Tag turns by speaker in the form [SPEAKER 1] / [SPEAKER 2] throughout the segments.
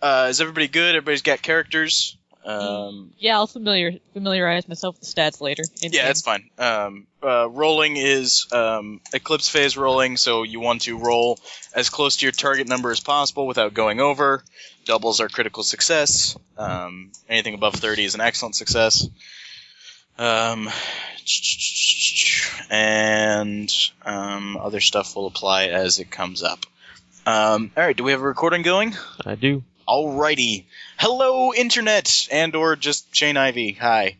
[SPEAKER 1] Uh, is everybody good? Everybody's got characters. Um,
[SPEAKER 2] Yeah, I'll familiar familiarize myself with the stats later. in
[SPEAKER 1] yeah,
[SPEAKER 2] game.
[SPEAKER 1] that's fine. Um, uh, rolling is um, eclipse phase rolling, so you want to roll as close to your target number as possible without going over. Doubles are critical success. Um, anything above 30 is an excellent success. Um, and um, other stuff will apply as it comes up. Um, all right, do we have a recording going?
[SPEAKER 3] I do.
[SPEAKER 1] Alrighty. Hello, Internet, and or just Shane Ivy. Hi.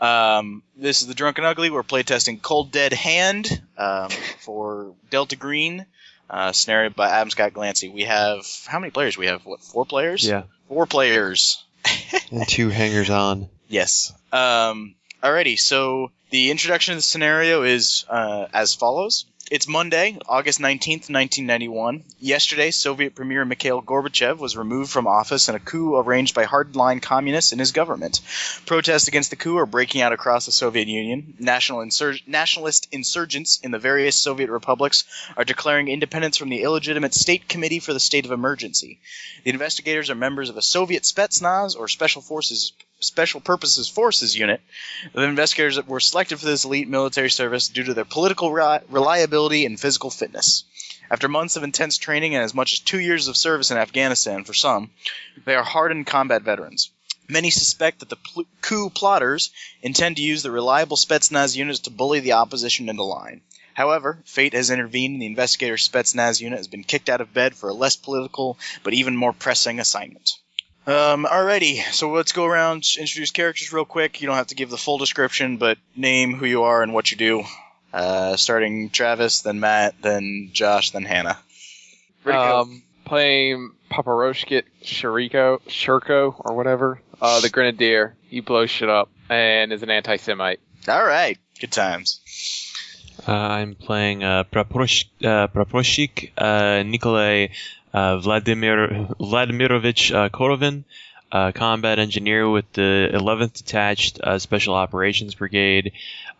[SPEAKER 1] Um, this is the Drunken Ugly. We're playtesting Cold Dead Hand um, for Delta Green, uh, scenario by Adam Scott Glancy. We have how many players? We have what? Four players.
[SPEAKER 3] Yeah.
[SPEAKER 1] Four players.
[SPEAKER 3] And two hangers on.
[SPEAKER 1] Yes. Um, alrighty, so the introduction of the scenario is uh, as follows. It's Monday, August 19th, 1991. Yesterday, Soviet Premier Mikhail Gorbachev was removed from office in a coup arranged by hardline communists and his government. Protests against the coup are breaking out across the Soviet Union. National insur- nationalist insurgents in the various Soviet republics are declaring independence from the illegitimate State Committee for the State of Emergency. The investigators are members of a Soviet Spetsnaz or Special Forces Special Purposes Forces unit. The investigators that were selected for this elite military service due to their political ri- reliability and physical fitness. After months of intense training and as much as two years of service in Afghanistan for some, they are hardened combat veterans. Many suspect that the pl- coup plotters intend to use the reliable Spetsnaz units to bully the opposition into line. However, fate has intervened and the investigator Spetsnaz unit has been kicked out of bed for a less political but even more pressing assignment. Um, alrighty, so let's go around, introduce characters real quick. You don't have to give the full description, but name who you are and what you do. Uh, starting Travis, then Matt, then Josh, then Hannah.
[SPEAKER 4] Um, playing Paparoshkit Shiriko, Shirko, or whatever. Uh, the Grenadier. He blows shit up and is an anti Semite.
[SPEAKER 1] Alright, good times.
[SPEAKER 3] Uh, I'm playing uh, Praprosh- uh, Praproshik uh, Nikolai uh, Vladimir Vladimirovich uh, Korovin, uh, combat engineer with the 11th Detached uh, Special Operations Brigade.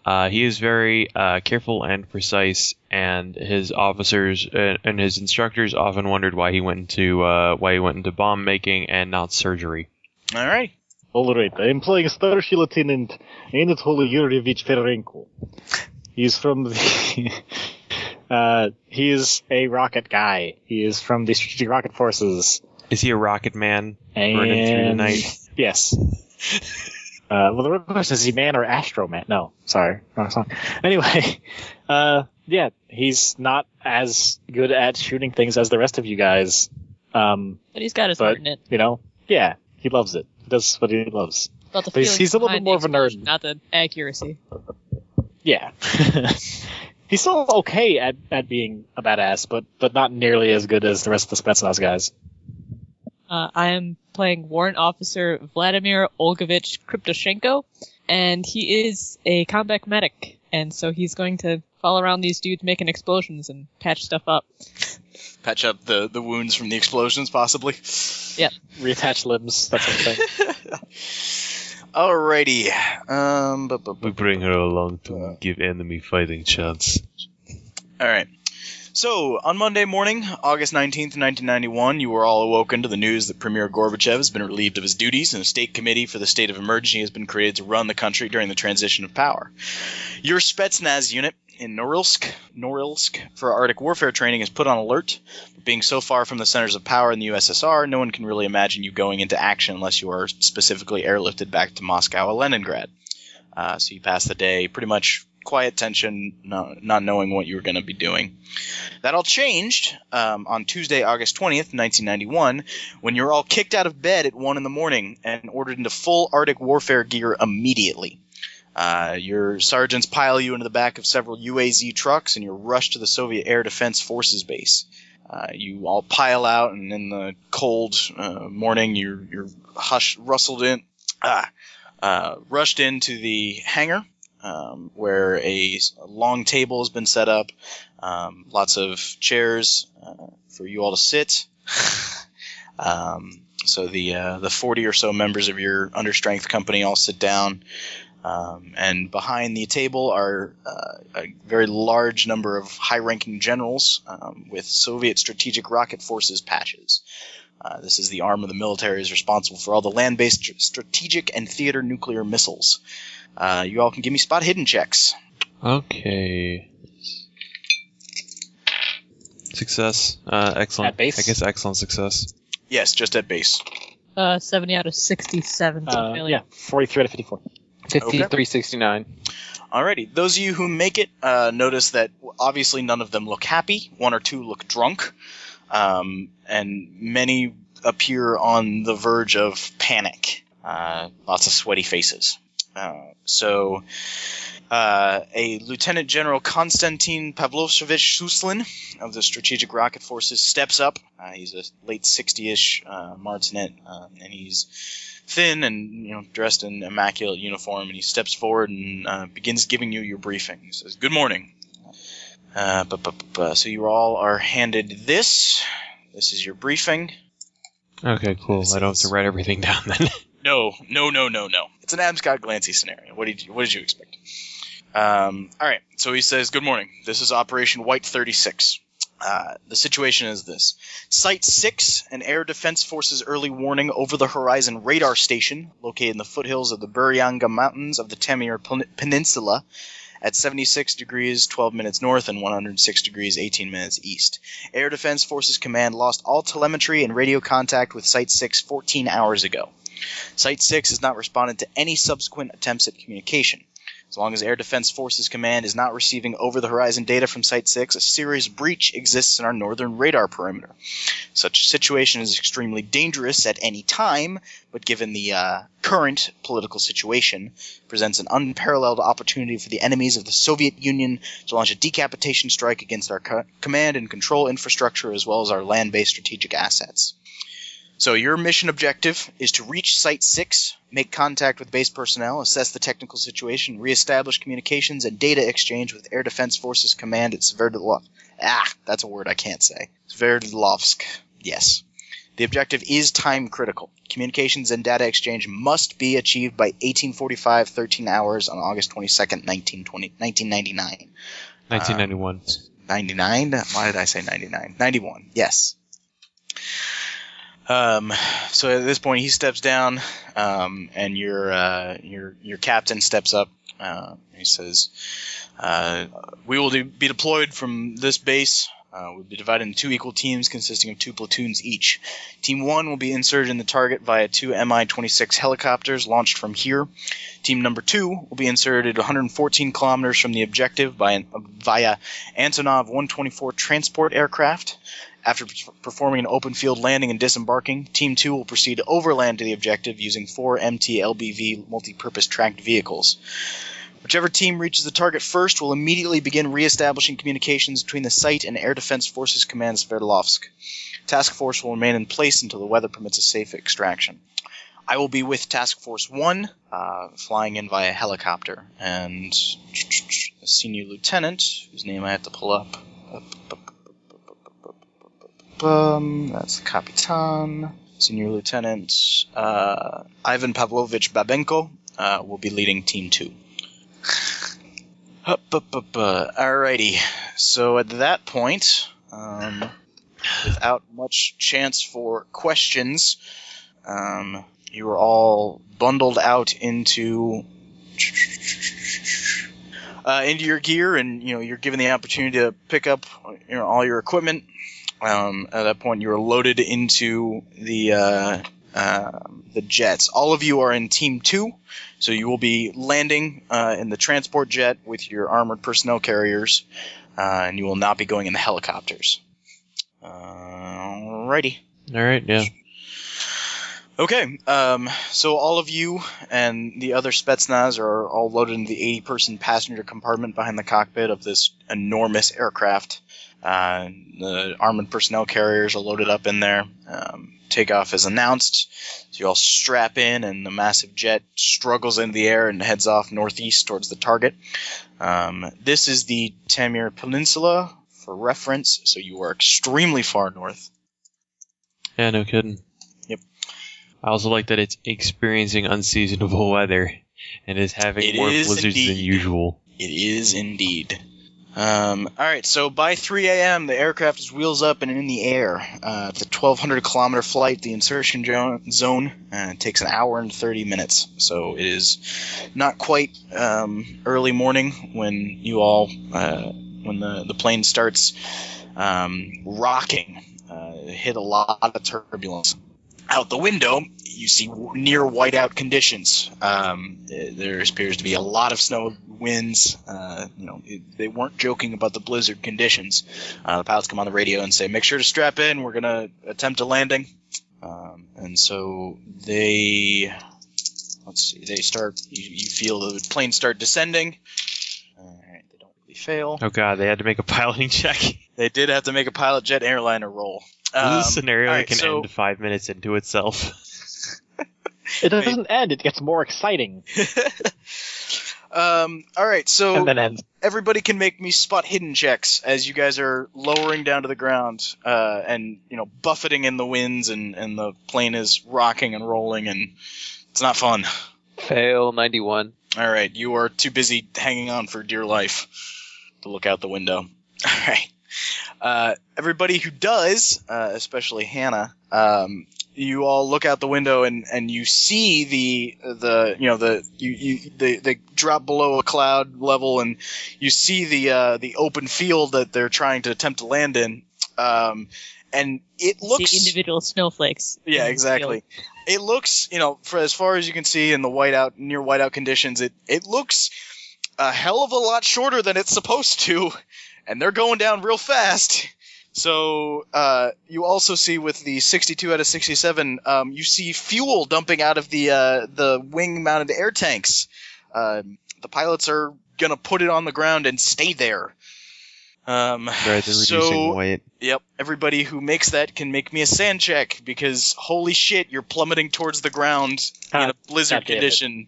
[SPEAKER 3] Uh, he is very uh, careful and precise, and his officers uh, and his instructors often wondered why he went into uh, why he went into bomb making and not surgery.
[SPEAKER 1] Alright.
[SPEAKER 5] Alright, I'm playing uh, Starship Lieutenant Anatoly Yurievich Fedorenko. He's from the. uh, he is a rocket guy. He is from the Strategic Rocket Forces.
[SPEAKER 3] Is he a rocket man?
[SPEAKER 5] And.
[SPEAKER 3] Burning through the night.
[SPEAKER 5] Yes. Uh, well, the real question is he man or Astro Man? No, sorry, wrong song. Anyway, uh, yeah, he's not as good at shooting things as the rest of you guys. Um,
[SPEAKER 2] But he's got his
[SPEAKER 5] But-
[SPEAKER 2] heart in it.
[SPEAKER 5] you know, yeah, he loves it. He does what he loves.
[SPEAKER 2] About the
[SPEAKER 5] But he's-
[SPEAKER 2] feelings
[SPEAKER 5] he's a little bit
[SPEAKER 2] behind
[SPEAKER 5] more of a
[SPEAKER 2] the explosion,
[SPEAKER 5] nerd.
[SPEAKER 2] Not the accuracy.
[SPEAKER 5] Yeah. He's still okay at, at being a badass, but but not nearly as good as the rest of the Spetsnaz guys.
[SPEAKER 2] Uh, I am playing Warrant Officer Vladimir Olgovich Kryptoshenko, and he is a combat medic, and so he's going to follow around these dudes making explosions and patch stuff up.
[SPEAKER 1] patch up the, the wounds from the explosions, possibly.
[SPEAKER 5] Reattach limbs, that sort of thing.
[SPEAKER 1] Alrighty. Um, bu- bu- bu-
[SPEAKER 3] bring her along
[SPEAKER 1] to
[SPEAKER 3] give enemy fighting chance.
[SPEAKER 1] All right. So, on Monday morning, August 19th, 1991, you were all awoken to the news that Premier Gorbachev has been relieved of his duties and a state committee for the state of emergency has been created to run the country during the transition of power. Your Spetsnaz unit in Norilsk, Norilsk for Arctic warfare training is put on alert. Being so far from the centers of power in the USSR, no one can really imagine you going into action unless you are specifically airlifted back to Moscow or Leningrad. Uh, so you pass the day pretty much quiet tension, no, not knowing what you were going to be doing. That all changed um, on Tuesday, August 20th, 1991, when you were all kicked out of bed at 1 in the morning and ordered into full Arctic warfare gear immediately. Uh, your sergeants pile you into the back of several UAZ trucks and you're rushed to the Soviet Air Defense Forces base. Uh, you all pile out, and in the cold uh, morning, you're, you're hush, rustled in, ah, uh, rushed into the hangar um, where a, s- a long table has been set up, um, lots of chairs uh, for you all to sit. um, so the uh, the 40 or so members of your understrength company all sit down. Um, and behind the table are uh, a very large number of high ranking generals um, with Soviet strategic rocket forces patches. Uh, this is the arm of the military is responsible for all the land-based tr- strategic and theater nuclear missiles. Uh, you all can give me spot hidden checks.
[SPEAKER 3] Okay. Success. Uh, excellent.
[SPEAKER 5] At base?
[SPEAKER 3] I guess excellent success.
[SPEAKER 1] Yes, just at base.
[SPEAKER 2] Uh, 70 out of 67 to
[SPEAKER 5] Uh,
[SPEAKER 2] failure.
[SPEAKER 5] yeah, 43 out of 54.
[SPEAKER 4] 5369.
[SPEAKER 1] Alrighty, those of you who make it uh, notice that obviously none of them look happy. One or two look drunk, um, and many appear on the verge of panic. Uh, lots of sweaty faces. Uh, so, uh, a Lieutenant General Konstantin Pavlovsevich Suslin of the Strategic Rocket Forces steps up. Uh, he's a late 60-ish uh, martinet, uh, and he's thin and you know dressed in immaculate uniform, and he steps forward and uh, begins giving you your briefing. He says, "Good morning." Uh, bu- bu- bu- bu- so you all are handed this. This is your briefing.
[SPEAKER 3] Okay, cool. Uh, I don't have to write everything down then.
[SPEAKER 1] No, no, no, no, no. It's an Amscott Glancy scenario. What did you, what did you expect? Um, all right. So he says, "Good morning. This is Operation White 36." Uh, the situation is this: Site 6, an Air Defense Forces early warning over the horizon radar station located in the foothills of the Buryanga Mountains of the Tamir Pen- Peninsula, at 76 degrees 12 minutes north and 106 degrees 18 minutes east. Air Defense Forces Command lost all telemetry and radio contact with Site 6 14 hours ago. Site 6 has not responded to any subsequent attempts at communication. As long as Air Defense Forces Command is not receiving over the horizon data from Site 6, a serious breach exists in our northern radar perimeter. Such a situation is extremely dangerous at any time, but given the uh, current political situation, presents an unparalleled opportunity for the enemies of the Soviet Union to launch a decapitation strike against our co- command and control infrastructure as well as our land based strategic assets. So your mission objective is to reach Site 6, make contact with base personnel, assess the technical situation, reestablish communications and data exchange with Air Defense Forces Command at Sverdlovsk. Ah, that's a word I can't say. Sverdlovsk. Yes. The objective is time critical. Communications and data exchange must be achieved by 1845 13 hours on August 22nd, 1920, 1999.
[SPEAKER 3] 1991.
[SPEAKER 1] 99 why did i say 99 91 yes um, so at this point he steps down um, and your uh, your your captain steps up uh, he says uh, we will de- be deployed from this base uh, we'll be divided into two equal teams consisting of two platoons each. Team 1 will be inserted in the target via two MI 26 helicopters launched from here. Team number 2 will be inserted 114 kilometers from the objective by an, via Antonov 124 transport aircraft. After p- performing an open field landing and disembarking, Team 2 will proceed overland to the objective using four MT-LBV multi-purpose tracked vehicles. Whichever team reaches the target first will immediately begin re-establishing communications between the site and Air Defense Forces Command Sverdlovsk. Task Force will remain in place until the weather permits a safe extraction. I will be with Task Force 1, uh, flying in via helicopter, and a senior lieutenant, whose name I have to pull up. Um, that's the Capitan. Senior Lieutenant uh, Ivan Pavlovich Babenko uh, will be leading Team 2. Up, up, up, uh, Alrighty, so at that point, um, without much chance for questions, um, you were all bundled out into uh, into your gear, and you know you're given the opportunity to pick up you know all your equipment. Um, at that point, you are loaded into the uh, uh, the jets. All of you are in Team Two, so you will be landing uh, in the transport jet with your armored personnel carriers, uh, and you will not be going in the helicopters. Uh, alrighty.
[SPEAKER 3] All right, yeah.
[SPEAKER 1] Okay, um, so all of you and the other Spetsnaz are all loaded into the 80 person passenger compartment behind the cockpit of this enormous aircraft. Uh, the armored personnel carriers are loaded up in there. Um, takeoff is announced. So you all strap in, and the massive jet struggles into the air and heads off northeast towards the target. Um, this is the Tamir Peninsula for reference, so you are extremely far north.
[SPEAKER 3] Yeah, no kidding.
[SPEAKER 1] Yep.
[SPEAKER 3] I also like that it's experiencing unseasonable weather and is having
[SPEAKER 1] It
[SPEAKER 3] more
[SPEAKER 1] is
[SPEAKER 3] blizzards than
[SPEAKER 1] indeed.
[SPEAKER 3] usual.
[SPEAKER 1] It is indeed. Um, all right, so by 3 a.m., the aircraft is wheels up and in the air. Uh, it's a 1,200 kilometer flight. The insertion jo- zone uh, takes an hour and 30 minutes, so it is not quite um, early morning when you all uh, when the the plane starts um, rocking. Uh, it hit a lot of turbulence. Out the window, you see near whiteout conditions. Um, th- there appears to be a lot of snow winds. Uh, you know, it, they weren't joking about the blizzard conditions. Uh, the pilots come on the radio and say, "Make sure to strap in. We're gonna attempt a landing." Um, and so they, let's see, they start. You, you feel the plane start descending. All right, they don't really fail.
[SPEAKER 3] Oh god, they had to make a piloting check.
[SPEAKER 1] They did have to make a pilot jet airliner roll. Um,
[SPEAKER 3] this is a scenario
[SPEAKER 1] all
[SPEAKER 3] that
[SPEAKER 1] right,
[SPEAKER 3] can
[SPEAKER 1] so-
[SPEAKER 3] end five minutes into itself.
[SPEAKER 5] It doesn't end. It gets more exciting
[SPEAKER 1] um, all right, so
[SPEAKER 5] and then ends.
[SPEAKER 1] everybody can make me spot hidden checks as you guys are lowering down to the ground uh, and you know buffeting in the winds and, and the plane is rocking and rolling and it's not fun
[SPEAKER 4] Fail 91.
[SPEAKER 1] all right you are too busy hanging on for dear life to look out the window all right uh, everybody who does uh, especially hannah um, you all look out the window and, and you see the the you know the you, you they, they drop below a cloud level and you see the uh, the open field that they're trying to attempt to land in, um, and it
[SPEAKER 2] See
[SPEAKER 1] looks
[SPEAKER 2] individual snowflakes. in
[SPEAKER 1] yeah
[SPEAKER 2] the
[SPEAKER 1] exactly. It looks you know for as far as you can see in the whiteout near whiteout conditions, it it looks a hell of a lot shorter than it's supposed to, and they're going down real fast. So uh, you also see with the 62 out of 67, um, you see fuel dumping out of the uh, the wing-mounted air tanks. Um the pilots are gonna put it on the ground and stay there. Um,
[SPEAKER 3] Right, they're
[SPEAKER 1] So-
[SPEAKER 3] reducing weight.
[SPEAKER 1] Yep. Everybody who makes that can make me a sand check because holy shit, you're plummeting towards the ground in
[SPEAKER 5] Ah,
[SPEAKER 1] a blizzard
[SPEAKER 5] God damn it.
[SPEAKER 1] condition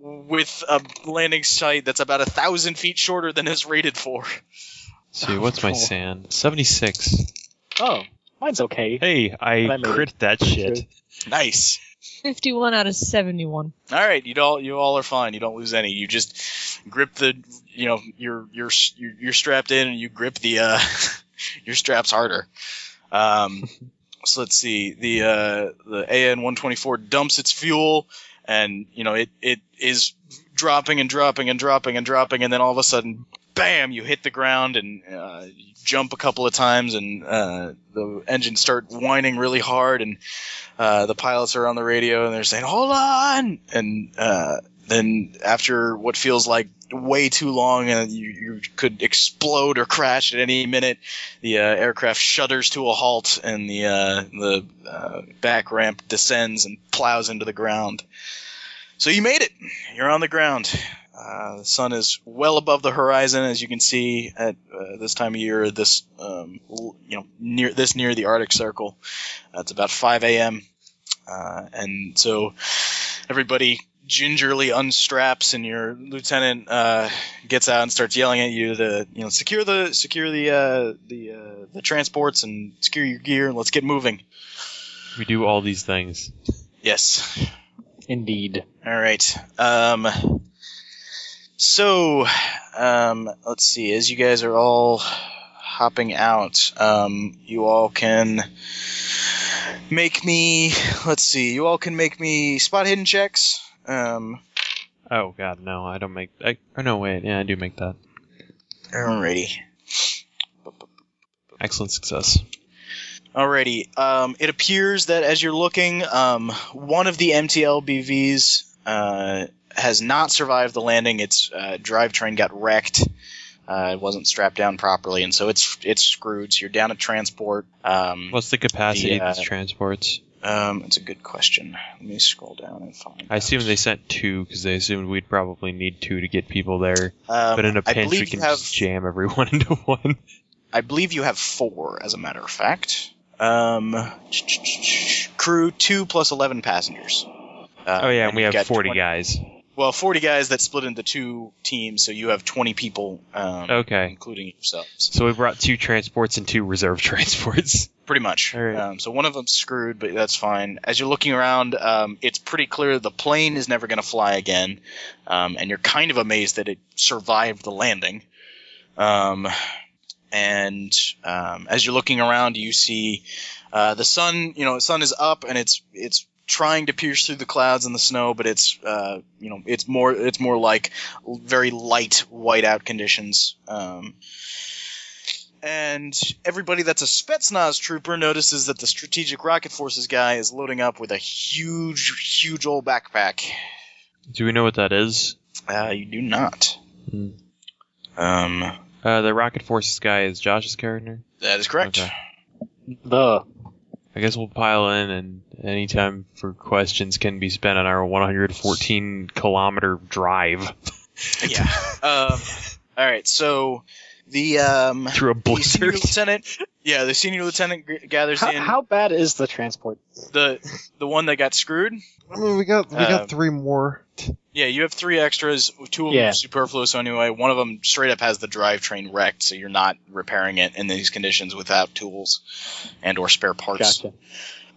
[SPEAKER 1] with a landing site that's about a thousand feet shorter than it's rated for.
[SPEAKER 3] See, what's my
[SPEAKER 5] Cool.
[SPEAKER 3] sand? 76.
[SPEAKER 5] Oh, mine's okay.
[SPEAKER 3] Hey,
[SPEAKER 5] And
[SPEAKER 3] I
[SPEAKER 5] I made
[SPEAKER 3] crit that shit.
[SPEAKER 1] Nice.
[SPEAKER 2] Fifty-one out of seventy-one.
[SPEAKER 1] All right, you all you all are fine. You don't lose any. You just grip the you know you're you're s- you're, you're strapped in and you grip the uh, your straps harder. Um, so let's see the uh, the AN one twenty four dumps its fuel and you know it it is dropping and dropping and dropping and dropping and then all of a sudden bam you hit the ground and uh, you jump a couple of times and uh, the engines start whining really hard and uh, the pilots are on the radio and they're saying, "Hold on!" And uh, then after what feels like way too long, and you, you could explode or crash at any minute, the uh, aircraft shudders to a halt, and the uh, the uh, back ramp descends and plows into the ground. So you made it. You're on the ground. Uh, the sun is well above the horizon, as you can see at uh, this time of year. This, um, l- you know, near this near the Arctic Circle. Uh, it's about 5 a.m. Uh, and so everybody gingerly unstraps, and your lieutenant uh, gets out and starts yelling at you to, you know, secure the secure the uh, the uh, the transports and secure your gear, and let's get moving.
[SPEAKER 3] We do all these things.
[SPEAKER 1] Yes.
[SPEAKER 5] Indeed.
[SPEAKER 1] All right. Um, so, um, let's see. As you guys are all hopping out, um, you all can make me. Let's see. You all can make me spot hidden checks. Um,
[SPEAKER 3] Oh god, no, I don't make. I, oh no, wait, yeah, I do make that.
[SPEAKER 1] alrighty.
[SPEAKER 3] Excellent success.
[SPEAKER 1] Alrighty. Um, it appears that as you're looking, um, one of the MTLBVs uh, has not survived the landing. Its uh, drivetrain got wrecked. Uh, it wasn't strapped down properly, and so it's it's screwed. So you're down at transport. Um,
[SPEAKER 3] What's the capacity
[SPEAKER 1] The, uh,
[SPEAKER 3] of these transports?
[SPEAKER 1] um, it's a good question. Let me scroll down and find.
[SPEAKER 3] I assume
[SPEAKER 1] out.
[SPEAKER 3] they sent two because they assumed we'd probably need two to get people there.
[SPEAKER 1] Um,
[SPEAKER 3] but in a
[SPEAKER 1] I
[SPEAKER 3] pinch, we
[SPEAKER 1] believe
[SPEAKER 3] can
[SPEAKER 1] you have.
[SPEAKER 3] just jam everyone into one.
[SPEAKER 1] I believe you have four, as a matter of fact. Um, crew two plus eleven passengers. Uh,
[SPEAKER 3] Oh yeah, and we
[SPEAKER 1] you've got
[SPEAKER 3] have forty
[SPEAKER 1] 20
[SPEAKER 3] guys.
[SPEAKER 1] Well, 40 guys that split into two teams, so you have 20 people, um,
[SPEAKER 3] Okay,
[SPEAKER 1] including yourselves,
[SPEAKER 3] so we brought two transports and two reserve transports.
[SPEAKER 1] pretty much.
[SPEAKER 3] All right.
[SPEAKER 1] Um, so one of them's screwed, but that's fine. As you're looking around, um, it's pretty clear the plane is never going to fly again, um, and you're kind of amazed that it survived the landing. Um, and um, as you're looking around, you see uh, the sun. You know, the sun is up, and it's it's trying to pierce through the clouds and the snow, but it's uh, you know it's more it's more like very light whiteout conditions. Um, and everybody that's a Spetsnaz trooper notices that the Strategic Rocket Forces guy is loading up with a huge, huge old backpack.
[SPEAKER 3] Do we know what that is?
[SPEAKER 1] Uh, you do not.
[SPEAKER 3] Hmm.
[SPEAKER 1] Um,
[SPEAKER 3] Uh, the Rocket Forces guy is Josh's character.
[SPEAKER 1] that is correct.
[SPEAKER 3] Okay.
[SPEAKER 5] The
[SPEAKER 3] I guess we'll pile in, and any time for questions can be spent on our 114 kilometer drive
[SPEAKER 1] Yeah. um, all right. So the um,
[SPEAKER 3] through a
[SPEAKER 1] the senior
[SPEAKER 3] blizzard.
[SPEAKER 1] lieutenant. Yeah, the senior lieutenant g- gathers
[SPEAKER 5] how,
[SPEAKER 1] in
[SPEAKER 5] how bad is the transport?
[SPEAKER 1] the the one that got screwed.
[SPEAKER 6] I mean, we got we
[SPEAKER 1] Um,
[SPEAKER 6] got three more.
[SPEAKER 1] Yeah, you have three extras. Two of them
[SPEAKER 5] Yeah.
[SPEAKER 1] are superfluous anyway. One of them straight up has the drivetrain wrecked, so you're not repairing it in these conditions without tools and or spare parts.
[SPEAKER 5] Gotcha.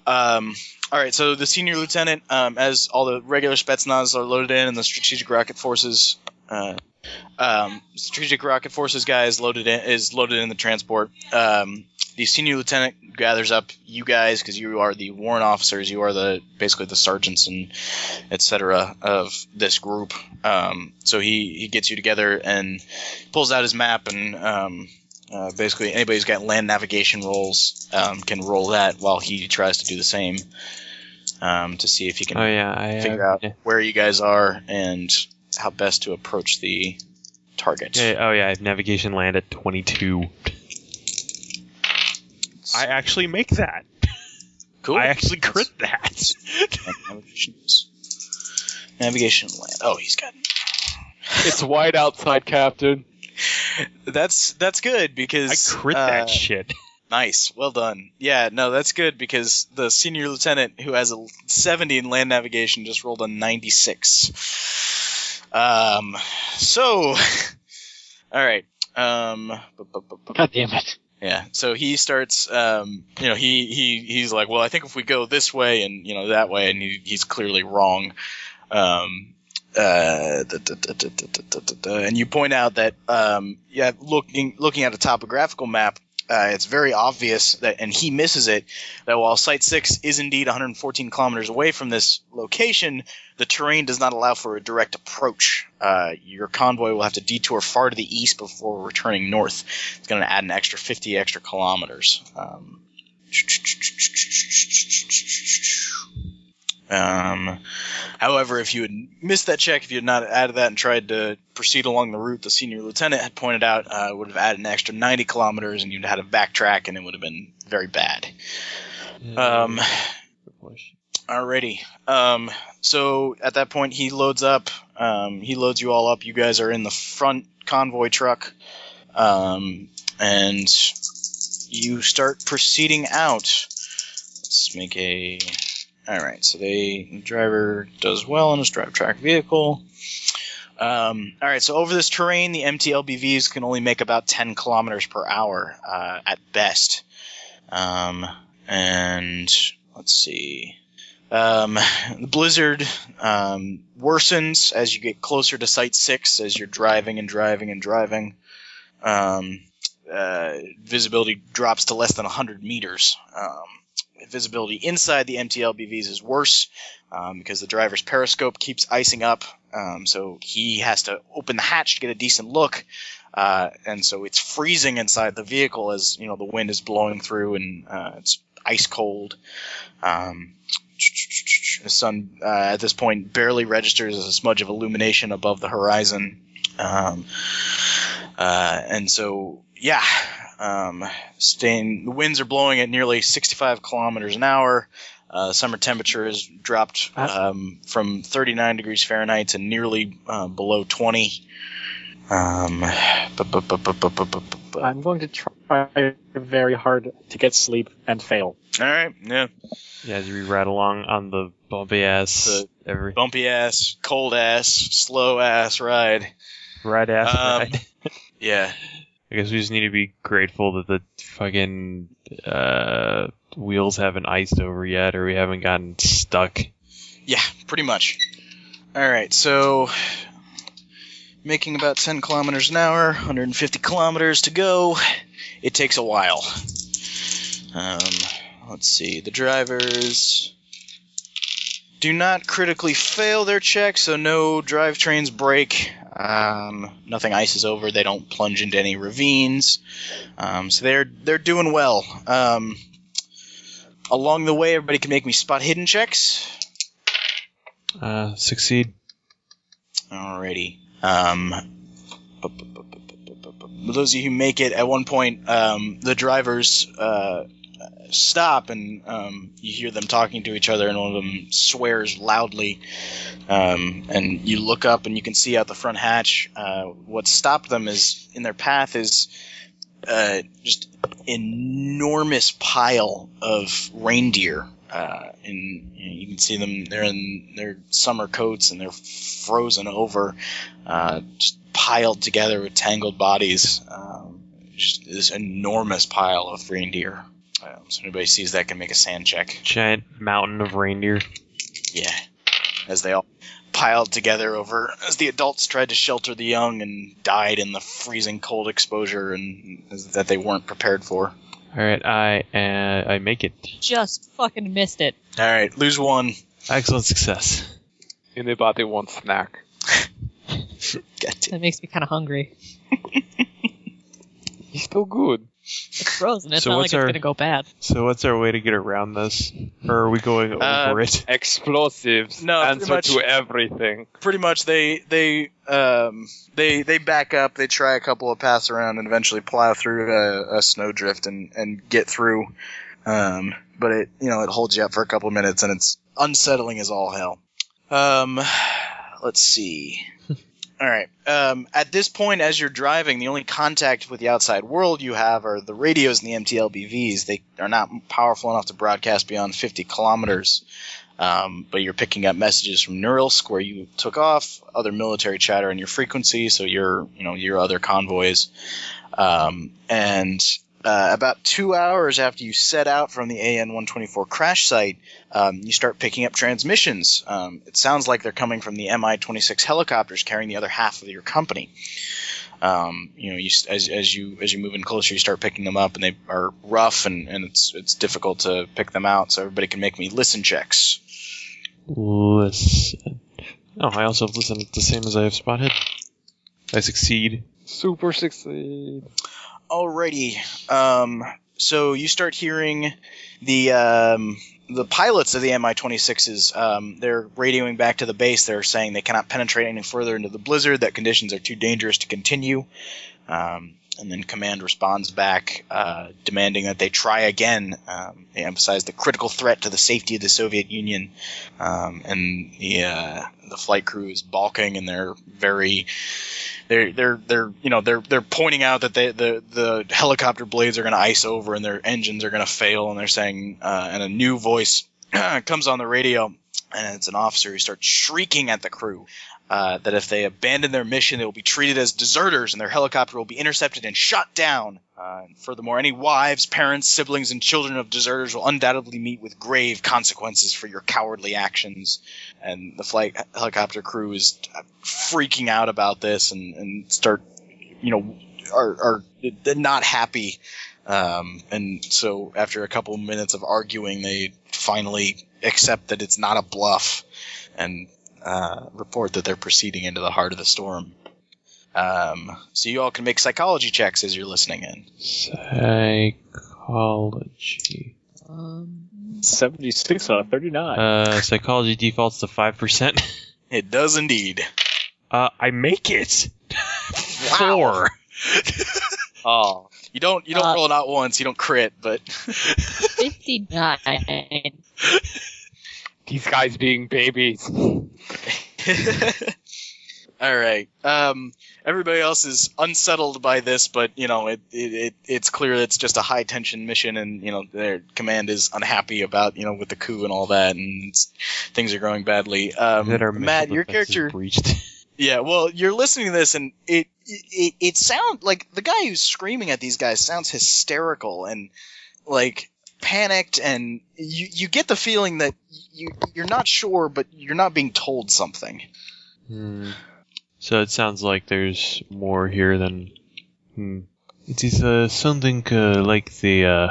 [SPEAKER 1] Um, all right, so the senior lieutenant, um, as all the regular Spetsnaz are loaded in, and the strategic rocket forces, uh, um, strategic rocket forces guy is loaded in, is loaded in the transport. Um, the senior lieutenant gathers up you guys because you are the warrant officers, you are the basically the sergeants and etc. of this group. Um, so he he gets you together and pulls out his map and. Um, uh, basically, anybody who's got land navigation rolls um, can roll that while he tries to do the same um, to see if he can
[SPEAKER 3] Oh yeah, I
[SPEAKER 1] figure
[SPEAKER 3] uh,
[SPEAKER 1] out where you guys are and how best to approach the target.
[SPEAKER 3] Yeah, oh yeah, I have navigation land at 22. I actually make that.
[SPEAKER 1] Cool.
[SPEAKER 3] I actually crit that.
[SPEAKER 1] Navigation. Navigation land. Oh, he's got.
[SPEAKER 4] It's wide outside, Captain.
[SPEAKER 1] That's that's good
[SPEAKER 3] I
[SPEAKER 1] because
[SPEAKER 3] crit
[SPEAKER 1] uh,
[SPEAKER 3] that shit.
[SPEAKER 1] Nice, well done. Yeah, no, that's good because the senior lieutenant who has a 70 in land navigation just rolled a 96. Um, so, all right. Um, bu- bu- bu- bu-
[SPEAKER 5] God damn it.
[SPEAKER 1] yeah. So he starts. Um, you know, he he he's like, well, I think if we go this way and you know that way, and he, he's clearly wrong. Um, uh, da- da- da- da- da- da- da- da- da. and you point out that um, yeah, looking looking at a topographical map. Uh, it's very obvious that, and he misses it. That while Site Six is indeed 114 kilometers away from this location, the terrain does not allow for a direct approach. Uh, your convoy will have to detour far to the east before returning north it's going to add an extra 50 extra kilometers. Um, um, however, if you had missed that check, if you had not added that and tried to proceed along the route the senior lieutenant had pointed out, uh, would have added an extra 90 kilometers, and you'd had to backtrack, and it would have been very bad. Um, Alrighty. Um, so at that point, he loads up. Um, he loads you all up. You guys are in the front convoy truck, um, and you start proceeding out. Let's make a. All right. So they the driver does well in his drive track vehicle. Um, all right. So over this terrain, the MTLBVs can only make about 10 kilometers per hour uh, at best. Um, and let's see. Um, the blizzard um, worsens as you get closer to Site 6 as you're driving and driving and driving. Um, uh, visibility drops to less than 100 meters. Um, visibility inside the MTLBVs is worse um, because the driver's periscope keeps icing up, um, so he has to open the hatch to get a decent look. Uh, and so it's freezing inside the vehicle as you know the wind is blowing through and uh, it's ice cold. Um, the sun uh, at this point barely registers as a smudge of illumination above the horizon. Um, uh, and so, yeah, um, staying, the winds are blowing at nearly 65 kilometers an hour. Uh, summer temperature has dropped um, from 39 degrees Fahrenheit to nearly uh, below 20. Um, bu- bu- bu- bu- bu- bu- bu- bu- bu-
[SPEAKER 5] I'm going to try very hard to get sleep and fail.
[SPEAKER 1] All right, yeah.
[SPEAKER 3] Yeah, as we ride along on the bumpy ass,
[SPEAKER 1] The-
[SPEAKER 3] every
[SPEAKER 1] Bumpy ass, cold ass, slow ass ride.
[SPEAKER 3] ride ass.
[SPEAKER 1] Um,
[SPEAKER 3] ride.
[SPEAKER 1] Yeah.
[SPEAKER 3] I guess we just need to be grateful that the fucking uh, wheels haven't iced over yet, or we haven't gotten stuck.
[SPEAKER 1] Yeah, pretty much. All right, so making about 10 kilometers an hour, 150 kilometers to go. It takes a while. Um, let's see. The drivers do not critically fail their check, so no drivetrains break. Um, nothing ices over. They don't plunge into any ravines. Um, so they're they're doing well. Um, along the way, everybody can make me spot hidden checks.
[SPEAKER 3] Uh, succeed.
[SPEAKER 1] Alrighty. Um, bu- bu- bu- bu- bu- bu- bu- bu- those of you who make it, at one point, um, the drivers uh, stop and um, you hear them talking to each other, and one of them swears loudly. Um, and you look up and you can see out the front hatch. Uh, what stopped them is in their path is uh, just enormous pile of reindeer uh, and you, know, you can see them. They're in their summer coats, and they're frozen over, uh, just piled together with tangled bodies. Um, just this enormous pile of reindeer. Um, so anybody sees that can make a sand check.
[SPEAKER 3] Giant mountain of reindeer.
[SPEAKER 1] Yeah, as they all piled together over as the adults tried to shelter the young and died in the freezing cold exposure and that they weren't prepared for.
[SPEAKER 3] All right, I uh, I make it.
[SPEAKER 2] Just fucking missed it.
[SPEAKER 1] All right, lose one.
[SPEAKER 3] Excellent success.
[SPEAKER 4] And they bought the one snack.
[SPEAKER 1] God damn.
[SPEAKER 2] That makes me kind of hungry.
[SPEAKER 4] He's still good.
[SPEAKER 2] It's frozen. It's
[SPEAKER 3] So
[SPEAKER 2] not like
[SPEAKER 3] what's
[SPEAKER 2] it's
[SPEAKER 3] our-
[SPEAKER 2] gonna go bad.
[SPEAKER 3] So what's our way to get around this, or are we going over
[SPEAKER 4] Uh,
[SPEAKER 3] it?
[SPEAKER 4] Explosives.
[SPEAKER 1] No, pretty
[SPEAKER 4] answer
[SPEAKER 1] much-
[SPEAKER 4] to everything.
[SPEAKER 1] pretty much they they um, they they back up. They try a couple of paths around and eventually plow through a, a snowdrift and and get through. Um, but it you know it holds you up for a couple of minutes and it's unsettling as all hell. Um, let's see. All right. Um, at this point, as you're driving, the only contact with the outside world you have are the radios and the MTLBVs. They are not powerful enough to broadcast beyond 50 kilometers um, but you're picking up messages from Neurilsk where you took off, other military chatter in your frequency, so your you know your other convoys, um, and uh, about two hours after you set out from the AN-124 crash site, um, you start picking up transmissions. Um, it sounds like they're coming from the Mi-26 helicopters carrying the other half of your company. Um, you know, you, s- as, as you as you move in closer, you start picking them up, and they are rough, and, and it's it's difficult to pick them out. So everybody can make me listen checks.
[SPEAKER 3] Listen. Oh, I also have listened the same as I have spotted. I succeed.
[SPEAKER 4] Super succeed.
[SPEAKER 1] Alrighty. Um, so you start hearing the um, the pilots of the Mi-26s. Um, they're radioing back to the base. They're saying they cannot penetrate any further into the blizzard. That conditions are too dangerous to continue. Um, and then command responds back, uh, demanding that they try again. Um, they emphasize the critical threat to the safety of the Soviet Union, um, and the uh, the flight crew is balking, and they're very they're they're they're you know they're they're pointing out that they, the the helicopter blades are going to ice over and their engines are going to fail and they're saying uh, and a new voice comes on the radio and it's an officer who starts shrieking at the crew uh, that if they abandon their mission they will be treated as deserters and their helicopter will be intercepted and shot down uh, and furthermore any wives parents siblings and children of deserters will undoubtedly meet with grave consequences for your cowardly actions and the flight helicopter crew is freaking out about this and, and start, you know, are, are they're not happy. Um, and so after a couple minutes of arguing, they finally accept that it's not a bluff and uh, report that they're proceeding into the heart of the storm. Um, so you all can make psychology checks as you're listening in.
[SPEAKER 3] Psychology.
[SPEAKER 2] Um,
[SPEAKER 5] 76 out of 39.
[SPEAKER 3] Uh, psychology defaults to five percent.
[SPEAKER 1] It does indeed.
[SPEAKER 3] Uh, I make it. Four.
[SPEAKER 4] Oh.
[SPEAKER 1] You don't you don't
[SPEAKER 2] Uh,
[SPEAKER 1] roll it out once. You don't crit, but
[SPEAKER 2] Fifty-nine.
[SPEAKER 4] These guys being babies.
[SPEAKER 1] All right. Um, everybody else is unsettled by this, but you know it, it, it it's clear it's just a high tension mission, and you know their command is unhappy about you know with the coup and all that, and it's, things are going badly. Um,
[SPEAKER 3] That our
[SPEAKER 1] Matt,
[SPEAKER 3] mental
[SPEAKER 1] your
[SPEAKER 3] defense is
[SPEAKER 1] character
[SPEAKER 3] breached.
[SPEAKER 1] yeah, well, you're listening to this, and it it it sounds like the guy who's screaming at these guys sounds hysterical and like panicked, and you you get the feeling that you you're not sure, but you're not being told something.
[SPEAKER 3] Hmm. So it sounds like there's more here than. Hmm. It is uh, something uh, like the. Uh,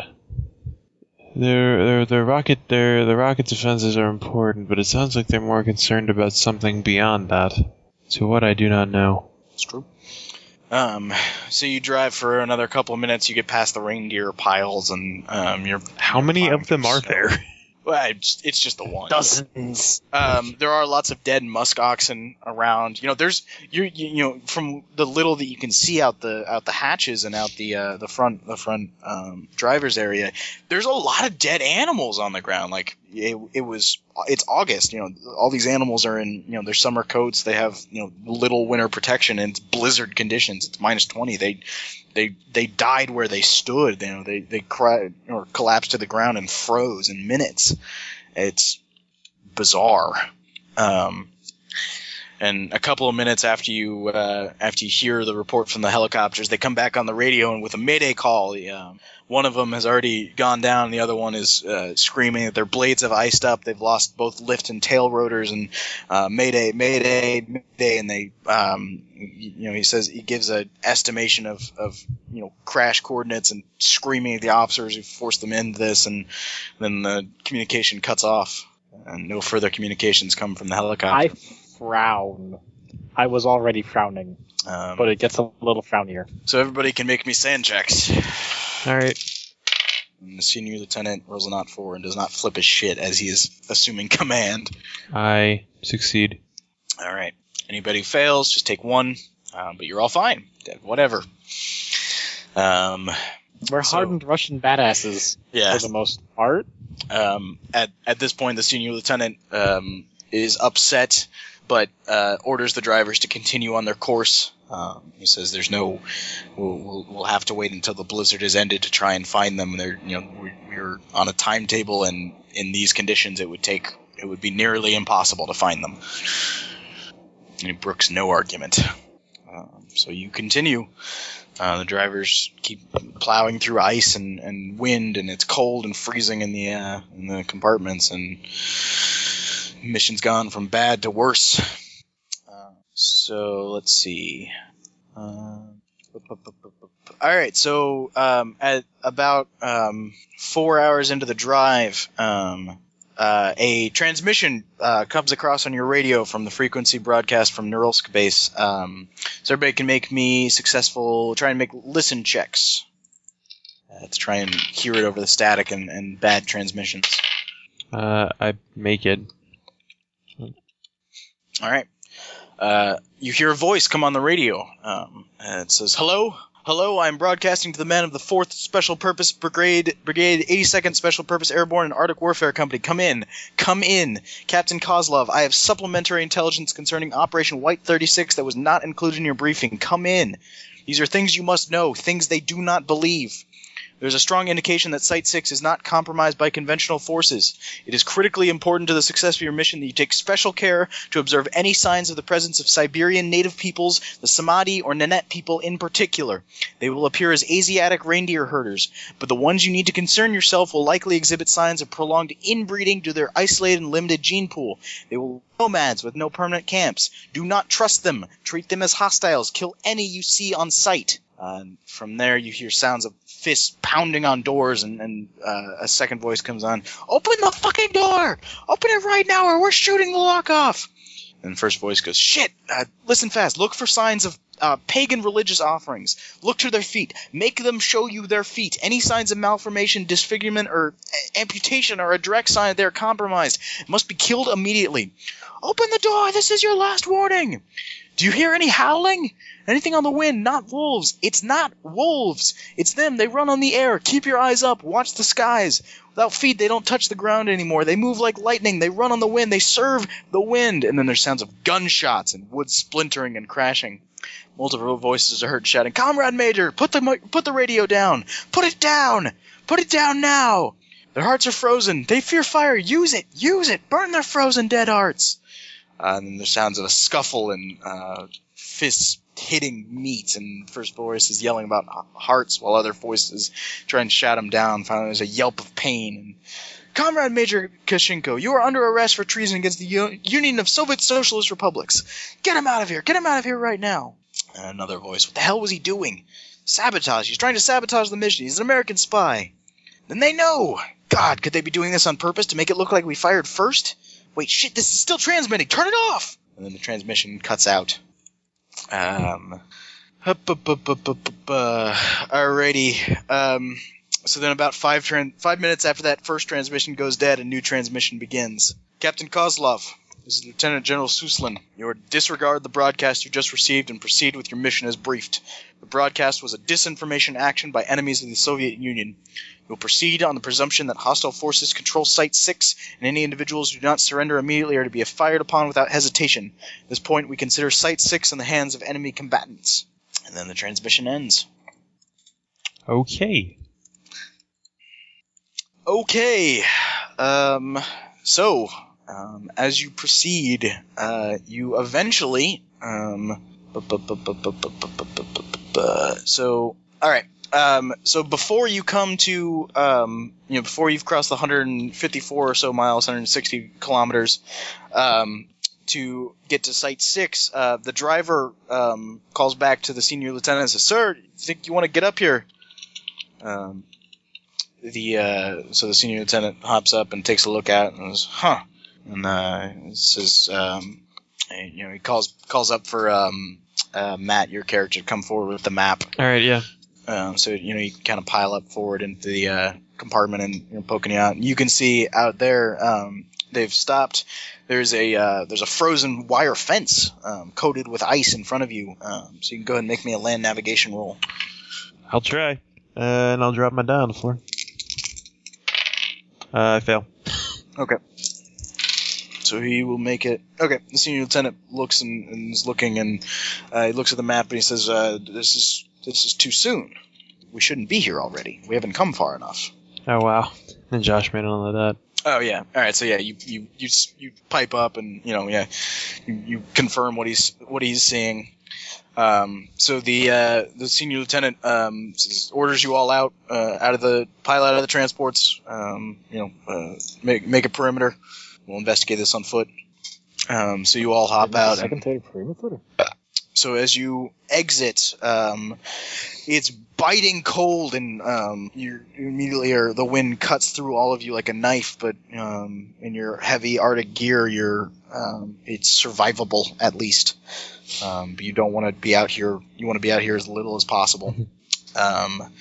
[SPEAKER 3] their, their their rocket their the rocket defenses are important, but it sounds like they're more concerned about something beyond that. To what I do not know.
[SPEAKER 1] It's true. Um, so you drive for another couple of minutes. You get past the reindeer piles, and um, you're
[SPEAKER 3] How many
[SPEAKER 1] Fine,
[SPEAKER 3] of them are
[SPEAKER 1] so-
[SPEAKER 3] there?
[SPEAKER 1] well, I just- it's just the one.
[SPEAKER 5] Dozens.
[SPEAKER 1] Um, there are lots of dead musk oxen around. You know, there's you you you know from the little that you can see out the out the hatches and out the uh, the front the front um, driver's area. There's a lot of dead animals on the ground. Like it, it was it's August. You know, all these animals are in you know their summer coats. They have you know little winter protection and it's blizzard conditions. It's minus twenty. They they they died where they stood. You know, they they cried or collapsed to the ground and froze in minutes. It's bizarre. Um, and a couple of minutes after you uh, after you hear the report from the helicopters, they come back on the radio and with a mayday call. the, Um, one of them has already gone down. The other one is uh, screaming that their blades have iced up. They've lost both lift and tail rotors. And uh, mayday, mayday, mayday. And they, um, y- you know, he says he gives an estimation of, of you know crash coordinates and screaming at the officers who forced them into this. And then the communication cuts off and no further communications come from the
[SPEAKER 5] I
[SPEAKER 1] helicopter.
[SPEAKER 5] frown. I was already frowning,
[SPEAKER 1] um,
[SPEAKER 5] but it gets a little frownier.
[SPEAKER 1] so everybody can make me sand checks.
[SPEAKER 3] All right.
[SPEAKER 1] And the senior lieutenant rolls a not four and does not flip his shit as he is assuming command.
[SPEAKER 3] I succeed.
[SPEAKER 1] All right. Anybody who fails, just take one. Um, but you're all fine. Whatever. Um,
[SPEAKER 5] We're
[SPEAKER 1] So-
[SPEAKER 5] hardened Russian badasses
[SPEAKER 1] yeah.
[SPEAKER 5] for the most part.
[SPEAKER 1] Um, at at this point, the senior lieutenant um, is upset, but uh, orders the drivers to continue on their course. Um, he says, "There's no, we'll, we'll, we'll have to wait until the blizzard is ended to try and find them. They're, you know, we, we're on a timetable, and in these conditions, it would take, it would be nearly impossible to find them." And he brooks no argument. Um, so you continue. Uh, the drivers keep plowing through ice and, and wind, and it's cold and freezing in the uh, in the compartments, and mission's gone from bad to worse. Uh, so let's see. Uh, bup, bup, bup, bup, bup. all right, so um, at about um, four hours into the drive, um, uh, a transmission uh, comes across on your radio from the frequency broadcast from Norilsk Base. Um, so everybody can make me successful. Try and make listen checks uh, to try and hear it over the static and, and bad transmissions.
[SPEAKER 3] Uh, I make it.
[SPEAKER 1] All right. Uh, you hear a voice come on the radio. Um, and it says, "Hello, hello. I'm broadcasting to the men of the Fourth Special Purpose Brigade, Brigade 82nd Special Purpose Airborne and Arctic Warfare Company. Come in, come in, Captain Kozlov. I have supplementary intelligence concerning Operation White 36 that was not included in your briefing. Come in. These are things you must know. Things they do not believe." There's a strong indication that Site 6 is not compromised by conventional forces. It is critically important to the success of your mission that you take special care to observe any signs of the presence of Siberian native peoples, the Samadhi or Nenette people in particular. They will appear as Asiatic reindeer herders, but the ones you need to concern yourself will likely exhibit signs of prolonged inbreeding due to their isolated and limited gene pool. They will be nomads with no permanent camps. Do not trust them. Treat them as hostiles. Kill any you see on sight. Uh, and from there, you hear sounds of fists pounding on doors, and, and uh, a second voice comes on. Open the fucking door! Open it right now, or we're shooting the lock off. And the first voice goes, "Shit! Uh, listen fast. Look for signs of uh, pagan religious offerings. Look to their feet. Make them show you their feet. Any signs of malformation, disfigurement, or a- amputation are a direct sign they are compromised. Must be killed immediately. Open the door. This is your last warning. Do you hear any howling? Anything on the wind? Not wolves. It's not wolves. It's them. They run on the air. Keep your eyes up. Watch the skies. Without feet, they don't touch the ground anymore. They move like lightning. They run on the wind. They serve the wind. And then there's sounds of gunshots and wood splintering and crashing. Multiple voices are heard shouting, "Comrade Major, put the mi- put the radio down. Put it down. Put it down now." Their hearts are frozen. They fear fire. Use it. Use it. Burn their frozen dead hearts. Uh, and then there's sounds of a scuffle and uh, fists hitting meat. And first voice is yelling about h- hearts, while other voices try and shout them down. Finally, there's a yelp of pain. Comrade Major Kashenko, you are under arrest for treason against the U- Union of Soviet Socialist Republics. Get him out of here! Get him out of here right now! And another voice, What the hell was he doing? Sabotage! He's trying to sabotage the mission. He's an American spy. Then they know! God, could they be doing this on purpose to make it look like we fired first? Wait, shit, this is still transmitting! Turn it off! And then the transmission cuts out. Um. Hup, hup, hup, hup, hup, hup, uh, Alrighty. Um, so then, about five tran- five minutes after that first transmission goes dead, a new transmission begins. Captain Kozlov, this is Lieutenant General Suslin. You are to disregard the broadcast you just received and proceed with your mission as briefed. The broadcast was a disinformation action by enemies of the Soviet Union. You will proceed on the presumption that hostile forces control Site 6, and any individuals who do not surrender immediately are to be fired upon without hesitation. At this point, we consider Site 6 in the hands of enemy combatants. And then the transmission ends.
[SPEAKER 3] Okay.
[SPEAKER 1] Okay. Um, so, um, as you proceed, uh, you eventually. Um, bu- bu- bu- bu- bu- bu- bu- bu- bu- bu- bu- so, alright. Um, so before you come to, um, you know, before you've crossed the 154 or so miles, 160 kilometers, um, to get to Site 6, uh, the driver um, calls back to the senior lieutenant and says, Sir, think you want to get up here? Um, the uh, so the senior lieutenant hops up and takes a look at it and goes, "Huh," and uh, says, um, and, you know, he calls calls up for um, uh, Matt, your character, to come forward with the map.
[SPEAKER 3] All right. Yeah.
[SPEAKER 1] Um, so you know you kind of pile up forward into the uh, compartment and you're poking it out. You can see out there um, they've stopped. There's a uh, there's a frozen wire fence um, coated with ice in front of you. Um, so you can go ahead and make me a land navigation roll.
[SPEAKER 3] I'll try, uh, and I'll drop my die on the floor. Uh, I fail.
[SPEAKER 1] So he will make it. Okay, the senior lieutenant looks and, and is looking, and uh, he looks at the map and he says, uh, "This is this is too soon. We shouldn't be here already. We haven't come far enough."
[SPEAKER 3] Oh wow. And Josh made all of that.
[SPEAKER 1] Oh yeah. All right. So yeah, you you you s- you pipe up and you know yeah, you, you confirm what he's what he's seeing. Um, so the uh, the senior lieutenant um, s- orders you all out uh, out of the pile out of the transports. Um, you know, uh, make make a perimeter. We'll investigate this on foot. Um, so you all hop out. and-
[SPEAKER 5] Second, third, perimeter.
[SPEAKER 1] so as you exit, um, it's biting cold, and um, you you immediately are the wind cuts through all of you like a knife. But um, in your heavy Arctic gear, you're um, it's survivable at least. Um, but you don't want to be out here. You want to be out here as little as possible. um,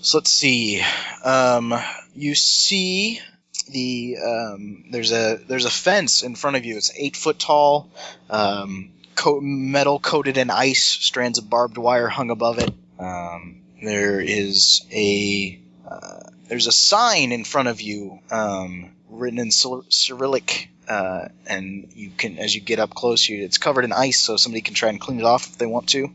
[SPEAKER 1] so let's see. Um, you see the um, there's a there's a fence in front of you. It's eight foot tall. Um, coat, metal coated in ice, strands of barbed wire hung above it. Um, there is a uh, there's a sign in front of you, um, written in Cyr- Cyrillic, uh, and you can as you get up close, you it's covered in ice, so somebody can try and clean it off if they want to.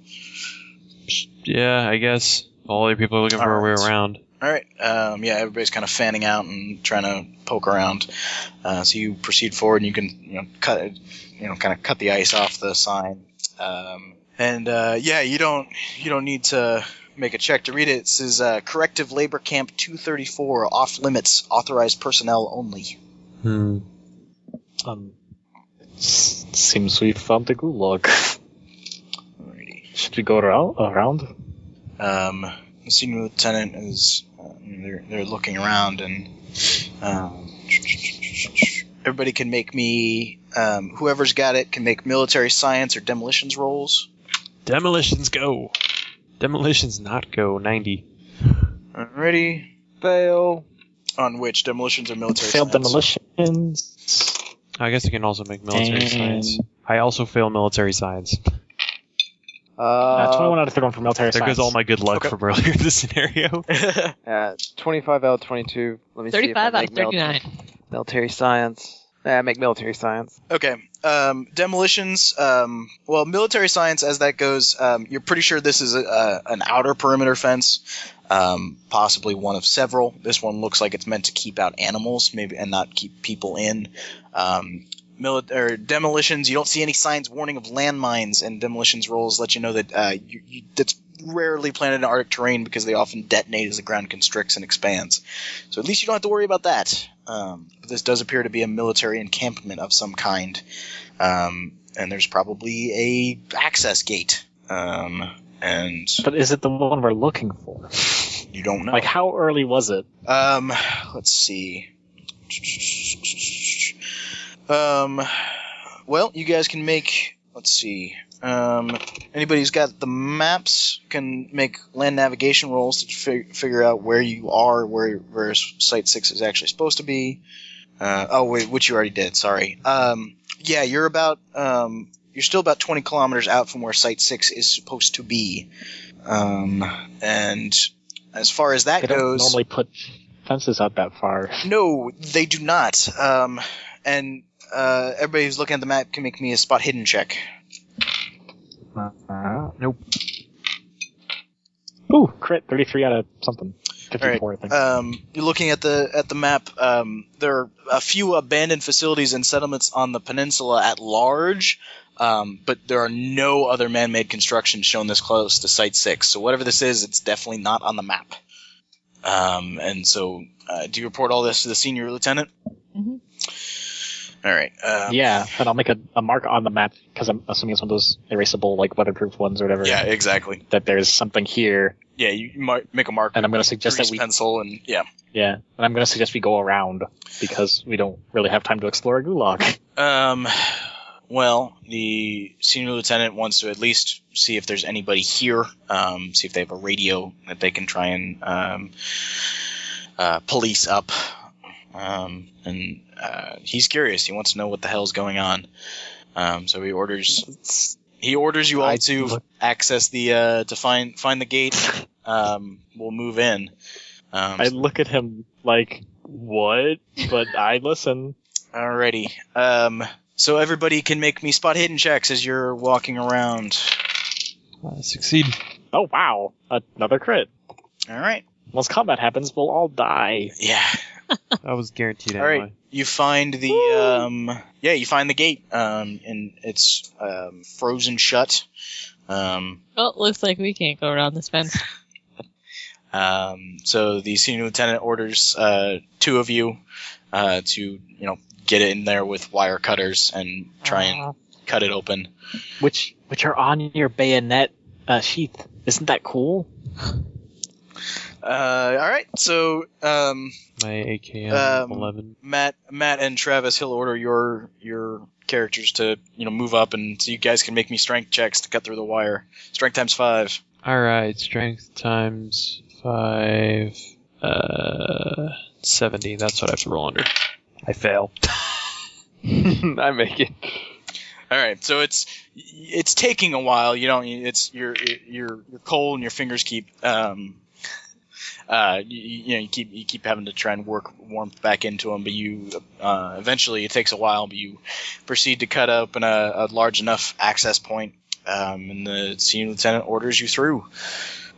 [SPEAKER 3] Yeah, I guess all the people are looking for a way
[SPEAKER 1] Alright.
[SPEAKER 3] around.
[SPEAKER 1] All right. Um, yeah, everybody's kind of fanning out and trying to poke around. Uh, so you proceed forward, and you can you know cut you know kind of cut the ice off the sign. Um, and uh, yeah, you don't you don't need to make a check to read it. It says uh, Corrective Labor Camp 234 off limits, authorized personnel only.
[SPEAKER 3] Hmm.
[SPEAKER 5] Um, s- seems we found the gulag.
[SPEAKER 1] Alrighty.
[SPEAKER 5] Should we go around? Around?
[SPEAKER 1] Um, the senior lieutenant is uh, they're they're looking around and um, everybody can make me um, whoever's got it can make military science or demolitions rolls.
[SPEAKER 3] Demolitions go. Demolitions not go. Ninety.
[SPEAKER 1] Alrighty.
[SPEAKER 4] Fail.
[SPEAKER 1] On which demolitions or military
[SPEAKER 5] Failed
[SPEAKER 1] science?
[SPEAKER 5] demolitions.
[SPEAKER 3] I guess I can also make military
[SPEAKER 5] And-
[SPEAKER 3] science. I also fail military science.
[SPEAKER 4] Uh,
[SPEAKER 5] Uh, 21 out of 31 for military
[SPEAKER 3] There goes
[SPEAKER 5] science.
[SPEAKER 3] all my good luck
[SPEAKER 1] Okay.
[SPEAKER 3] from earlier in this scenario.
[SPEAKER 4] uh, 25 out of 22. Let me see if I
[SPEAKER 2] 35 out
[SPEAKER 4] make
[SPEAKER 2] of
[SPEAKER 4] mil-
[SPEAKER 2] 39.
[SPEAKER 4] military science. Nah, I make military science.
[SPEAKER 1] Okay. Um, demolitions. Um, well, military science, as that goes, um, you're pretty sure this is a, a, an outer perimeter fence, um, possibly one of several. This one looks like it's meant to keep out animals, maybe, and not keep people in. Um, mili- or demolitions. You don't see any signs warning of landmines, and demolitions rolls let you know that uh, you, you, that's rarely planted in Arctic terrain because they often detonate as the ground constricts and expands. So at least you don't have to worry about that. Um, but this does appear to be a military encampment of some kind, um, and there's probably a access gate. Um, and
[SPEAKER 5] But is it the one we're looking for?
[SPEAKER 1] you don't know.
[SPEAKER 5] Like, how early was it?
[SPEAKER 1] Um, let's see. Um, well, you guys can make. Let's see. Um, anybody who's got the maps can make land navigation rolls to fig- figure out where you are, where where Site Six is actually supposed to be. Uh, oh wait, which you already did. Sorry. Um, yeah, you're about. Um, you're still about 20 kilometers out from where Site Six is supposed to be. Um, and as far as that
[SPEAKER 5] They don't
[SPEAKER 1] goes,
[SPEAKER 5] normally put fences out that far.
[SPEAKER 1] no, they do not. Um, and uh, everybody who's looking at the map can make me a spot hidden check.
[SPEAKER 5] Uh, nope. Ooh, crit, 33 out of something. 54, I think.
[SPEAKER 1] Um, you're looking at the at the map. Um, there are a few abandoned facilities and settlements on the peninsula at large, um, but there are no other man-made constructions shown this close to Site Six. So whatever this is, it's definitely not on the map. Um, and so, uh, do you report all this to the senior lieutenant?
[SPEAKER 2] Mhm.
[SPEAKER 1] All right. Um,
[SPEAKER 5] yeah, and I'll make a, a mark on the map because I'm assuming it's one of those erasable, like weatherproof ones or whatever.
[SPEAKER 1] Yeah. Exactly.
[SPEAKER 5] That there's something here,
[SPEAKER 1] Yeah. You mar- make a mark.
[SPEAKER 5] and I'm going
[SPEAKER 1] Just
[SPEAKER 5] to suggest that
[SPEAKER 1] a
[SPEAKER 5] we
[SPEAKER 1] pencil and yeah.
[SPEAKER 5] yeah, and I'm going to suggest we go around because we don't really have time to explore a gulag.
[SPEAKER 1] Um, well, the senior lieutenant wants to at least see if there's anybody here, um, see if they have a radio that they can try and um, uh, police up. Um, and uh, he's curious. He wants to know what the hell's going on. Um, so he orders he orders you all
[SPEAKER 6] I-
[SPEAKER 1] to
[SPEAKER 6] look-
[SPEAKER 1] access the uh, to find find the gate. Um, we'll move in. Um,
[SPEAKER 5] I look at him like, what? But I listen.
[SPEAKER 1] Alrighty. Um, so everybody can make me spot hidden checks as you're walking around.
[SPEAKER 3] Uh, succeed.
[SPEAKER 5] Oh wow, another crit.
[SPEAKER 1] All right.
[SPEAKER 5] Once combat happens, we'll all die.
[SPEAKER 1] Yeah.
[SPEAKER 3] That was guaranteed
[SPEAKER 4] All right.
[SPEAKER 3] anyway.
[SPEAKER 1] You find the um, yeah, you find the gate um, and it's um, frozen shut. Um,
[SPEAKER 2] Well, looks like we can't go around this fence.
[SPEAKER 1] um, so the senior lieutenant orders uh, two of you uh, to you know get in there with wire cutters and try and
[SPEAKER 5] Uh,
[SPEAKER 1] cut it open.
[SPEAKER 5] which which are on your bayonet uh, sheath. Isn't that cool?
[SPEAKER 1] Uh, all right. So um,
[SPEAKER 3] My AKM
[SPEAKER 1] Um,
[SPEAKER 3] 11.
[SPEAKER 1] Matt, Matt, and Travis, he'll order your your characters to you know move up, and so you guys can make me strength checks to cut through the wire. Strength times five.
[SPEAKER 3] All right, strength times five, uh, seventy. That's what I have to roll under. I fail.
[SPEAKER 4] I make it.
[SPEAKER 1] All right, so it's it's taking a while. You don't. It's you're you're you're cold, and your fingers keep um, uh, you, you know you keep you keep having to try and work warmth back into them, but you uh, eventually it takes a while, but you proceed to cut open a, a large enough access point, um, and the senior lieutenant orders you through.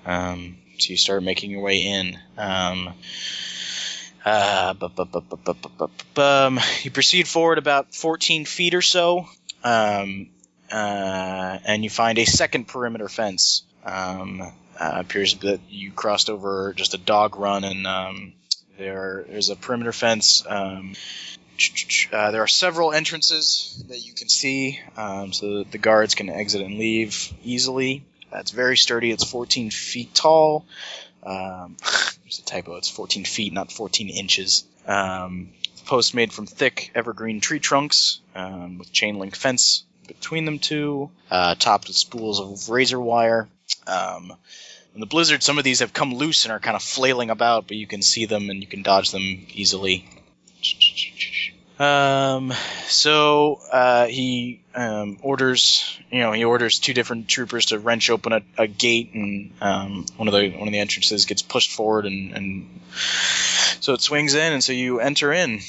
[SPEAKER 1] Um, so you start making your way in. Um, uh, bu- bu- bu- bu- bu- bu- bu- bu- bum. Um, you proceed forward about 14 feet or so, um, uh, and you find a second perimeter fence. Um, uh, appears that you crossed over just a dog run, and um, there there's a perimeter fence. Um, uh, there are several entrances that you can see, um, so that the guards can exit and leave easily. That's very sturdy. It's 14 feet tall. Um, there's a typo. It's 14 feet, not 14 inches. Um, post made from thick evergreen tree trunks um, with chain link fence between them two, uh, topped with spools of razor wire. Um, in the blizzard, some of these have come loose and are kind of flailing about, but you can see them and you can dodge them easily. Um, so uh, he um, orders, you know, he orders two different troopers to wrench open a, a gate, and um, one of the one of the entrances gets pushed forward, and, and so it swings in, and so you enter in.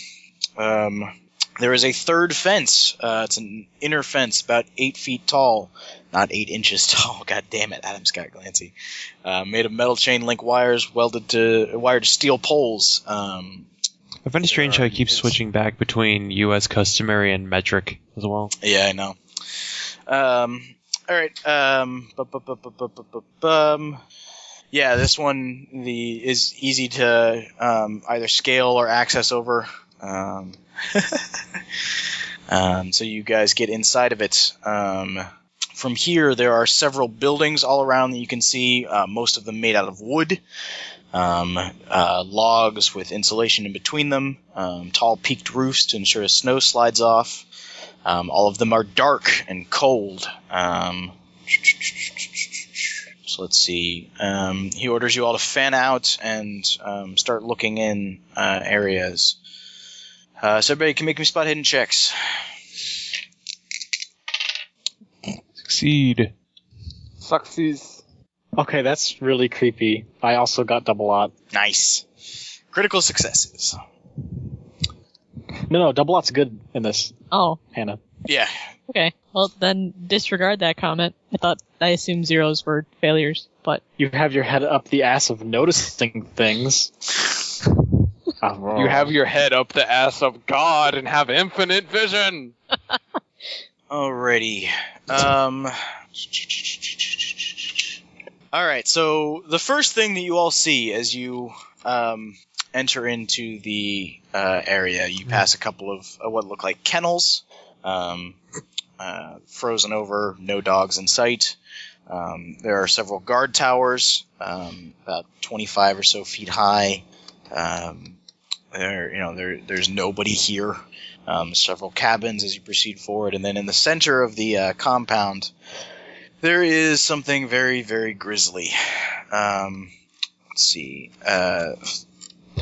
[SPEAKER 1] Um, there is a third fence. Uh, it's an inner fence, about eight feet tall, not eight inches tall. God damn it, Adam Scott Glancy. Uh, made of metal chain link wires welded to wired to steel poles. Um,
[SPEAKER 3] I find it strange how I keep switching back between U.S. customary and metric as well.
[SPEAKER 1] yeah, I know. Um, All right. Um, bu- bu- bu- bu- bu- bu- bu- bum. yeah, this one the is easy to um, either scale or access over. Um, um, so you guys get inside of it. Um, from here, there are several buildings all around that you can see. Uh, most of them made out of wood, um, uh, logs with insulation in between them, um, tall peaked roofs to ensure snow slides off. Um, all of them are dark and cold. Um, so let's see. Um, he orders you all to fan out and um, start looking in uh, areas. Uh, so everybody can make me spot hidden checks.
[SPEAKER 3] Succeed.
[SPEAKER 4] Sucksies.
[SPEAKER 5] Okay, that's really creepy. I also got double lot.
[SPEAKER 1] Nice. Critical successes.
[SPEAKER 5] No, no, double lot's good in this,
[SPEAKER 2] Oh,
[SPEAKER 5] Hannah.
[SPEAKER 1] Yeah.
[SPEAKER 2] okay. Well, then disregard that comment. I thought I assumed zeros were failures, but
[SPEAKER 5] You have your head up the ass of noticing things. Oh.
[SPEAKER 3] Oh.
[SPEAKER 4] You have your head up the ass of God and have infinite vision.
[SPEAKER 1] Alrighty. Um, all right. So the first thing that you all see as you um, enter into the uh, area, you pass a couple of uh, what look like kennels, um, uh, frozen over, no dogs in sight. Um, there are several guard towers, um, about 25 or so feet high. Um, there, you know, there, there's nobody here um, several cabins as you proceed forward, and then in the center of the uh, compound, there is something very, very grisly. Um, let's see. Uh,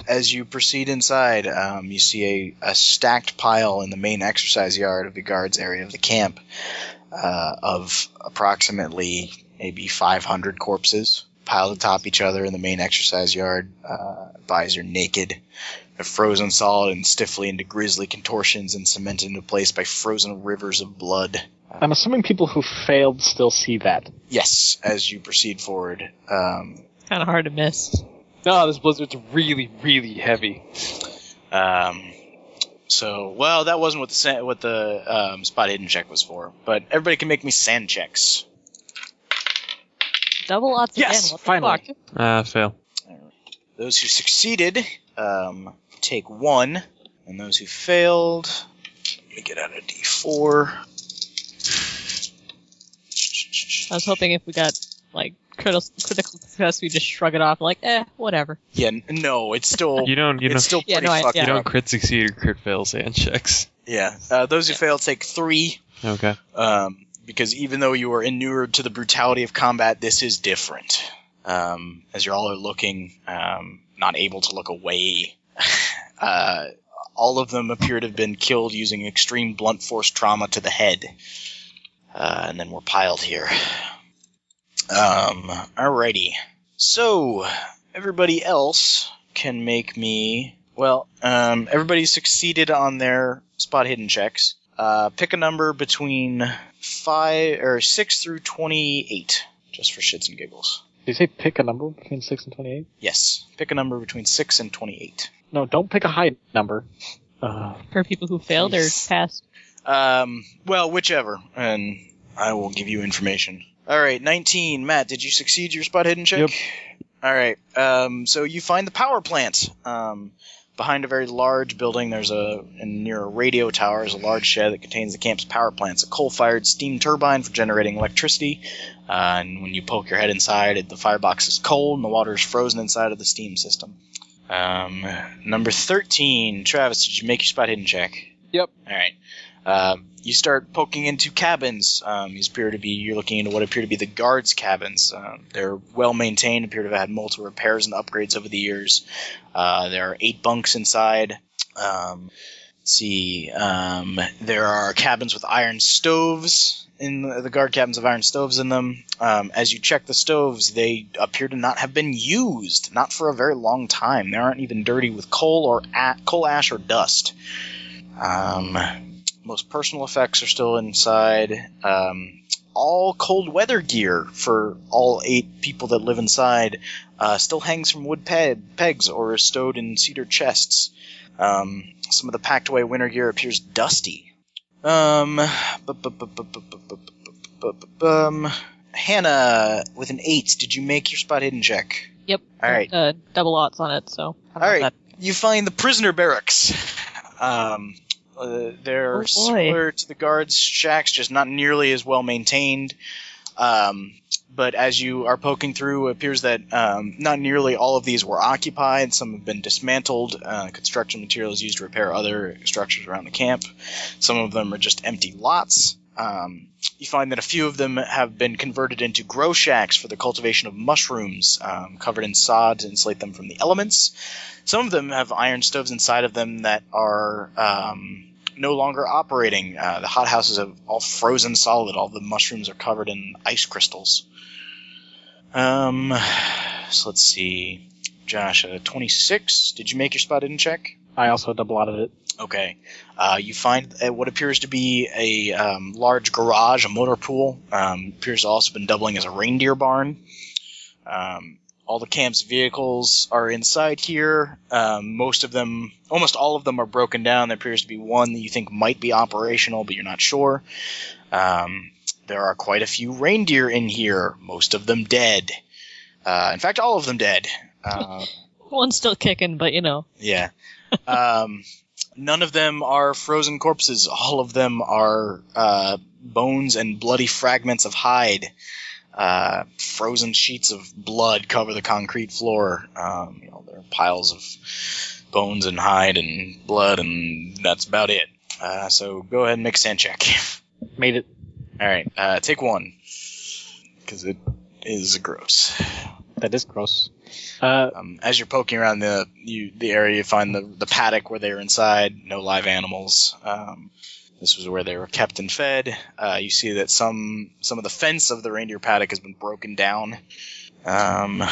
[SPEAKER 1] as you proceed inside, um, you see a, a stacked pile in the main exercise yard of the guards area of the camp uh, of approximately maybe 500 corpses piled atop each other in the main exercise yard. Uh, bodies are naked have frozen solid and stiffly into grisly contortions and cemented into place by frozen rivers of blood.
[SPEAKER 5] I'm assuming people who failed still see that.
[SPEAKER 1] Yes, as you proceed forward. Um,
[SPEAKER 2] kind of hard to miss.
[SPEAKER 4] No, this blizzard's really, really heavy.
[SPEAKER 1] um, so, well, that wasn't what the sa- what the um, spot hidden check was for, but everybody can make me sand checks.
[SPEAKER 2] Double odds
[SPEAKER 5] Yes,
[SPEAKER 2] again. What
[SPEAKER 5] finally.
[SPEAKER 2] The fuck?
[SPEAKER 3] Uh, fail.
[SPEAKER 1] Those who succeeded um, take one, and those who failed, let me get out a d4.
[SPEAKER 2] I was hoping if we got like critical critical success, we just shrug it off like, eh, whatever.
[SPEAKER 1] Yeah, n- no, it's still
[SPEAKER 3] You don't. You
[SPEAKER 1] it's
[SPEAKER 3] don't.
[SPEAKER 1] still
[SPEAKER 2] Yeah,
[SPEAKER 1] pretty
[SPEAKER 2] no, I-
[SPEAKER 1] fucked
[SPEAKER 2] yeah.
[SPEAKER 3] You don't
[SPEAKER 1] up.
[SPEAKER 3] crit succeed or crit fail sand checks.
[SPEAKER 1] Yeah, uh, those who fail take three.
[SPEAKER 3] Okay.
[SPEAKER 1] um, because even though you are inured to the brutality of combat, this is different. Um, as you all are looking, um, not able to look away, uh, all of them appear to have been killed using extreme blunt force trauma to the head, uh, and then were piled here. Um, alrighty. So everybody else can make me. Well, um, everybody succeeded on their spot hidden checks. Uh, pick a number between five or six through twenty-eight, just for shits and giggles.
[SPEAKER 5] Did you say pick a number between 6 and 28?
[SPEAKER 1] Yes, pick a number between six and twenty-eight.
[SPEAKER 5] No, don't pick a high number. Uh,
[SPEAKER 2] For people who failed
[SPEAKER 1] Jeez.
[SPEAKER 2] or passed.
[SPEAKER 1] Um, well, whichever, and I will give you information. All right, nineteen. Matt, did you succeed your spot hidden check?
[SPEAKER 3] Yep.
[SPEAKER 1] All right. Um, so you find the power plant. Um, behind a very large building, there's a and near a radio tower is a large shed that contains the camp's power plant. It's a coal-fired steam turbine for generating electricity. Uh, and when you poke your head inside, it, the firebox is cold and the water is frozen inside of the steam system. Um, number thirteen, Travis, did you make your spot hidden check?
[SPEAKER 4] Yep.
[SPEAKER 1] All right. Um, you start poking into cabins. Um, these appear to be you're looking into what appear to be the guards' cabins. Um, they're well maintained. Appear to have had multiple repairs and upgrades over the years. Uh, there are eight bunks inside. Um, let's see, um, there are cabins with iron stoves in the, the guard cabins have iron stoves in them. Um, as you check the stoves, they appear to not have been used, not for a very long time. They aren't even dirty with coal or a- coal ash or dust. Um, most personal effects are still inside. Um, all cold weather gear for all eight people that live inside uh, still hangs from wood pe- pegs or is stowed in cedar chests. Um, some of the packed away winter gear appears dusty. Um, bu- bu- bu- bu- bu- bu- bu- bu- bu- bu- bu- bum. Hannah with an eight. Did you make your spot hidden check?
[SPEAKER 2] Yep.
[SPEAKER 1] All right.
[SPEAKER 2] Uh, double odds on it, so. I don't
[SPEAKER 1] All
[SPEAKER 2] know
[SPEAKER 1] right.
[SPEAKER 2] if
[SPEAKER 1] You find the prisoner barracks. Um, uh, they're
[SPEAKER 2] Oh, boy.
[SPEAKER 1] similar to the guards' shacks, just not nearly as well maintained. Um, but as you are poking through, it appears that um, not nearly all of these were occupied. Some have been dismantled. Uh, construction materials used to repair other structures around the camp. Some of them are just empty lots. Um, you find that a few of them have been converted into grow shacks for the cultivation of mushrooms, um, covered in sod to insulate them from the elements. Some of them have iron stoves inside of them that are um, no longer operating. Uh, the hot houses have all frozen solid. All the mushrooms are covered in ice crystals. Um, so let's see. Josh, uh, 26. Did you make your spot hidden check?
[SPEAKER 5] I also double out it.
[SPEAKER 1] Okay. Uh, you find uh, what appears to be a um, large garage, a motor pool. Um, appears to also been doubling as a reindeer barn. Um, all the camp's vehicles are inside here. Um, most of them, almost all of them, are broken down. There appears to be one that you think might be operational, but you're not sure. Um, there are quite a few reindeer in here, most of them dead. Uh, in fact, all of them dead. Uh,
[SPEAKER 2] One's still kicking, but you know.
[SPEAKER 1] yeah. um, none of them are frozen corpses. All of them are uh, bones and bloody fragments of hide. Uh, frozen sheets of blood cover the concrete floor. Um, you know, there are piles of bones and hide and blood, and that's about it. Uh, so go ahead and make a sand check.
[SPEAKER 5] Made it.
[SPEAKER 1] All right, uh, take one because it is gross.
[SPEAKER 5] That is gross. Uh,
[SPEAKER 1] Um, as you're poking around the you, the area, you find the the paddock where they were inside. No live animals. Um, this was where they were kept and fed. Uh, you see that some some of the fence of the reindeer paddock has been broken down. Um,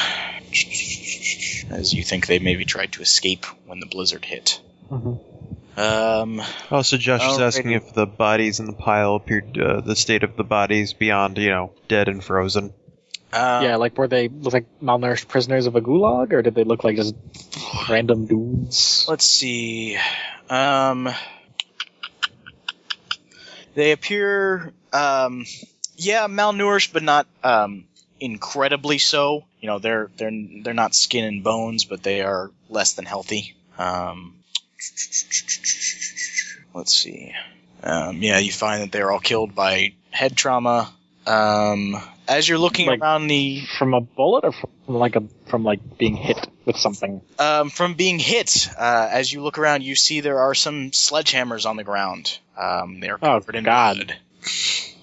[SPEAKER 1] as you think they maybe tried to escape when the blizzard hit.
[SPEAKER 6] Mhm.
[SPEAKER 1] Um,
[SPEAKER 3] Oh, so Josh was
[SPEAKER 1] Alrighty.
[SPEAKER 3] asking if the bodies in the pile appeared, uh, the state of the bodies beyond, you know, dead and frozen.
[SPEAKER 1] uh,
[SPEAKER 5] yeah, like were they look like malnourished prisoners of a gulag, or did they look like just random dudes?
[SPEAKER 1] Let's see. Um, they appear, um, yeah, malnourished, but not um, incredibly so. You know, they're they're they're not skin and bones, but they are less than healthy. Um, let's see. Um, yeah, you find that they're all killed by head trauma. Um, as you're looking
[SPEAKER 5] Like-
[SPEAKER 1] around the
[SPEAKER 5] From a bullet, or from like a from like being hit with something?
[SPEAKER 1] um, from being hit. Uh, as you look around, you see there are some sledgehammers on the ground. Um, they are
[SPEAKER 5] Oh,
[SPEAKER 1] covered in
[SPEAKER 5] God.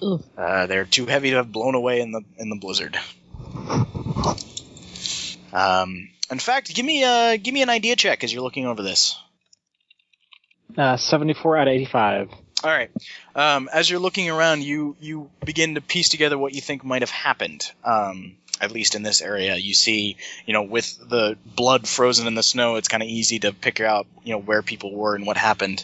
[SPEAKER 1] blood.
[SPEAKER 2] Ugh.
[SPEAKER 1] Uh, they're too heavy to have blown away in the in the blizzard. Um, in fact, give me uh, give me an idea check as you're looking over this.
[SPEAKER 5] Uh, Seventy-four out of eighty-five.
[SPEAKER 1] All right. Um, as you're looking around, you you begin to piece together what you think might have happened. Um, at least in this area, you see, you know, with the blood frozen in the snow, it's kind of easy to pick out, you know, where people were and what happened.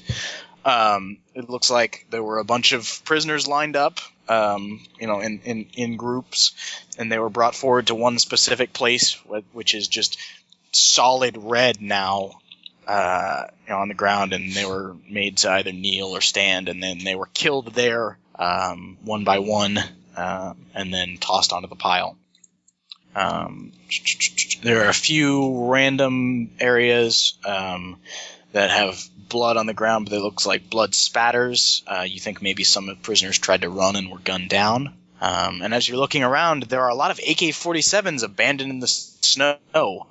[SPEAKER 1] Um, it looks like there were a bunch of prisoners lined up, um, you know, in, in, in groups, and they were brought forward to one specific place, wh- which is just solid red now, uh, you know, on the ground, and they were made to either kneel or stand, and then they were killed there, um, one by one, uh, and then tossed onto the pile. Um, there are a few random areas um, that have blood on the ground, but it looks like blood spatters. Uh, you think maybe some of the prisoners tried to run and were gunned down. Um, and as you're looking around, there are a lot of AK-47s abandoned in the s- snow.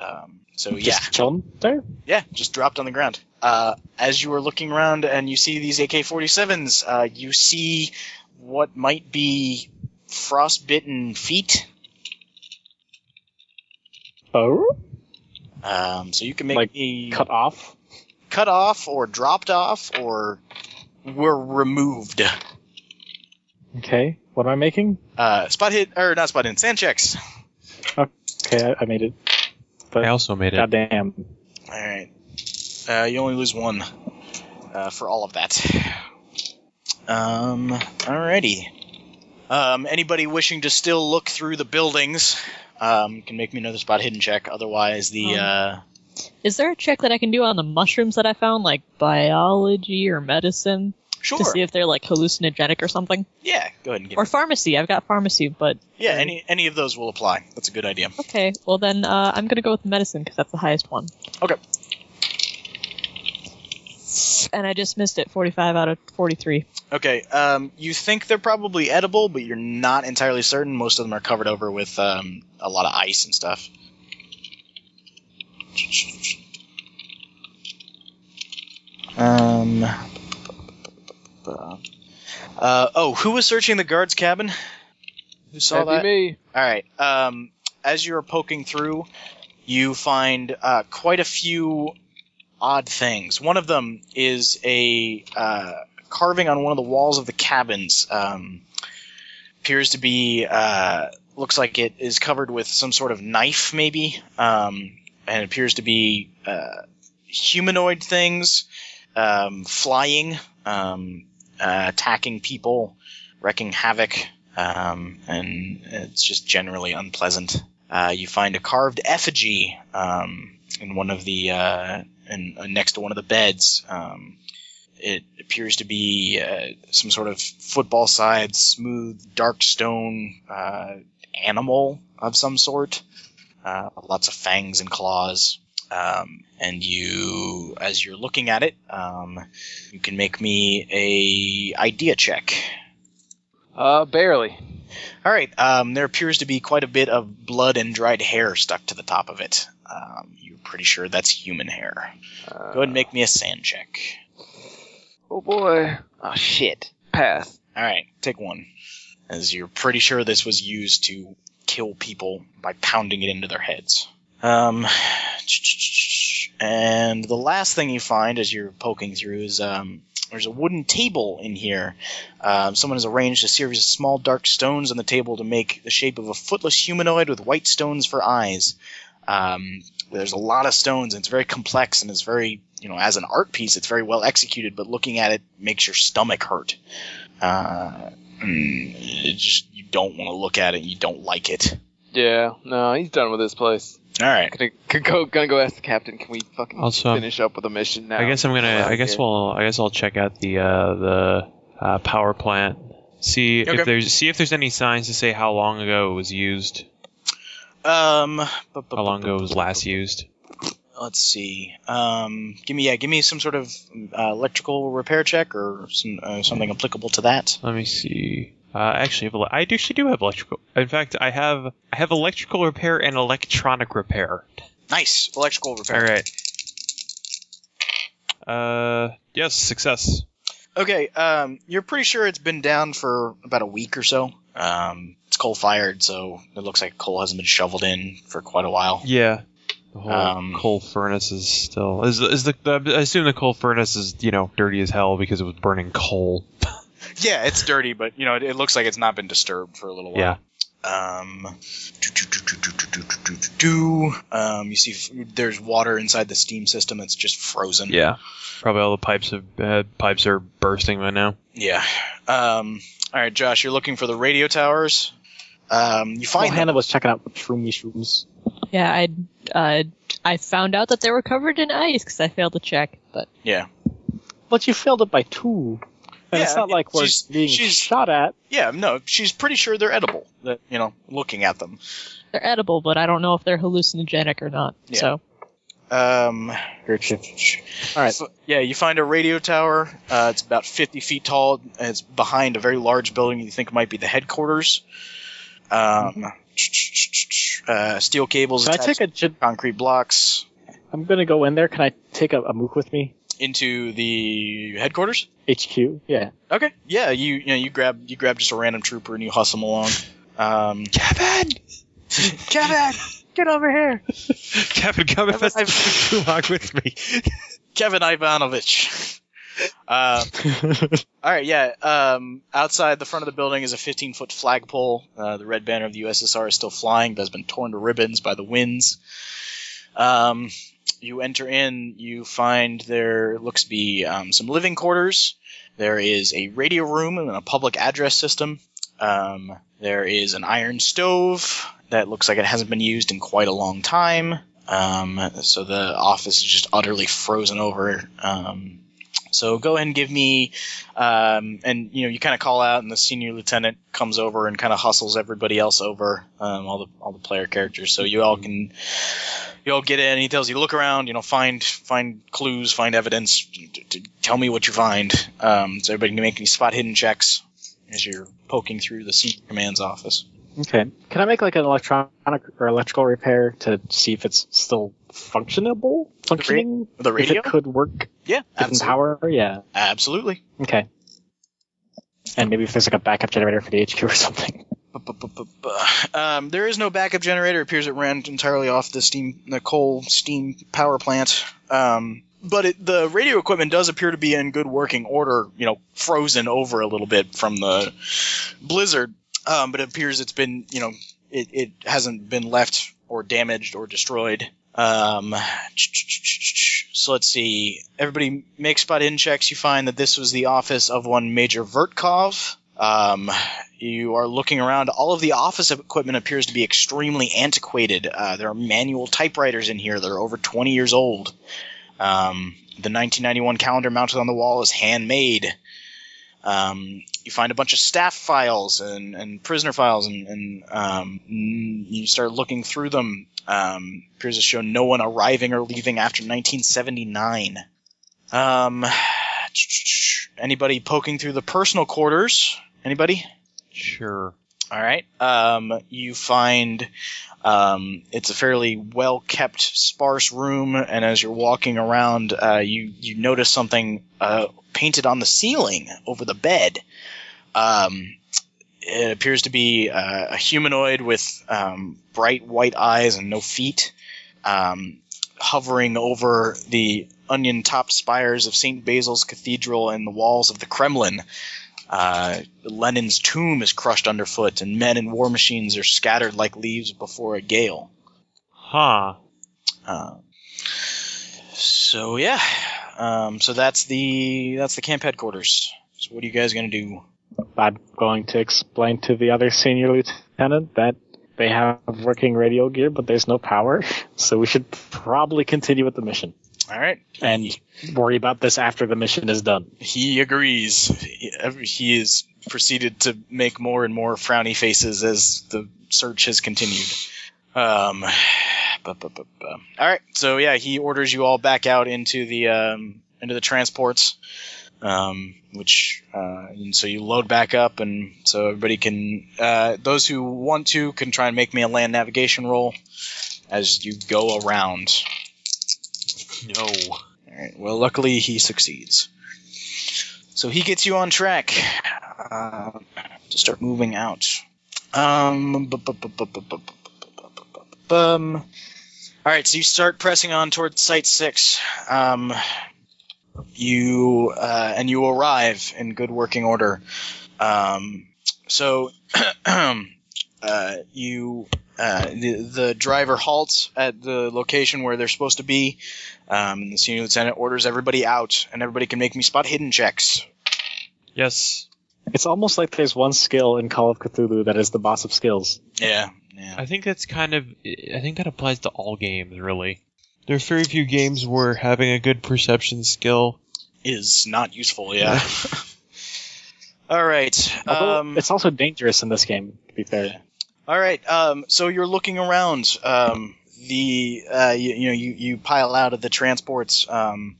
[SPEAKER 1] Um, so yeah,
[SPEAKER 5] Just kill them there.
[SPEAKER 1] yeah, just dropped on the ground. Uh, as you are looking around and you see these AK 47s, uh, you see what might be frostbitten feet.
[SPEAKER 5] Oh,
[SPEAKER 1] Um, so you can make
[SPEAKER 5] Like
[SPEAKER 1] me cut-,
[SPEAKER 5] cut off.
[SPEAKER 1] off or dropped off or were removed.
[SPEAKER 5] Okay, what am I making?
[SPEAKER 1] Uh, spot hit, or not spot hit, sand checks.
[SPEAKER 5] Okay, I, I made it. But-
[SPEAKER 3] I also made it.
[SPEAKER 5] Goddamn.
[SPEAKER 1] Alright. Uh, you only lose one uh, for all of that. Um, alrighty. Um, anybody wishing to still look through the buildings um, can make me another spot hidden check. Otherwise, the.
[SPEAKER 2] Um,
[SPEAKER 1] Uh,
[SPEAKER 2] Is there a check that I can do on the mushrooms that I found, like biology or medicine?
[SPEAKER 1] Sure.
[SPEAKER 2] to see if they're like hallucinogenic or something.
[SPEAKER 1] yeah. Go ahead and give.
[SPEAKER 2] Or pharmacy. I've got pharmacy, but
[SPEAKER 1] yeah. Any any of those will apply. That's a good idea.
[SPEAKER 2] okay. Well, then uh, I'm gonna go with medicine because that's the highest one.
[SPEAKER 1] Okay.
[SPEAKER 2] And I just missed it. 45 out of 43.
[SPEAKER 1] Okay. Um, you think they're probably edible, but you're not entirely certain. Most of them are covered over with um, a lot of ice and stuff. Um. Uh, oh, who was searching the guard's cabin? Who saw
[SPEAKER 4] That'd
[SPEAKER 1] that?
[SPEAKER 4] be me.
[SPEAKER 1] All right. Um, as you're poking through, you find uh, quite a few odd things. One of them is a uh, carving on one of the walls of the cabins. Um, appears to be uh, looks like it is covered with some sort of knife, maybe, um, and appears to be uh, humanoid things um, flying, um, uh, attacking people, wrecking havoc um, and it's just generally unpleasant. Uh, you find a carved effigy um, in one of the uh, in, uh, next to one of the beds. Um, it appears to be uh, some sort of football-sized, smooth, dark stone uh, animal of some sort. Uh, lots of fangs and claws. Um, and you, as you're looking at it, um, you can make me a idea check.
[SPEAKER 4] Uh, barely.
[SPEAKER 1] All right. Um, there appears to be quite a bit of blood and dried hair stuck to the top of it. Um, you're pretty sure that's human hair. Go ahead and make me a sand check.
[SPEAKER 4] Oh boy. Oh shit. Pass.
[SPEAKER 1] All right, take one. As you're pretty sure this was used to kill people by pounding it into their heads. Um, and the last thing you find as you're poking through is um, there's a wooden table in here. Um, someone has arranged a series of small dark stones on the table to make the shape of a footless humanoid with white stones for eyes. Um, there's a lot of stones, and it's very complex, and it's very, you know, as an art piece, it's very well executed, but looking at it makes your stomach hurt uh, mm, it just you don't want to look at it. You don't like it.
[SPEAKER 4] Yeah. No, he's done with this place.
[SPEAKER 1] All right.
[SPEAKER 4] Gonna, could go, gonna go ask the captain. Can we fucking
[SPEAKER 3] Also, I'm-
[SPEAKER 4] finish up with a mission now?
[SPEAKER 3] I guess I'm gonna.
[SPEAKER 4] Out
[SPEAKER 3] I guess
[SPEAKER 4] here.
[SPEAKER 3] we'll. I guess I'll check out the uh, the uh, power plant. See
[SPEAKER 1] Okay.
[SPEAKER 3] if there's see if there's any signs to say how long ago it was used,
[SPEAKER 1] Um. bu- bu-
[SPEAKER 3] how long
[SPEAKER 1] bu-
[SPEAKER 3] ago it
[SPEAKER 1] bu-
[SPEAKER 3] was last used.
[SPEAKER 1] Let's see. Um. Give me yeah. Give me some sort of uh, electrical repair check or some uh, something applicable to that.
[SPEAKER 3] Let me see. Uh, I actually, have ele- I actually do have electrical. In fact, I have I have electrical repair and electronic repair.
[SPEAKER 1] Nice electrical
[SPEAKER 3] All
[SPEAKER 1] repair.
[SPEAKER 3] right. Uh, yes, success.
[SPEAKER 1] Okay. Um. You're pretty sure it's been down for about a week or so. Um. It's coal fired, so it looks like coal hasn't been shoveled in for quite a while.
[SPEAKER 3] Yeah. The whole
[SPEAKER 1] Um,
[SPEAKER 3] coal furnace is still is is the, the I assume the coal furnace is you know dirty as hell because it was burning coal.
[SPEAKER 1] Yeah, it's dirty, but you know it, it looks like it's not been disturbed for a little while.
[SPEAKER 3] Yeah.
[SPEAKER 1] Um, um, you see, f- there's water inside the steam system that's just frozen.
[SPEAKER 3] Yeah, probably all the pipes have uh, pipes are bursting right now.
[SPEAKER 1] Yeah. Um, all right, Josh, you're looking for the radio towers. Um, you
[SPEAKER 5] Well,
[SPEAKER 1] find them.
[SPEAKER 5] Hannah was checking out shroomy shrooms.
[SPEAKER 2] Yeah, I uh, I found out that they were covered in ice because I failed to check. But
[SPEAKER 1] Yeah.
[SPEAKER 5] But you failed it by two. And
[SPEAKER 1] Yeah,
[SPEAKER 5] it's not
[SPEAKER 1] yeah,
[SPEAKER 5] like we're
[SPEAKER 1] she's-
[SPEAKER 5] being
[SPEAKER 1] she's-
[SPEAKER 5] shot at.
[SPEAKER 1] Yeah. No, she's pretty sure they're edible. That you know, looking at them.
[SPEAKER 2] they're edible, but I don't know if they're hallucinogenic or not.
[SPEAKER 1] Yeah.
[SPEAKER 2] So
[SPEAKER 1] Um,
[SPEAKER 5] All right.
[SPEAKER 1] So, yeah, you find a radio tower. Uh, it's about 50 feet tall. And it's behind a very large building you think might be the headquarters. Um, uh, steel cables
[SPEAKER 5] Mm-hmm. Can I
[SPEAKER 1] attached
[SPEAKER 5] take a? gen-
[SPEAKER 1] to concrete blocks
[SPEAKER 5] I'm gonna go in there. Can I take a, a mook with me?
[SPEAKER 1] into the headquarters.
[SPEAKER 5] HQ. Yeah.
[SPEAKER 1] Okay. Yeah, you you know you grab you grab just a random trooper and you hustle him along. Um,
[SPEAKER 3] Kevin,
[SPEAKER 1] Kevin, get over here,
[SPEAKER 3] Kevin, come
[SPEAKER 1] Kevin,
[SPEAKER 3] and Kulak with me.
[SPEAKER 1] Kevin Ivanovich. Um, All right, yeah. Um, outside the front of the building is a 15 foot flagpole. Uh, the red banner of the USSR is still flying, but has been torn to ribbons by the winds. Um, you enter in, you find there looks to be um, some living quarters. There is a radio room and a public address system. Um, there is an iron stove that looks like it hasn't been used in quite a long time. Um, so the office is just utterly frozen over. Um, So go ahead and give me, um, and you know you kind of call out, and the senior lieutenant comes over and kind of hustles everybody else over, um, all the all the player characters. So you all can, you all get in. He tells you look around, you know, find find clues, find evidence. t- t- Tell me what you find. Um, so everybody can make any spot hidden checks as you're poking through the senior command's office.
[SPEAKER 5] Okay. Can I make like an electronic or electrical repair to see if it's still functionable? Functioning?
[SPEAKER 1] The
[SPEAKER 5] If
[SPEAKER 1] radio?
[SPEAKER 5] it could work?
[SPEAKER 1] Yeah,
[SPEAKER 5] Given
[SPEAKER 1] absolutely.
[SPEAKER 5] power? Yeah.
[SPEAKER 1] Absolutely.
[SPEAKER 5] Okay. And maybe if there's like a backup generator for the HQ or something.
[SPEAKER 1] Um, there is no backup generator. It appears it ran entirely off the steam, the coal steam power plant. Um, but it, the radio equipment does appear to be in good working order. You know, frozen over a little bit from the blizzard. Um, but it appears it's been, you know, it, it hasn't been left or damaged or destroyed. Um, so let's see. Everybody make spot in checks. You find that this was the office of one Major Vertkov. Um, you are looking around. All of the office equipment appears to be extremely antiquated. Uh, there are manual typewriters in here that are over 20 years old. Um, the 1991 calendar mounted on the wall is handmade. Um, you find a bunch of staff files and, and prisoner files, and, and um, n- you start looking through them. Um, appears to show no one arriving or leaving after 1979. Um, anybody poking through the personal quarters? Anybody?
[SPEAKER 3] Sure.
[SPEAKER 1] All right. Um, you find um, it's a fairly well kept, sparse room, and as you're walking around, uh, you you notice something uh, painted on the ceiling over the bed. Um, it appears to be uh, a humanoid with um, bright white eyes and no feet, um, hovering over the onion-topped spires of St. Basil's Cathedral and the walls of the Kremlin. Uh, Lenin's tomb is crushed underfoot, and men and war machines are scattered like leaves before a gale.
[SPEAKER 3] Huh.
[SPEAKER 1] Uh, so yeah, um, so that's the that's the camp headquarters. So what are you guys gonna do?
[SPEAKER 5] I'm going to explain to the other senior lieutenant that they have working radio gear, but there's no power, so we should probably continue with the mission
[SPEAKER 1] All right,
[SPEAKER 5] and worry about this after the mission is done.
[SPEAKER 1] he agrees. He- every- He is proceeded to make more and more frowny faces as the search has continued. Um, bu- bu- bu- bu- all right, so yeah, he orders you all back out into the um, into the transports, um, which uh, and so you load back up, and so everybody can uh, those who want to can try and make me a land navigation roll as you go around.
[SPEAKER 3] No.
[SPEAKER 1] All right. Well, luckily he succeeds. So he gets you on track uh, to start moving out. Um. bu- bu- bu- bu- bu- bu- bu- bu- bu- bu- bu- bu- bum. All right. So you start pressing on towards Site Six. Um. You uh, and you arrive in good working order. Um. So. uh, you. Uh, the, the driver halts at the location where they're supposed to be. Um, and the senior lieutenant orders everybody out, and everybody can make me spot hidden checks.
[SPEAKER 3] Yes.
[SPEAKER 5] It's almost like there's one skill in Call of Cthulhu that is the boss of skills.
[SPEAKER 1] Yeah, yeah.
[SPEAKER 3] I think that's kind of. I think that applies to all games, really. There are very few games where having a good perception skill.
[SPEAKER 1] Is not useful, yeah. All right.
[SPEAKER 5] Although
[SPEAKER 1] Um,
[SPEAKER 5] it's also dangerous in this game, to be fair.
[SPEAKER 1] all right. Um, so you're looking around. Um, the uh, you, you know you, you pile out of the transports, um,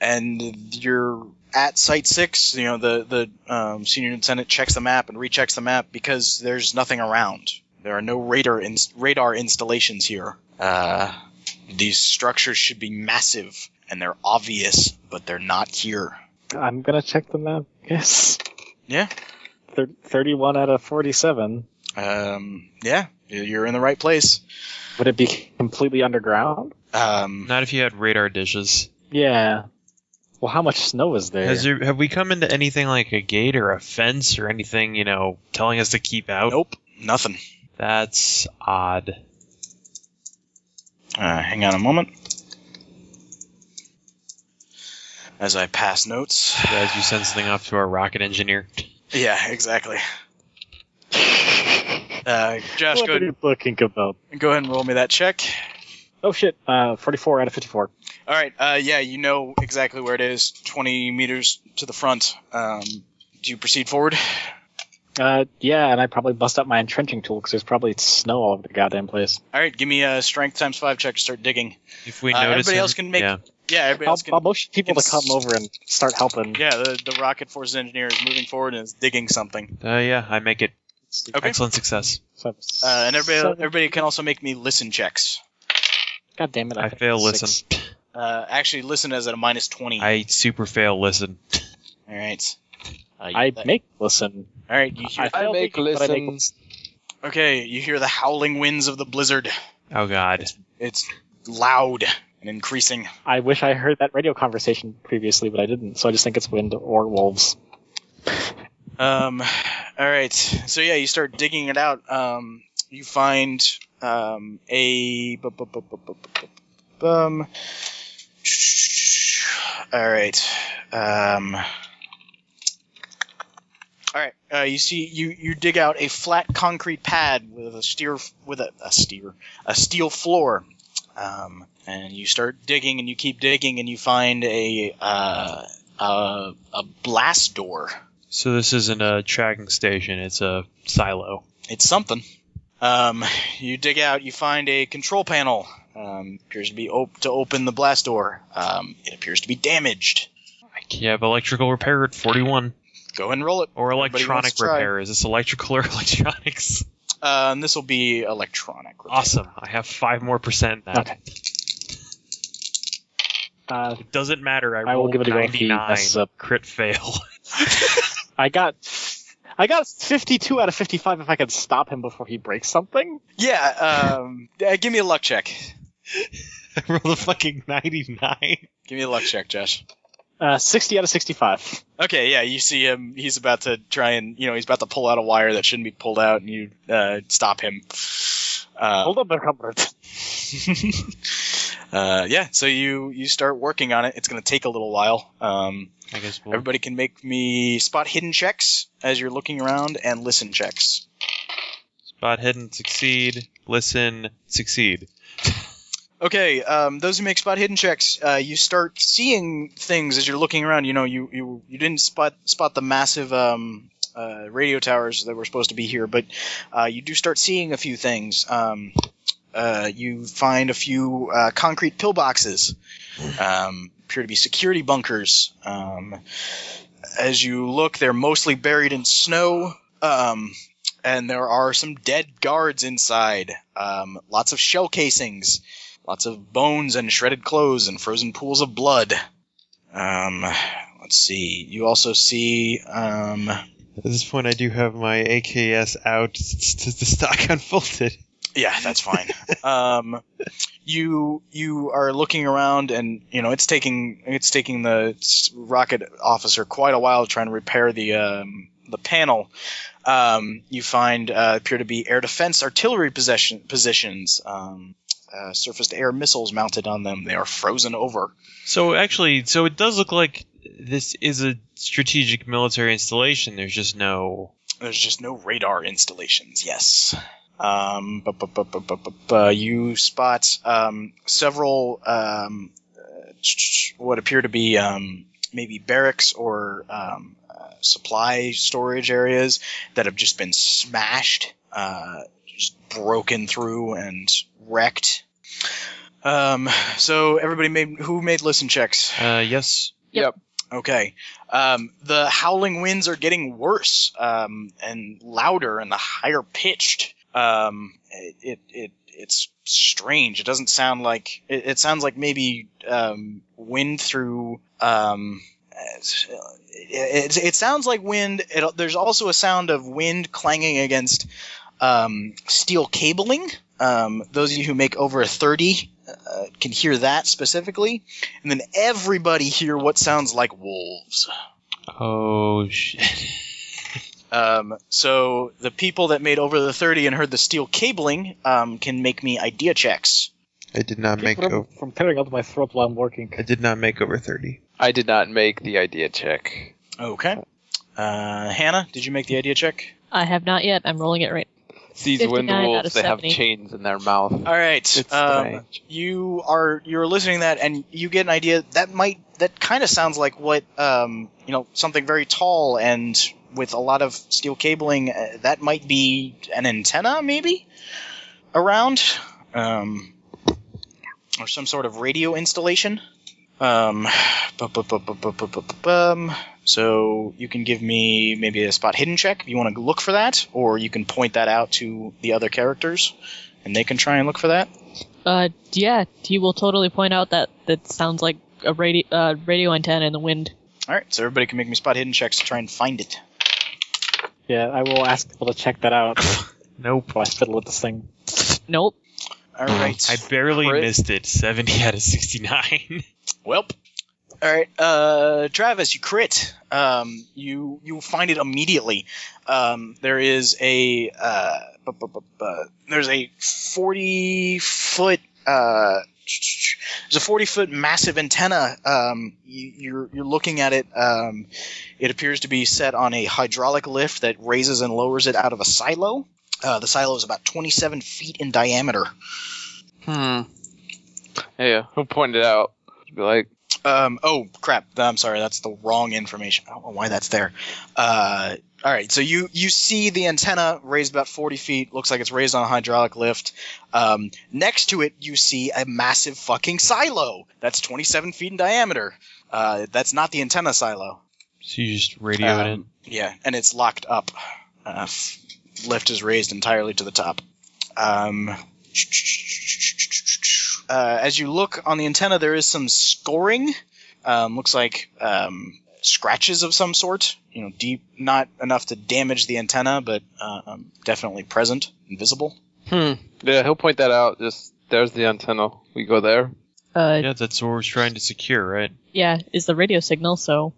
[SPEAKER 1] and you're at site six. You know the the um, senior lieutenant checks the map and rechecks the map because there's nothing around. There are no radar in- radar installations here. Uh, these structures should be massive, and they're obvious, but they're not here.
[SPEAKER 5] I'm gonna check the map. Yes.
[SPEAKER 1] Yeah.
[SPEAKER 5] Thir- 31 out of 47.
[SPEAKER 1] Um, yeah, you're in the right place.
[SPEAKER 5] Would it be completely underground?
[SPEAKER 1] Um,
[SPEAKER 3] Not if you had radar dishes.
[SPEAKER 5] Yeah. Well, how much snow is there?
[SPEAKER 3] Has there, have we come into anything like a gate or a fence or anything, you know, telling us to keep out?
[SPEAKER 1] nope, nothing.
[SPEAKER 3] That's odd.
[SPEAKER 1] Uh, hang on a moment. As I pass notes.
[SPEAKER 3] As you send something off to our rocket engineer.
[SPEAKER 1] Yeah, exactly. Uh, Josh,
[SPEAKER 5] what
[SPEAKER 1] go
[SPEAKER 5] are
[SPEAKER 1] ahead,
[SPEAKER 5] you looking about?
[SPEAKER 1] go ahead and roll me that check.
[SPEAKER 5] Oh shit! Uh, 44 out of 54.
[SPEAKER 1] All right. Uh, yeah, you know exactly where it is. Twenty meters to the front. Um, do you proceed forward?
[SPEAKER 5] Uh, yeah, and I probably bust up my entrenching tool because there's probably snow all over the goddamn place.
[SPEAKER 1] All right. Give me a strength times five check to start digging.
[SPEAKER 3] If we
[SPEAKER 1] Uh,
[SPEAKER 3] notice,
[SPEAKER 1] everybody
[SPEAKER 3] him-
[SPEAKER 1] else can make-
[SPEAKER 3] Yeah.
[SPEAKER 1] Yeah. Everybody
[SPEAKER 5] I'll,
[SPEAKER 1] else can-
[SPEAKER 5] I'll motion people to
[SPEAKER 1] can
[SPEAKER 5] come
[SPEAKER 1] s-
[SPEAKER 5] over and start helping.
[SPEAKER 1] yeah. The, the rocket forces engineer is moving forward and is digging something.
[SPEAKER 3] Uh, yeah, I make it.
[SPEAKER 1] Okay.
[SPEAKER 3] Excellent success.
[SPEAKER 5] So-
[SPEAKER 1] Uh, and everybody,
[SPEAKER 5] seven-
[SPEAKER 1] everybody can also make me listen checks.
[SPEAKER 5] God damn it!
[SPEAKER 3] I
[SPEAKER 5] think
[SPEAKER 3] fail.
[SPEAKER 5] it's six.
[SPEAKER 3] Listen.
[SPEAKER 1] Uh, actually, listen is at a minus twenty.
[SPEAKER 3] I super fail. Listen.
[SPEAKER 1] All right.
[SPEAKER 5] I make listen.
[SPEAKER 1] All right. You hear,
[SPEAKER 5] I, fail
[SPEAKER 4] make
[SPEAKER 5] digging, but I make
[SPEAKER 4] listen.
[SPEAKER 5] listen.
[SPEAKER 1] okay. You hear the howling winds of the blizzard.
[SPEAKER 3] Oh God.
[SPEAKER 1] It's loud and increasing.
[SPEAKER 5] I wish I heard that radio conversation previously, but I didn't. So I just think it's wind or wolves.
[SPEAKER 1] Um, all right. So yeah, you start digging it out. Um, you find um a bu- bu- bu- bu- bu- bu- bu- um. All right. Um. All right. Uh, you see, you you dig out a flat concrete pad with a steer with a, a steer a steel floor. Um, and you start digging, and you keep digging, and you find a uh, a, a blast door.
[SPEAKER 3] So this isn't a tracking station. It's a silo.
[SPEAKER 1] it's something. Um, you dig out, you find a control panel. Um, appears to be op- to open the blast door. Um, it appears to be damaged.
[SPEAKER 3] I can have electrical repair at 41
[SPEAKER 1] Go and roll it.
[SPEAKER 3] or
[SPEAKER 1] Everybody wants
[SPEAKER 3] electronic
[SPEAKER 1] to try.
[SPEAKER 3] repair. Is this electrical or electronics?
[SPEAKER 1] Uh, and this will be electronic.
[SPEAKER 3] Awesome. I have five more percent now.
[SPEAKER 5] Okay. Uh,
[SPEAKER 3] It doesn't matter. I,
[SPEAKER 5] I will
[SPEAKER 3] rolled
[SPEAKER 5] give it a go if he
[SPEAKER 3] 99.
[SPEAKER 5] messes up.
[SPEAKER 3] Crit fail.
[SPEAKER 5] uh, I got, I got 52 out of 55 if I can stop him before he breaks something.
[SPEAKER 1] Yeah. Um, uh, give me a luck check.
[SPEAKER 3] I rolled a fucking 99.
[SPEAKER 1] Give me a luck check, Josh.
[SPEAKER 5] Uh, 60 out of 65.
[SPEAKER 1] Okay. Yeah. You see him. He's about to try and you know he's about to pull out a wire that shouldn't be pulled out, and you uh, stop him. Uh,
[SPEAKER 5] Hold up, Robert.
[SPEAKER 1] uh, yeah. So you you start working on it. It's gonna take a little while. Um,
[SPEAKER 3] I guess we'll...
[SPEAKER 1] Everybody can make me spot hidden checks as you're looking around and listen checks.
[SPEAKER 3] Spot hidden, succeed, listen, succeed.
[SPEAKER 1] Okay, um, those who make spot hidden checks, uh, you start seeing things as you're looking around. You know, you you, you didn't spot spot the massive um, uh, radio towers that were supposed to be here, but uh, you do start seeing a few things. Um, uh, you find a few uh, concrete pillboxes, um, appear to be security bunkers. Um, as you look, they're mostly buried in snow. Um, and there are some dead guards inside. Um, lots of shell casings lots of bones and shredded clothes and frozen pools of blood. Um, let's see. You also see um,
[SPEAKER 7] At this point, I do have my AKS out to the stock unfolded.
[SPEAKER 1] Yeah, that's fine. um, you you are looking around, and you know it's taking it's taking the s- rocket officer quite a while trying to repair the um, the panel. Um, you find uh, appear to be air defense artillery possession positions. Um, uh, surface to air missiles mounted on them. They are frozen over.
[SPEAKER 3] So actually, so it does look like this is a strategic military installation. There's just no.
[SPEAKER 1] There's just no radar installations. Yes. Um, bu- bu- bu- bu- bu- bu- bu- you spot um, several um, uh, ch- ch- what appear to be um, maybe barracks or um, uh, supply storage areas that have just been smashed, uh, just broken through and wrecked. Um, so everybody made who made listen checks.
[SPEAKER 3] Uh, yes.
[SPEAKER 1] Okay. Um, the howling winds are getting worse um, and louder and the higher pitched. Um, it, it, it it's strange. It doesn't sound like it, it sounds like maybe um, wind through. Um, it's- it, it, it sounds like wind. It, there's also a sound of wind clanging against um, steel cabling. Um, those of you who make over a 30 uh, can hear that specifically and then everybody hear what sounds like wolves.
[SPEAKER 3] Oh shit.
[SPEAKER 1] Um, so the people that made over the 30 and heard the steel cabling um, can make me idea checs.
[SPEAKER 7] I did not make.
[SPEAKER 5] from,
[SPEAKER 7] O-
[SPEAKER 5] from tearing up my throat while I'm working.
[SPEAKER 7] I did not make over thirty.
[SPEAKER 4] I did not make the idea check.
[SPEAKER 1] Okay. Uh, Hannah, did you make the idea check?
[SPEAKER 2] I have not yet. I'm rolling it right.
[SPEAKER 4] It's these
[SPEAKER 2] 59
[SPEAKER 4] wind
[SPEAKER 2] out
[SPEAKER 4] wolves.
[SPEAKER 2] of
[SPEAKER 4] They have
[SPEAKER 2] 70.
[SPEAKER 4] chains in their mouth.
[SPEAKER 1] All right.
[SPEAKER 4] It's
[SPEAKER 1] Um,
[SPEAKER 4] strange.
[SPEAKER 1] you are you're listening to that, and you get an idea that might that kind of sounds like what um, you know something very tall and with a lot of steel cabling. Uh, that might be an antenna, maybe around, um, or some sort of radio installation. Um, bu- bu- bu- bu- bu- bu- bu- bu- bum. so you can give me maybe a spot hidden check if you want to look for that, or you can point that out to the other characters, and they can try and look for that.
[SPEAKER 2] Uh, yeah, he will totally point out that that sounds like a radio uh, radio antenna in the wind.
[SPEAKER 1] All right, so everybody can make me spot hidden checks to try and find it.
[SPEAKER 5] Yeah, I will ask people to check that out
[SPEAKER 3] Nope.
[SPEAKER 5] while I fiddle with this thing.
[SPEAKER 2] Nope.
[SPEAKER 1] All right.
[SPEAKER 3] I barely
[SPEAKER 4] Crit.
[SPEAKER 3] missed it. 70 out of 69.
[SPEAKER 1] Welp. All right, uh, Travis, you crit. Um, you you find it immediately. Um, there is a uh, bu- bu- bu- bu- there's a forty foot uh, there's a forty foot massive antenna. Um, you, you're you're looking at it. Um, it appears to be set on a hydraulic lift that raises and lowers it out of a silo. Uh, the silo is about twenty seven feet in diameter.
[SPEAKER 4] Hmm. Yeah, who pointed it out? Be like,
[SPEAKER 1] Um, oh crap! I'm sorry. That's the wrong information. I don't know why that's there. Uh, all right. So you you see the antenna raised about 40 feet. Looks like it's raised on a hydraulic lift. Um, next to it, you see a massive fucking silo that's 27 feet in diameter. Uh, that's not the antenna silo.
[SPEAKER 3] So you just radio it in.
[SPEAKER 1] Um, yeah, and it's locked up. Uh, f- lift is raised entirely to the top. Um, uh, as you look on the antenna, there is some scoring. Um, looks like um, scratches of some sort. You know, deep, not enough to damage the antenna, but uh, um, definitely present, invisible.
[SPEAKER 4] hmm. Yeah, he'll point that out. Just there's the antenna. We go there.
[SPEAKER 2] Uh,
[SPEAKER 3] Yeah, that's what we're trying to secure, right?
[SPEAKER 2] yeah, is the radio signal. So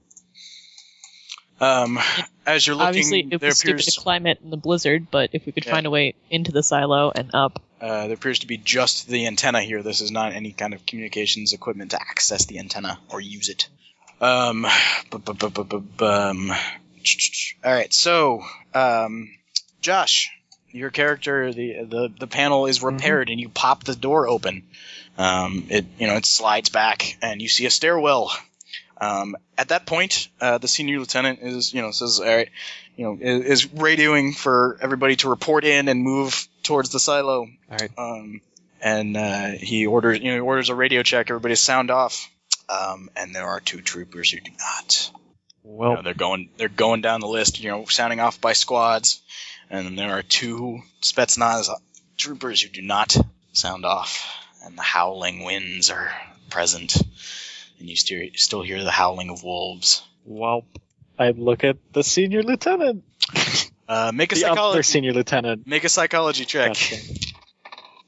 [SPEAKER 1] Um, as you're looking,
[SPEAKER 2] obviously it
[SPEAKER 1] there
[SPEAKER 2] was stupid
[SPEAKER 1] appears
[SPEAKER 2] to climb it in the blizzard, but if we could
[SPEAKER 1] Yeah.
[SPEAKER 2] find a way into the silo and up,
[SPEAKER 1] Uh, there appears to be just the antenna here. This is not any kind of communications equipment to access the antenna or use it. Um, bu- bu- bu- bu- bu- bum. All right, so um, Josh, your character, the the, the panel is repaired, and you pop the door open. Um, it you know it slides back, and you see a stairwell. Um, at that point, uh, the senior lieutenant is you know says, "All right, you know is, is radioing for everybody to report in and move towards the silo."
[SPEAKER 3] All right.
[SPEAKER 1] Um, and uh, he orders you know he orders a radio check. Everybody's sound off. Um, and there are two troopers who do not. You know,
[SPEAKER 3] Well,
[SPEAKER 1] they're going they're going down the list, you know, sounding off by squads, and there are two Spetsnaz troopers who do not sound off, and the howling winds are present, and you steer, still hear the howling of wolves.
[SPEAKER 3] well,
[SPEAKER 5] I look at the senior lieutenant.
[SPEAKER 1] Uh, make a
[SPEAKER 5] The other
[SPEAKER 1] psychology
[SPEAKER 5] senior lieutenant.
[SPEAKER 1] make a psychology check.
[SPEAKER 5] Gotcha.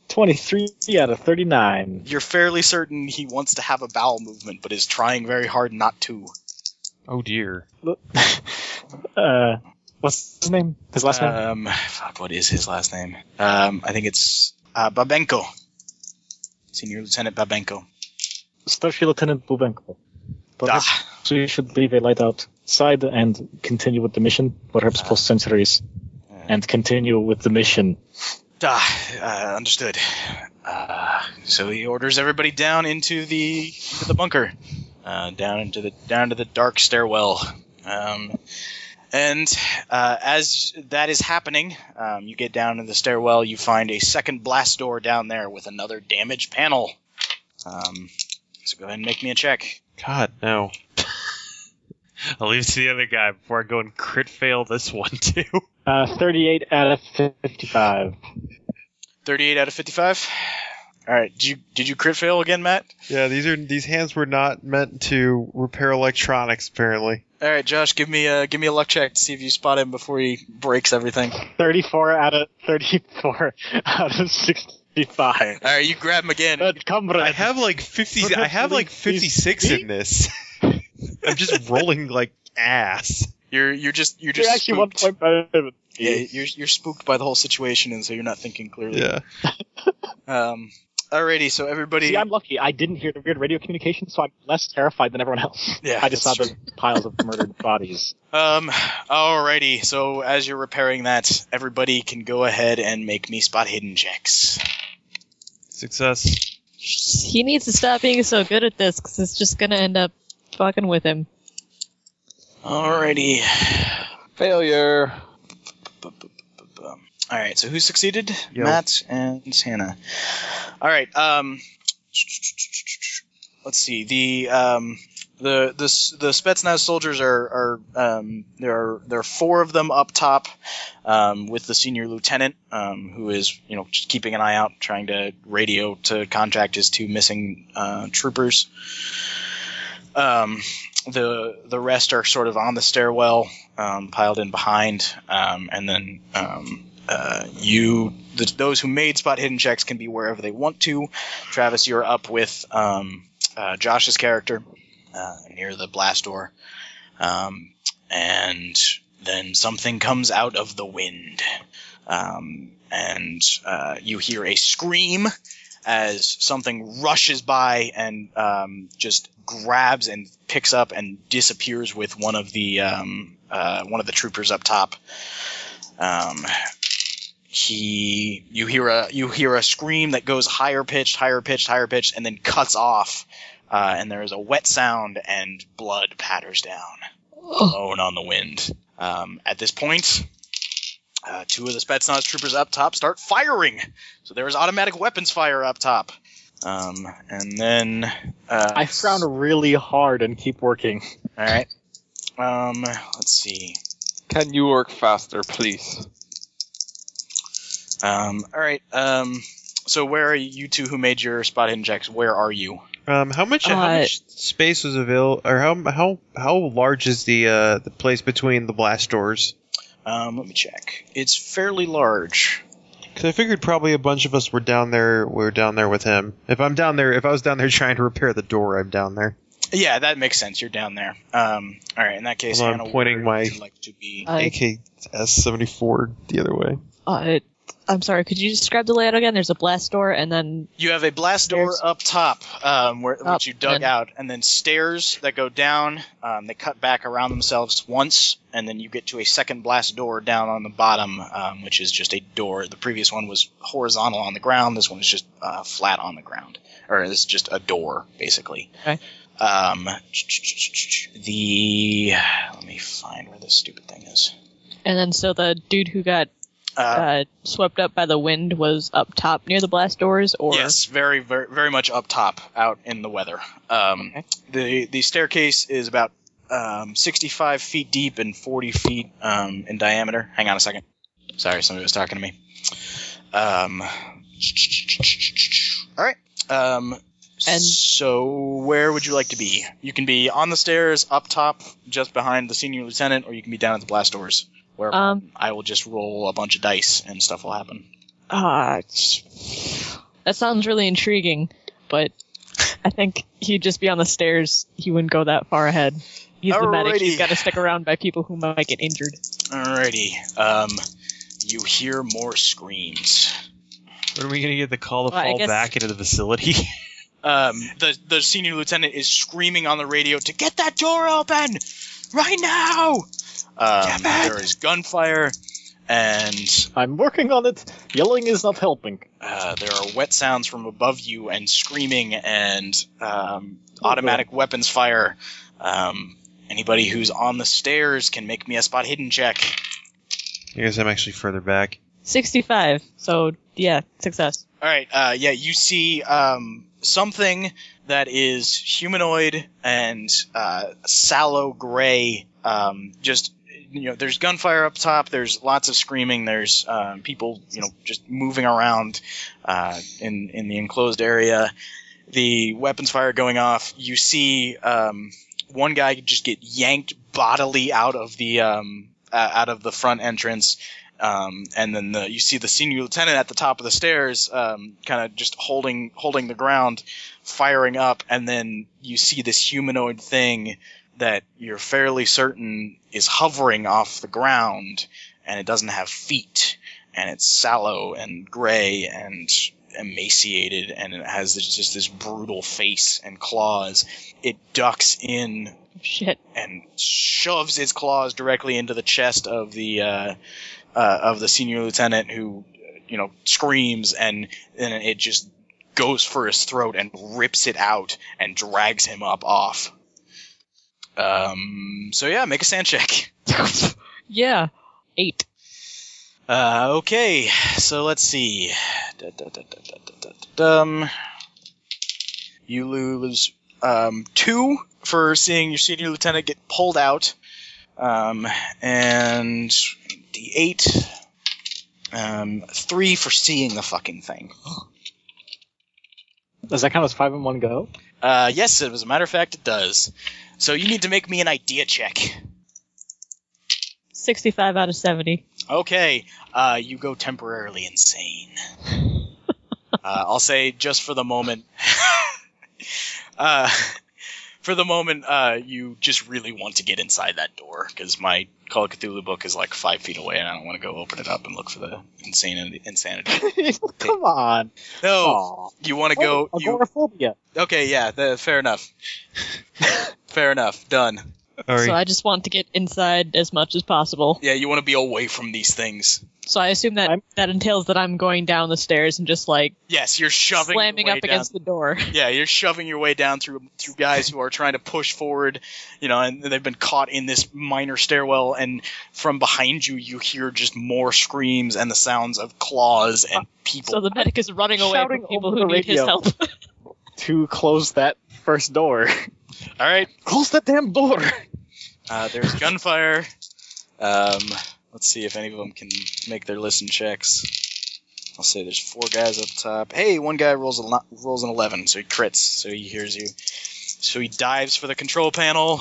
[SPEAKER 5] 23 out of 39.
[SPEAKER 1] You're fairly certain he wants to have a bowel movement, but is trying very hard not to.
[SPEAKER 3] oh dear.
[SPEAKER 5] Uh, what's his name? His last name?
[SPEAKER 1] Um, fuck, what is his last name? Um, I think it's uh, Babenko, Senior Lieutenant Babenko.
[SPEAKER 5] Starship Lieutenant Bubenko. Perhaps
[SPEAKER 1] Ah.
[SPEAKER 5] we should leave a light outside and continue with the mission, perhaps post centuries, and continue with the mission.
[SPEAKER 1] Ah, uh, understood. Uh, so he orders everybody down into the into the bunker, uh, down into the down to the dark stairwell. Um, and uh, as that is happening, um, you get down in the stairwell. You find a second blast door down there with another damaged panel. Um, so go ahead and make me a check.
[SPEAKER 3] God, no. I'll leave it to the other guy before I go and crit fail this one, too.
[SPEAKER 5] Uh, 38 out of 55.
[SPEAKER 1] Thirty-eight out of fifty-five. All right. Did you did you crit fail again, Matt?
[SPEAKER 7] Yeah, these are these hands were not meant to repair electronics. Apparently,
[SPEAKER 1] All right, Josh. Give me a give me a luck check to see if you spot him before he breaks everything.
[SPEAKER 5] 34 out of 34 out of 65.
[SPEAKER 1] All right, you grab him again.
[SPEAKER 5] But comrade,
[SPEAKER 7] I have like fifty. I
[SPEAKER 5] Perhaps
[SPEAKER 7] have like
[SPEAKER 5] these-
[SPEAKER 7] fifty-six in this. I'm just rolling like ass.
[SPEAKER 1] You're you're just you're
[SPEAKER 5] you're
[SPEAKER 1] just
[SPEAKER 5] actually one
[SPEAKER 1] spooked.
[SPEAKER 5] point better than me.
[SPEAKER 1] Yeah, you're you're spooked by the whole situation, and so you're not thinking clearly.
[SPEAKER 7] Yeah.
[SPEAKER 1] Um. Alrighty, so everybody.
[SPEAKER 5] See, I'm lucky. I didn't hear the weird radio communication, so I'm less terrified than everyone else.
[SPEAKER 1] Yeah,
[SPEAKER 5] I just saw
[SPEAKER 1] that's
[SPEAKER 5] the piles of murdered bodies.
[SPEAKER 1] Um, alrighty. So as you're repairing that, everybody can go ahead and make me spot hidden checks.
[SPEAKER 3] Success.
[SPEAKER 2] He needs to stop being so good at this because it's just gonna end up fucking with him.
[SPEAKER 1] Alrighty.
[SPEAKER 4] Failure.
[SPEAKER 1] All right. So who succeeded?
[SPEAKER 7] Yo.
[SPEAKER 1] Matt and Hannah. All right. Um, let's see. The um, the the s- the Spetsnaz soldiers are are um, there are there are four of them up top, um, with the senior lieutenant, um, who is you know just keeping an eye out, trying to radio to contact his two missing uh, troopers. Um, the the rest are sort of on the stairwell, um, piled in behind, um, and then um, uh, you the, those who made spot hidden checks can be wherever they want to. Travis, you're up with um, uh, Josh's character uh, near the blast door, um, and then something comes out of the wind, um, and uh, you hear a scream. As something rushes by and um, just grabs and picks up and disappears with one of the um, uh, one of the troopers up top. Um, he, you hear a you hear a scream that goes higher pitched, higher pitched, higher pitched, and then cuts off. Uh, and there is a wet sound, and blood patters down, blown on the wind. Um, at this point, uh, two of the Spetsnaz troopers up top start firing. So there is automatic weapons fire up top. Um, and then uh,
[SPEAKER 5] I frown really hard and keep working.
[SPEAKER 1] all right. Um, let's see.
[SPEAKER 4] Can you work faster, please?
[SPEAKER 1] Um, all right. Um, so where are you two who made your spot hidden checks? Where are you?
[SPEAKER 7] Um, how much how
[SPEAKER 2] Uh,
[SPEAKER 7] much space was available, or how how how large is the uh, the place between the blast doors?
[SPEAKER 1] Um, let me check. It's fairly large.
[SPEAKER 7] Because I figured probably a bunch of us were down there. We were down there with him. If I'm down there, if I was down there trying to repair the door, I'm down there.
[SPEAKER 1] Yeah, that makes sense. You're down there. Um, all right. In that case,
[SPEAKER 7] Hold on,
[SPEAKER 1] Hannah,
[SPEAKER 7] I'm pointing
[SPEAKER 1] where would
[SPEAKER 7] my-
[SPEAKER 1] you like to be.
[SPEAKER 2] I,
[SPEAKER 7] AKS seventy four the other way.
[SPEAKER 2] uh, I'm sorry. Could you describe the layout again? There's a blast door and then
[SPEAKER 1] You have a blast door
[SPEAKER 2] Stairs.
[SPEAKER 1] up top, um, where,
[SPEAKER 2] Up,
[SPEAKER 1] which you dug
[SPEAKER 2] then-
[SPEAKER 1] out, and then stairs that go down. Um, they cut back around themselves once, and then you get to a second blast door down on the bottom, um, which is just a door. The previous one was horizontal on the ground. This one is just uh, flat on the ground, or it's just a door basically.
[SPEAKER 2] Okay.
[SPEAKER 1] Um, the let me find where this stupid thing is.
[SPEAKER 2] and then so the dude who got
[SPEAKER 1] Uh,
[SPEAKER 2] uh, swept up by the wind was up top near the blast doors, or
[SPEAKER 1] yes, very, very, very much up top, out in the weather. Um,
[SPEAKER 2] Okay.
[SPEAKER 1] The the staircase is about um, 65 feet deep and 40 feet um, in diameter. Hang on a second. Sorry, somebody was talking to me. Um, all right. Um,
[SPEAKER 2] And-
[SPEAKER 1] so, where would you like to be? You can be on the stairs, up top, just behind the senior lieutenant, or you can be down at the blast doors, where
[SPEAKER 2] um,
[SPEAKER 1] I will just roll a bunch of dice and stuff will happen.
[SPEAKER 2] Ah, sh- that sounds really intriguing, but I think he'd just be on the stairs. He wouldn't go that far ahead. He's the medic.
[SPEAKER 1] Alrighty.
[SPEAKER 2] He's got to stick around by people who might get injured.
[SPEAKER 1] Alrighty. Um, you hear more screams.
[SPEAKER 3] When are we gonna get the call to
[SPEAKER 2] Well, I
[SPEAKER 3] fall
[SPEAKER 2] guess-
[SPEAKER 3] back into the facility?
[SPEAKER 1] Um, the the senior lieutenant is screaming on the radio to get that door open right now. Um, there is gunfire, and
[SPEAKER 5] I'm working on it. Yelling is not helping.
[SPEAKER 1] uh, there are wet sounds from above you, and screaming, and um, automatic weapons fire. Um, anybody who's on the stairs can make me a spot hidden check.
[SPEAKER 7] I guess I'm actually further back.
[SPEAKER 2] Sixty-five. So yeah, success.
[SPEAKER 1] All right. Uh, yeah, you see um, something that is humanoid and uh, sallow gray. Um, just you know, there's gunfire up top. There's lots of screaming. There's um, people, you know, just moving around uh, in in the enclosed area. The weapons fire going off. You see um, one guy just get yanked bodily out of the um, uh, out of the front entrance. Um, and then the, you see the senior lieutenant at the top of the stairs, um, kind of just holding holding the ground, firing up, and then you see this humanoid thing that you're fairly certain is hovering off the ground, and it doesn't have feet, and it's sallow and gray, and emaciated and it has this, just this brutal face and claws. It ducks in
[SPEAKER 2] Shit.
[SPEAKER 1] and shoves its claws directly into the chest of the uh, uh, of the senior lieutenant, who you know screams, and then it just goes for his throat and rips it out and drags him up off. Um, so yeah, make a sand check.
[SPEAKER 2] yeah. Eight.
[SPEAKER 1] Uh, okay, so let's see. Da, da, da, da, da, da, da, da, dum. You lose um, two for seeing your senior lieutenant get pulled out, um, and d8, um, three for seeing the fucking thing.
[SPEAKER 5] Does that count as five in one go?
[SPEAKER 1] Uh, yes, as a matter of fact, it does. So you need to make me an idea check.
[SPEAKER 2] Sixty-five out of seventy.
[SPEAKER 1] Okay, uh, you go temporarily insane. uh, I'll say just for the moment. uh, for the moment, uh, you just really want to get inside that door because my Call of Cthulhu book is like five feet away, and I don't want to go open it up and look for the insane insanity.
[SPEAKER 5] Come on.
[SPEAKER 1] No,
[SPEAKER 5] Aw.
[SPEAKER 1] you want to Oh, go.
[SPEAKER 5] Oh,
[SPEAKER 1] You,
[SPEAKER 5] agoraphobia.
[SPEAKER 1] okay, yeah, th- fair enough. fair enough. Done.
[SPEAKER 7] All right.
[SPEAKER 2] So I just want to get inside as much as possible.
[SPEAKER 1] Yeah, you want to be away from these things.
[SPEAKER 2] So I assume that
[SPEAKER 5] I'm-
[SPEAKER 2] that entails that I'm going down the stairs and just like
[SPEAKER 1] Yes, you're shoving. your
[SPEAKER 2] slamming
[SPEAKER 1] way
[SPEAKER 2] up
[SPEAKER 1] down.
[SPEAKER 2] against the door.
[SPEAKER 1] Yeah, you're shoving your way down through through guys who are trying to push forward, you know, and they've been caught in this minor stairwell. And from behind you, you hear just more screams and the sounds of claws and people.
[SPEAKER 2] So the medic is running away
[SPEAKER 5] Shouting
[SPEAKER 2] from people
[SPEAKER 5] over
[SPEAKER 2] who
[SPEAKER 5] the
[SPEAKER 2] need his
[SPEAKER 5] radio.
[SPEAKER 2] help.
[SPEAKER 5] To close that first door.
[SPEAKER 1] All right,
[SPEAKER 5] close that damn door.
[SPEAKER 1] uh, there's gunfire. Um, let's see if any of them can make their listen checks. I'll say there's four guys up top. Hey, one guy rolls a lo- rolls an eleven, so he crits, so he hears you. So he dives for the control panel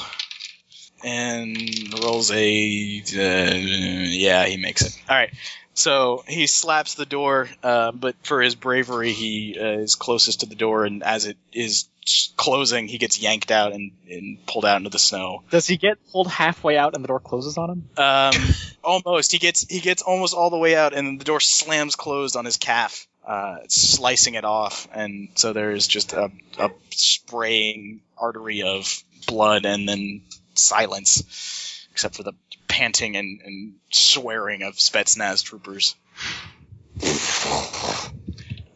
[SPEAKER 1] and rolls a. Uh, yeah, he makes it. All right. So he slaps the door, uh, but for his bravery, he uh, is closest to the door, and as it is closing, he gets yanked out and, and pulled out into the snow.
[SPEAKER 5] Does he get pulled halfway out and the door closes on him?
[SPEAKER 1] Um, almost. He gets he gets almost all the way out, and the door slams closed on his calf, uh, slicing it off. And so there's just a, a spraying artery of blood, and then silence, except for the panting and, and swearing of Spetsnaz troopers.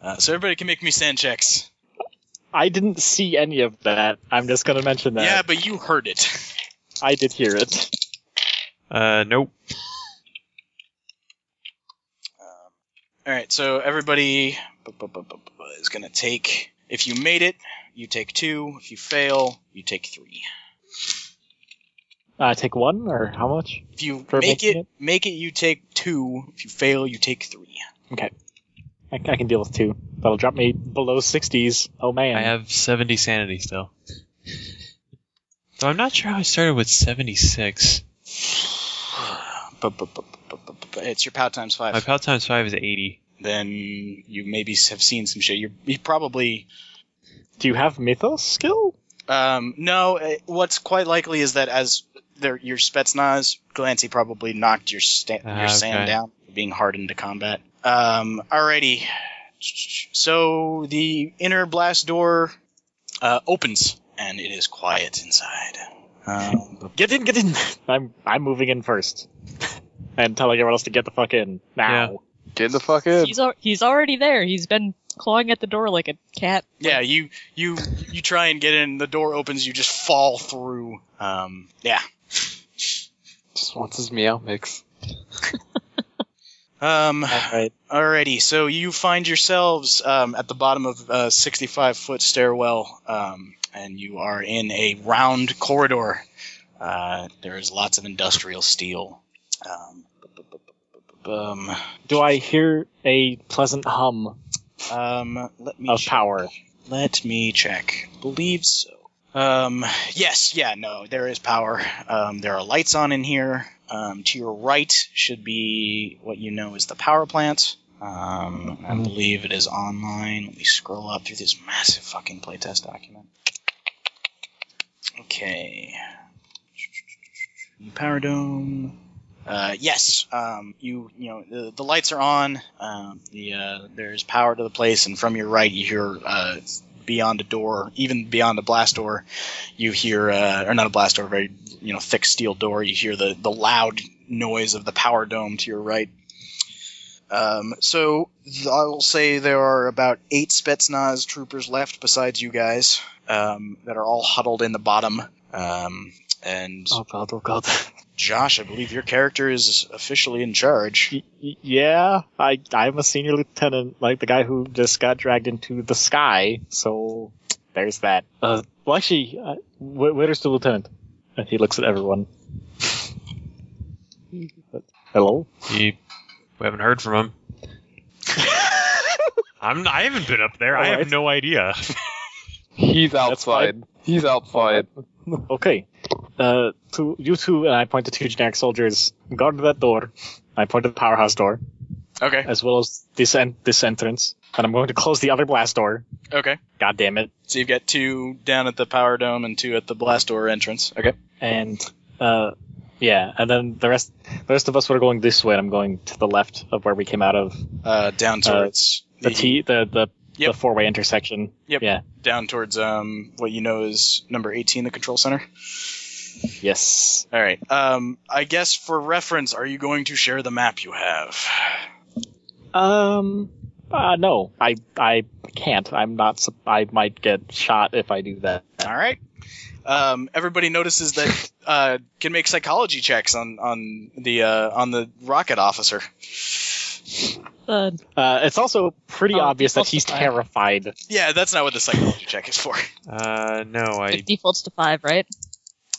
[SPEAKER 1] Uh, so everybody can make me sand checks.
[SPEAKER 5] I didn't see any of that. I'm just gonna mention that.
[SPEAKER 1] Yeah, but you heard it.
[SPEAKER 5] I did hear it.
[SPEAKER 3] Uh, nope.
[SPEAKER 1] All right, so everybody bu- bu- bu- bu- bu- is going to take. If you made it, you take two. If you fail, you take three.
[SPEAKER 5] Uh, take one or how much?
[SPEAKER 1] If you
[SPEAKER 5] For
[SPEAKER 1] make it,
[SPEAKER 5] making
[SPEAKER 1] make it, you take two. If you fail, you take three.
[SPEAKER 5] I, I can deal with two. That'll drop me below sixties. Oh man.
[SPEAKER 3] I have 70 sanity still. Though I'm not sure how I started with 76.
[SPEAKER 1] Bu- bu- bu- bu- bu- bu- bu- It's your pow times
[SPEAKER 3] My
[SPEAKER 1] five.
[SPEAKER 3] pal times 5 is 80.
[SPEAKER 1] Then you maybe have seen some shit. You're, you probably
[SPEAKER 5] Do you have mythos skill?
[SPEAKER 1] um, no. eh, What's quite likely is that as their, your Spetsnaz Glancy probably knocked your sta-
[SPEAKER 3] Ah,
[SPEAKER 1] your Sam
[SPEAKER 3] okay.
[SPEAKER 1] down, being hardened to combat. Um, alrighty. So the inner blast door uh, opens and it is quiet inside. Um,
[SPEAKER 5] Get in, get in. I'm I'm moving in first. and telling everyone else to get the fuck in now.
[SPEAKER 4] Get the fuck in.
[SPEAKER 2] He's al- he's already there. He's been clawing at the door like a cat.
[SPEAKER 1] yeah, you you you try and get in. The door opens. You just fall through. Um, yeah.
[SPEAKER 4] Just wants his meow mix.
[SPEAKER 1] Um,
[SPEAKER 5] Alright.
[SPEAKER 1] Alrighty, so you find yourselves um, at the bottom of a 65 foot stairwell, um, and you are in a round corridor. Uh, there is lots of industrial steel. Um, bu- bu- bu- bu- bu- bu- um,
[SPEAKER 5] Do I hear a pleasant hum
[SPEAKER 1] um, let me
[SPEAKER 5] of
[SPEAKER 1] check.
[SPEAKER 5] power?
[SPEAKER 1] Let me check. Believe so. Um, yes, yeah, no, there is power. Um, there are lights on in here. Um, to your right should be what you know is the power plant. Um, I believe it is online. Let me scroll up through this massive fucking playtest document. Okay. Power dome. Uh, yes, um, you you know the, the lights are on. Um, the uh, there's power to the place, and from your right you hear uh, beyond a door, even beyond a blast door, you hear uh, or not a blast door, very you know thick steel door. You hear the the loud noise of the power dome to your right. Um, so th- I will say there are about eight Spetsnaz troopers left besides you guys um, that are all huddled in the bottom. Um, and
[SPEAKER 5] Oh god, oh god.
[SPEAKER 1] Josh, I believe your character is officially in charge.
[SPEAKER 5] Y- y- yeah, I I'm a senior lieutenant, like the guy who just got dragged into the sky. So there's that. Uh, well, actually, uh, wh- where's the lieutenant? And he looks at everyone. Hello.
[SPEAKER 3] He, we haven't heard from him. I'm, I haven't been up there. I have
[SPEAKER 5] Alright.
[SPEAKER 3] no idea.
[SPEAKER 4] He's
[SPEAKER 5] fine.
[SPEAKER 4] outside. He's outside.
[SPEAKER 5] Okay. Uh, to you two, and I point to two generic soldiers. Guard that door. I point to the powerhouse door,
[SPEAKER 1] Okay.
[SPEAKER 5] as well as this en- this entrance, and I'm going to close the other blast door.
[SPEAKER 1] Okay.
[SPEAKER 5] God damn it!
[SPEAKER 1] So you've got two down at the power dome and two at the blast door entrance. Okay.
[SPEAKER 5] and uh, yeah, and then the rest the rest of us were going this way, and I'm going to the left of where we came out of
[SPEAKER 1] Uh, down
[SPEAKER 5] Uh,
[SPEAKER 1] towards
[SPEAKER 5] the T the the,
[SPEAKER 1] Yep.
[SPEAKER 5] the four way intersection.
[SPEAKER 1] down towards um what you know is number 18 the control center.
[SPEAKER 5] Yes,
[SPEAKER 1] All right. Um I guess for reference, are you going to share the map you have?
[SPEAKER 5] um, uh, no, I I can't. I'm not. sup- I might get shot if I do that.
[SPEAKER 1] All right. Um, everybody notices that uh, can make psychology checks on on the uh, on the rocket officer.
[SPEAKER 2] Uh,
[SPEAKER 5] Uh, it's also pretty
[SPEAKER 2] Oh,
[SPEAKER 5] obvious that
[SPEAKER 2] defaults
[SPEAKER 5] he's
[SPEAKER 2] to fire.
[SPEAKER 5] terrified.
[SPEAKER 1] Yeah, that's not what the psychology check is for.
[SPEAKER 3] Uh, no, I
[SPEAKER 2] it defaults to five, right?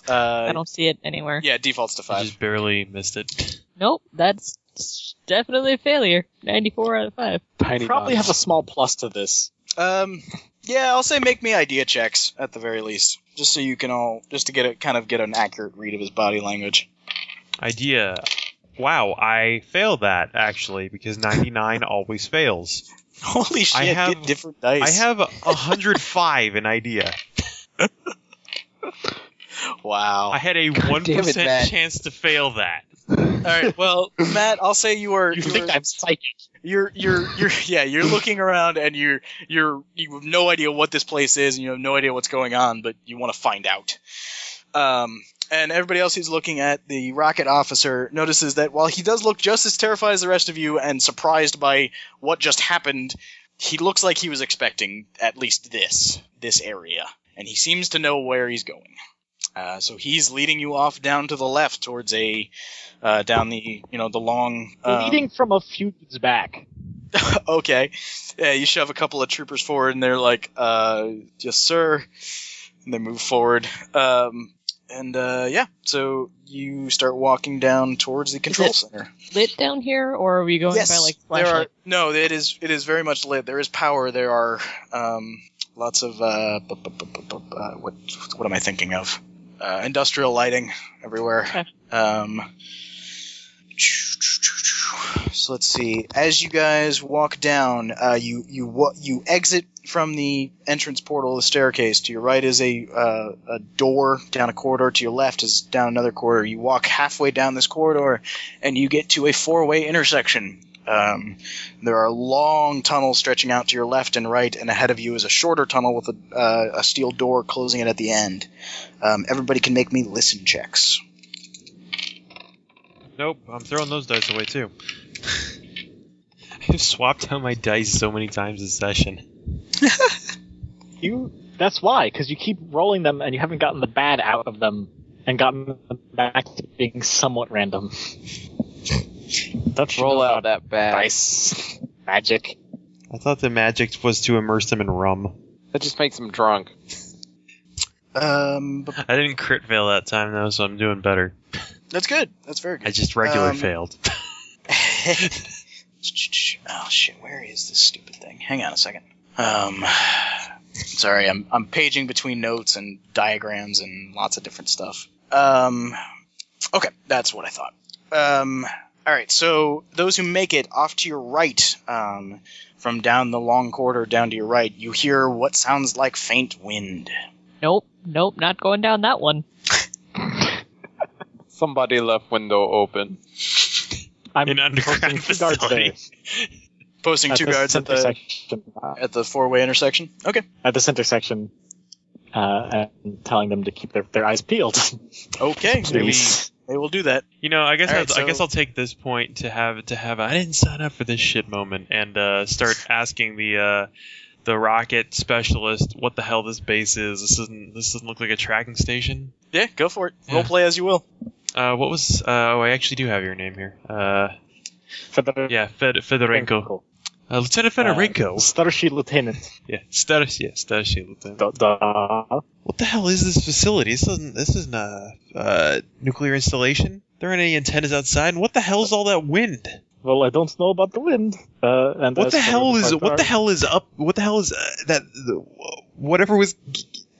[SPEAKER 2] I
[SPEAKER 1] Uh,
[SPEAKER 2] don't see it anywhere.
[SPEAKER 1] yeah, defaults to five.
[SPEAKER 3] just barely missed it.
[SPEAKER 2] Nope, that's definitely a failure. 94 out of 5.
[SPEAKER 4] Tiny
[SPEAKER 5] Probably
[SPEAKER 4] nuts.
[SPEAKER 5] have a small plus to this.
[SPEAKER 1] Um, yeah, I'll say make me idea checks at the very least, just so you can all just to get a kind of get an accurate read of his body language.
[SPEAKER 7] Idea. Wow, I failed that actually because 99 always fails.
[SPEAKER 1] Holy shit!
[SPEAKER 7] I have-
[SPEAKER 1] get different dice.
[SPEAKER 7] I have 105 in idea.
[SPEAKER 1] Wow.
[SPEAKER 7] I had a
[SPEAKER 4] God damn it,
[SPEAKER 7] 1%
[SPEAKER 4] Matt.
[SPEAKER 7] chance to fail that.
[SPEAKER 1] all right. Well, Matt, I'll say you are.
[SPEAKER 5] You
[SPEAKER 1] you are-
[SPEAKER 5] think I'm psychic?
[SPEAKER 1] you're you're you're yeah you're looking around and you're you're you have no idea what this place is and you have no idea what's going on but you want to find out um, and everybody else who's looking at the rocket officer notices that while he does look just as terrified as the rest of you and surprised by what just happened he looks like he was expecting at least this this area and he seems to know where he's going uh, so he's leading you off down to the left towards a uh, down the you know the long um,
[SPEAKER 5] Leading from a few dudes back.
[SPEAKER 1] okay. Yeah, you shove a couple of troopers forward, and they're like, uh, yes, sir. And they move forward. Um, and uh, yeah, so you start walking down towards the control
[SPEAKER 2] it
[SPEAKER 1] center.
[SPEAKER 2] Lit down here, or are we going by like
[SPEAKER 1] there are,
[SPEAKER 2] flashlight?
[SPEAKER 1] no, it is it is very much lit. There is power. There are um, lots of uh, bu- bu- bu- bu- bu- bu- uh, what what am I thinking of? Uh, industrial lighting everywhere.
[SPEAKER 2] Okay.
[SPEAKER 1] Um, so let's see. As you guys walk down, uh, you you wa- you exit from the entrance portal, of the staircase. To your right is a uh, a door down a corridor. To your left is down another corridor. You walk halfway down this corridor, and you get to a four way intersection. Um, there are long tunnels stretching out to your left and right, and ahead of you is a shorter tunnel with a, uh, a steel door closing it at the end. Um, everybody can make me listen checks.
[SPEAKER 3] Nope, I'm throwing those dice away too. I've swapped out my dice so many times this session.
[SPEAKER 5] You. That's why, because you keep rolling them and you haven't gotten the bad out of them and gotten them back to being somewhat random. That's
[SPEAKER 4] roll out that bad.
[SPEAKER 5] dice magic.
[SPEAKER 7] I thought the magic was to immerse them in rum.
[SPEAKER 4] That just makes him drunk.
[SPEAKER 1] Um, but
[SPEAKER 3] I didn't crit fail that time though, so I'm doing better.
[SPEAKER 1] that's good. That's very
[SPEAKER 3] I
[SPEAKER 1] good.
[SPEAKER 3] just regular
[SPEAKER 1] Um,
[SPEAKER 3] failed.
[SPEAKER 1] oh shit! Where is this stupid thing? Hang on a second. Um, sorry, I'm I'm paging between notes and diagrams and lots of different stuff. Um, okay, that's what I thought. Um, all right, so those who make it off to your right, um, from down the long corridor down to your right, you hear what sounds like faint wind.
[SPEAKER 2] Nope, nope, not going down that one.
[SPEAKER 4] Somebody left window open.
[SPEAKER 5] I'm
[SPEAKER 3] An underground
[SPEAKER 5] posting two
[SPEAKER 3] facility.
[SPEAKER 5] guards
[SPEAKER 1] Posting
[SPEAKER 5] there.
[SPEAKER 1] two
[SPEAKER 5] the
[SPEAKER 1] guards at
[SPEAKER 5] center
[SPEAKER 1] the
[SPEAKER 5] section, uh,
[SPEAKER 1] at the four way intersection. Okay.
[SPEAKER 5] at the center section, uh, and telling them to keep their, their eyes peeled.
[SPEAKER 1] Okay. They will-
[SPEAKER 5] Please.
[SPEAKER 1] they will do that.
[SPEAKER 3] You know, I guess
[SPEAKER 1] All
[SPEAKER 3] I'll,
[SPEAKER 1] right,
[SPEAKER 3] I guess
[SPEAKER 1] so-
[SPEAKER 3] I'll take this point to have to have a, I didn't sign up for this shit moment and uh, start asking the uh, the rocket specialist what the hell this base is. This isn't this doesn't look like a tracking station.
[SPEAKER 1] Yeah, go for it. Roll
[SPEAKER 3] Yeah.
[SPEAKER 1] play as you will.
[SPEAKER 3] Uh, what was? Uh, oh, I actually do have your name here. Uh,
[SPEAKER 5] For the
[SPEAKER 3] yeah, Fed, Fedorenko, uh, Lieutenant Fedorenko.
[SPEAKER 5] Starship Lieutenant.
[SPEAKER 3] yeah, status. Yeah, status. sheet, Lieutenant.
[SPEAKER 5] Duh, duh.
[SPEAKER 7] What the hell is this facility? This isn't this isn't a uh, nuclear installation. There aren't any antennas outside. And what the hell's all that wind?
[SPEAKER 5] Well, I don't know about the wind. Uh, and
[SPEAKER 7] What
[SPEAKER 5] as
[SPEAKER 7] the
[SPEAKER 5] for
[SPEAKER 7] hell is what
[SPEAKER 5] part
[SPEAKER 7] the
[SPEAKER 5] guard-
[SPEAKER 7] hell is up? What the hell is uh, that? The, whatever was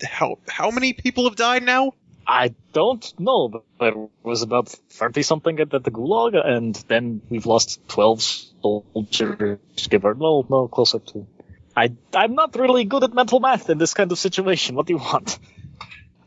[SPEAKER 7] how how many people have died now?
[SPEAKER 5] I don't know, but there was about 30 something at, at the gulag, and then we've lost 12 soldiers, give or no, no, closer to. I, I'm not really good at mental math in this kind of situation. What do you want?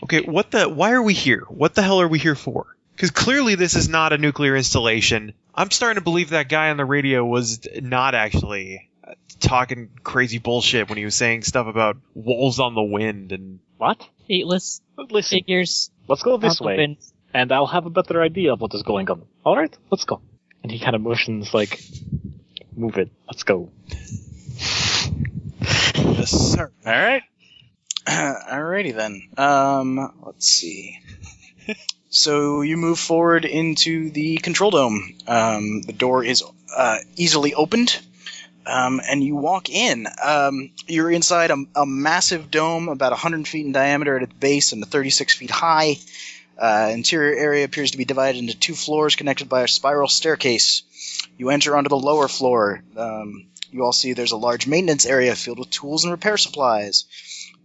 [SPEAKER 7] Okay, what the? Why are we here? What the hell are we here for? Because clearly this is not a nuclear installation. I'm starting to believe that guy on the radio was not actually uh, talking crazy bullshit when he was saying stuff about walls on the wind and.
[SPEAKER 5] What?
[SPEAKER 2] Fateless
[SPEAKER 5] Listen,
[SPEAKER 2] figures.
[SPEAKER 5] let's go this
[SPEAKER 2] out the
[SPEAKER 5] way,
[SPEAKER 2] wind.
[SPEAKER 5] and I'll have a better idea of what is going on. Alright, let's go. And he kind of motions like, move it, let's go.
[SPEAKER 7] Yes, sir.
[SPEAKER 1] All right. Alrighty then. Um, let's see. so you move forward into the control dome. Um, the door is uh, easily opened, um, and you walk in. Um, you're inside a, a massive dome, about 100 feet in diameter at its base and 36 feet high. Uh, interior area appears to be divided into two floors connected by a spiral staircase. You enter onto the lower floor. Um, you all see there's a large maintenance area filled with tools and repair supplies.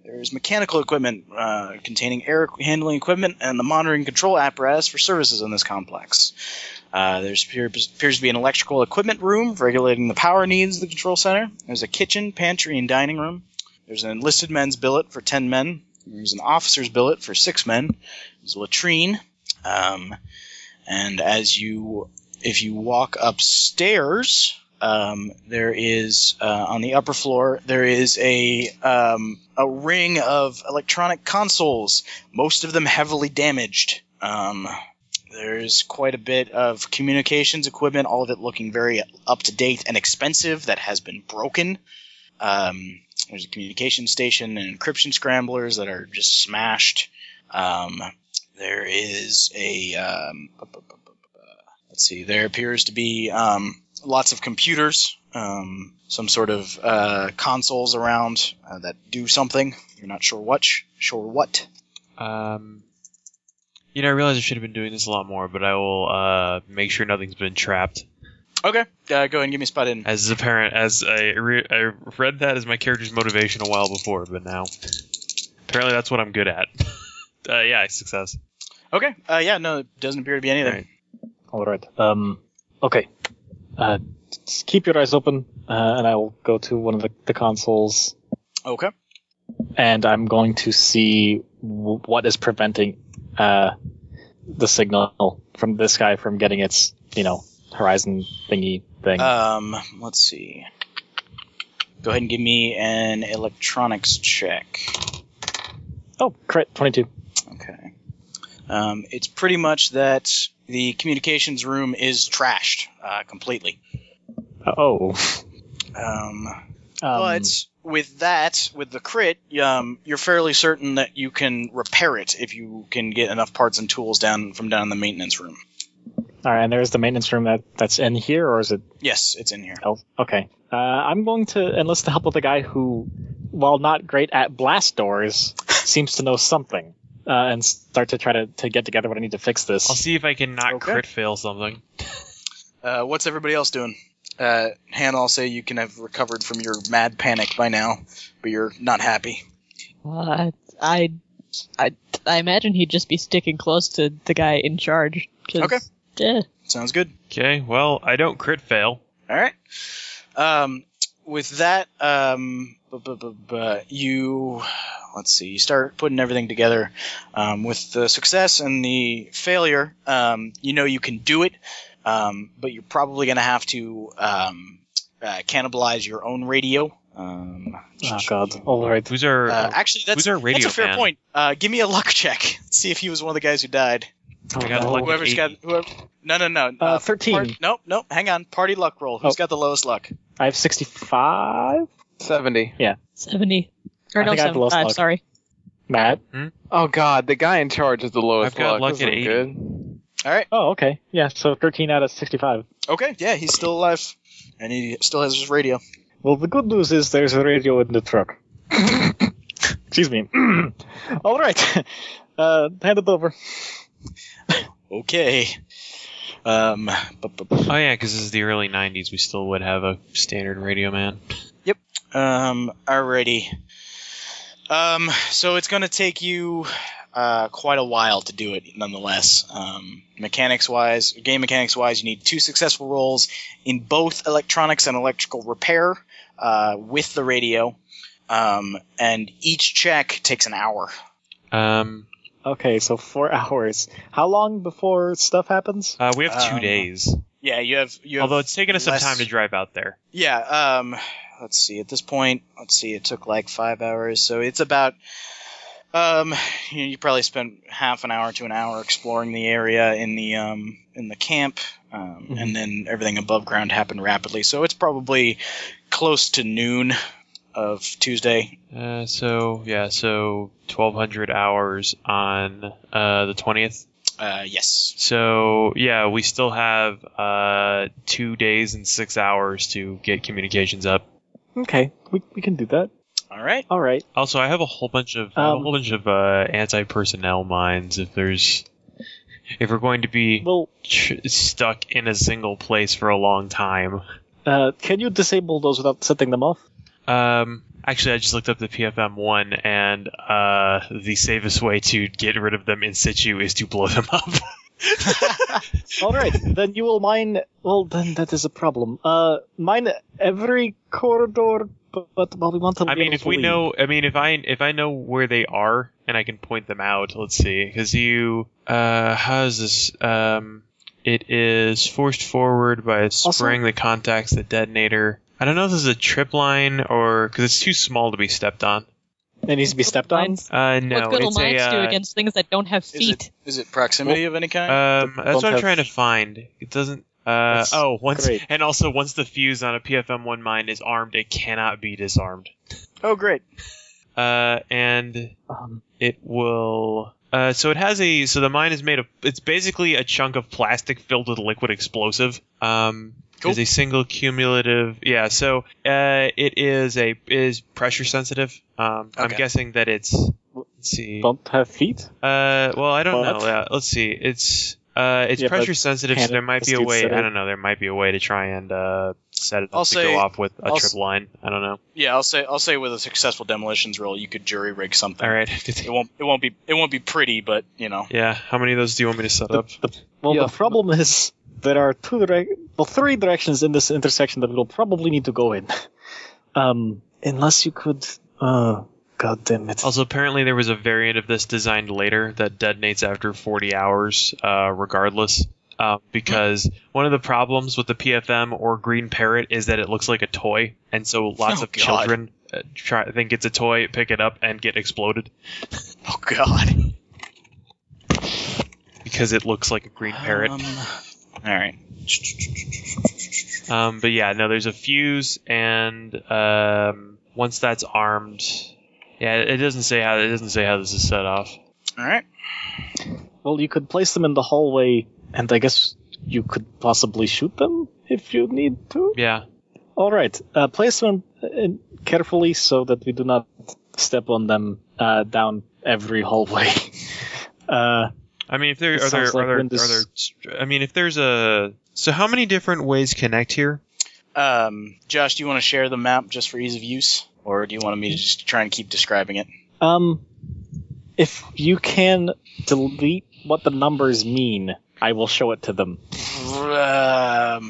[SPEAKER 1] There's mechanical equipment uh, containing air handling equipment and the monitoring control apparatus for services in this complex. Uh, there's appear- appears to be an electrical equipment room regulating the power needs of the control center. There's a kitchen, pantry, and dining room. There's an enlisted men's billet for 10 men. There's an officer's billet for 6 men. There's a latrine. Um, and as you, if you walk upstairs, um, there is uh, on the upper floor there is a um, a ring of electronic consoles, most of them heavily damaged. Um, there's quite a bit of communications equipment, all of it looking very up to date and expensive that has been broken. Um, there's a communication station and encryption scramblers that are just smashed. Um, there is a um, let's see, there appears to be um, lots of computers, um, some sort of uh, consoles around uh, that do something. You're not sure what. Sure what?
[SPEAKER 3] Um, you know, I realize I should have been doing this a lot more, but I will uh, make sure nothing's been trapped.
[SPEAKER 1] Okay, uh, go ahead and give me a spot in.
[SPEAKER 3] As is apparent, as I, re- I read that as my character's motivation a while before, but now apparently that's what I'm good at. uh, yeah, success.
[SPEAKER 1] Okay, uh, yeah, no, it doesn't appear to be anything.
[SPEAKER 3] Alright.
[SPEAKER 5] Alright, um, okay. Uh, just keep your eyes open, uh, and I will go to one of the, the consoles
[SPEAKER 1] Okay,
[SPEAKER 5] and I'm going to see w- what is preventing uh, the signal from this guy from getting its, you know, horizon thingy thing.
[SPEAKER 3] Uh,
[SPEAKER 1] um, let's see. Go ahead and give me an electronics check.
[SPEAKER 5] oh, crit, 22.
[SPEAKER 1] Okay. Um, it's pretty much that the communications room is trashed uh, completely.
[SPEAKER 5] Uh, oh.
[SPEAKER 1] Um,
[SPEAKER 5] Um,
[SPEAKER 1] but with that, with the crit, um, you're fairly certain that you can repair it if you can get enough parts and tools down from down in the maintenance room.
[SPEAKER 5] all right, and there's the maintenance room that, that's in here, or is it
[SPEAKER 1] Yes, it's in here.
[SPEAKER 5] else? Okay. Uh, I'm going to enlist the help of the guy who, while not great at blast doors, seems to know something. Uh, and start to try to, to get together what I need to fix this.
[SPEAKER 3] I'll see if I can not
[SPEAKER 1] Okay.
[SPEAKER 3] crit fail something.
[SPEAKER 1] Uh, what's everybody else doing? Uh, Hannah, I'll say you can have recovered from your mad panic by now, but you're not happy.
[SPEAKER 2] Uh, I, I, I imagine he'd just be sticking close to the guy in charge. 'cause- eh,
[SPEAKER 1] Okay.
[SPEAKER 2] Yeah.
[SPEAKER 1] Sounds good.
[SPEAKER 3] Okay, well, I don't crit fail.
[SPEAKER 1] All right. Um, with that, um, bu- bu- bu- bu- you let's see, you start putting everything together. Um, with the success and the failure, um, you know you can do it, um, but you're probably going to have to um, uh, cannibalize your own radio. Um,
[SPEAKER 5] Oh god. All right.
[SPEAKER 3] Who's our
[SPEAKER 1] uh, actually, that's
[SPEAKER 3] who's our radio
[SPEAKER 1] that's a fair
[SPEAKER 3] man?
[SPEAKER 1] point. Uh, give me a luck check. See if he was one of the guys who died.
[SPEAKER 3] I got
[SPEAKER 5] Oh,
[SPEAKER 3] lucky.
[SPEAKER 1] Whoever's got whoever. No, no, no.
[SPEAKER 5] Uh,
[SPEAKER 1] Uh,
[SPEAKER 5] thirteen.
[SPEAKER 1] part- nope, nope. Hang on. Party luck roll. Who's
[SPEAKER 5] Oh.
[SPEAKER 1] got the lowest luck?
[SPEAKER 5] I have sixty-five.
[SPEAKER 4] Seventy.
[SPEAKER 2] 70. Or
[SPEAKER 5] I
[SPEAKER 2] no,
[SPEAKER 5] think I've lost
[SPEAKER 2] 75,
[SPEAKER 5] luck.
[SPEAKER 2] sorry.
[SPEAKER 5] Matt.
[SPEAKER 4] Oh God, the guy in charge is the lowest.
[SPEAKER 3] I've got luck
[SPEAKER 4] This
[SPEAKER 3] at
[SPEAKER 4] isn't
[SPEAKER 3] 80.
[SPEAKER 4] Good.
[SPEAKER 5] Oh, okay. Yeah. So thirteen out of sixty-five.
[SPEAKER 1] Okay, yeah, he's still alive, and he still has his radio.
[SPEAKER 5] Well, the good news is there's a radio in the truck. Excuse me. All right. Uh, hand it over.
[SPEAKER 1] Okay. Um. bu- bu- bu-
[SPEAKER 3] Oh yeah, because this is the early '90s. We still would have a standard radio man.
[SPEAKER 1] Um. Alrighty. Um. So it's gonna take you uh, quite a while to do it, nonetheless. Um, mechanics wise, game mechanics wise, you need two successful rolls in both electronics and electrical repair uh, with the radio, um, and each check takes an hour.
[SPEAKER 3] Um,
[SPEAKER 5] Okay, so four hours. How long before stuff happens?
[SPEAKER 3] uh, we have two
[SPEAKER 1] Um,
[SPEAKER 3] days.
[SPEAKER 1] Yeah, you have. You have
[SPEAKER 3] Although it's taken us
[SPEAKER 1] less-
[SPEAKER 3] some time to drive out there.
[SPEAKER 1] Yeah, um let's see. At this point, let's see, it took like five hours, so it's about um you, you probably spent half an hour to an hour exploring the area in the um in the camp. Um,
[SPEAKER 3] Mm-hmm.
[SPEAKER 5] Mhm.
[SPEAKER 1] and then everything above ground happened rapidly. So it's probably close to noon of Tuesday.
[SPEAKER 3] Uh, so yeah, so 1,200 hours on uh, the 20th.
[SPEAKER 1] Uh yes.
[SPEAKER 3] So yeah, we still have uh, two days and six hours to get communications up.
[SPEAKER 5] Okay, we, we can do that.
[SPEAKER 1] All right.
[SPEAKER 5] All right.
[SPEAKER 3] Also, I have a whole bunch of I have a
[SPEAKER 5] Um,
[SPEAKER 3] whole bunch of uh, anti-personnel mines. If there's if we're going to be
[SPEAKER 5] Well,
[SPEAKER 3] ch- stuck in a single place for a long time.
[SPEAKER 5] uh, can you disable those without setting them off?
[SPEAKER 3] Um, actually, I just looked up the PFM one, and uh, the safest way to get rid of them in situ is to blow them up.
[SPEAKER 5] All right, then you will mine. Well, then that is a problem. Uh, mine every corridor, but, but well, we want to.
[SPEAKER 3] I
[SPEAKER 5] be
[SPEAKER 3] mean,
[SPEAKER 5] able
[SPEAKER 3] if
[SPEAKER 5] to
[SPEAKER 3] we
[SPEAKER 5] leave.
[SPEAKER 3] know, I mean, if I if I know where they are and I can point them out, let's see, because you, uh, how is this? Um, it is forced forward by a spring that contacts the detonator. I don't know if this is a trip line or because it's too small to be stepped on.
[SPEAKER 5] it needs to be stepped on.
[SPEAKER 2] Mines-
[SPEAKER 3] Uh, no,
[SPEAKER 2] what good will
[SPEAKER 3] it's a,
[SPEAKER 2] mines do
[SPEAKER 3] uh,
[SPEAKER 2] against things that don't have
[SPEAKER 1] Is it
[SPEAKER 2] feet?
[SPEAKER 1] is it proximity of any kind?
[SPEAKER 3] Um, that's
[SPEAKER 5] don't
[SPEAKER 3] what I'm
[SPEAKER 5] have-
[SPEAKER 3] trying to find. It doesn't. Uh,
[SPEAKER 5] That's
[SPEAKER 3] oh, once
[SPEAKER 5] great.
[SPEAKER 3] and also once the fuse on a PFM one mine is armed, it cannot be disarmed.
[SPEAKER 1] oh great.
[SPEAKER 3] Uh, and
[SPEAKER 5] Um,
[SPEAKER 3] it will. Uh, so it has a. So the mine is made of. It's basically a chunk of plastic filled with liquid explosive. Um,
[SPEAKER 1] Cool.
[SPEAKER 3] Is a single cumulative. Yeah. So uh, it is a is pressure sensitive. Um, I'm
[SPEAKER 1] Okay.
[SPEAKER 3] guessing that it's. Let's see.
[SPEAKER 5] don't have feet.
[SPEAKER 3] Uh, well, I don't
[SPEAKER 5] What?
[SPEAKER 3] know. Yeah, let's see. It's uh, it's
[SPEAKER 5] Yeah, but
[SPEAKER 3] pressure sensitive, so
[SPEAKER 5] can't
[SPEAKER 3] there might be a
[SPEAKER 5] prostitute
[SPEAKER 3] way.
[SPEAKER 5] set
[SPEAKER 3] I
[SPEAKER 5] it?
[SPEAKER 3] don't know. There might be a way to try and uh, set it up
[SPEAKER 1] I'll
[SPEAKER 3] to
[SPEAKER 1] say-
[SPEAKER 3] go off with a
[SPEAKER 1] I'll
[SPEAKER 3] trip
[SPEAKER 1] s-
[SPEAKER 3] line. I don't know.
[SPEAKER 1] Yeah, I'll say I'll say with a successful demolitions roll you could jury rig something.
[SPEAKER 3] All right.
[SPEAKER 1] It won't it won't be it won't be pretty, but you know.
[SPEAKER 3] yeah. How many of those do you want me to set
[SPEAKER 5] The-
[SPEAKER 3] up?
[SPEAKER 5] the- well,
[SPEAKER 4] Yeah.
[SPEAKER 5] the problem is there are two direc- well, three directions in this intersection that we'll probably need to go in. Um, unless you could. Uh, God damn it.
[SPEAKER 3] Also, apparently there was a variant of this designed later that detonates after 40 hours, uh, regardless. Uh, because one of the problems with the PFM or Green Parrot is that it looks like a toy, and so lots
[SPEAKER 1] Oh,
[SPEAKER 3] of
[SPEAKER 1] God.
[SPEAKER 3] children uh, try think it's a toy, pick it up, and get exploded
[SPEAKER 1] Oh god.
[SPEAKER 3] because it looks like a green parrot.
[SPEAKER 1] Um, all right.
[SPEAKER 3] Um, but yeah, no, there's a fuse, and um, once that's armed, yeah, it doesn't say how it doesn't say how this is set off.
[SPEAKER 1] All right.
[SPEAKER 5] Well, you could place them in the hallway, and I guess you could possibly shoot them if you need to.
[SPEAKER 3] Yeah,
[SPEAKER 5] All right, uh, place them in carefully so that we do not step on them uh, down every hallway. uh,
[SPEAKER 3] I mean, if there
[SPEAKER 5] It
[SPEAKER 3] are there
[SPEAKER 5] sounds
[SPEAKER 3] are
[SPEAKER 5] like
[SPEAKER 3] there,
[SPEAKER 5] Windows-
[SPEAKER 3] are there st- I mean, if there's a so how many different ways connect here?
[SPEAKER 1] Um, Josh, do you want to share the map just for ease of use, or do you want me to just try and keep describing it?
[SPEAKER 5] um, if you can delete what the numbers mean, I will show it to them.
[SPEAKER 1] Um,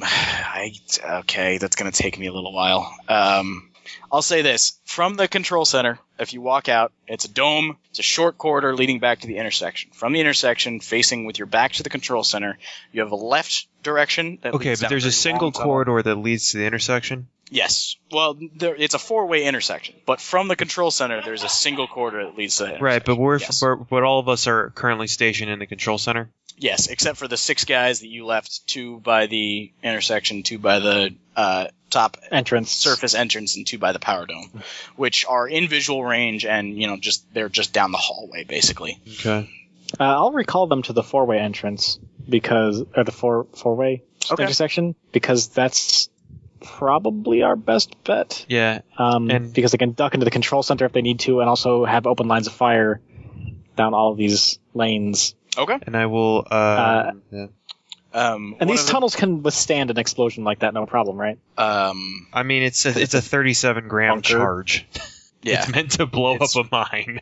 [SPEAKER 1] I okay, that's gonna take me a little while. Um, I'll say this: from the control center, if you walk out, it's a dome. It's a short corridor leading back to the intersection. From the intersection, facing with your back to the control center, you have a left direction. That
[SPEAKER 3] Okay,
[SPEAKER 1] leads
[SPEAKER 3] but
[SPEAKER 1] down
[SPEAKER 3] there's
[SPEAKER 1] very
[SPEAKER 3] a single
[SPEAKER 1] long tunnel.
[SPEAKER 3] corridor that leads to the intersection.
[SPEAKER 1] Yes. Well, there, it's a four-way intersection, but from the control center, there's a single corridor that leads to that.
[SPEAKER 3] Right, but we're,
[SPEAKER 1] Yes.
[SPEAKER 3] we're but all of us are currently stationed in the control center.
[SPEAKER 1] Yes, except for the six guys that you left, two by the intersection, two by the uh, top
[SPEAKER 5] Entrance.
[SPEAKER 1] surface entrance, and two by the power dome, which are in visual range, and you know, just they're just down the hallway, basically.
[SPEAKER 3] Okay.
[SPEAKER 5] Uh, I'll recall them to the four way entrance because, or the four four way
[SPEAKER 1] Okay.
[SPEAKER 5] intersection because that's probably our best bet.
[SPEAKER 3] Yeah,
[SPEAKER 5] Um,
[SPEAKER 3] And-
[SPEAKER 5] because they can duck into the control center if they need to, and also have open lines of fire down all of these lanes.
[SPEAKER 3] and I will. Uh,
[SPEAKER 5] Uh,
[SPEAKER 3] yeah.
[SPEAKER 1] Um,
[SPEAKER 5] And
[SPEAKER 1] one
[SPEAKER 5] these
[SPEAKER 1] of the-
[SPEAKER 5] tunnels can withstand an explosion like that, no problem, right?
[SPEAKER 1] Um,
[SPEAKER 3] I mean, it's a, it's a 37 gram
[SPEAKER 5] Bunker.
[SPEAKER 3] charge.
[SPEAKER 1] yeah,
[SPEAKER 3] It's meant to blow
[SPEAKER 1] It's-
[SPEAKER 3] up a mine.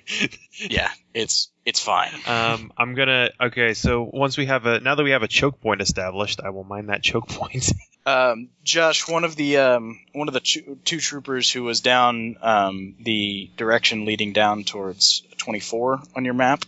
[SPEAKER 1] yeah, it's it's fine.
[SPEAKER 3] um, I'm gonna. Okay, so once we have a now that we have a choke point established, I will mine that choke point.
[SPEAKER 1] Um, Josh, one of the um, one of the two, two troopers who was down um, the direction leading down towards 24 on your map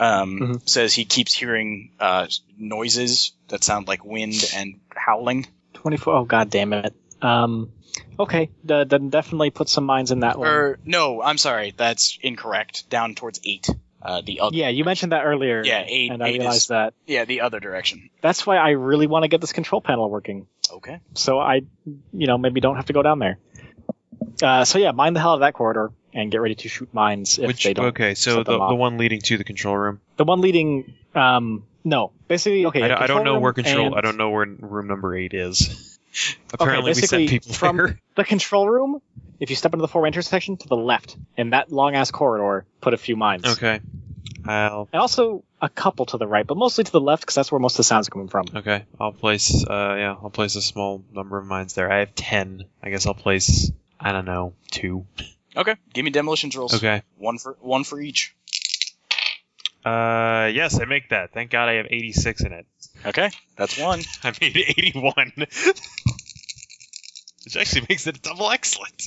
[SPEAKER 1] um,
[SPEAKER 3] Mm-hmm.
[SPEAKER 5] Mhm.
[SPEAKER 1] says he keeps hearing uh, noises that sound like wind and howling.
[SPEAKER 5] 24. Oh, god damn it. Um, okay, d- then definitely put some mines in that one.
[SPEAKER 1] Or no, I'm sorry, that's incorrect. Down towards eight, uh, the other.
[SPEAKER 5] yeah, you mentioned that earlier.
[SPEAKER 1] Yeah, eight.
[SPEAKER 5] And I
[SPEAKER 1] eight
[SPEAKER 5] realized
[SPEAKER 1] is,
[SPEAKER 5] that.
[SPEAKER 1] yeah, the other direction.
[SPEAKER 5] That's why I really want to get this control panel working.
[SPEAKER 1] Okay.
[SPEAKER 5] so I, you know, maybe don't have to go down there. Uh, so yeah, mine the hell out of that corridor and get ready to shoot mines if
[SPEAKER 3] Which
[SPEAKER 5] they don't.
[SPEAKER 3] okay, so
[SPEAKER 5] set
[SPEAKER 3] the,
[SPEAKER 5] them
[SPEAKER 3] the
[SPEAKER 5] off.
[SPEAKER 3] one leading to the control room.
[SPEAKER 5] The one leading, um, no, basically, okay.
[SPEAKER 3] I, don't, I don't know where
[SPEAKER 5] room
[SPEAKER 3] control.
[SPEAKER 5] and-
[SPEAKER 3] I don't know where room number eight is. Apparently, we
[SPEAKER 5] basically
[SPEAKER 3] sent people
[SPEAKER 5] from-
[SPEAKER 3] there.
[SPEAKER 5] The control room. If you step into the four intersection to the left in that long ass corridor, put a few mines.
[SPEAKER 3] Okay. I'll
[SPEAKER 5] And also a couple to the right, but mostly to the left because that's where most of the sounds are coming from.
[SPEAKER 3] okay. I'll place. Uh, yeah, I'll place a small number of mines there. I have ten. I guess I'll place. I don't know, two.
[SPEAKER 1] Okay. Give me demolition rolls.
[SPEAKER 3] Okay.
[SPEAKER 1] One for one for each.
[SPEAKER 3] Uh, yes, I make that. Thank God I have eighty-six in it.
[SPEAKER 1] Okay. That's one.
[SPEAKER 3] I made eighty-one, which actually makes it double excellent.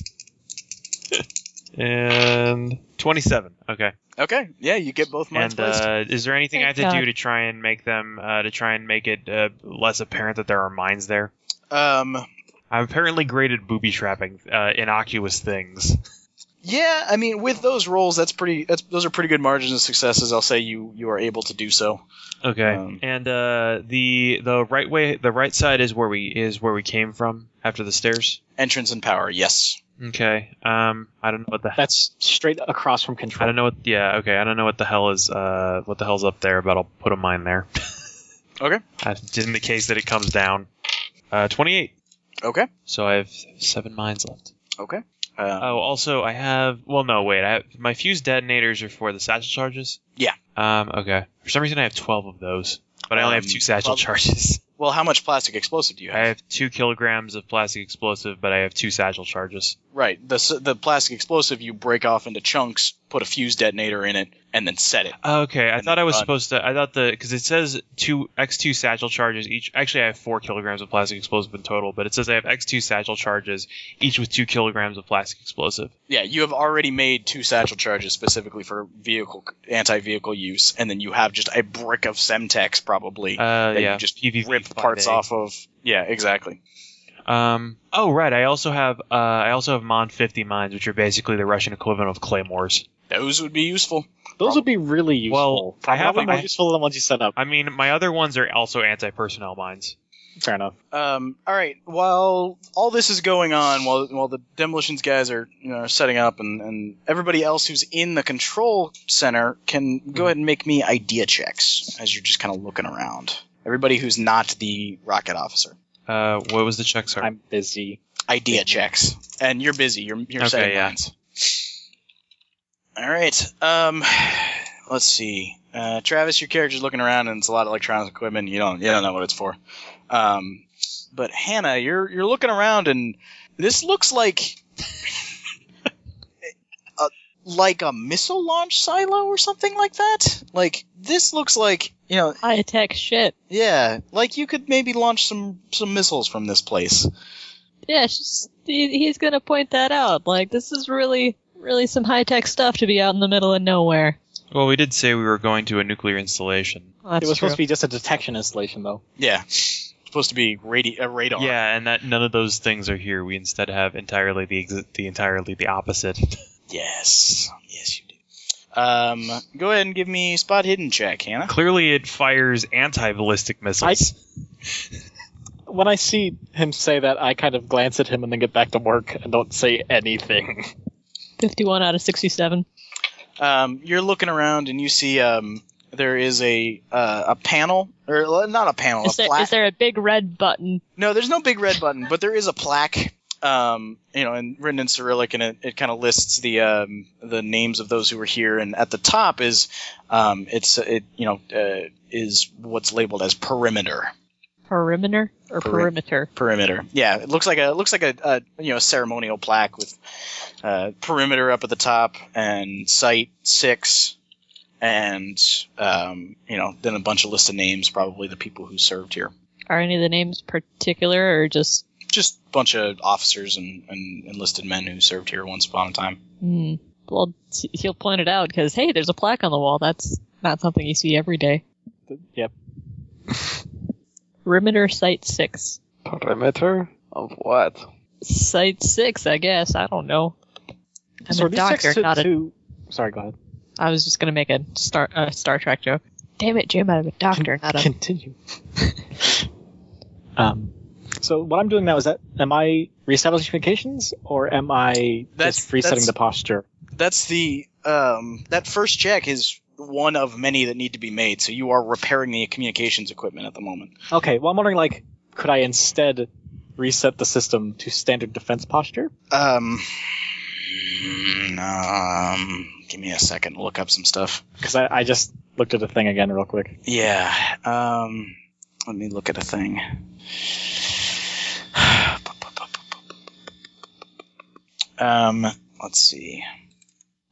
[SPEAKER 3] and twenty-seven. Okay.
[SPEAKER 1] Okay. Yeah, you get both mines
[SPEAKER 3] And
[SPEAKER 1] placed.
[SPEAKER 3] uh, is there anything I have
[SPEAKER 2] Thank
[SPEAKER 3] to
[SPEAKER 2] God.
[SPEAKER 3] do to try and make them uh, to try and make it uh, less apparent that there are mines there? uh,
[SPEAKER 1] Um,
[SPEAKER 3] I'm apparently great at booby trapping uh, innocuous things.
[SPEAKER 1] yeah, I mean, with those rolls, that's pretty. That's those are pretty good margins of successes. I'll say you you are able to do so.
[SPEAKER 3] Okay.
[SPEAKER 1] Um,
[SPEAKER 3] and uh, the the right way, the right side is where we is where we came from after the stairs.
[SPEAKER 1] Entrance and power, yes.
[SPEAKER 3] Okay. Um, I don't know what the
[SPEAKER 5] That's straight across from
[SPEAKER 3] I
[SPEAKER 5] control.
[SPEAKER 3] don't know what. Yeah. Okay. I don't know what the hell is uh what the hell's up there, but I'll put a mine there.
[SPEAKER 1] Okay.
[SPEAKER 3] Uh, In the case that it comes down, uh, twenty-eight.
[SPEAKER 1] Okay.
[SPEAKER 3] So I have seven mines left.
[SPEAKER 1] Okay. Uh,
[SPEAKER 3] Oh, also I have. Well, no, wait. I have my fuse detonators are for the satchel charges.
[SPEAKER 1] Yeah.
[SPEAKER 3] Um. Okay. For some reason, I have twelve of those, but I only have
[SPEAKER 1] Um,
[SPEAKER 3] two satchel
[SPEAKER 1] 12?
[SPEAKER 3] charges.
[SPEAKER 1] well, how much plastic explosive do you have?
[SPEAKER 3] I have two kilograms of plastic explosive, but I have two satchel charges.
[SPEAKER 1] Right. The s- the plastic explosive you break off into chunks, put a fuse detonator in it, and then set it.
[SPEAKER 3] Okay, I
[SPEAKER 1] And
[SPEAKER 3] thought I was
[SPEAKER 1] run.
[SPEAKER 3] supposed to. I thought the because it says two x two satchel charges each. Actually, I have four kilograms of plastic explosive in total, but it says I have x two satchel charges each with two kilograms of plastic explosive.
[SPEAKER 1] Yeah, you have already made two satchel charges specifically for vehicle anti vehicle use, and then you have just a brick of Semtex probably
[SPEAKER 3] Uh,
[SPEAKER 1] that
[SPEAKER 3] yeah.
[SPEAKER 1] you just
[SPEAKER 3] PVP
[SPEAKER 1] rip
[SPEAKER 3] five
[SPEAKER 1] parts
[SPEAKER 3] A.
[SPEAKER 1] off of. Yeah, exactly.
[SPEAKER 3] Um. Oh, right. I also have. Uh, I also have Mon fifty mines, which are basically the Russian equivalent of claymores.
[SPEAKER 1] Those would be useful.
[SPEAKER 5] Those would be really useful.
[SPEAKER 3] Well, I have-
[SPEAKER 5] Probably more
[SPEAKER 3] I-
[SPEAKER 5] useful than ones you set up.
[SPEAKER 3] I mean, my other ones are also anti-personnel mines.
[SPEAKER 5] Fair enough.
[SPEAKER 1] Um, all right. While all this is going on, while while the demolitions guys are you know setting up, and, and everybody else who's in the control center can go ahead and make me idea checks as you're just kind of looking around. Everybody who's not the rocket officer,
[SPEAKER 3] Uh, what was the check? Sorry.
[SPEAKER 5] I'm busy.
[SPEAKER 1] idea checks, and you're busy. You're you're
[SPEAKER 3] Okay,
[SPEAKER 1] setting
[SPEAKER 3] yeah.
[SPEAKER 1] lines. All right. Um, let's see. Uh, Travis, your character's looking around, and it's a lot of electronic equipment. You don't you don't know what it's for. Um, but Hannah, you're you're looking around, and this looks like. Uh, like a missile launch silo or something like that? Like this looks like you know
[SPEAKER 2] High tech shit.
[SPEAKER 1] yeah, like you could maybe launch some some missiles from this place.
[SPEAKER 2] Yeah, it's just, he, he's gonna point that out. Like, this is really, really some high tech stuff to be out in the middle of nowhere.
[SPEAKER 3] Well, we did say we were going to a nuclear installation.
[SPEAKER 2] Well, that's
[SPEAKER 5] it was
[SPEAKER 2] true.
[SPEAKER 5] supposed to be just a detection installation, though.
[SPEAKER 1] Yeah, supposed to be radi- a radar.
[SPEAKER 3] Yeah, and that none of those things are here. We instead have entirely the exi- the entirely the opposite.
[SPEAKER 1] Yes. Yes, you do. Um, go ahead and give me spot hidden check, Hannah.
[SPEAKER 3] Clearly, it fires anti ballistic missiles.
[SPEAKER 5] When I see him say that, I kind of glance at him and then get back to work and don't say anything.
[SPEAKER 2] 51 out of 67.
[SPEAKER 1] Um, you're looking around and you see um, there is a uh, a panel or uh, not a panel,
[SPEAKER 2] Is
[SPEAKER 1] a
[SPEAKER 2] there,
[SPEAKER 1] plaque.
[SPEAKER 2] is there a big red button?
[SPEAKER 1] No, there's no big red button, but there is a plaque. Um, you know, and written in Cyrillic, and it, it kind of lists the um, the names of those who were here. And at the top is um, it's it you know uh, is what's labeled as perimeter.
[SPEAKER 2] Perimeter? Or
[SPEAKER 1] Peri-
[SPEAKER 2] perimeter?
[SPEAKER 1] perimeter. Yeah, it looks like a it looks like a, a you know a ceremonial plaque with uh, perimeter up at the top and site six, and um, you know then a bunch of list of names, probably the people who served here.
[SPEAKER 2] Are any of the names particular or just.
[SPEAKER 1] Just a bunch of officers and, and enlisted men who served here once upon a time.
[SPEAKER 2] Hmm. Well, t- he'll point it out because, hey, there's a plaque on the wall. That's not something you see every day.
[SPEAKER 5] Yep.
[SPEAKER 2] Perimeter Site 6.
[SPEAKER 4] Perimeter of what?
[SPEAKER 2] Site 6, I guess. I don't know. I'm
[SPEAKER 5] So
[SPEAKER 2] a
[SPEAKER 5] are these checks
[SPEAKER 2] doctor,
[SPEAKER 5] to-
[SPEAKER 2] not a
[SPEAKER 5] to- Sorry, go ahead.
[SPEAKER 2] I was just gonna make a Star uh, Star Trek joke. Damn it, Jim! I'm a doctor, not a.
[SPEAKER 5] Continue. um, so what I'm doing now is that am I reestablishing communications or am I
[SPEAKER 1] That's-
[SPEAKER 5] just resetting
[SPEAKER 1] that's-
[SPEAKER 5] the posture?
[SPEAKER 1] That's the um, that first check is one of many that need to be made. So you are repairing the communications equipment at the moment.
[SPEAKER 5] Okay. Well, I'm wondering like, could I instead reset the system to standard defense posture?
[SPEAKER 1] Um, mm, um, give me a second to look up some stuff.
[SPEAKER 5] Because I, I just looked at the thing again real quick.
[SPEAKER 1] Yeah. Um, let me look at a thing. Um, let's see.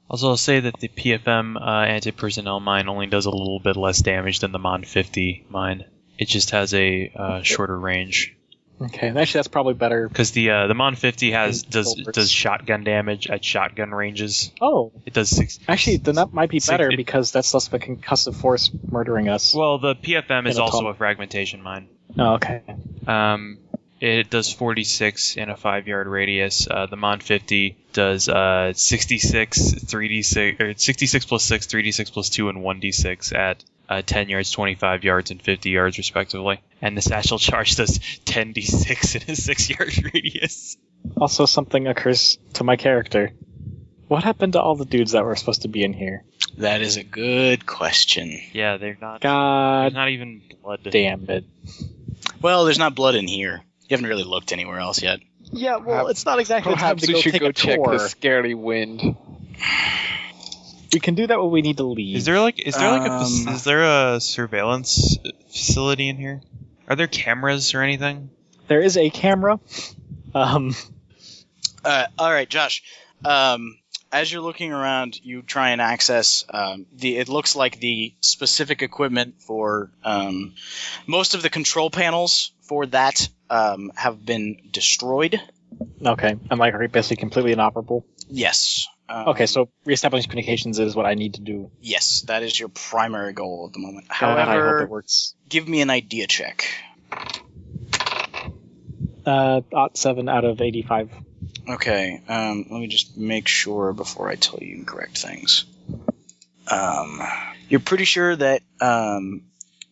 [SPEAKER 3] Also, I'll say that the PFM uh, anti personnel mine only does a little bit less damage than the Mon 50 mine. It just has a uh, shorter range
[SPEAKER 5] Okay. And actually, that's probably better.
[SPEAKER 3] because the uh, the Mon 50 has
[SPEAKER 5] Mm,
[SPEAKER 3] does
[SPEAKER 5] shoulders.
[SPEAKER 3] does shotgun damage at shotgun ranges.
[SPEAKER 5] Oh,
[SPEAKER 3] It does six.
[SPEAKER 5] actually, then that might be
[SPEAKER 3] Sig-
[SPEAKER 5] better
[SPEAKER 3] it-
[SPEAKER 5] because that's less of a concussive force murdering us.
[SPEAKER 3] Well, the PFM is
[SPEAKER 5] In a
[SPEAKER 3] also
[SPEAKER 5] tunnel.
[SPEAKER 3] a fragmentation mine.
[SPEAKER 5] oh, okay.
[SPEAKER 3] Um, it does 46 in a five yard radius. Uh, the Mon 50 does uh, 66, 3d6, or 66 plus 6, 3d6 plus 2, and 1d6 at uh, 10 yards, 25 yards, and 50 yards, respectively. And the Satchel Charge does 10d6 in a 6 yard radius.
[SPEAKER 5] Also, something occurs to my character. What happened to all the dudes that were supposed to be in here?
[SPEAKER 1] That is a good question.
[SPEAKER 3] Yeah, they're not.
[SPEAKER 5] God
[SPEAKER 3] There's not even blood.
[SPEAKER 5] damn it.
[SPEAKER 1] Well, there's not blood in here. You haven't really looked anywhere else yet.
[SPEAKER 5] Yeah,
[SPEAKER 4] Perhaps-
[SPEAKER 5] it's not exactly
[SPEAKER 4] Perhaps we should go check the scaredy wind.
[SPEAKER 5] We can do that when we need to leave.
[SPEAKER 3] Is there like is there like a fac-
[SPEAKER 1] Um,
[SPEAKER 3] is there a surveillance facility in here? Are there cameras or anything?
[SPEAKER 5] there is a camera. Um,
[SPEAKER 1] Uh, all right, Josh. Um, as you're looking around, you try and access um, the. It looks like the specific equipment for um, most of the control panels for that um, have been destroyed.
[SPEAKER 5] okay, am I basically completely inoperable?
[SPEAKER 1] Yes. Um,
[SPEAKER 5] Okay, so reestablishing communications is what I need to do.
[SPEAKER 1] yes, that is your primary goal at the moment.
[SPEAKER 5] God, I hope it
[SPEAKER 1] However,
[SPEAKER 5] works.
[SPEAKER 1] give me an idea check.
[SPEAKER 5] Uh, ot seven out of eighty-five.
[SPEAKER 1] Okay, um, let me just make sure before I tell you incorrect things. Um, you're pretty sure that um,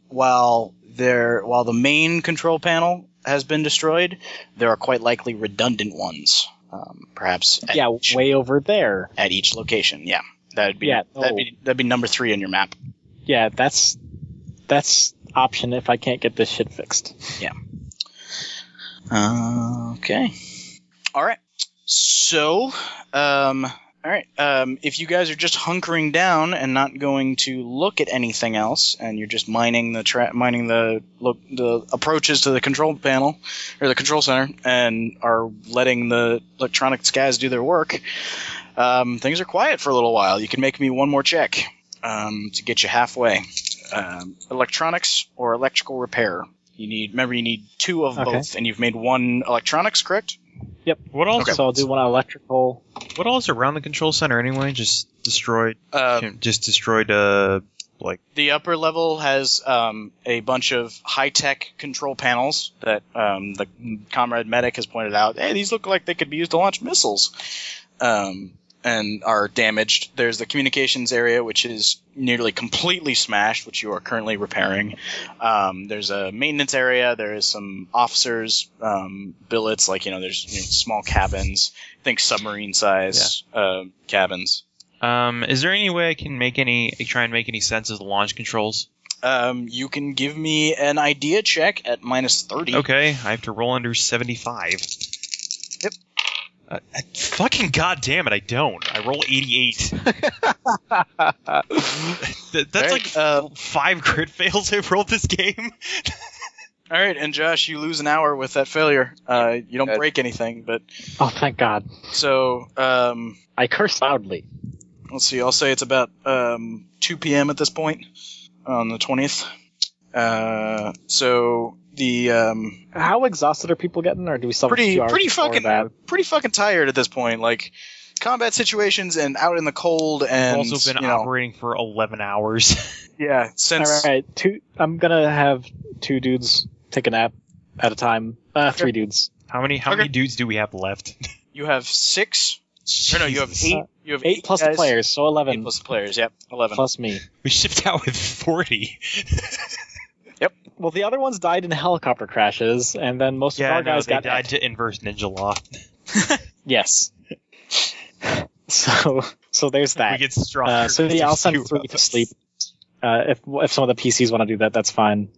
[SPEAKER 1] while there, while the main control panel has been destroyed, there are quite likely redundant ones, um, perhaps at,
[SPEAKER 5] Yeah,
[SPEAKER 1] each,
[SPEAKER 5] way over there.
[SPEAKER 1] at each location. Yeah, that'd be
[SPEAKER 5] Yeah,
[SPEAKER 1] that'd
[SPEAKER 5] oh.
[SPEAKER 1] be that'd be number three on your map.
[SPEAKER 5] Yeah, that's that's option if I can't get this shit fixed.
[SPEAKER 1] Uh, okay. All right. So, um, all right. Um, if you guys are just hunkering down and not going to look at anything else, and you're just mining the tra- mining the look the approaches to the control panel or the control center, and are letting the electronics guys do their work, Um, things are quiet for a little while. You can make me one more check um, to get you halfway. Um, electronics or electrical repair. You need. Remember, you need two of
[SPEAKER 5] Okay.
[SPEAKER 1] both, and you've made one electronics, correct?
[SPEAKER 3] What else?
[SPEAKER 1] Okay.
[SPEAKER 5] So I'll do one on electrical.
[SPEAKER 3] What else around the control center anyway? Just destroyed.
[SPEAKER 1] Uh,
[SPEAKER 7] Um,
[SPEAKER 3] just destroyed. Uh, like
[SPEAKER 1] the upper level has um, a bunch of high-tech control panels that um, the comrade medic has pointed out. Hey, these look like they could be used to launch missiles, um, and are damaged. There's the communications area, which is nearly completely smashed, which you are currently repairing. Um, there's a maintenance area. There is some officers' um, billets, like you know, there's you know, small cabins, think submarine-size uh, cabins.
[SPEAKER 3] Um, is there any way I can make any try and make any sense of the launch controls?
[SPEAKER 1] Um, you can give me an idea check at minus thirty.
[SPEAKER 3] Okay, I have to roll under seventy-five.
[SPEAKER 1] Yep.
[SPEAKER 3] Uh, I, fucking goddamn it! I don't. I roll eighty-eight. Th- that's
[SPEAKER 1] Alright,
[SPEAKER 3] like
[SPEAKER 1] uh,
[SPEAKER 3] five crit fails I've rolled this game.
[SPEAKER 1] All right, and Josh, you lose an hour with that failure. Uh, you don't
[SPEAKER 4] Good.
[SPEAKER 1] break anything, but
[SPEAKER 5] Oh, thank God.
[SPEAKER 1] so um,
[SPEAKER 5] I curse loudly.
[SPEAKER 1] let's see. I'll say it's about um, two p.m. at this point on the twentieth. Uh, so the um,
[SPEAKER 5] How exhausted are people getting, or do we still have a
[SPEAKER 1] pretty
[SPEAKER 5] few hours
[SPEAKER 1] pretty
[SPEAKER 5] before
[SPEAKER 1] fucking
[SPEAKER 5] that?
[SPEAKER 1] pretty fucking tired at this point. Like combat situations and out in the cold and
[SPEAKER 3] I've also been
[SPEAKER 1] you know,
[SPEAKER 3] operating for eleven hours.
[SPEAKER 1] yeah since
[SPEAKER 5] All right, two. I'm gonna have two dudes take a nap at a time. Uh, three dudes.
[SPEAKER 3] How many how
[SPEAKER 1] Okay.
[SPEAKER 3] many dudes do we have left?
[SPEAKER 1] you have six. Or no, you have
[SPEAKER 5] Jesus.
[SPEAKER 1] eight. You have eight,
[SPEAKER 5] Eight plus the
[SPEAKER 1] guys.
[SPEAKER 5] players, so eleven.
[SPEAKER 1] Eight plus the players. Yep, eleven.
[SPEAKER 5] plus me.
[SPEAKER 3] We shipped out with forty.
[SPEAKER 5] Well, the other ones died in helicopter crashes, and then most of
[SPEAKER 3] Yeah,
[SPEAKER 5] our
[SPEAKER 3] no,
[SPEAKER 5] guys
[SPEAKER 3] they
[SPEAKER 5] got
[SPEAKER 3] died
[SPEAKER 5] it.
[SPEAKER 3] to inverse ninja law.
[SPEAKER 5] Yes. so, so there's
[SPEAKER 3] We
[SPEAKER 5] that.
[SPEAKER 3] get stronger.
[SPEAKER 5] Uh, so
[SPEAKER 3] if
[SPEAKER 5] yeah, I'll
[SPEAKER 3] there's
[SPEAKER 5] send
[SPEAKER 3] two
[SPEAKER 5] three
[SPEAKER 3] of
[SPEAKER 5] to
[SPEAKER 3] us.
[SPEAKER 5] sleep. Uh, if if some of the PCs want to do that, that's fine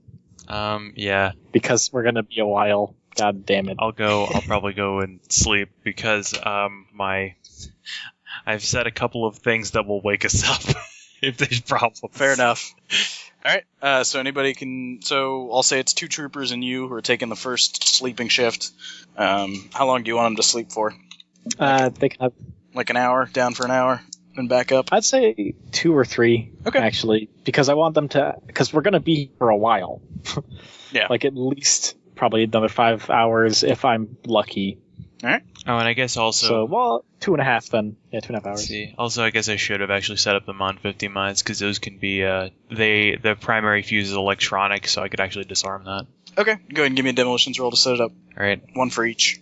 [SPEAKER 3] Um, yeah,
[SPEAKER 5] because we're gonna be a while. God damn it!
[SPEAKER 3] I'll go. I'll probably go and sleep because um, my I've said a couple of things that will wake us up if there's problems.
[SPEAKER 1] Fair enough. All right. Uh, so anybody can. So I'll say it's two troopers and you who are taking the first sleeping shift. Um, how long do you want them to sleep for?
[SPEAKER 5] Uh, they can have,
[SPEAKER 1] Like an hour, down for an hour, and back up.
[SPEAKER 5] I'd say two or three
[SPEAKER 1] Okay.
[SPEAKER 5] actually because I want them to because we're gonna be here for a while.
[SPEAKER 1] Yeah.
[SPEAKER 5] Like at least probably another five hours if I'm lucky.
[SPEAKER 3] Oh, and I guess
[SPEAKER 5] So,
[SPEAKER 3] also.
[SPEAKER 5] well, two and a half then. Yeah, two and a half
[SPEAKER 3] let's
[SPEAKER 5] hours.
[SPEAKER 3] see. Also, I guess I should have actually set up the Mon 50 mines because those can be uh, they the primary fuse is electronic, so I could actually disarm that.
[SPEAKER 1] Okay. Go ahead and give me a demolitions roll to set it up.
[SPEAKER 3] All right,
[SPEAKER 1] One for each.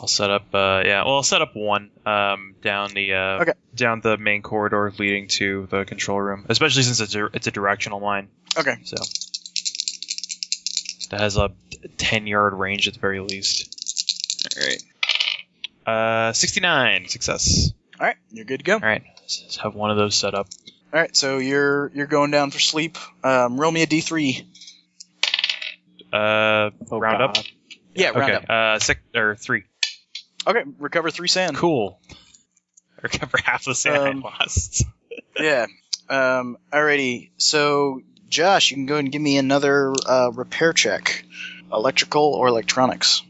[SPEAKER 3] I'll set up. Uh, yeah, well, I'll set up one um, down the uh,
[SPEAKER 1] Okay.
[SPEAKER 3] down the main corridor leading to the control room, especially since it's a, it's a directional line.
[SPEAKER 1] Okay.
[SPEAKER 3] So that has a ten yard range at the very least. All right. Uh, sixty nine success.
[SPEAKER 1] All right. You're good to go. All
[SPEAKER 3] All right. Let's just have one of those set up.
[SPEAKER 1] right. So you're you're going down for sleep. Um, roll me a d3.
[SPEAKER 3] Uh,
[SPEAKER 5] Oh,
[SPEAKER 3] round up.
[SPEAKER 5] God.
[SPEAKER 1] Yeah. Round
[SPEAKER 3] okay.
[SPEAKER 1] up.
[SPEAKER 3] Uh, six or three.
[SPEAKER 1] Okay. Recover three sand.
[SPEAKER 3] Cool. Recover half the sand
[SPEAKER 1] Um,
[SPEAKER 3] I lost.
[SPEAKER 1] Yeah. Um, alrighty. So Josh, you can go ahead and give me another uh, repair check. Electrical or electronics.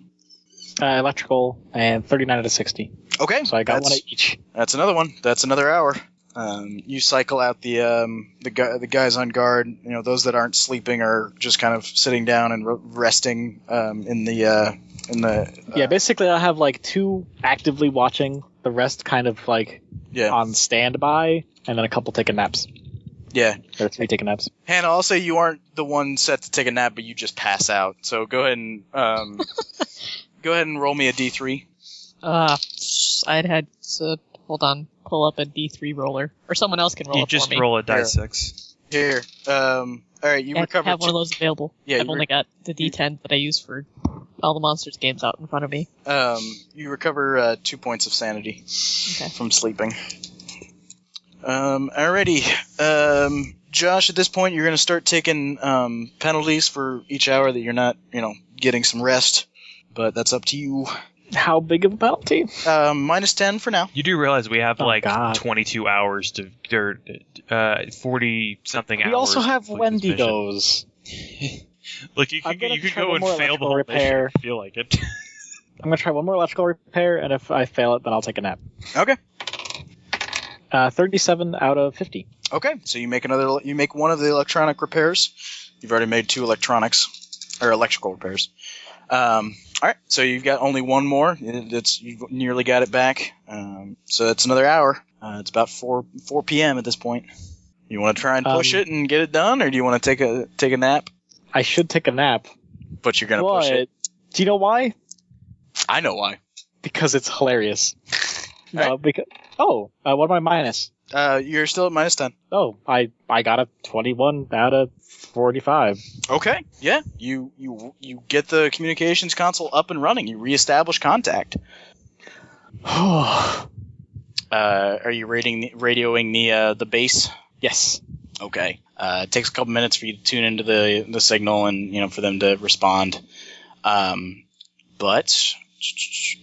[SPEAKER 5] Uh, electrical and 39 out of 60.
[SPEAKER 1] Okay,
[SPEAKER 5] So I got
[SPEAKER 1] that's,
[SPEAKER 5] one of each.
[SPEAKER 1] That's another one. That's another hour. Um, you cycle out the um, the gu- the guys on guard. You know, those that aren't sleeping are just kind of sitting down and re- resting um, in the uh, in the uh,
[SPEAKER 5] yeah, basically I'll have like two actively watching, the rest kind of like
[SPEAKER 1] yeah
[SPEAKER 5] on standby, and then a couple taking naps.
[SPEAKER 1] yeah.
[SPEAKER 5] Or three taking naps.
[SPEAKER 1] Hannah, I'll say you aren't the one set to take a nap, but you just pass out. So go ahead and um, go ahead and roll me a d three.
[SPEAKER 2] Uh, I'd had to hold on, pull up a D3 roller, or someone else can roll
[SPEAKER 3] You
[SPEAKER 2] it
[SPEAKER 3] just
[SPEAKER 2] for me.
[SPEAKER 3] roll a die
[SPEAKER 1] Here.
[SPEAKER 3] six.
[SPEAKER 1] Here, um, all right, you
[SPEAKER 2] I
[SPEAKER 1] recover.
[SPEAKER 2] have one of those available.
[SPEAKER 1] Yeah,
[SPEAKER 2] I've
[SPEAKER 1] you
[SPEAKER 2] only got the D10 that I use for all the monsters games out in front of me.
[SPEAKER 1] two- um, you recover uh, two points of sanity.
[SPEAKER 2] Okay.
[SPEAKER 1] from sleeping. Um, alrighty. Um, Josh, at this point, you're going to start taking um, penalties for each hour that you're not, you know, getting some rest. But that's up to you.
[SPEAKER 5] How big of a penalty?
[SPEAKER 1] Um, minus ten for now.
[SPEAKER 3] You do realize we have
[SPEAKER 5] Oh,
[SPEAKER 3] like
[SPEAKER 5] God.
[SPEAKER 3] 22 hours to, or uh, 40 something hours.
[SPEAKER 5] we also
[SPEAKER 3] to
[SPEAKER 5] have
[SPEAKER 3] complete this
[SPEAKER 5] Wendy
[SPEAKER 3] mission.
[SPEAKER 5] goes.
[SPEAKER 3] Look, you
[SPEAKER 5] I'm
[SPEAKER 3] could,
[SPEAKER 5] gonna
[SPEAKER 3] you could
[SPEAKER 5] try
[SPEAKER 3] go
[SPEAKER 5] one
[SPEAKER 3] and
[SPEAKER 5] more
[SPEAKER 3] fail the
[SPEAKER 5] electrical
[SPEAKER 3] whole mission
[SPEAKER 5] repair.
[SPEAKER 3] if you feel like it.
[SPEAKER 5] I'm gonna try one more electrical repair, and if I fail it, then I'll take a nap.
[SPEAKER 1] Okay.
[SPEAKER 5] Uh, 37 out of 50.
[SPEAKER 1] Okay, so you make another. You make one of the electronic repairs. You've already made two electronics or electrical repairs. Um, all right, so you've got only one more. It- It's you've nearly got it back. Um, so that's another hour. Uh, it's about four four p.m. at this point. You want to try and push
[SPEAKER 5] Um,
[SPEAKER 1] it and get it done, or do you want to take a take a nap?
[SPEAKER 5] I should take a nap,
[SPEAKER 1] But you're gonna push it.
[SPEAKER 5] but do you know why?
[SPEAKER 1] I know why.
[SPEAKER 5] Because it's hilarious.
[SPEAKER 1] All
[SPEAKER 5] Uh, because oh, uh, what am I minus?
[SPEAKER 1] Uh, you're still at minus ten.
[SPEAKER 5] Oh, I I got a 21 out of 45.
[SPEAKER 1] Okay. Yeah. You you you get the communications console up and running. You reestablish contact. Uh, are you rating, radioing the uh, the base?
[SPEAKER 5] yes.
[SPEAKER 1] Okay. Uh, it takes a couple minutes for you to tune into the the signal and you know for them to respond. Um, but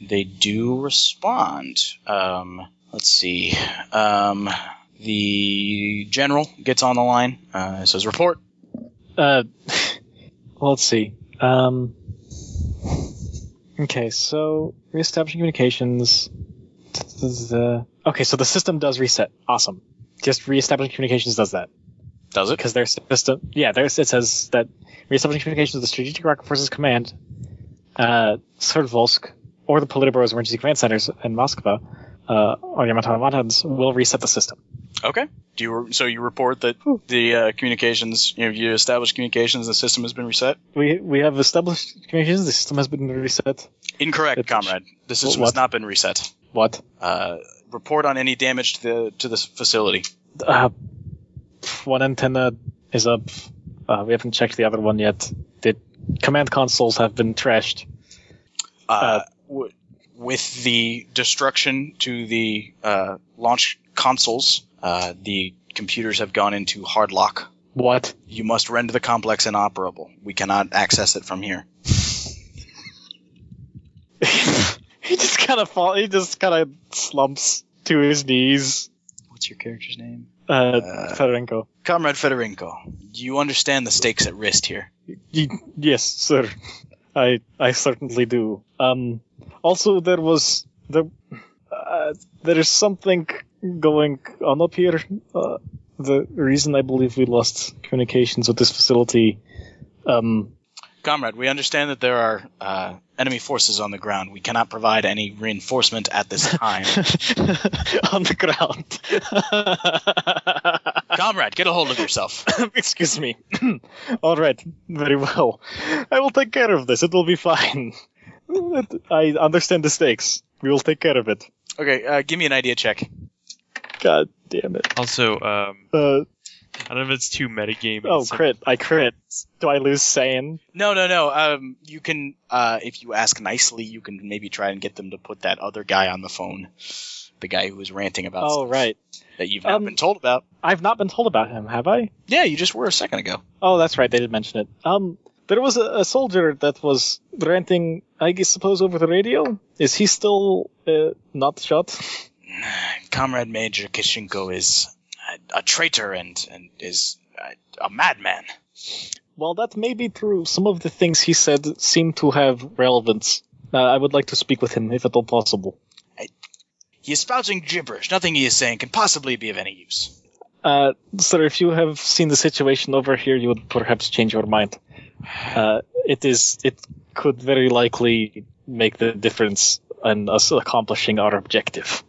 [SPEAKER 1] they do respond. Um, let's see. Um, the general gets on the line. Uh, says report.
[SPEAKER 5] Uh, well, let's see. Um, okay, so reestablishing communications. The okay, so the system does reset. Awesome. Just reestablishing communications does that
[SPEAKER 1] Does it?
[SPEAKER 5] because their system. Yeah, there's it says that reestablishing communications with the Strategic Rocket Forces Command, uh, Sverdlovsk, or the Politburo's emergency command centers in Moscow, uh, or Yamatomatans will reset the system.
[SPEAKER 1] Okay. Do you so you report that the uh, communications you know you establish communications the system has been reset?
[SPEAKER 5] We we have established communications. The system has been reset.
[SPEAKER 1] Incorrect,
[SPEAKER 5] It's-
[SPEAKER 1] comrade. The system has
[SPEAKER 5] what?
[SPEAKER 1] not been reset.
[SPEAKER 5] What?
[SPEAKER 1] Uh, report on any damage to the to this facility.
[SPEAKER 5] Uh, one antenna is up. Uh, we haven't checked the other one yet. The command consoles have been trashed.
[SPEAKER 1] Uh,
[SPEAKER 5] Uh,
[SPEAKER 1] w- with the destruction to the uh, launch consoles, uh, the computers have gone into hard lock.
[SPEAKER 5] What?
[SPEAKER 1] You must render the complex inoperable. We cannot access it from here.
[SPEAKER 5] he just kind of fall. He just kind of slumps to his knees.
[SPEAKER 1] What's your character's name?
[SPEAKER 5] Uh,
[SPEAKER 1] Uh.
[SPEAKER 5] Fedorenko.
[SPEAKER 1] Comrade Federinko, do you understand the stakes at risk here?
[SPEAKER 5] Y- yes, sir. I I certainly do. Um. Also, there was there. Uh, there is something going on up here. Uh, the reason I believe we lost communications with this facility. Um.
[SPEAKER 1] Comrade, we understand that there are uh, enemy forces on the ground. We cannot provide any reinforcement at this time.
[SPEAKER 5] on the ground.
[SPEAKER 1] Comrade, get a hold of yourself.
[SPEAKER 5] Excuse me. All right, very well. I will take care of this. It will be fine. I understand the stakes. We will take care of it.
[SPEAKER 1] Okay, uh, give me an idea check.
[SPEAKER 5] God damn it.
[SPEAKER 3] Also, um,
[SPEAKER 5] Uh,
[SPEAKER 3] I don't know if it's too metagaming.
[SPEAKER 5] oh,
[SPEAKER 3] Some-
[SPEAKER 5] crit. I crit. Do I lose sane?
[SPEAKER 1] No, no, no. Um, you can, uh, if you ask nicely, you can maybe try and get them to put that other guy on the phone, the guy who was ranting about
[SPEAKER 5] Oh,
[SPEAKER 1] stuff
[SPEAKER 5] right.
[SPEAKER 1] that you've not
[SPEAKER 5] Um,
[SPEAKER 1] been told about.
[SPEAKER 5] I've not been told about him, have I?
[SPEAKER 1] Yeah, you just were a second ago.
[SPEAKER 5] Oh, that's right. They did mention it. Um, there was a, a soldier that was ranting, I guess, suppose over the radio. Is he still uh, not shot?
[SPEAKER 1] Comrade Major Kishinko is a, a traitor and and is a, a madman.
[SPEAKER 5] Well, that may be true. Some of the things he said seem to have relevance. Uh, I would like to speak with him if at all possible.
[SPEAKER 1] He is spouting gibberish. Nothing he is saying can possibly be of any use.
[SPEAKER 5] Uh, sir, if you have seen the situation over here, you would perhaps change your mind. Uh, it is. It could very likely make the difference in us accomplishing our objective.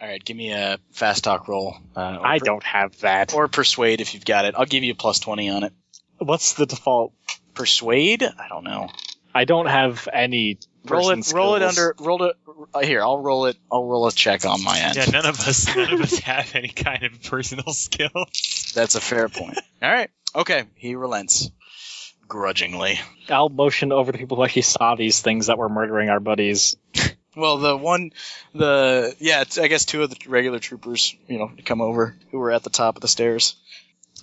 [SPEAKER 1] All right, give me a fast talk roll. Uh, or
[SPEAKER 5] I
[SPEAKER 1] per-
[SPEAKER 5] don't have that.
[SPEAKER 1] Or persuade if you've got it. I'll give you a plus twenty on it.
[SPEAKER 5] What's the default?
[SPEAKER 1] Persuade? I don't know.
[SPEAKER 5] I don't have any.
[SPEAKER 1] roll
[SPEAKER 5] person
[SPEAKER 1] it roll it
[SPEAKER 5] skills.
[SPEAKER 1] under roll it uh, here i'll roll it i'll roll a check on my end
[SPEAKER 3] Yeah, none of us, none of us have any kind of personal skill.
[SPEAKER 1] that's a fair point all right okay he relents grudgingly
[SPEAKER 5] I'll motion over to people who actually saw these things that were murdering our buddies.
[SPEAKER 1] well the one the yeah it's, i guess two of the regular troopers you know come over who were at the top of the stairs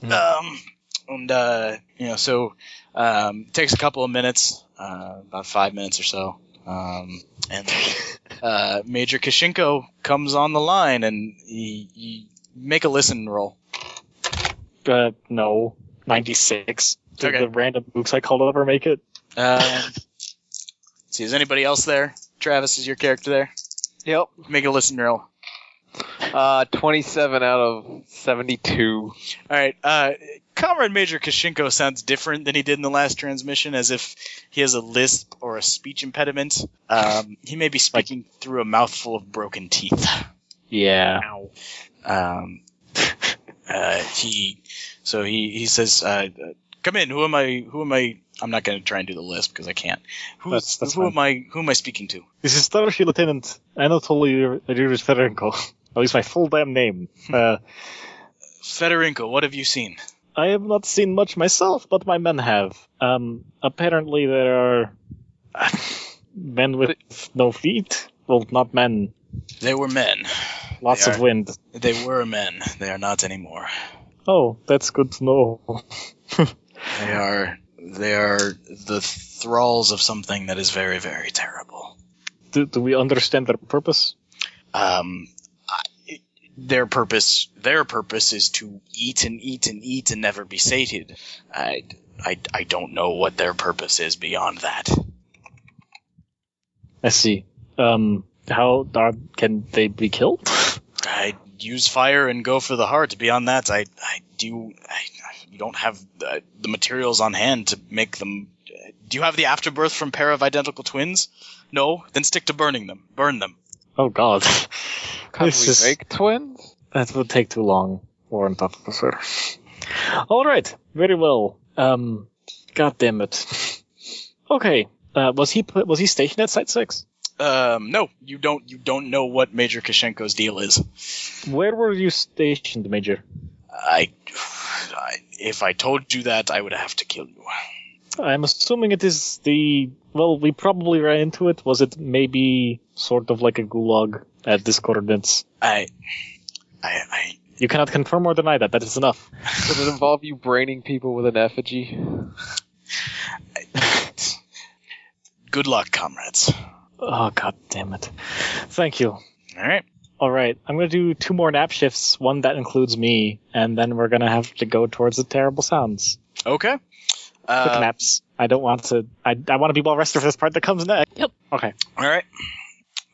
[SPEAKER 1] um and uh you know so um takes a couple of minutes uh about five minutes or so um and uh major kashinko comes on the line and he, he make a listen roll
[SPEAKER 5] Uh, no, ninety six. Did
[SPEAKER 1] Okay.
[SPEAKER 5] the random books I called over make it?
[SPEAKER 1] Um, See, is anybody else there? Travis is your character there.
[SPEAKER 4] Yep.
[SPEAKER 1] Make a listener roll.
[SPEAKER 4] Uh, 27 out of 72.
[SPEAKER 1] All right. Uh, Comrade Major Kashinko sounds different than he did in the last transmission, as if he has a lisp or a speech impediment. Um, he may be speaking through a mouthful of broken teeth.
[SPEAKER 5] Yeah.
[SPEAKER 1] Um, uh, he, so he he says, uh, uh, "Come in. Who am I? Who am I?" I'm not going to try and do the lisp because I can't. Who's,
[SPEAKER 5] That's- that's
[SPEAKER 1] who am I? Who am I speaking to?
[SPEAKER 5] This is Starship Lieutenant Anatoly Ryryshverenko. At least my full damn name. Uh,
[SPEAKER 1] Federinko. What have you seen?
[SPEAKER 5] I have not seen much myself, but my men have. Um, apparently there are men with no feet. Well, not men.
[SPEAKER 1] They were men.
[SPEAKER 5] Lots
[SPEAKER 1] They
[SPEAKER 5] of
[SPEAKER 1] are.
[SPEAKER 5] wind.
[SPEAKER 1] They were men. They are not anymore.
[SPEAKER 5] Oh, that's good to know.
[SPEAKER 1] They are. They are the thralls of something that is very, very terrible.
[SPEAKER 5] Do, do we understand their purpose?
[SPEAKER 1] Um, I, their purpose. Their purpose is to eat and eat and eat and never be sated. I, I, I don't know what their purpose is beyond that.
[SPEAKER 5] I see. Um, how are, can they be killed?
[SPEAKER 1] I use fire and go for the heart. Beyond that, I, I do. I, you don't have uh, the materials on hand to make them. Do you have the afterbirth from pair of identical twins? No, then stick to burning them. Burn them.
[SPEAKER 5] Oh God,
[SPEAKER 4] Can
[SPEAKER 5] This
[SPEAKER 4] we
[SPEAKER 5] is-
[SPEAKER 4] make twins?
[SPEAKER 5] that would take too long, warrant officer. All right, very well. Um, God damn it. Okay, uh, was he was he stationed at Site Six?
[SPEAKER 1] Um, no, you don't. You don't know what Major Kashenko's deal is.
[SPEAKER 5] Where were you stationed, Major?
[SPEAKER 1] I, I, if I told you that, I would have to kill you.
[SPEAKER 5] I'm assuming it is the. Well, we probably ran into it. Was it maybe sort of like a gulag at this coordinates?
[SPEAKER 1] I, I, I.
[SPEAKER 5] You cannot confirm or deny that. That is enough.
[SPEAKER 4] Would it involve you braining people with an effigy?
[SPEAKER 1] Good luck, comrades.
[SPEAKER 5] Oh God damn it! Thank you.
[SPEAKER 1] All right.
[SPEAKER 5] All right, I'm gonna do two more nap shifts. One that includes me, and then we're gonna have to go towards the terrible sounds.
[SPEAKER 1] Okay.
[SPEAKER 5] Quick
[SPEAKER 1] Uh,
[SPEAKER 5] naps. I don't want to. I, I want to be well rested for this part that comes next.
[SPEAKER 1] all right.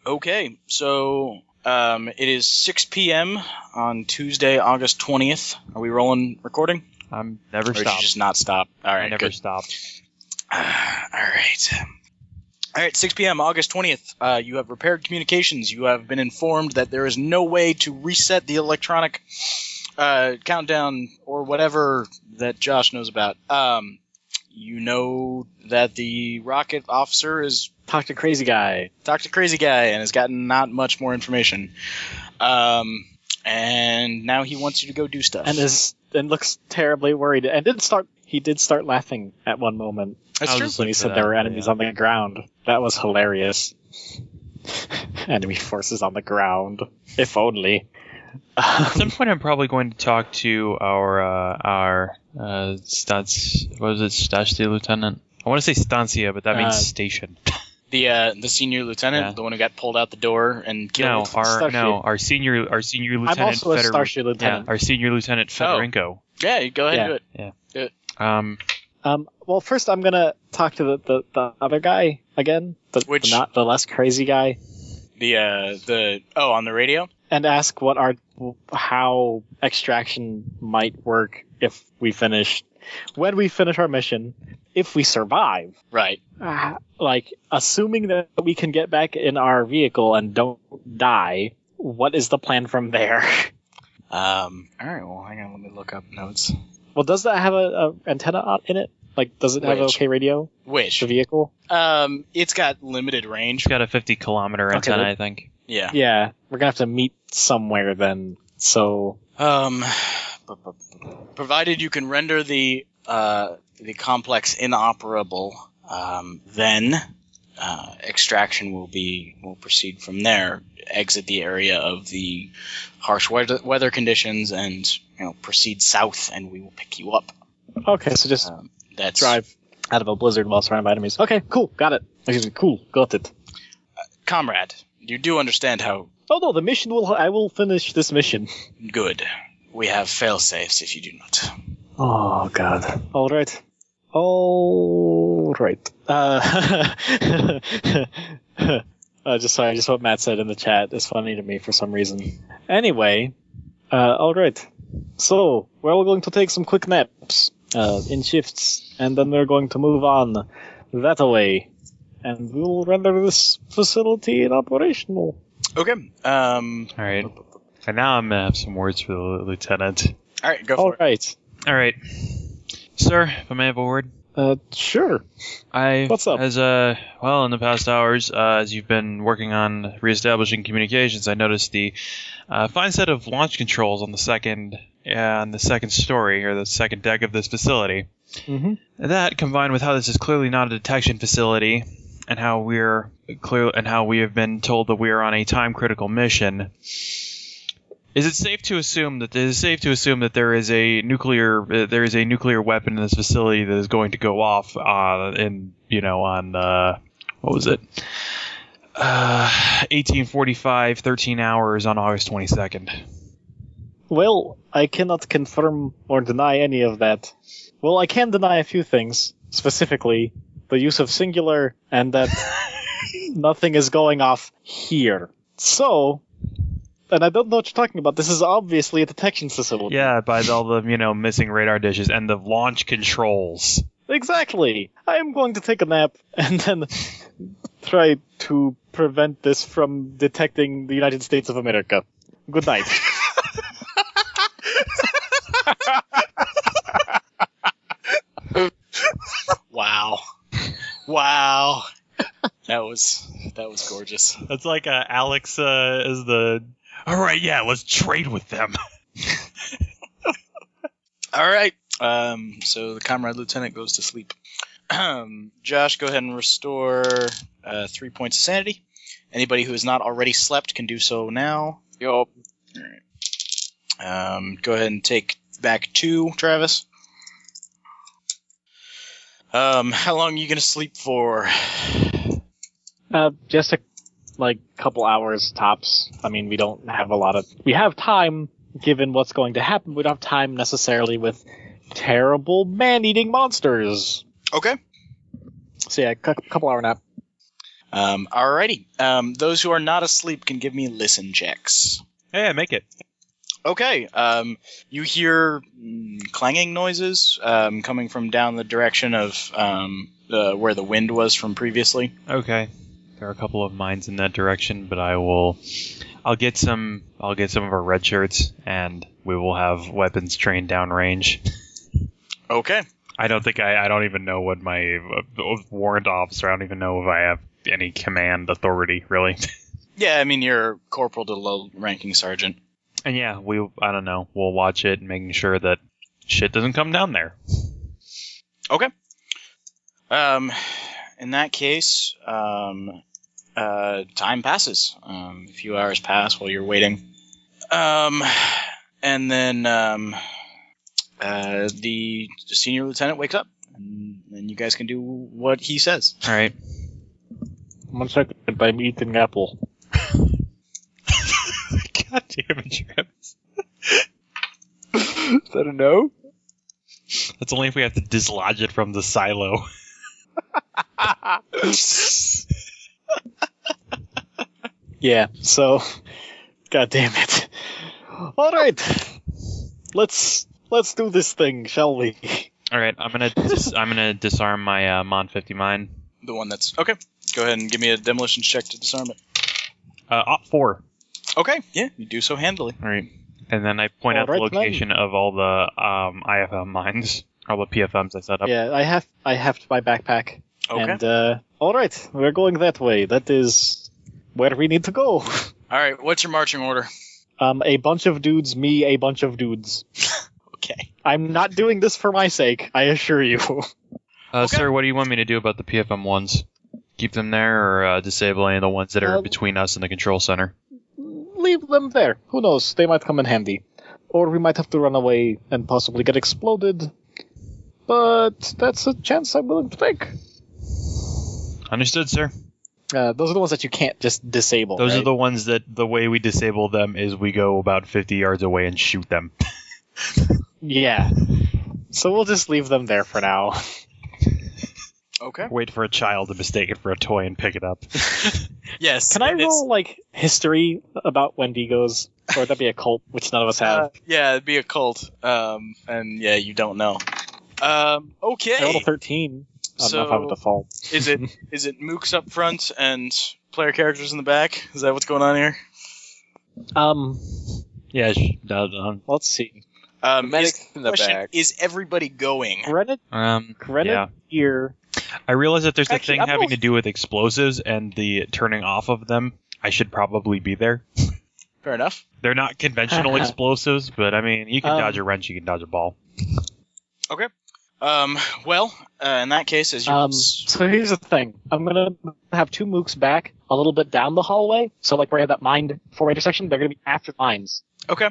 [SPEAKER 1] Okay. So um, it is 6 p.m. on Tuesday, August 20th. Are we rolling recording?
[SPEAKER 3] I'm never
[SPEAKER 1] Or should you
[SPEAKER 3] stopped.
[SPEAKER 1] just not stop? All right.
[SPEAKER 3] never
[SPEAKER 1] good.
[SPEAKER 3] stopped.
[SPEAKER 1] all right. All right, 6 p.m., August 20th. Uh, you have repaired communications. You have been informed that there is no way to reset the electronic uh, countdown or whatever that Josh knows about. Um, you know that the rocket officer is
[SPEAKER 5] Talk to crazy guy.
[SPEAKER 1] Dr. Crazy Guy and has gotten not much more information. Um, and now he wants you to go do stuff.
[SPEAKER 5] and is and looks terribly worried and did start he did start laughing at one moment
[SPEAKER 1] That's
[SPEAKER 3] I'll
[SPEAKER 1] true.
[SPEAKER 3] just
[SPEAKER 5] when he
[SPEAKER 3] look for
[SPEAKER 5] said
[SPEAKER 3] that,
[SPEAKER 5] there were enemies
[SPEAKER 3] yeah.
[SPEAKER 5] on the ground that was hilarious enemy forces on the ground if only
[SPEAKER 3] At some point, I'm probably going to talk to our uh, our uh, stats. What was it, Stastia Lieutenant? I want to say Stancia, but that means
[SPEAKER 5] Uh,
[SPEAKER 3] station.
[SPEAKER 1] the uh, the senior lieutenant,
[SPEAKER 3] Yeah.
[SPEAKER 1] the one who got pulled out the door and
[SPEAKER 3] No,
[SPEAKER 1] killed.
[SPEAKER 3] our
[SPEAKER 5] Starship.
[SPEAKER 3] no, our senior our senior lieutenant.
[SPEAKER 5] i'm also a
[SPEAKER 3] Feder-
[SPEAKER 5] starship
[SPEAKER 3] yeah,
[SPEAKER 5] lieutenant
[SPEAKER 3] our senior lieutenant Fedorenko.
[SPEAKER 1] Yeah, you go ahead
[SPEAKER 5] Yeah.
[SPEAKER 1] and do it.
[SPEAKER 3] Um,
[SPEAKER 5] um well first i'm gonna talk to the the, the other guy again the, the
[SPEAKER 1] Which-
[SPEAKER 5] not the less crazy guy
[SPEAKER 1] The uh, the oh on the radio.
[SPEAKER 5] and ask what our how extraction might work if we finish when we finish our mission if we survive
[SPEAKER 1] Right.
[SPEAKER 5] Ah, like assuming that we can get back in our vehicle and don't die what is the plan from there
[SPEAKER 1] Um. All right. Well, hang on. Let me look up notes.
[SPEAKER 5] well does that have a, a antenna on- in it like does it have
[SPEAKER 1] Which?
[SPEAKER 5] okay radio
[SPEAKER 1] Which
[SPEAKER 5] the vehicle
[SPEAKER 1] um, it's got limited range.
[SPEAKER 3] it's got a 50 kilometer
[SPEAKER 5] Okay,
[SPEAKER 3] antenna,
[SPEAKER 5] wait.
[SPEAKER 3] I think.
[SPEAKER 1] Yeah.
[SPEAKER 5] yeah we're gonna have to meet somewhere then so
[SPEAKER 1] Um, provided you can render the uh, the complex inoperable, um, then uh, extraction will be will proceed from there. Exit the area of the harsh weather, weather conditions and you know proceed south, and we will pick you up.
[SPEAKER 5] okay so just
[SPEAKER 1] Um, that's
[SPEAKER 5] drive out of a blizzard while surrounded by enemies okay cool got it Excuse me, cool got it
[SPEAKER 1] comrade. You do understand how
[SPEAKER 5] oh no the mission will i will finish this mission
[SPEAKER 1] good we have fail safes if you do not.
[SPEAKER 5] oh god all right all right. Uh, uh, just sorry, just what Matt said in the chat is funny to me for some reason. Anyway, uh, all right. So we're all going to take some quick naps uh, in shifts, and then we're going to move on that way, and we'll render this facility inoperational.
[SPEAKER 1] Okay. Um,
[SPEAKER 3] All right. And now I'm gonna have some words for the lieutenant.
[SPEAKER 1] all right, go for
[SPEAKER 5] All
[SPEAKER 1] it.
[SPEAKER 5] right.
[SPEAKER 3] All right, sir. If I may have a word.
[SPEAKER 5] Uh, sure.
[SPEAKER 3] I
[SPEAKER 5] What's up?
[SPEAKER 3] As uh, well, in the past hours, uh, as you've been working on reestablishing communications, I noticed the uh, fine set of launch controls on the second uh, on the second story or the second deck of this facility.
[SPEAKER 5] Mhm.
[SPEAKER 3] That combined with how this is clearly not a detection facility, and how we're clear and how we have been told that we are on a time critical mission. Is it safe to assume that is it safe to assume that there is a nuclear uh, there is a nuclear weapon in this facility that is going to go off uh, in you know on uh, what was it uh, 1845 13 hours on August 22nd.
[SPEAKER 5] Well, I cannot confirm or deny any of that. Well, I can deny a few things, specifically the use of singular and that nothing is going off here. So, and I don't know what you're talking about. This is obviously a detection facility.
[SPEAKER 3] Yeah, by all the you know missing radar dishes and the launch controls.
[SPEAKER 5] Exactly. I am going to take a nap and then try to prevent this from detecting the United States of America. Good night.
[SPEAKER 1] Wow. Wow. That was that was gorgeous.
[SPEAKER 3] That's like uh, Alex uh, is the. All right, yeah, let's trade with them.
[SPEAKER 1] All right. Um, so the comrade lieutenant goes to sleep. Um, Josh, go ahead and restore uh, three points of sanity. Anybody who has not already slept can do so now.
[SPEAKER 4] Yup.
[SPEAKER 1] Um, go ahead and take back two, Travis. Um, how long are you gonna sleep for?
[SPEAKER 5] Uh, just a like couple hours tops. I mean, we don't have a lot of. We have time given what's going to happen. We don't have time necessarily with terrible man-eating monsters.
[SPEAKER 1] Okay.
[SPEAKER 5] So yeah, cu- couple hour nap.
[SPEAKER 1] Um, alrighty. Um, those who are not asleep can give me listen checks.
[SPEAKER 3] Hey, I make it.
[SPEAKER 1] Okay. Um, you hear mm, clanging noises um, coming from down the direction of um, uh, where the wind was from previously.
[SPEAKER 3] Okay. There are a couple of mines in that direction, but I will. I'll get some. I'll get some of our red shirts, and we will have weapons trained downrange.
[SPEAKER 1] Okay.
[SPEAKER 3] I don't think I. I don't even know what my uh, warrant officer. I don't even know if I have any command authority really.
[SPEAKER 1] Yeah, I mean you're corporal to low ranking sergeant.
[SPEAKER 3] and yeah, we. I don't know. We'll watch it, making sure that shit doesn't come down there.
[SPEAKER 1] Um, in that case, um, uh, time passes. Um, a few hours pass while you're waiting. Um, and then um, uh, the senior lieutenant wakes up, and, and you guys can do what he says.
[SPEAKER 3] All right.
[SPEAKER 5] One second, I'm eating apple.
[SPEAKER 3] God damn it, Travis.
[SPEAKER 4] Is that a no?
[SPEAKER 3] That's only if we have to dislodge it from the silo.
[SPEAKER 5] Yeah. So, god damn it. All right, let's let's do this thing, shall we?
[SPEAKER 3] All right, I'm gonna dis- I'm gonna disarm my uh, Mon 50 mine.
[SPEAKER 1] The one that's okay. Go ahead and give me a demolition check to disarm it.
[SPEAKER 3] Uh, op four.
[SPEAKER 1] Okay, yeah, you do so handily.
[SPEAKER 3] All right, and then I point
[SPEAKER 5] All
[SPEAKER 3] out the
[SPEAKER 5] right, then.
[SPEAKER 3] location of all the um, IFM mines, all the PFMs I set up.
[SPEAKER 5] Yeah, I have I have my backpack.
[SPEAKER 1] Okay.
[SPEAKER 5] And uh, all right, we're going that way. That is where we need to go.
[SPEAKER 1] All right, what's your marching order?
[SPEAKER 5] Um, a bunch of dudes, me, a bunch of dudes.
[SPEAKER 1] Okay.
[SPEAKER 5] I'm not doing this for my sake, I assure you.
[SPEAKER 3] Uh,
[SPEAKER 1] Okay.
[SPEAKER 3] Sir, what do you want me to do about the PFM ones? Keep them there, or uh, disable any of the ones that are
[SPEAKER 5] Um,
[SPEAKER 3] between us and the control center?
[SPEAKER 5] Leave them there. Who knows? They might come in handy. Or we might have to run away and possibly get exploded. But that's a chance I'm willing to take.
[SPEAKER 3] Understood, sir.
[SPEAKER 5] Uh, those are the ones that you can't just disable.
[SPEAKER 3] Those
[SPEAKER 5] right?
[SPEAKER 3] are the ones that the way we disable them is we go about 50 yards away and shoot them.
[SPEAKER 5] Yeah. So we'll just leave them there for now.
[SPEAKER 1] Okay.
[SPEAKER 7] Wait for a child to mistake it for a toy and pick it up.
[SPEAKER 1] Yes.
[SPEAKER 5] Can I
[SPEAKER 1] and it's-
[SPEAKER 5] roll like history about Wendigos, or would that be a cult, which none of us have?
[SPEAKER 1] Uh, yeah, it'd be a cult. Um, and yeah, you don't know. Um,
[SPEAKER 5] I rolled a
[SPEAKER 1] okay.
[SPEAKER 5] thirteen. I don't know if I have
[SPEAKER 1] So
[SPEAKER 5] a default.
[SPEAKER 1] is it is it mooks up front and player characters in the back? Is that what's going on here?
[SPEAKER 5] Um,
[SPEAKER 6] Yeah, sh- da- da-
[SPEAKER 5] let's see.
[SPEAKER 1] Um, is,
[SPEAKER 4] Medics in the
[SPEAKER 1] question,
[SPEAKER 4] back.
[SPEAKER 1] is everybody going?
[SPEAKER 5] Grenadier.
[SPEAKER 3] Um, yeah.
[SPEAKER 5] Grenadier.
[SPEAKER 7] I realize that there's the
[SPEAKER 5] Actually,
[SPEAKER 7] thing
[SPEAKER 5] I'm
[SPEAKER 7] having
[SPEAKER 5] all-
[SPEAKER 7] to do with explosives and the turning off of them. I should probably be there.
[SPEAKER 1] Fair enough.
[SPEAKER 7] They're not conventional explosives, but I mean, you can
[SPEAKER 5] Um,
[SPEAKER 7] dodge a wrench, you can dodge a ball.
[SPEAKER 1] Um, well, uh, in that case, as you
[SPEAKER 5] Um, so here's the thing. I'm gonna have two mooks back a little bit down the hallway. So like where I had that mind four intersection, they're gonna be after mines.
[SPEAKER 1] okay,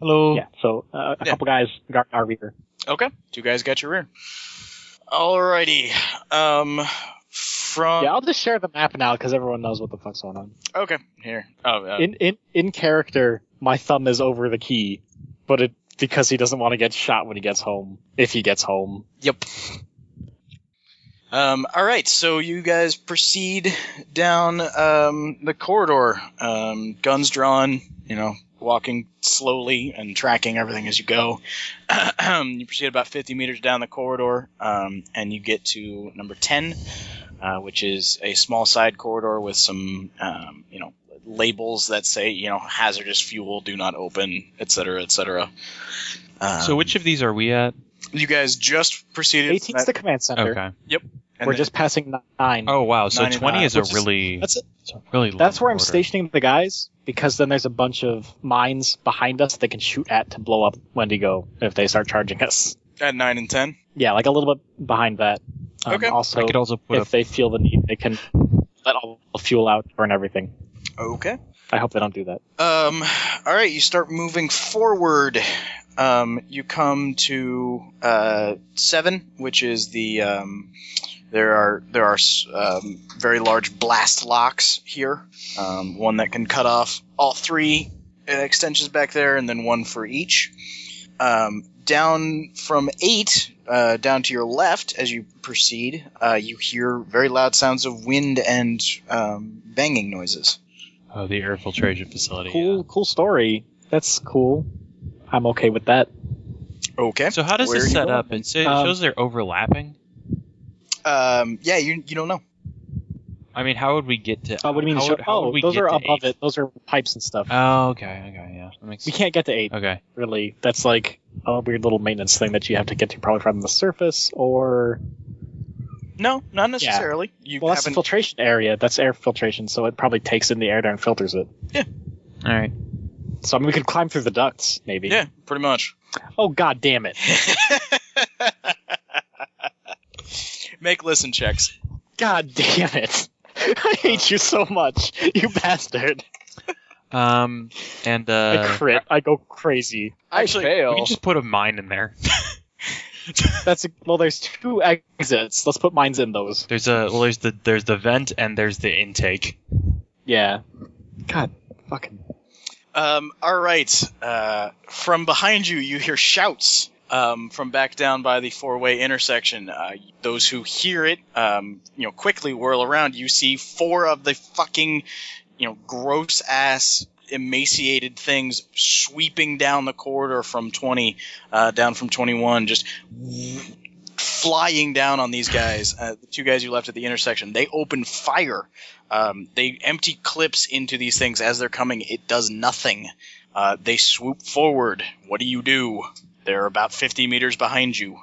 [SPEAKER 7] Hello.
[SPEAKER 5] Yeah. So uh, a
[SPEAKER 1] Yeah.
[SPEAKER 5] couple guys guard our rear.
[SPEAKER 1] okay, two guys got your rear. Alrighty. Um, from Um,
[SPEAKER 5] yeah, I'll just share the map now because everyone knows what the fuck's going on.
[SPEAKER 1] okay here. Oh, uh,
[SPEAKER 5] in in in character, my thumb is over the key, but it because he doesn't want to get shot when he gets home. If he gets home,
[SPEAKER 1] Yep. Um, all right, so you guys proceed down um, the corridor, um, guns drawn, you know, walking slowly and tracking everything as you go. you proceed about 50 meters down the corridor, um, and you get to number 10, uh, which is a small side corridor with some, um, you know, labels that say, you know, hazardous fuel, do not open, et cetera, et cetera. Um,
[SPEAKER 3] So which of these are we at?
[SPEAKER 1] you guys just proceeded? from that-
[SPEAKER 5] 18's the command center.
[SPEAKER 3] Okay.
[SPEAKER 1] and
[SPEAKER 5] We're
[SPEAKER 1] then-
[SPEAKER 5] just passing ni- nine.
[SPEAKER 3] Oh wow. So
[SPEAKER 1] Nine and
[SPEAKER 3] twenty
[SPEAKER 1] nine,
[SPEAKER 3] is a
[SPEAKER 5] which is-
[SPEAKER 3] really
[SPEAKER 5] That's it.
[SPEAKER 3] it's a really.
[SPEAKER 5] That's
[SPEAKER 3] long
[SPEAKER 5] where I'm
[SPEAKER 3] order.
[SPEAKER 5] stationing the guys because then there's a bunch of mines behind us they can shoot at to blow up Wendigo if they start charging us.
[SPEAKER 1] at nine and ten.
[SPEAKER 5] Yeah, like a little bit behind that. Um,
[SPEAKER 1] Okay.
[SPEAKER 5] Also,
[SPEAKER 3] I could also put
[SPEAKER 5] if
[SPEAKER 3] up.
[SPEAKER 5] they feel the need, they can let all the fuel out, burn everything.
[SPEAKER 1] Okay.
[SPEAKER 5] I hope they don't do that.
[SPEAKER 1] Um. All right. You start moving forward. Um. You come to uh seven, which is the um. There are there are s- um, very large blast locks here. Um, one that can cut off all three uh, extensions back there, and then one for each. Um, down from eight, uh, down to your left as you proceed, uh, you hear very loud sounds of wind and um, banging noises.
[SPEAKER 3] Oh, the air filtration facility.
[SPEAKER 5] cool cool story that's cool i'm okay with that
[SPEAKER 1] Okay.
[SPEAKER 3] yeah. So how does
[SPEAKER 1] Where are
[SPEAKER 3] this
[SPEAKER 1] you
[SPEAKER 3] set
[SPEAKER 1] going
[SPEAKER 3] up? It sa-
[SPEAKER 5] Um,
[SPEAKER 3] shows they're overlapping.
[SPEAKER 1] Um, yeah, you you don't know.
[SPEAKER 3] I mean, how would we get to?
[SPEAKER 5] oh what do you mean
[SPEAKER 3] how
[SPEAKER 5] show-
[SPEAKER 3] would- how would
[SPEAKER 5] oh
[SPEAKER 3] we
[SPEAKER 5] those
[SPEAKER 3] get
[SPEAKER 5] are
[SPEAKER 3] to
[SPEAKER 5] above
[SPEAKER 3] eight?
[SPEAKER 5] it those are pipes and stuff
[SPEAKER 3] Oh, okay, okay, yeah, that makes
[SPEAKER 5] we
[SPEAKER 3] sense.
[SPEAKER 5] can't get to eight
[SPEAKER 3] Okay,
[SPEAKER 5] really that's like a weird little maintenance thing that you have to get to probably from the surface or
[SPEAKER 1] No, not necessarily. You
[SPEAKER 5] well that's the
[SPEAKER 1] haven't.
[SPEAKER 5] filtration area that's air filtration so it probably takes in the air there and filters it
[SPEAKER 3] all right.
[SPEAKER 5] so i mean we could climb through the ducts maybe
[SPEAKER 1] yeah, pretty much.
[SPEAKER 5] oh god damn it
[SPEAKER 1] Make listen checks.
[SPEAKER 5] god damn it i hate you so much you bastard
[SPEAKER 3] Um, and
[SPEAKER 5] i
[SPEAKER 3] uh,
[SPEAKER 5] crit i go crazy
[SPEAKER 1] Actually,
[SPEAKER 4] I
[SPEAKER 7] We
[SPEAKER 4] fail.
[SPEAKER 7] can just put a mine in there.
[SPEAKER 5] that's well there's two exits let's put mines in those
[SPEAKER 7] There's a well, there's the there's the vent and there's the intake.
[SPEAKER 5] Yeah. God, fucking.
[SPEAKER 1] Um, all right. Uh, from behind you, you hear shouts. Um, from back down by the four-way intersection, uh, those who hear it, um, you know, quickly whirl around. You see four of the fucking, you know, gross-ass, emaciated things sweeping down the corridor from 20, uh, down from 21, just flying down on these guys. Uh, the two guys you left at the intersection, they open fire um, they empty clips into these things as they're coming. It does nothing. Uh, they swoop forward. What do you do? They're about 50 meters behind you.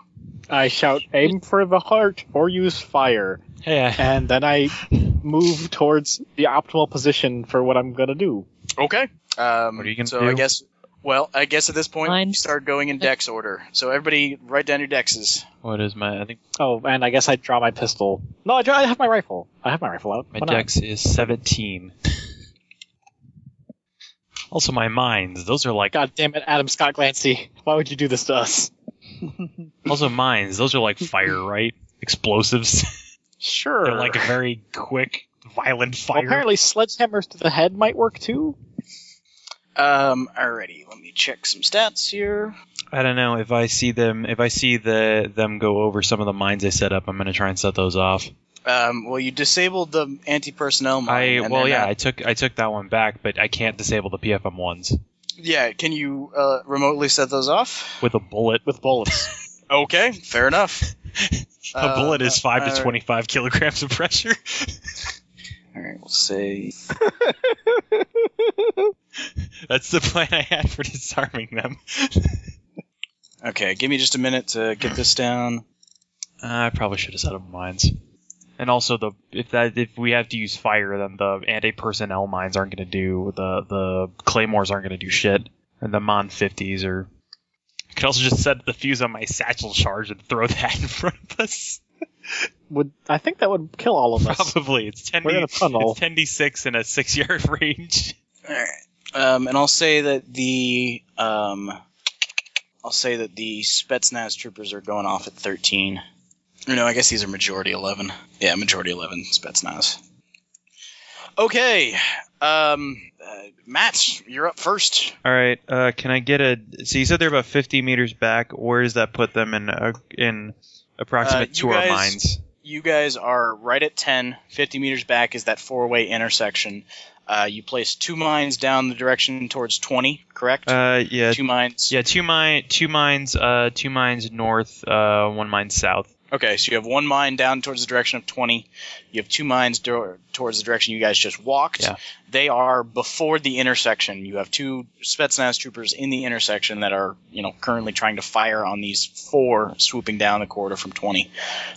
[SPEAKER 5] I shout, aim for the heart or use fire.
[SPEAKER 3] yeah.
[SPEAKER 5] And then I move towards the optimal position for what I'm gonna do.
[SPEAKER 1] Okay. Um,
[SPEAKER 3] What are you gonna
[SPEAKER 1] so
[SPEAKER 3] do?
[SPEAKER 1] I guess. Well, I guess at this point
[SPEAKER 2] Mine.
[SPEAKER 1] you start going in dex order. So everybody, write down your dexes.
[SPEAKER 3] What is my? I think
[SPEAKER 5] Oh, and I guess I draw my pistol. No, I, draw, I have my rifle. I have my rifle out.
[SPEAKER 3] my
[SPEAKER 5] Why not?
[SPEAKER 3] dex is seventeen.
[SPEAKER 7] Also, my mines. Those are like
[SPEAKER 5] God damn it, Adam Scott Glancy. Why would you do this to us?
[SPEAKER 7] also mines. Those are like fire, right? Explosives.
[SPEAKER 5] Sure.
[SPEAKER 7] They're like a very quick, violent
[SPEAKER 5] well,
[SPEAKER 7] fire.
[SPEAKER 5] apparently, sledgehammers to the head might work too.
[SPEAKER 1] Um, alrighty, let me check some stats here.
[SPEAKER 7] I don't know if I see them. If I see the them go over some of the mines I set up, I'm gonna try and set those off.
[SPEAKER 1] Um, well, you disabled the anti-personnel mine.
[SPEAKER 7] I
[SPEAKER 1] and
[SPEAKER 7] well,
[SPEAKER 1] then,
[SPEAKER 7] yeah,
[SPEAKER 1] uh,
[SPEAKER 7] I took I took that one back, but I can't disable the PFM ones
[SPEAKER 1] yeah. Can you uh, remotely set those off?
[SPEAKER 7] with a bullet.
[SPEAKER 5] with bullets.
[SPEAKER 1] Okay, fair enough. Uh,
[SPEAKER 7] a bullet is five to
[SPEAKER 1] twenty.
[SPEAKER 7] twenty-five kilograms of pressure.
[SPEAKER 1] All right, we'll say.
[SPEAKER 7] That's the plan I had for disarming them.
[SPEAKER 1] Okay, give me just a minute to get this down.
[SPEAKER 7] I probably should have set up mines. And also the if that if we have to use fire, then the anti-personnel mines aren't going to do the the claymores aren't going to do shit, and the Mon fifties are. I could also just set the fuse on my satchel charge and throw that in front of us.
[SPEAKER 5] would I think that would kill all of us?
[SPEAKER 7] Probably it's ten.
[SPEAKER 5] We're in a tunnel.
[SPEAKER 7] It's ten d six in a six yard range.
[SPEAKER 1] All right, um, and I'll say that the um, I'll say that the Spetsnaz troopers are going off at thirteen. Or No, I guess these are majority eleven. Yeah, majority eleven Spetsnaz. Okay, um, uh, Matt, you're up first.
[SPEAKER 3] All right. Uh, can I get a? So you said they're about 50 meters back. Where does that put them in? Uh, in approximate
[SPEAKER 1] Uh,
[SPEAKER 3] to
[SPEAKER 1] you
[SPEAKER 3] our
[SPEAKER 1] guys-
[SPEAKER 3] minds.
[SPEAKER 1] You guys are right at 10. 50 meters back is that four way intersection. Uh, you place two mines down the direction towards 20, correct?
[SPEAKER 3] Uh, yeah.
[SPEAKER 1] two mines.
[SPEAKER 3] Yeah, two mine, two mines, uh, two mines north, uh, one mine south.
[SPEAKER 1] Okay, so you have one mine down towards the direction of 20. You have two mines do- towards the direction you guys just walked.
[SPEAKER 3] Yeah.
[SPEAKER 1] They are before the intersection. You have two Spetsnaz troopers in the intersection that are, you know, currently trying to fire on these four swooping down the corridor from 20.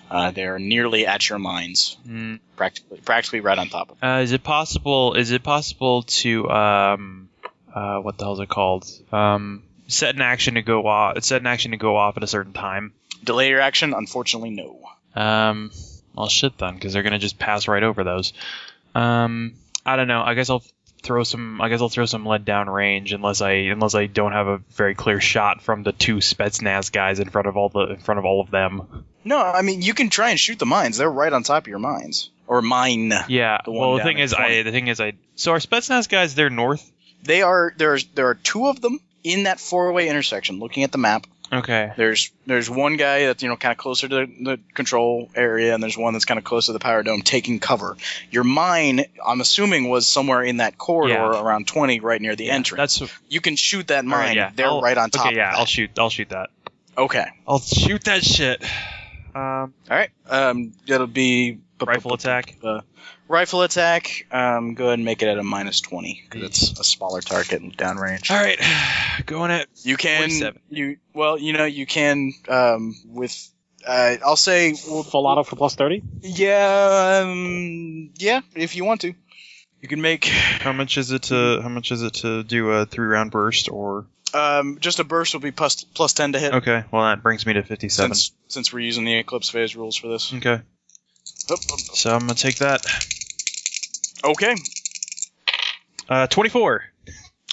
[SPEAKER 1] Uh, they're nearly at your mines,
[SPEAKER 3] Mm.
[SPEAKER 1] practically, practically right on top of.
[SPEAKER 3] Uh, is it possible? Is it possible to um, uh, what the hell is it called? Um, set an action to go off. Set an action to go off at a certain time.
[SPEAKER 1] Delay your action? Unfortunately, no.
[SPEAKER 3] Um, well, shit then, because they're gonna just pass right over those. Um, I don't know. I guess I'll throw some. I guess I'll throw some lead down range unless I unless I don't have a very clear shot from the two Spetsnaz guys in front of all the in front of all of them.
[SPEAKER 1] No, I mean you can try and shoot the mines. They're right on top of your mines or mine.
[SPEAKER 3] Yeah.
[SPEAKER 1] The one
[SPEAKER 3] well, the
[SPEAKER 1] down
[SPEAKER 3] thing
[SPEAKER 1] at
[SPEAKER 3] is,
[SPEAKER 1] 20.
[SPEAKER 3] I the thing is, I so our Spetsnaz guys they're north.
[SPEAKER 1] They are there's there are two of them in that four-way intersection. Looking at the map,
[SPEAKER 3] Okay.
[SPEAKER 1] there's there's one guy that's you know kind of closer to the control area, and there's one that's kind of close to the power dome taking cover. Your mine, I'm assuming, was somewhere in that corridor
[SPEAKER 3] Yeah.
[SPEAKER 1] around 20, right near the entrance.
[SPEAKER 3] That's
[SPEAKER 1] You can shoot that mine.
[SPEAKER 3] Alright, yeah.
[SPEAKER 1] They're
[SPEAKER 3] I'll-
[SPEAKER 1] right on top.
[SPEAKER 3] okay. Yeah,
[SPEAKER 1] of
[SPEAKER 3] I'll shoot. I'll shoot that.
[SPEAKER 1] that. Okay.
[SPEAKER 3] I'll shoot that shit. Um,
[SPEAKER 1] All right. Um, that'll be
[SPEAKER 3] rifle attack.
[SPEAKER 1] rifle attack. Um, go ahead and make it at a minus 20 because it's a smaller target and downrange.
[SPEAKER 3] All right, going at
[SPEAKER 1] You can
[SPEAKER 3] 47.
[SPEAKER 1] you well, you know, you can um with uh, I'll say well,
[SPEAKER 5] Full auto for plus thirty.
[SPEAKER 1] yeah, um, yeah, if you want to. You can make
[SPEAKER 3] How much is it to how much is it to do a three round burst or
[SPEAKER 1] um just a burst will be plus plus 10 to hit
[SPEAKER 3] Okay, well that brings me to fifty seven.
[SPEAKER 1] since since we're using the eclipse phase rules for this.
[SPEAKER 3] Okay.
[SPEAKER 1] Up, up,
[SPEAKER 3] So I'm gonna take that.
[SPEAKER 1] up. oh, Okay.
[SPEAKER 3] Uh twenty four.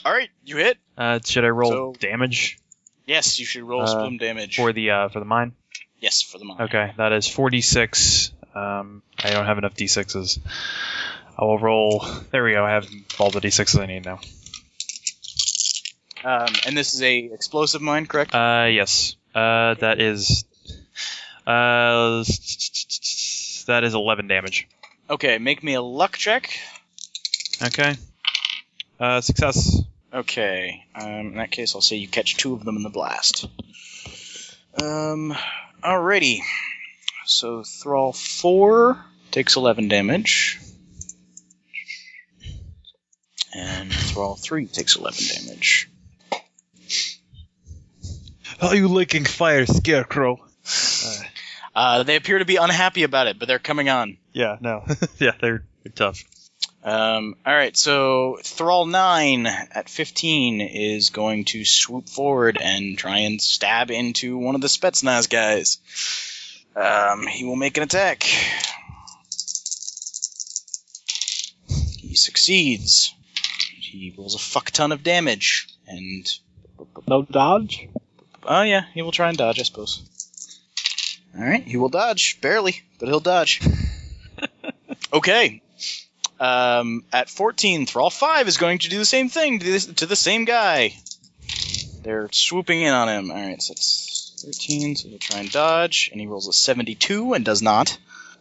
[SPEAKER 1] All right, you hit.
[SPEAKER 3] Uh should I roll
[SPEAKER 1] So-
[SPEAKER 3] damage
[SPEAKER 1] Yes, you should roll
[SPEAKER 3] Uh,
[SPEAKER 1] splum damage.
[SPEAKER 3] for the uh for the mine?
[SPEAKER 1] yes, for the mine.
[SPEAKER 3] Okay, that is forty six. Um I don't have enough D sixes. I will roll there we go, I have all the D sixes I need now.
[SPEAKER 1] Um, and this is a explosive mine, correct?
[SPEAKER 3] Uh yes. Uh that is uh that is eleven damage.
[SPEAKER 1] okay, make me a luck check.
[SPEAKER 3] Okay. Uh success.
[SPEAKER 1] Okay. Um, in that case, I'll say you catch two of them in the blast. Um, alrighty. So Thrall 4 takes 11 damage. And Thrall 3 takes 11 damage.
[SPEAKER 7] How are you licking fire, Scarecrow?
[SPEAKER 1] Uh, they appear to be unhappy about it, but they're coming on.
[SPEAKER 7] Yeah, no. yeah, they're, they're tough.
[SPEAKER 1] Um, alright, so Thrall 9 at 15 is going to swoop forward and try and stab into one of the Spetsnaz guys. Um, he will make an attack. He succeeds. He rolls a fuck ton of damage. And,
[SPEAKER 5] No dodge.
[SPEAKER 1] oh yeah, he will try and dodge, I suppose. Alright, he will dodge. Barely, but he'll dodge. okay. Um, at 14, Thrall 5 is going to do the same thing to, this, to the same guy. They're swooping in on him. All right, so it's 13, so he'll try and dodge, and he rolls a 72 and does not.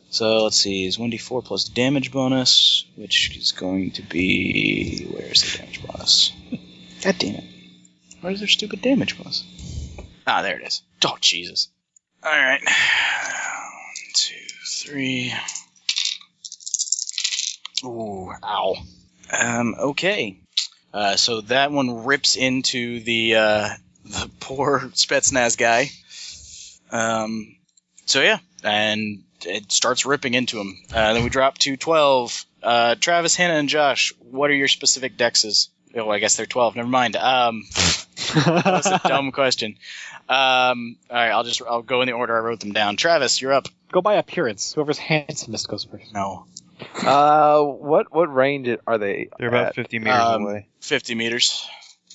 [SPEAKER 1] So let's see, his 1d4 plus damage bonus, which is going to be. Where's the damage bonus? God damn it. Where's their stupid damage bonus? Ah, there it is. Oh, Jesus. All right. One, two, three. Ooh, ow. Um, okay. Uh, so that one rips into the uh, the poor Spetsnaz guy. Um, so yeah, and it starts ripping into him. Uh, then we drop to twelve. Uh, Travis, Hannah, and Josh, what are your specific dexes? Oh, I guess they're twelve. Never mind. Um, that's a dumb question. Um, all right, I'll just I'll go in the order I wrote them down. Travis, you're up.
[SPEAKER 5] Go by appearance. Whoever's handsomest goes first.
[SPEAKER 1] No,
[SPEAKER 4] Uh, what what range are they?
[SPEAKER 3] They're about
[SPEAKER 4] at?
[SPEAKER 3] 50 meters
[SPEAKER 1] um,
[SPEAKER 3] away.
[SPEAKER 1] fifty meters.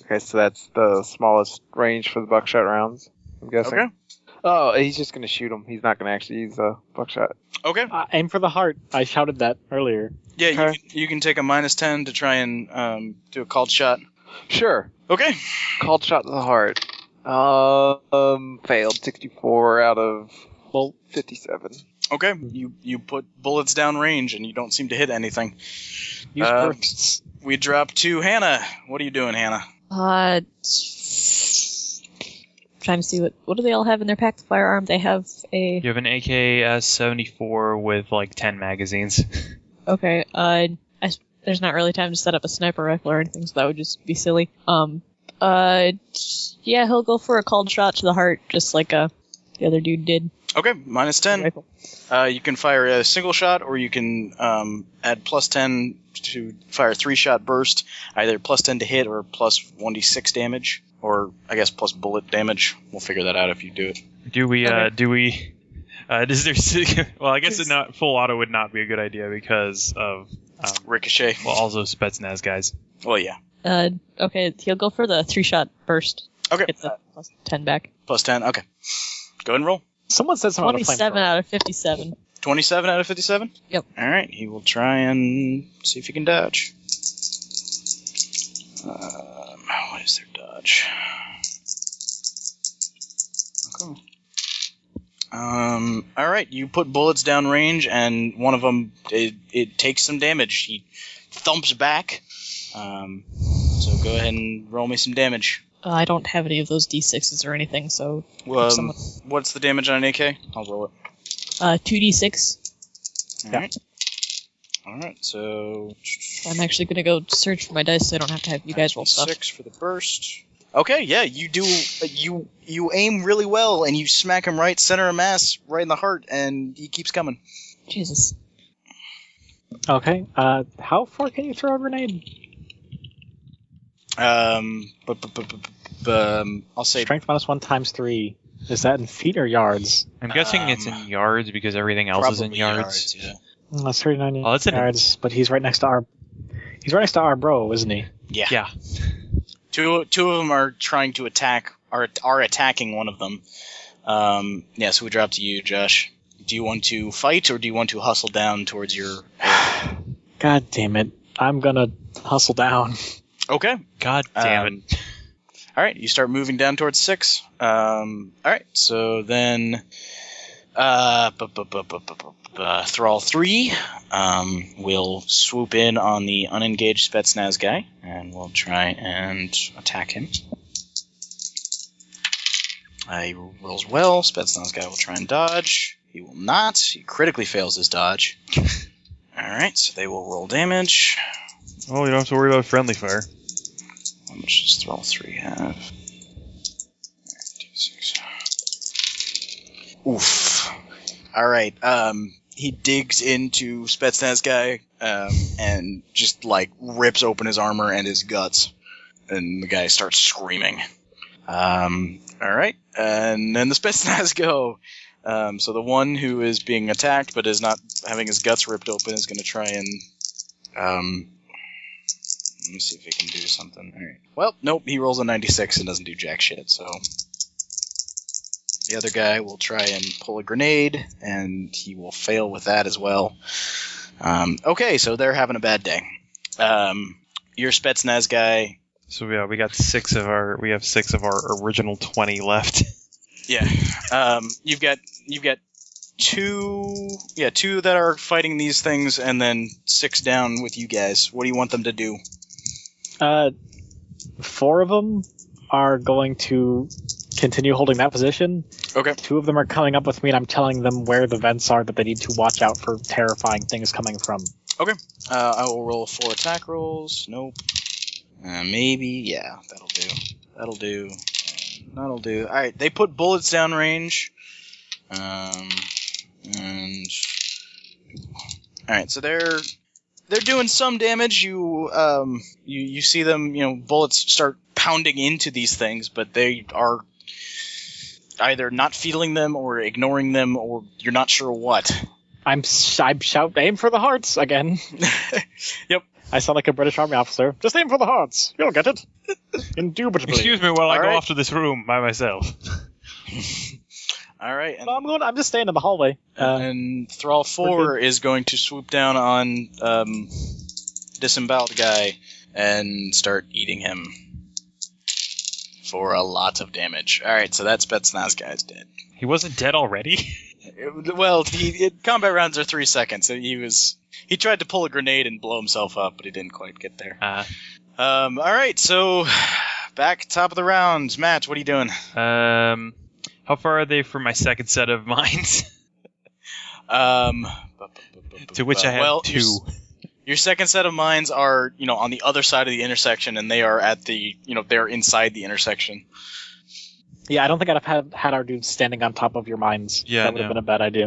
[SPEAKER 4] Okay, so that's the smallest range for the buckshot rounds. I'm guessing.
[SPEAKER 1] Okay.
[SPEAKER 4] Oh, he's just gonna shoot him. He's not gonna actually use a buckshot.
[SPEAKER 1] Okay.
[SPEAKER 5] Uh, aim for the heart. I shouted that earlier.
[SPEAKER 1] Yeah, you
[SPEAKER 4] Okay.
[SPEAKER 1] can, you can take a minus ten to try and um, do a called shot.
[SPEAKER 4] Sure.
[SPEAKER 1] Okay.
[SPEAKER 4] Called shot to the heart. Uh, um, failed. Sixty-four out of
[SPEAKER 5] Well,
[SPEAKER 4] fifty-seven.
[SPEAKER 1] Okay, you you put bullets down range and you don't seem to hit anything.
[SPEAKER 5] use
[SPEAKER 1] Um,
[SPEAKER 5] bursts.
[SPEAKER 1] We drop to Hannah. What are you doing, Hannah?
[SPEAKER 2] Uh, trying to see what what do they all have in their pack? Firearm. They have a
[SPEAKER 6] You have an AK seventy four with like ten magazines.
[SPEAKER 2] okay. Uh, I, s- there's not really time to set up a sniper rifle or anything, so that would just be silly. Um, uh, yeah, he'll go for a cold shot to the heart, just like uh the other dude did.
[SPEAKER 1] Okay, minus ten.
[SPEAKER 2] Rifle.
[SPEAKER 1] Uh, you can fire a single shot, or you can um, add plus ten to fire three shot burst. Either plus ten to hit, or plus one d six damage, or I guess plus bullet damage. We'll figure that out if you do it.
[SPEAKER 6] Do we? Uh,
[SPEAKER 2] Okay.
[SPEAKER 6] do we? Uh, is there? Well, I guess
[SPEAKER 2] Is-
[SPEAKER 6] it not full auto would not be a good idea because of um,
[SPEAKER 1] Ricochet.
[SPEAKER 6] well, also Spetsnaz guys.
[SPEAKER 1] Well, yeah,
[SPEAKER 2] Uh, okay, he'll go for the three shot burst.
[SPEAKER 1] Okay.
[SPEAKER 2] Get the plus ten back.
[SPEAKER 1] plus ten. Okay, go ahead and roll.
[SPEAKER 5] Someone said something
[SPEAKER 2] Twenty-seven
[SPEAKER 5] about
[SPEAKER 2] out of fifty-seven.
[SPEAKER 1] 27 out of 57?
[SPEAKER 2] Yep.
[SPEAKER 1] All right, he will try and see if he can dodge. Um, what is their dodge? Okay. Um, all right, you put bullets down range, and one of them, it, it takes some damage. He thumps back. Um, so go ahead and roll me some damage.
[SPEAKER 2] Uh, I don't have any of those d6s or anything, so
[SPEAKER 1] Um,
[SPEAKER 2] someone-
[SPEAKER 1] What's the damage on an AK? I'll roll it.
[SPEAKER 2] uh, 2d6.
[SPEAKER 1] All
[SPEAKER 5] Yeah.
[SPEAKER 1] right. All right, so
[SPEAKER 2] I'm actually gonna go search for my dice, so I don't have to have you guys roll stuff.
[SPEAKER 1] Six for the burst. Okay, yeah, you do. You you aim really well, and you smack him right center of mass, right in the heart, and he keeps coming.
[SPEAKER 2] Jesus.
[SPEAKER 5] flamethrower. Okay. Uh, how far can you throw a grenade?
[SPEAKER 1] Um, but, but, but, but, but um, I'll say
[SPEAKER 5] Strength minus one times three. Is that in feet or yards?
[SPEAKER 3] I'm guessing it's
[SPEAKER 1] um,
[SPEAKER 3] in yards because everything else is in
[SPEAKER 1] probably
[SPEAKER 3] yards.
[SPEAKER 1] yeah.
[SPEAKER 5] Mm, That's thirty-nine
[SPEAKER 3] Oh, that's in-
[SPEAKER 5] yards. But he's right next to our. He's right next to our bro, isn't he?
[SPEAKER 1] Yeah.
[SPEAKER 3] Yeah.
[SPEAKER 1] Two two of them are trying to attack. Are are attacking one of them. Um, yeah. So we drop to you, Josh. Do you want to fight, or do you want to hustle down towards your?
[SPEAKER 5] God damn it! I'm gonna hustle down.
[SPEAKER 1] Okay.
[SPEAKER 3] God damn it.
[SPEAKER 1] it. All right, you start moving down towards six. Um, all right, so then uh, bu- bu- bu- bu- bu- bu- bu- uh, Thrall 3 um, will swoop in on the unengaged Spetsnaz guy and we'll try and attack him. Uh, he rolls well. Spetsnaz guy will try and dodge. He will not. He critically fails his dodge. All right, so they will roll damage. Um,
[SPEAKER 3] Oh, you don't have to worry about friendly fire.
[SPEAKER 1] How much does Thrall 3 have? D6. Oof. Alright, um, he digs into Spetsnaz guy, um, and just, like, rips open his armor and his guts. And the guy starts screaming. Um, alright, and then the Spetsnaz go. Um, so the one who is being attacked but is not having his guts ripped open is gonna try and, um, let me see if it can do something. All right. Well, nope. He rolls a 96 and doesn't do jack shit. So the other guy will try and pull a grenade, and he will fail with that as well. Um, okay, so they're having a bad day. Um, your Spetsnaz guy,
[SPEAKER 3] So yeah, we got six of our we have six of our original twenty left.
[SPEAKER 1] yeah, um, you've got you've got two, yeah, two that are fighting these things, and then six down with you guys. What do you want them to do?
[SPEAKER 5] Uh, four of them are going to continue holding that position.
[SPEAKER 1] Okay.
[SPEAKER 5] Two of them are coming up with me, and I'm telling them where the vents are that they need to watch out for terrifying things coming from.
[SPEAKER 1] Uh, I will roll four attack rolls. Nope. Uh, maybe, yeah, that'll do. That'll do. That'll do. All right, they put bullets down range. Um, and all right, so they're they're doing some damage. You um you you see them, you know, bullets start pounding into these things, but they are either not feeling them or ignoring them or you're not sure what.
[SPEAKER 5] I'm sh- I'm shout aim for the hearts again.
[SPEAKER 1] Yep.
[SPEAKER 5] I sound like a British Army officer. Just aim for the hearts. You'll get it. Indubitably.
[SPEAKER 3] Excuse me while I
[SPEAKER 1] All
[SPEAKER 3] go
[SPEAKER 1] right.
[SPEAKER 3] off to this room by myself.
[SPEAKER 1] All right, and
[SPEAKER 5] No, I'm going. I'm just staying in the hallway. Uh,
[SPEAKER 1] and Thrall 4 is going to swoop down on um, Disemboweled Guy and start eating him for a lot of damage. Alright, so that's Betsnaz Guy's dead.
[SPEAKER 3] He wasn't dead already.
[SPEAKER 1] It- well, he, it, combat rounds are three seconds. and He was he tried to pull a grenade and blow himself up, but he didn't quite get there.
[SPEAKER 3] Uh,
[SPEAKER 1] Um, Alright, so back top of the round. Match, what are you doing?
[SPEAKER 3] um, how far are they from my second set of mines?
[SPEAKER 1] Um,
[SPEAKER 3] to which I have
[SPEAKER 1] well,
[SPEAKER 3] two.
[SPEAKER 1] you're s- Your second set of mines are, you know, on the other side of the intersection, and they are at the, you know, they're inside the intersection.
[SPEAKER 5] yeah, I don't think I'd have had, had our dudes standing on top of your mines.
[SPEAKER 8] Yeah,
[SPEAKER 5] that would have
[SPEAKER 8] no.
[SPEAKER 5] been a bad idea.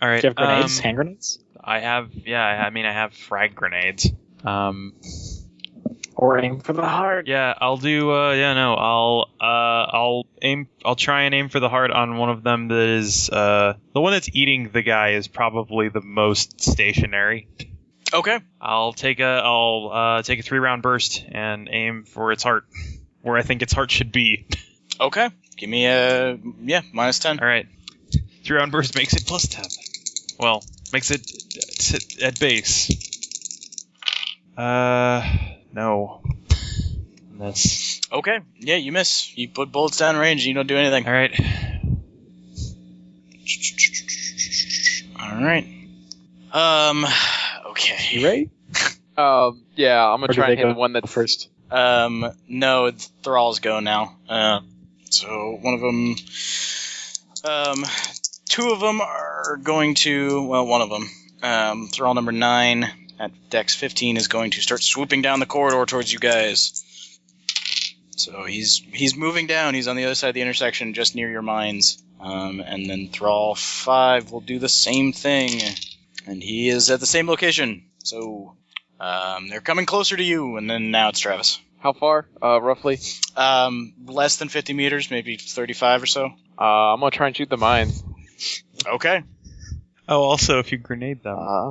[SPEAKER 3] All right.
[SPEAKER 5] Do you have grenades?
[SPEAKER 3] um,
[SPEAKER 5] hand grenades?
[SPEAKER 3] I have. Yeah. I mean, I have frag grenades. Um,
[SPEAKER 5] Or aim for the heart?
[SPEAKER 3] Yeah, I'll do. Uh, yeah, no, I'll. Uh, I'll aim. I'll try and aim for the heart on one of them that is. Uh, the one that's eating the guy is probably the most stationary.
[SPEAKER 1] Okay.
[SPEAKER 3] I'll take a. I'll uh, take a three round burst and aim for its heart, where I think its heart should be.
[SPEAKER 1] Okay. Give me a yeah minus ten.
[SPEAKER 3] All right, three round burst makes it plus ten. Well, makes it t- at base. Uh, no. That's
[SPEAKER 1] Okay. Yeah, you miss. You put bullets down range. and You don't do anything.
[SPEAKER 3] all right.
[SPEAKER 1] All right. Um. Okay.
[SPEAKER 5] You ready?
[SPEAKER 4] Um, yeah, I'm
[SPEAKER 5] Or
[SPEAKER 4] gonna
[SPEAKER 5] do
[SPEAKER 4] try and
[SPEAKER 5] they
[SPEAKER 4] hit
[SPEAKER 5] go
[SPEAKER 4] the one that's
[SPEAKER 5] first.
[SPEAKER 1] Um, no, th- thralls go now. Uh, so one of them, um, two of them are going to. Well, one of them, um, thrall number nine at dex 15 is going to start swooping down the corridor towards you guys. So he's he's moving down. He's on the other side of the intersection, just near your mines. Um, and then thrall five will do the same thing, and he is at the same location. So. Um, they're coming closer to you, and then now it's Travis.
[SPEAKER 4] how far? Uh, roughly.
[SPEAKER 1] Um, less than 50 meters, maybe 35 or so.
[SPEAKER 4] Uh, I'm gonna try and shoot the mines.
[SPEAKER 1] Okay.
[SPEAKER 3] Oh, also, if you grenade them.
[SPEAKER 4] Uh,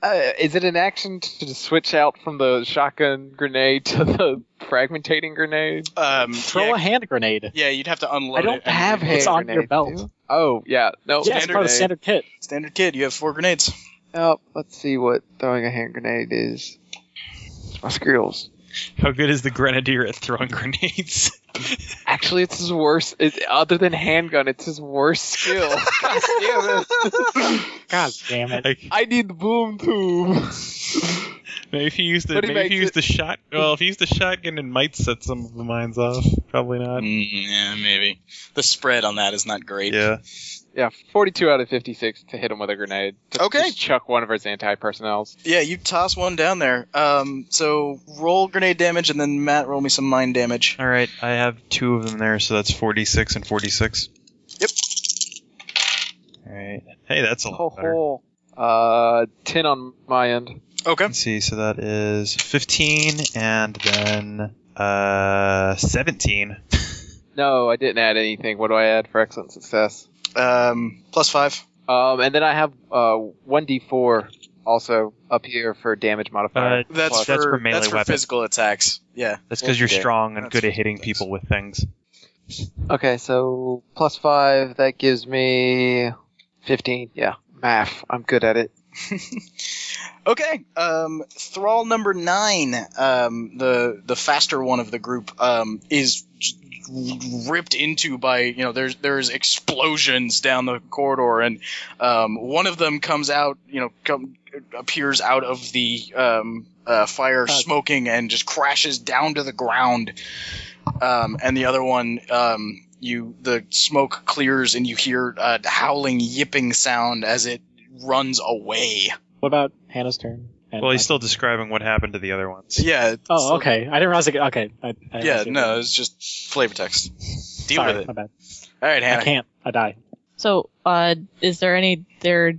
[SPEAKER 4] uh, is it an action to just switch out from the shotgun grenade to the fragmentating grenade?
[SPEAKER 1] Um,
[SPEAKER 5] Throw
[SPEAKER 1] yeah,
[SPEAKER 5] a hand grenade.
[SPEAKER 1] yeah, you'd have to unload
[SPEAKER 4] I don't
[SPEAKER 1] it. and-
[SPEAKER 4] have hand
[SPEAKER 5] It's on your
[SPEAKER 4] grenades,
[SPEAKER 5] belt.
[SPEAKER 4] do I? Oh yeah, no.
[SPEAKER 5] yeah, it's
[SPEAKER 4] hand
[SPEAKER 5] part of the
[SPEAKER 4] grenade.
[SPEAKER 5] standard kit.
[SPEAKER 1] Standard kid, you have four grenades.
[SPEAKER 4] Oh, let's see what throwing a hand grenade is. It's my skills.
[SPEAKER 3] How good is the grenadier at throwing grenades?
[SPEAKER 4] Actually, it's his worst. It, other than handgun, it's his worst skill. God damn it!
[SPEAKER 5] God damn it.
[SPEAKER 3] like,
[SPEAKER 4] I need the boom tube.
[SPEAKER 3] maybe if you use the
[SPEAKER 4] But he
[SPEAKER 3] maybe if you
[SPEAKER 4] makes
[SPEAKER 3] use the shot. Well, if you use the shotgun, it might set some of the mines off. Probably not.
[SPEAKER 1] Mm, yeah, maybe. The spread on that is not great.
[SPEAKER 3] Yeah.
[SPEAKER 4] Yeah, 42 out of 56 to hit him with a grenade. Just,
[SPEAKER 1] Okay.
[SPEAKER 4] Just chuck one of his anti-personnels.
[SPEAKER 1] Yeah, you toss one down there. Um, so roll grenade damage, and then Matt, roll me some mine damage.
[SPEAKER 3] All right, I have two of them there, so that's forty-six and forty-six.
[SPEAKER 1] Yep.
[SPEAKER 3] All right. Hey, that's a lot
[SPEAKER 4] Oh,
[SPEAKER 3] better.
[SPEAKER 4] ho. Uh, 10 on my end.
[SPEAKER 1] Okay.
[SPEAKER 3] Let's see. So that is fifteen, and then uh seventeen.
[SPEAKER 4] No, I didn't add anything. What do I add for excellent success?
[SPEAKER 1] Um, plus five.
[SPEAKER 4] Um, and then I have uh 1d4 also up here for damage modifier.
[SPEAKER 3] Uh,
[SPEAKER 1] That's
[SPEAKER 3] Plus-
[SPEAKER 1] for,
[SPEAKER 3] That's for melee
[SPEAKER 1] that's for
[SPEAKER 3] weapon.
[SPEAKER 1] physical attacks. Yeah.
[SPEAKER 3] That's because you're
[SPEAKER 1] Okay.
[SPEAKER 3] strong and
[SPEAKER 1] That's
[SPEAKER 3] good at hitting
[SPEAKER 1] thanks.
[SPEAKER 3] people with things.
[SPEAKER 4] okay, so plus 5, that gives me 15. Yeah, math. I'm good at it.
[SPEAKER 1] Okay, um, Thrall number nine, um, the the faster one of the group, um, is j- ripped into by you know there's there's explosions down the corridor, and um, one of them comes out, you know, come, appears out of the um, uh, fire, smoking, and just crashes down to the ground, um, and the other one. Um, you the smoke clears and you hear a howling yipping sound as it runs away.
[SPEAKER 5] What about Hannah's turn? And
[SPEAKER 7] Well, he's still describing what happened to the other ones.
[SPEAKER 1] Yeah. it's-
[SPEAKER 5] oh, okay. I didn't realize it. Okay. I, I didn't
[SPEAKER 1] Yeah,
[SPEAKER 5] see it.
[SPEAKER 1] no, it's just flavor text. Deal
[SPEAKER 5] Sorry,
[SPEAKER 1] with it.
[SPEAKER 5] My bad.
[SPEAKER 1] All right,
[SPEAKER 5] I
[SPEAKER 1] Hannah.
[SPEAKER 5] can't. I die.
[SPEAKER 2] So, uh, is there any? There,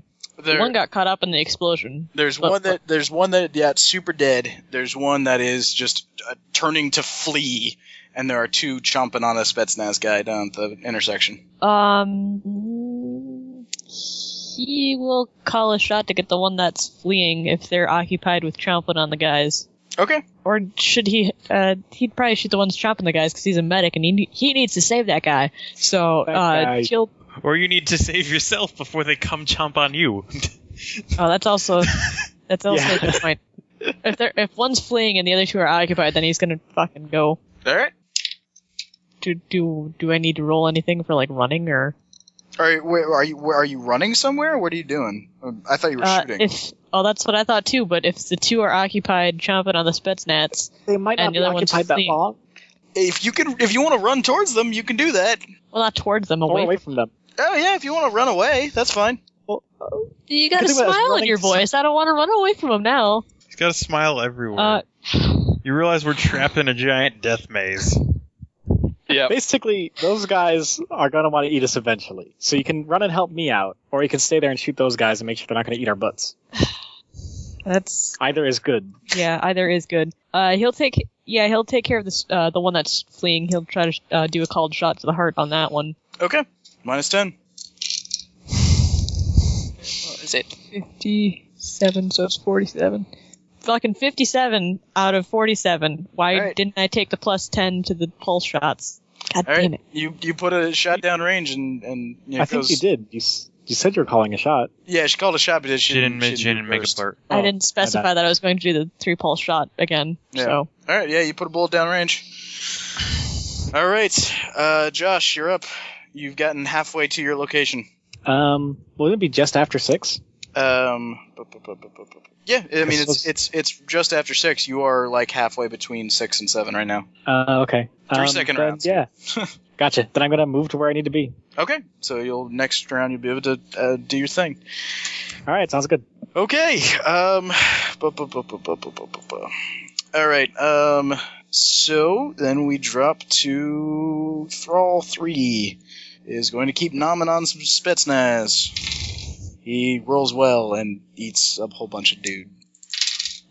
[SPEAKER 1] There-
[SPEAKER 2] one got caught up in the explosion.
[SPEAKER 1] there's
[SPEAKER 2] but-
[SPEAKER 1] one that there's one that yeah, it's super dead. There's one that is just uh, turning to flee, and there are two chomping on a Spetsnaz guy down at the intersection.
[SPEAKER 2] Um,
[SPEAKER 5] Mm-hmm.
[SPEAKER 2] mm, he will call a shot to get the one that's fleeing if they're occupied with chomping on the guys.
[SPEAKER 1] Okay.
[SPEAKER 2] Or should he? Uh, he'd probably shoot the ones chomping the guys because he's a medic and he ne- he needs to save that guy. So
[SPEAKER 5] That
[SPEAKER 2] uh,
[SPEAKER 5] guy.
[SPEAKER 2] he'll.
[SPEAKER 7] Or you need to save yourself before they come chomp on you.
[SPEAKER 2] Oh, that's also that's also
[SPEAKER 5] Yeah.
[SPEAKER 2] a good point. If they're if one's fleeing and the other two are occupied, then he's gonna fucking go.
[SPEAKER 1] All right.
[SPEAKER 2] Do do do I need to roll anything for like running or?
[SPEAKER 1] Are you, where, are you where, are you running somewhere? What are you doing? Um, I thought you were
[SPEAKER 2] Uh,
[SPEAKER 1] shooting.
[SPEAKER 2] if oh, that's what I thought too. But if the two are occupied chomping on the Spetsnaz,
[SPEAKER 5] They might
[SPEAKER 2] And
[SPEAKER 5] not be
[SPEAKER 2] the other one's
[SPEAKER 5] occupied that
[SPEAKER 2] fleeing.
[SPEAKER 5] long.
[SPEAKER 1] If you can, if you want to run towards them, you can do that.
[SPEAKER 2] well, not towards them,
[SPEAKER 5] Or
[SPEAKER 2] away.
[SPEAKER 5] away from them.
[SPEAKER 1] Oh yeah, if you want to run away, that's fine.
[SPEAKER 2] You got a
[SPEAKER 5] Think about us
[SPEAKER 2] smile in
[SPEAKER 5] running
[SPEAKER 2] your
[SPEAKER 5] to-
[SPEAKER 2] voice. I don't want to run away from him now.
[SPEAKER 7] he's got a smile everywhere.
[SPEAKER 2] Uh,
[SPEAKER 7] you realize we're trapped in a giant death maze.
[SPEAKER 4] Yeah.
[SPEAKER 5] Basically, those guys are going to want to eat us eventually. So you can run and help me out, or you can stay there and shoot those guys and make sure they're not going to eat our butts.
[SPEAKER 2] that's
[SPEAKER 5] Either is good.
[SPEAKER 2] yeah. Either is good. Uh, he'll take yeah. He'll take care of this. Uh, the one that's fleeing. He'll try to uh, do a called shot to the heart on that one.
[SPEAKER 1] Okay. Minus ten.
[SPEAKER 2] What is it? Fifty-seven. So it's forty-seven. Fucking fifty-seven out of forty-seven. Why
[SPEAKER 1] Alright.
[SPEAKER 2] didn't I take the plus ten to the pulse shots? God
[SPEAKER 1] All
[SPEAKER 2] damn
[SPEAKER 1] right.
[SPEAKER 2] it!
[SPEAKER 1] You you put a shot down range and and you know,
[SPEAKER 5] I think
[SPEAKER 1] goes-
[SPEAKER 5] you did. You, s- you said you were calling a shot.
[SPEAKER 1] Yeah, she called a shot, but she,
[SPEAKER 3] She didn't,
[SPEAKER 1] she
[SPEAKER 3] make- she didn't
[SPEAKER 1] do
[SPEAKER 3] make a
[SPEAKER 1] burst.
[SPEAKER 3] blurt.
[SPEAKER 5] Oh,
[SPEAKER 2] I didn't specify that I was going to do the three pulse shot again.
[SPEAKER 1] Yeah.
[SPEAKER 2] So
[SPEAKER 1] All right, yeah, you put a bullet down range. All right, uh, Josh, you're up. You've gotten halfway to your location.
[SPEAKER 5] Um, will it be just after six?
[SPEAKER 1] Um, bu- bu- bu- bu- bu- bu- bu- yeah, I mean it's it's it's just after six. You are like halfway between six and seven right now.
[SPEAKER 5] Uh, okay.
[SPEAKER 1] Three
[SPEAKER 5] Um,
[SPEAKER 1] second
[SPEAKER 5] then-
[SPEAKER 1] rounds.
[SPEAKER 5] Yeah. gotcha. Then I'm going to move to where I need to be.
[SPEAKER 1] Okay, so you'll next round you'll be able to uh, do your thing.
[SPEAKER 5] All right. Sounds good.
[SPEAKER 1] Okay. Um. bu- bu- bu- bu- bu- bu- bu- bu- bu. All right. Um. So then we drop to Thrall Three is going to keep nomming on some Spetsnaz. He rolls well and eats a whole bunch of dude.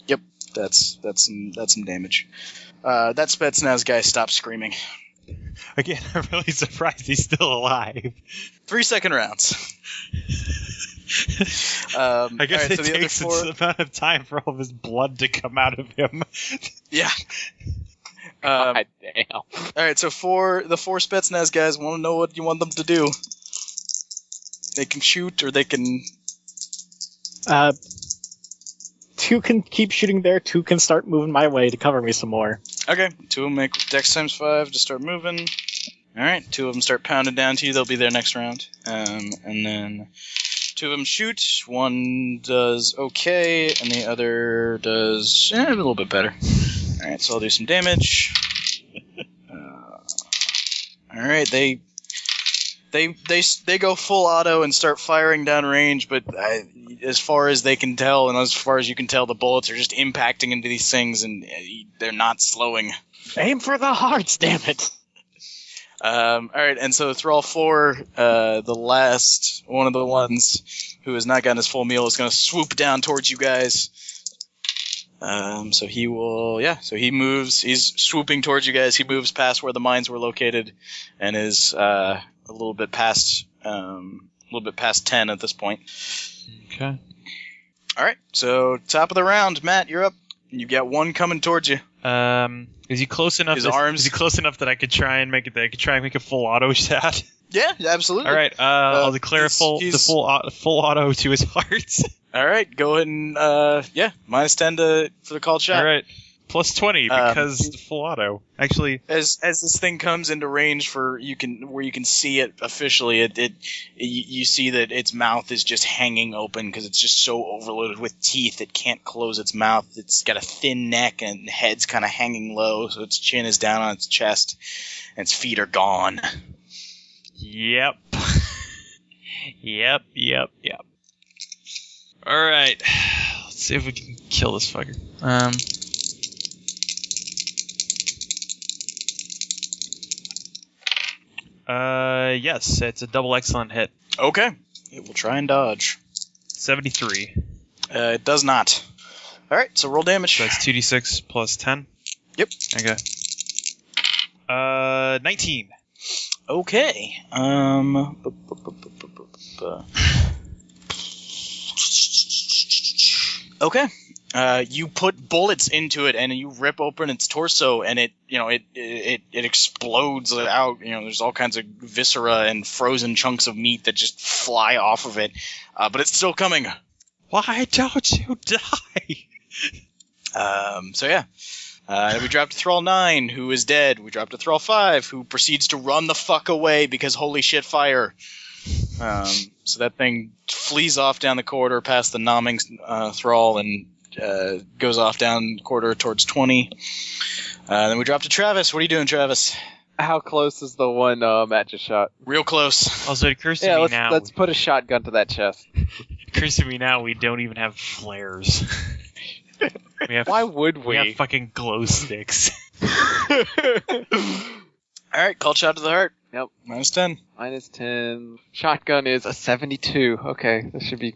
[SPEAKER 1] Yep. That's that's some that's some damage. Uh, that Spetsnaz guy stops screaming.
[SPEAKER 7] Again, I'm really surprised he's still alive.
[SPEAKER 1] Three second rounds. um,
[SPEAKER 7] I guess
[SPEAKER 1] all right,
[SPEAKER 7] it
[SPEAKER 1] so the other
[SPEAKER 7] takes
[SPEAKER 1] four-
[SPEAKER 7] its amount of time for all of his blood to come out of him.
[SPEAKER 1] Yeah. Um,
[SPEAKER 4] God damn.
[SPEAKER 1] All right, so for the four Spetsnaz guys, want to know what you want them to do? They can shoot, or they can.
[SPEAKER 5] Uh, two can keep shooting there. Two can start moving my way to cover me some more.
[SPEAKER 1] Okay, two of them make dex times five to start moving. All right, two of them start pounding down to you. They'll be there next round. Um, and then two of them shoot. One does okay, and the other does eh, a little bit better. All right, so I'll do some damage. Uh, all right, they they they they go full auto and start firing down range, but I, as far as they can tell, and as far as you can tell, the bullets are just impacting into these things, and uh, they're not slowing.
[SPEAKER 5] Aim for the hearts, damn it.
[SPEAKER 1] Um, all right, and so Thrall Four, uh, the last one of the ones who has not gotten his full meal, is going to swoop down towards you guys. Um, so he will, yeah. So he moves. He's swooping towards you guys. He moves past where the mines were located, and is uh, a little bit past, um, a little bit past ten at this point.
[SPEAKER 3] Okay.
[SPEAKER 1] All right. So top of the round, Matt, you're up. You've got one coming towards you.
[SPEAKER 7] Um, is he close enough?
[SPEAKER 1] His
[SPEAKER 7] that-
[SPEAKER 1] arms-
[SPEAKER 7] Is he close enough that I could try and make it? That I could try and make a full auto shot.
[SPEAKER 1] Yeah, absolutely.
[SPEAKER 7] All right. Uh, I'll declare
[SPEAKER 1] he's-
[SPEAKER 7] full the
[SPEAKER 1] he's-
[SPEAKER 7] full au- full auto to his heart.
[SPEAKER 1] All right, go ahead and uh, yeah, minus ten to for the called shot.
[SPEAKER 7] All right. Plus 20
[SPEAKER 1] Um,
[SPEAKER 7] because the full auto. Actually,
[SPEAKER 1] As as this thing comes into range for you can where you can see it officially, it, it you, you see that its mouth is just hanging open because it's just so overloaded with teeth it can't close its mouth. It's got a thin neck and head's kind of hanging low, so its chin is down on its chest, and its feet are gone.
[SPEAKER 6] Yep. yep, yep, yep.
[SPEAKER 7] all right. Let's see if we can kill this fucker. Um
[SPEAKER 6] Uh, yes, it's a double excellent hit.
[SPEAKER 1] Okay, it will try and dodge.
[SPEAKER 6] 73.
[SPEAKER 1] Uh, it does not. All right, so roll damage.
[SPEAKER 6] So that's 2d6 plus 10.
[SPEAKER 1] Yep.
[SPEAKER 6] Okay. Uh, 19.
[SPEAKER 1] Okay. Um. bu- bu- bu- bu- bu- bu- bu- bu- Okay. Uh, you put bullets into it, and you rip open its torso, and it, you know, it, it, it explodes out. You know, there's all kinds of viscera and frozen chunks of meat that just fly off of it, uh, but it's still coming.
[SPEAKER 7] Why don't you die?
[SPEAKER 1] Um, so yeah. Uh, we dropped Thrall 9, who is dead. We dropped a Thrall 5, who proceeds to run the fuck away because holy shit, fire. Um, so that thing flees off down the corridor past the nomming uh, Thrall and uh, goes off down the corridor towards 20. Uh, then we dropped to Travis. What are you doing, Travis?
[SPEAKER 4] How close is the one uh, Matt just shot?
[SPEAKER 1] Real close.
[SPEAKER 6] Also, it occurs to
[SPEAKER 4] Yeah,
[SPEAKER 6] me
[SPEAKER 4] let's,
[SPEAKER 6] now.
[SPEAKER 4] let's put a shotgun to that chest.
[SPEAKER 6] It occurs to me now we don't even have flares. we have
[SPEAKER 4] Why would
[SPEAKER 6] we have
[SPEAKER 4] we?
[SPEAKER 6] fucking glow sticks.
[SPEAKER 1] All right, call shot to the heart.
[SPEAKER 4] Yep.
[SPEAKER 1] Minus 10.
[SPEAKER 4] Minus 10. Shotgun is a 72. Okay, this should be.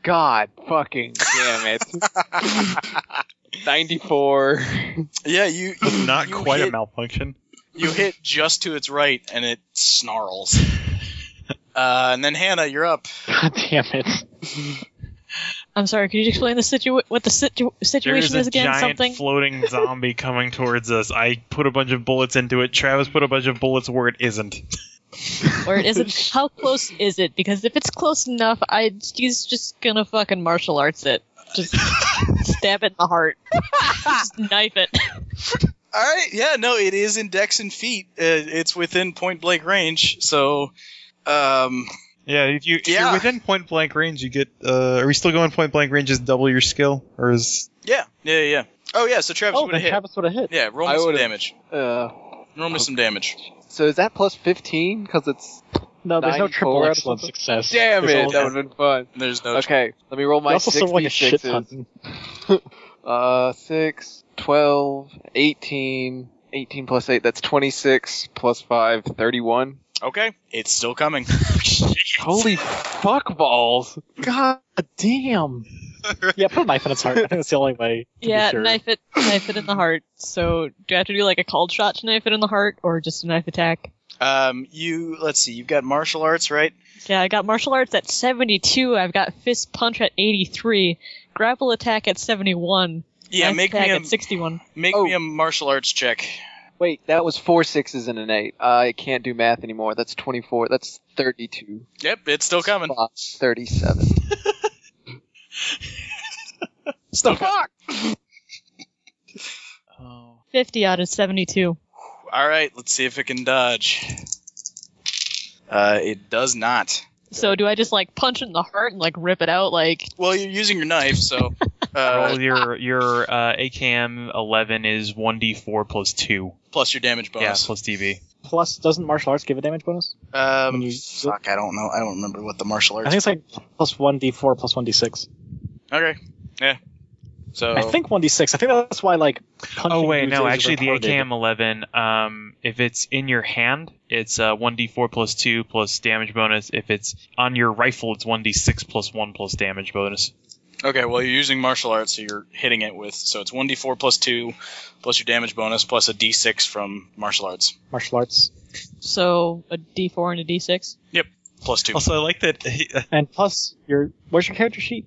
[SPEAKER 4] God fucking damn it. 94.
[SPEAKER 1] yeah, you. you
[SPEAKER 6] Not
[SPEAKER 1] you
[SPEAKER 6] quite
[SPEAKER 1] hit,
[SPEAKER 6] a malfunction.
[SPEAKER 1] You hit just to its right, and it snarls. Uh, and then Hannah, you're up.
[SPEAKER 5] God damn it.
[SPEAKER 2] I'm sorry. Could you explain the situa- what the situ-
[SPEAKER 6] There is
[SPEAKER 2] situation
[SPEAKER 6] a
[SPEAKER 2] is again?
[SPEAKER 6] giant
[SPEAKER 2] Something.
[SPEAKER 6] floating zombie coming towards us. I put a bunch of bullets into it. Travis put a bunch of bullets where it isn't.
[SPEAKER 2] or it isn't. How close is it? Because if it's close enough, I he's just gonna fucking martial arts it. Just stab it in the heart. just knife it.
[SPEAKER 1] All right. Yeah. No, it is in dex and feet. Uh, it's within point blank range. So, um,
[SPEAKER 7] Yeah, if you if
[SPEAKER 1] Yeah.
[SPEAKER 7] you're within point blank range, you get. Uh, are we still going point blank range? Is double your skill, or is
[SPEAKER 1] yeah, yeah, yeah. Oh yeah. So Travis
[SPEAKER 5] Oh,
[SPEAKER 1] would have
[SPEAKER 5] then
[SPEAKER 1] hit.
[SPEAKER 5] Travis would have hit.
[SPEAKER 1] yeah. Roll
[SPEAKER 4] I
[SPEAKER 1] me some
[SPEAKER 4] would've-
[SPEAKER 1] damage.
[SPEAKER 4] Uh,
[SPEAKER 1] Roll me some damage.
[SPEAKER 4] so is that plus 15? Because it's.
[SPEAKER 5] No, there's no
[SPEAKER 4] 94
[SPEAKER 5] triple
[SPEAKER 4] out of
[SPEAKER 5] excellent
[SPEAKER 4] something?
[SPEAKER 5] success.
[SPEAKER 4] Damn
[SPEAKER 5] There's
[SPEAKER 4] it!
[SPEAKER 5] only-
[SPEAKER 4] That would have been fun.
[SPEAKER 1] There's no.
[SPEAKER 4] Okay, let me roll
[SPEAKER 5] You
[SPEAKER 4] my
[SPEAKER 5] also sold like a shit
[SPEAKER 4] 6d6s.
[SPEAKER 5] ton.
[SPEAKER 4] Uh, 6, 12, 18, 18 plus 8, that's 26, plus 5, 31.
[SPEAKER 1] Okay. It's still coming.
[SPEAKER 4] Oh, Holy fuck balls!
[SPEAKER 5] God damn. yeah, put a knife in its heart. I think that's the only way. To be
[SPEAKER 2] Yeah,
[SPEAKER 5] sure.
[SPEAKER 2] knife it. Knife it in the heart. So do I have to do like a cold shot to knife it in the heart, or just a knife attack?
[SPEAKER 1] Um, you. Let's see. You've got martial arts, right?
[SPEAKER 2] Yeah, I got martial arts at 72. I've got fist punch at 83. Grapple attack at 71.
[SPEAKER 1] Yeah.
[SPEAKER 2] knife
[SPEAKER 1] Make
[SPEAKER 2] attack
[SPEAKER 1] me a
[SPEAKER 2] at 61.
[SPEAKER 1] make
[SPEAKER 4] Oh.
[SPEAKER 1] me a martial arts check.
[SPEAKER 4] Wait, that was four sixes and an 8. I can't do math anymore. That's 24, that's 32.
[SPEAKER 1] Yep. It's still coming.
[SPEAKER 4] plus 37.
[SPEAKER 1] Still coming.
[SPEAKER 2] 50 out of 72.
[SPEAKER 1] All right. Let's see if it can dodge. Uh, it does not.
[SPEAKER 2] So do I just like punch it in the heart and like rip it out? Like
[SPEAKER 1] Well, you're using your knife, so. Uh,
[SPEAKER 6] Roll your your uh, AKM 11 is 1d4 plus 2.
[SPEAKER 1] plus your damage
[SPEAKER 6] Yeah,
[SPEAKER 1] bonus.
[SPEAKER 6] plus DV.
[SPEAKER 5] Plus, doesn't martial arts give a damage bonus?
[SPEAKER 1] Um,
[SPEAKER 5] When you-
[SPEAKER 1] fuck, I don't know. I don't remember what the martial
[SPEAKER 5] I
[SPEAKER 1] arts.
[SPEAKER 5] think it's like plus 1d4, plus 1d6.
[SPEAKER 1] okay. Yeah. So
[SPEAKER 5] I think 1d6. I think that's why, like, punching
[SPEAKER 6] Oh wait,
[SPEAKER 5] dudes
[SPEAKER 6] no,
[SPEAKER 5] is
[SPEAKER 6] actually the
[SPEAKER 5] retarded.
[SPEAKER 6] AKM 11, um, if it's in your hand, it's uh, 1d4 plus 2 plus damage bonus. If it's on your rifle, it's 1d6 plus 1 plus damage bonus.
[SPEAKER 1] okay. Well, you're using martial arts, so you're hitting it with. So it's one d4 plus two, plus your damage bonus, plus a d6 from martial arts,
[SPEAKER 5] Martial arts.
[SPEAKER 2] so a D4 and a D6.
[SPEAKER 1] plus two.
[SPEAKER 7] also I like that
[SPEAKER 5] And plus, your where's your character sheet?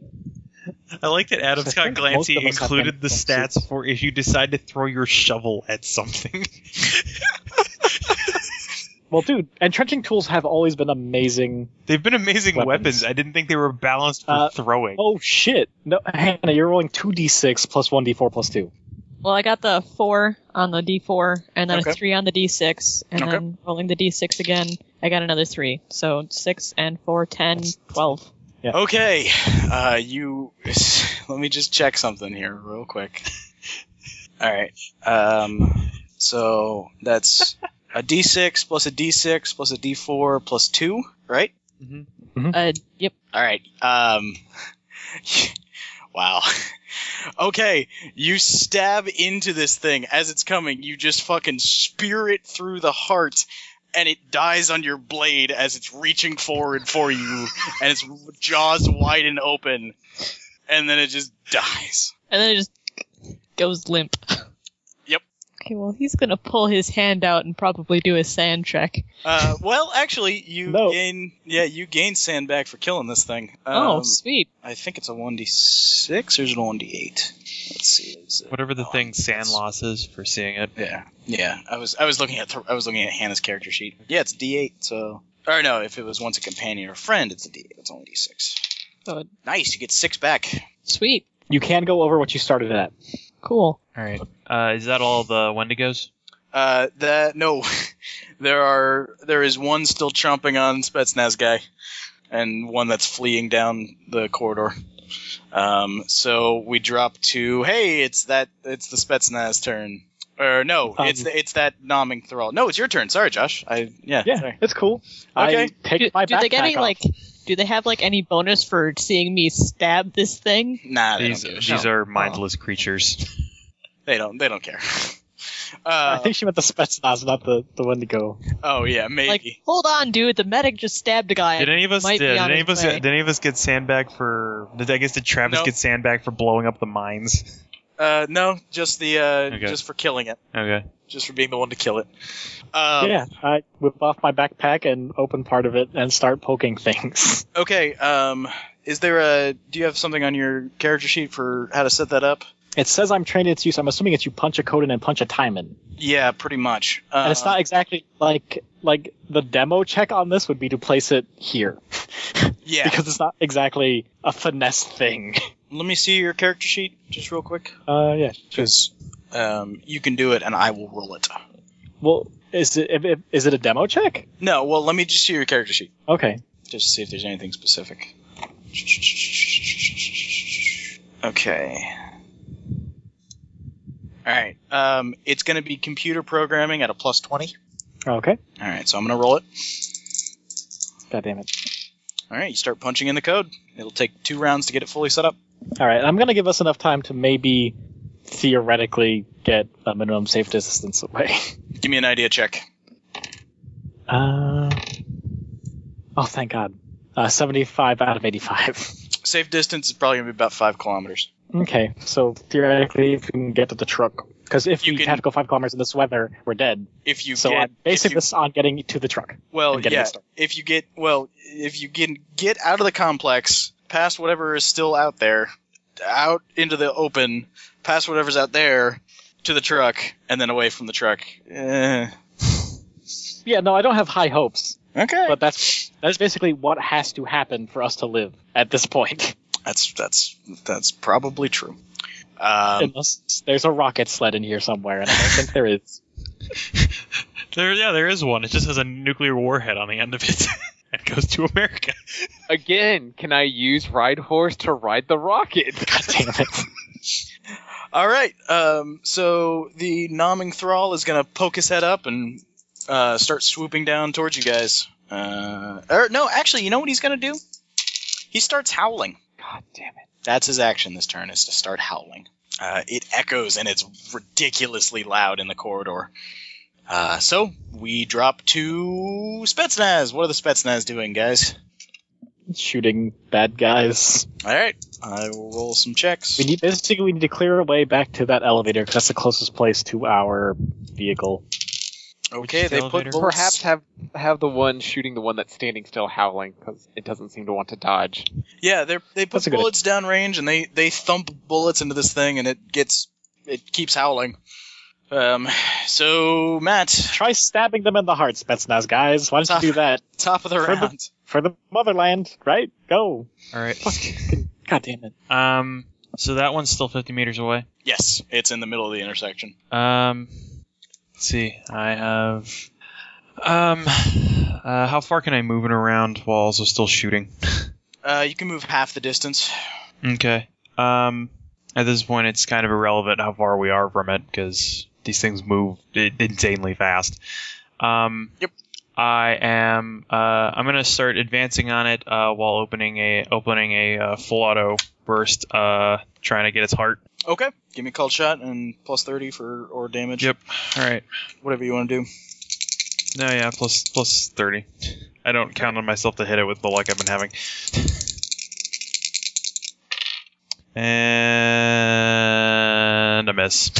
[SPEAKER 7] I like that Adam
[SPEAKER 5] I
[SPEAKER 7] Scott
[SPEAKER 5] think most
[SPEAKER 7] Glancy
[SPEAKER 5] of us have
[SPEAKER 7] included the
[SPEAKER 5] been
[SPEAKER 7] stats for if you decide to throw your shovel at something.
[SPEAKER 5] Well, dude, entrenching tools have always been amazing.
[SPEAKER 7] They've been amazing weapons.
[SPEAKER 5] Weapons.
[SPEAKER 7] I didn't think they were balanced for
[SPEAKER 5] Uh,
[SPEAKER 7] throwing.
[SPEAKER 5] Oh shit! No, Hannah, you're rolling two d6 plus one d4 plus two.
[SPEAKER 2] Well, I got the four on the D4, and then a
[SPEAKER 1] Okay.
[SPEAKER 2] three on the D6, and
[SPEAKER 1] Okay.
[SPEAKER 2] then rolling the D6 again, I got another three. So six and four, ten, twelve.
[SPEAKER 1] Okay, uh, you. Let me just check something here real quick. All right. Um, so that's a D6 plus a D6 plus a D4 plus two, right?
[SPEAKER 2] Uh, yep.
[SPEAKER 1] All right. Um, wow. Okay, you stab into this thing as it's coming. You just fucking spear it through the heart, and it dies on your blade as it's reaching forward for you, and its jaws wide and open, and then it just dies.
[SPEAKER 2] And then it just goes limp.
[SPEAKER 1] Yep.
[SPEAKER 2] Okay, well, he's gonna pull his hand out and probably do a sand check.
[SPEAKER 1] Uh, well, actually, you
[SPEAKER 5] No.
[SPEAKER 1] gain yeah, you gain sand back for killing this thing.
[SPEAKER 2] oh,
[SPEAKER 1] Um,
[SPEAKER 2] sweet.
[SPEAKER 1] I think it's a one d six or is it a one d eight? Let's see. Is it-
[SPEAKER 6] Whatever the
[SPEAKER 1] Oh,
[SPEAKER 6] thing sand
[SPEAKER 1] it's-
[SPEAKER 6] loss is for seeing it.
[SPEAKER 1] Yeah, yeah. I was I was looking at th- I was looking at Hannah's character sheet. Yeah, it's D eight. So or no, if it was once a companion or friend, it's a D eight. It's only D six.
[SPEAKER 2] Good.
[SPEAKER 1] Nice, you get six back.
[SPEAKER 2] Sweet.
[SPEAKER 5] You can go over what you started at.
[SPEAKER 2] Cool.
[SPEAKER 6] All right. Uh, is that all the Wendigos?
[SPEAKER 1] Uh, that no, there are there is one still chomping on Spetsnaz guy, and one that's fleeing down the corridor. Um, so we drop to hey, it's that it's the Spetsnaz turn. Or no,
[SPEAKER 5] Um,
[SPEAKER 1] it's the, it's that nomming thrall. No, it's your turn. Sorry, Josh. I yeah.
[SPEAKER 5] Yeah,
[SPEAKER 1] sorry.
[SPEAKER 5] it's cool.
[SPEAKER 1] Okay.
[SPEAKER 5] I take
[SPEAKER 2] Do,
[SPEAKER 5] my
[SPEAKER 2] do they get
[SPEAKER 5] backpack
[SPEAKER 2] any
[SPEAKER 5] off.
[SPEAKER 2] like? Do they have like any bonus for seeing me stab this thing?
[SPEAKER 1] Nah, they
[SPEAKER 6] These
[SPEAKER 1] don't give a shit.
[SPEAKER 6] these
[SPEAKER 5] Oh.
[SPEAKER 6] are mindless creatures.
[SPEAKER 1] They don't. They don't care.
[SPEAKER 5] I
[SPEAKER 1] Uh,
[SPEAKER 5] think she meant the Spetsnaz, not the the Wendigo.
[SPEAKER 1] oh yeah, maybe.
[SPEAKER 2] Like, hold on, dude. The medic just stabbed a guy.
[SPEAKER 7] Did any of us
[SPEAKER 2] might
[SPEAKER 7] did,
[SPEAKER 2] be on
[SPEAKER 7] any
[SPEAKER 2] his
[SPEAKER 7] of us
[SPEAKER 2] way.
[SPEAKER 7] did any of us get sandbagged for? Did I guess did Travis
[SPEAKER 1] No.
[SPEAKER 7] get sandbagged for blowing up the mines?
[SPEAKER 1] uh, no, just the uh,
[SPEAKER 6] Okay.
[SPEAKER 1] just for killing it,
[SPEAKER 6] Okay.
[SPEAKER 1] just for being the one to kill it. Um,
[SPEAKER 5] yeah, I whip off my backpack and open part of it and start poking things.
[SPEAKER 1] Okay. Um, is there a? Do you have something on your character sheet for how to set that up?
[SPEAKER 5] It says I'm trained in its use. I'm assuming it's you punch a code in and punch a time in.
[SPEAKER 1] Yeah, pretty much. Uh,
[SPEAKER 5] and it's not exactly like like the demo check on this would be to place it here
[SPEAKER 1] Yeah.
[SPEAKER 5] because it's not exactly a finesse thing.
[SPEAKER 1] Let me see your character sheet just real quick,
[SPEAKER 5] Uh, yeah.
[SPEAKER 1] because um, you can do it, and I will roll it.
[SPEAKER 5] Well, is it if, if, is it a demo check?
[SPEAKER 1] No, well, let me just see your character sheet.
[SPEAKER 5] Okay.
[SPEAKER 1] Just to see if there's anything specific. Okay. Alright. Um, it's going to be computer programming at a plus 20.
[SPEAKER 5] Okay.
[SPEAKER 1] Alright, so I'm going to roll it.
[SPEAKER 5] God damn it.
[SPEAKER 1] Alright, you start punching in the code. It'll take two rounds to get it fully set up.
[SPEAKER 5] All right. I'm gonna give us enough time to maybe theoretically get a minimum safe distance away.
[SPEAKER 1] Give me an idea check.
[SPEAKER 5] Uh, oh, thank God. Uh, 75 out of 85.
[SPEAKER 1] Safe distance is probably going to be about five kilometers.
[SPEAKER 5] Okay, so theoretically, if we can get to the truck, because if
[SPEAKER 1] You
[SPEAKER 5] we
[SPEAKER 1] can-
[SPEAKER 5] have to go five kilometers in this weather, we're dead.
[SPEAKER 1] If you
[SPEAKER 5] so uh,
[SPEAKER 1] get,
[SPEAKER 5] I'm basing
[SPEAKER 1] if you-
[SPEAKER 5] this on getting to the truck.
[SPEAKER 1] well,
[SPEAKER 5] and getting
[SPEAKER 1] yeah.
[SPEAKER 5] it started.
[SPEAKER 1] If you get, well, if you can get out of the complex, past whatever is still out there, out into the open, past whatever's out there, to the truck, and then away from the truck. Eh.
[SPEAKER 5] Yeah, no, I don't have high hopes,
[SPEAKER 1] Okay.
[SPEAKER 5] but that's that's basically what has to happen for us to live at this point,
[SPEAKER 1] that's that's that's probably true. Um,
[SPEAKER 5] unless there's a rocket sled in here somewhere, and I don't think there is.
[SPEAKER 6] There, yeah, there is one. It just has a nuclear warhead on the end of it. it goes to America.
[SPEAKER 4] Again, can I use Ride Horse to ride the rocket?
[SPEAKER 5] God damn it!
[SPEAKER 1] all right. Um, so the nomming thrall is gonna poke his head up and uh, start swooping down towards you guys. Uh, or no, actually, you know what he's gonna do? He starts howling.
[SPEAKER 4] God damn it.
[SPEAKER 1] That's his action this turn is to start howling. Uh, it echoes and it's ridiculously loud in the corridor. Uh, so we drop to Spetsnaz. What are the Spetsnaz doing, guys?
[SPEAKER 5] Shooting bad guys.
[SPEAKER 1] All right, I will roll some checks.
[SPEAKER 5] We need basically we need to clear a way back to that elevator because that's the closest place to our vehicle.
[SPEAKER 1] okay, they put
[SPEAKER 6] elevator?
[SPEAKER 1] bullets-
[SPEAKER 4] Perhaps have have the one shooting the one that's standing still howling because it doesn't seem to want to dodge.
[SPEAKER 1] Yeah, they they put
[SPEAKER 5] That's a good-
[SPEAKER 1] bullets down range and they they thump bullets into this thing and it gets it keeps howling. Um, so Matt,
[SPEAKER 5] Try stabbing them in the heart, Spetsnaz guys. Why don't you do that
[SPEAKER 1] top of the
[SPEAKER 5] For the-
[SPEAKER 1] round.
[SPEAKER 5] for the motherland? Right? Go.
[SPEAKER 3] All right.
[SPEAKER 5] God damn it.
[SPEAKER 3] Um. So that one's still 50 meters away.
[SPEAKER 1] Yes, it's in the middle of the intersection.
[SPEAKER 3] Um. Let's see. I have. Um. Uh, how far can I move it around while also still shooting?
[SPEAKER 1] Uh, you can move half the distance.
[SPEAKER 3] Okay. Um. At this point, it's kind of irrelevant how far we are from it because these things move i- insanely fast. Um.
[SPEAKER 1] Yep.
[SPEAKER 3] I am. Uh, I'm gonna start advancing on it uh, while opening a opening a uh, full auto burst, uh, trying to get its heart.
[SPEAKER 1] Okay, give me a called shot and plus thirty for or damage.
[SPEAKER 3] Yep. All right.
[SPEAKER 1] Whatever you want to do.
[SPEAKER 3] No, yeah, plus plus thirty. I don't count on myself to hit it with the luck I've been having. And a miss.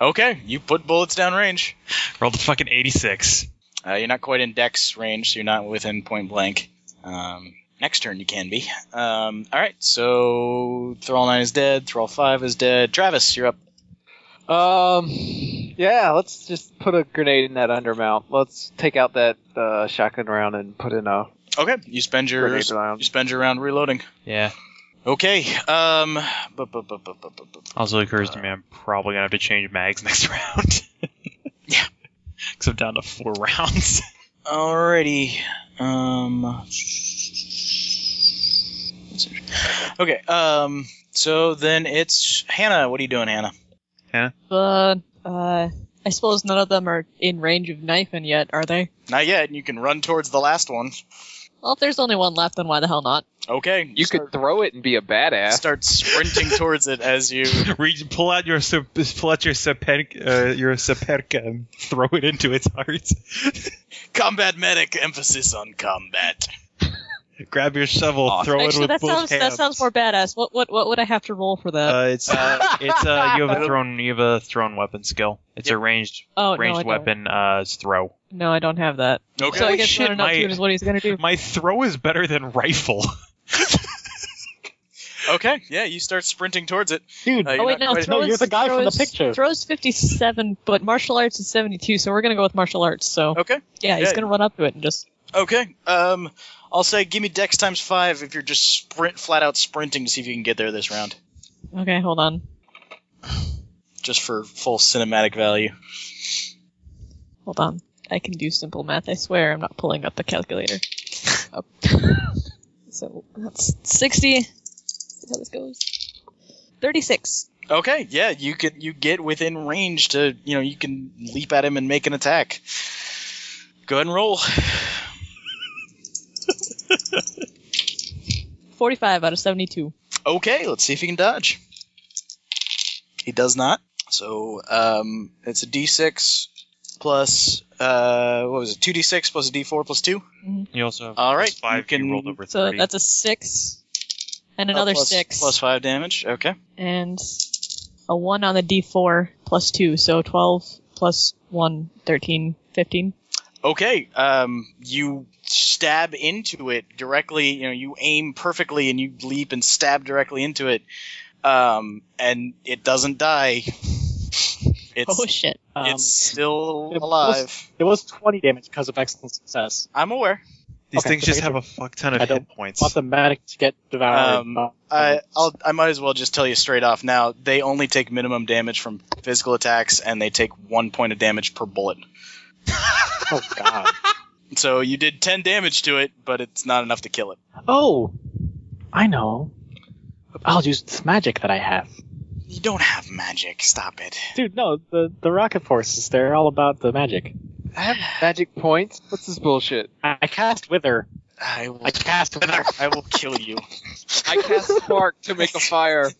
[SPEAKER 1] Okay, you put bullets down range.
[SPEAKER 3] Rolled a fucking eighty-six.
[SPEAKER 1] Uh, you're not quite in dex range, so you're not within point blank. Um, next turn you can be. Um, all right, so Thrall nine is dead. Thrall five is dead. Travis, you're up.
[SPEAKER 4] Um, yeah, let's just put a grenade in that undermount. Let's take out that uh, shotgun round and put in a
[SPEAKER 1] Okay, you spend your
[SPEAKER 4] grenade
[SPEAKER 1] you
[SPEAKER 4] round.
[SPEAKER 1] spend your round reloading.
[SPEAKER 3] Yeah.
[SPEAKER 1] Okay. Um. bu- bu- bu- bu- bu- bu- bu- bu-
[SPEAKER 3] Also occurs to me I'm probably gonna have to change mags next round.
[SPEAKER 1] Yeah.
[SPEAKER 3] Because I'm down to four rounds.
[SPEAKER 1] Alrighty. Um. Okay. Um. So then it's Hannah. What are you doing, Hannah?
[SPEAKER 2] But uh, I suppose none of them are in range of knifing yet, are they?
[SPEAKER 1] Not yet. And you can run towards the last one.
[SPEAKER 2] Well, if there's only one left, then why the hell not?
[SPEAKER 1] Okay.
[SPEAKER 4] You could throw it and be a badass.
[SPEAKER 1] start sprinting towards it as you.
[SPEAKER 7] Reach, pull out your sup- pull out your saperka, uh, your saperka and throw it into its heart.
[SPEAKER 1] Combat medic. Emphasis on combat.
[SPEAKER 7] Grab your shovel,
[SPEAKER 1] Awesome.
[SPEAKER 7] throw
[SPEAKER 2] Actually,
[SPEAKER 7] it with
[SPEAKER 2] that
[SPEAKER 7] both
[SPEAKER 2] sounds
[SPEAKER 7] hands.
[SPEAKER 2] that sounds more badass. What what what would I have to roll for that?
[SPEAKER 7] Uh, it's
[SPEAKER 3] Uh, it's uh, you have a thrown you have a thrown weapon skill. It's a ranged
[SPEAKER 2] oh no, I
[SPEAKER 3] ranged
[SPEAKER 2] don't.
[SPEAKER 3] weapon. Uh, it's throw.
[SPEAKER 2] No, I don't have that.
[SPEAKER 1] Okay.
[SPEAKER 2] So I
[SPEAKER 7] Holy
[SPEAKER 2] guess
[SPEAKER 7] shit,
[SPEAKER 2] running up to
[SPEAKER 7] my-
[SPEAKER 2] it is what he's gonna do.
[SPEAKER 7] my throw is better than rifle.
[SPEAKER 1] okay. Yeah. You start sprinting towards it.
[SPEAKER 5] Dude,
[SPEAKER 1] Uh, you're
[SPEAKER 2] Oh wait,
[SPEAKER 1] not
[SPEAKER 2] no,
[SPEAKER 1] quite-
[SPEAKER 2] throw
[SPEAKER 5] No, you're
[SPEAKER 2] is-
[SPEAKER 5] the guy
[SPEAKER 2] throw
[SPEAKER 5] from the
[SPEAKER 2] is-
[SPEAKER 5] picture.
[SPEAKER 2] Throw's fifty-seven, but martial arts is seventy-two, so we're gonna go with martial arts. So
[SPEAKER 1] Okay.
[SPEAKER 2] yeah, he's
[SPEAKER 1] yeah.
[SPEAKER 2] gonna run up to it and just
[SPEAKER 1] Okay. Um. I'll say give me dex times five if you're just sprint flat out sprinting to see if you can get there this round,
[SPEAKER 2] okay, hold on.
[SPEAKER 1] just for full cinematic value.
[SPEAKER 2] Hold on. I can do simple math, I swear. I'm not pulling up the calculator. Oh. so that's 60. See how this goes. 36.
[SPEAKER 1] Okay, yeah, you can you get within range to you know you can leap at him and make an attack. Go ahead and roll.
[SPEAKER 2] 45 out of 72.
[SPEAKER 1] Okay, let's see if he can dodge. He does not. So um, it's a D6 plus uh, what was it? Two D6 plus a D4 plus two.
[SPEAKER 3] You also have
[SPEAKER 1] All
[SPEAKER 3] plus
[SPEAKER 1] right, you
[SPEAKER 3] five.
[SPEAKER 1] can-
[SPEAKER 3] rolled over
[SPEAKER 2] So
[SPEAKER 3] three.
[SPEAKER 2] that's a 6. And another
[SPEAKER 1] Uh, plus-
[SPEAKER 2] 6.
[SPEAKER 1] plus five damage. Okay.
[SPEAKER 2] And a 1 on the d4 plus 2. So 12 plus 1, 13, 15.
[SPEAKER 1] Okay, um, you stab into it directly. You know, you aim perfectly and you leap and stab directly into it, um, and it doesn't die. It's
[SPEAKER 2] oh shit.
[SPEAKER 5] Um,
[SPEAKER 1] it's still
[SPEAKER 5] it was-
[SPEAKER 1] alive.
[SPEAKER 5] it was 20 damage because of excellent success.
[SPEAKER 1] I'm aware.
[SPEAKER 7] These
[SPEAKER 5] Okay,
[SPEAKER 7] things
[SPEAKER 5] so
[SPEAKER 7] just
[SPEAKER 5] I
[SPEAKER 7] have a fuck ton of
[SPEAKER 5] I don't
[SPEAKER 7] hit points.
[SPEAKER 5] Want the medic to get devoured. Oh,
[SPEAKER 1] Um,
[SPEAKER 5] by-
[SPEAKER 1] I I'll, I might as well just tell you straight off now. They only take minimum damage from physical attacks, and they take one point of damage per bullet.
[SPEAKER 5] oh god.
[SPEAKER 1] So you did ten damage to it, but it's not enough to kill it.
[SPEAKER 5] Oh, I know. I'll use this magic that I have.
[SPEAKER 1] You don't have magic. Stop it.
[SPEAKER 5] Dude, no, the, the rocket forces, they're all about the magic.
[SPEAKER 4] I have magic points. What's this bullshit?
[SPEAKER 5] I, I cast Wither.
[SPEAKER 1] I will.
[SPEAKER 5] I cast Wither.
[SPEAKER 1] I will kill you.
[SPEAKER 4] I cast spark to make a fire.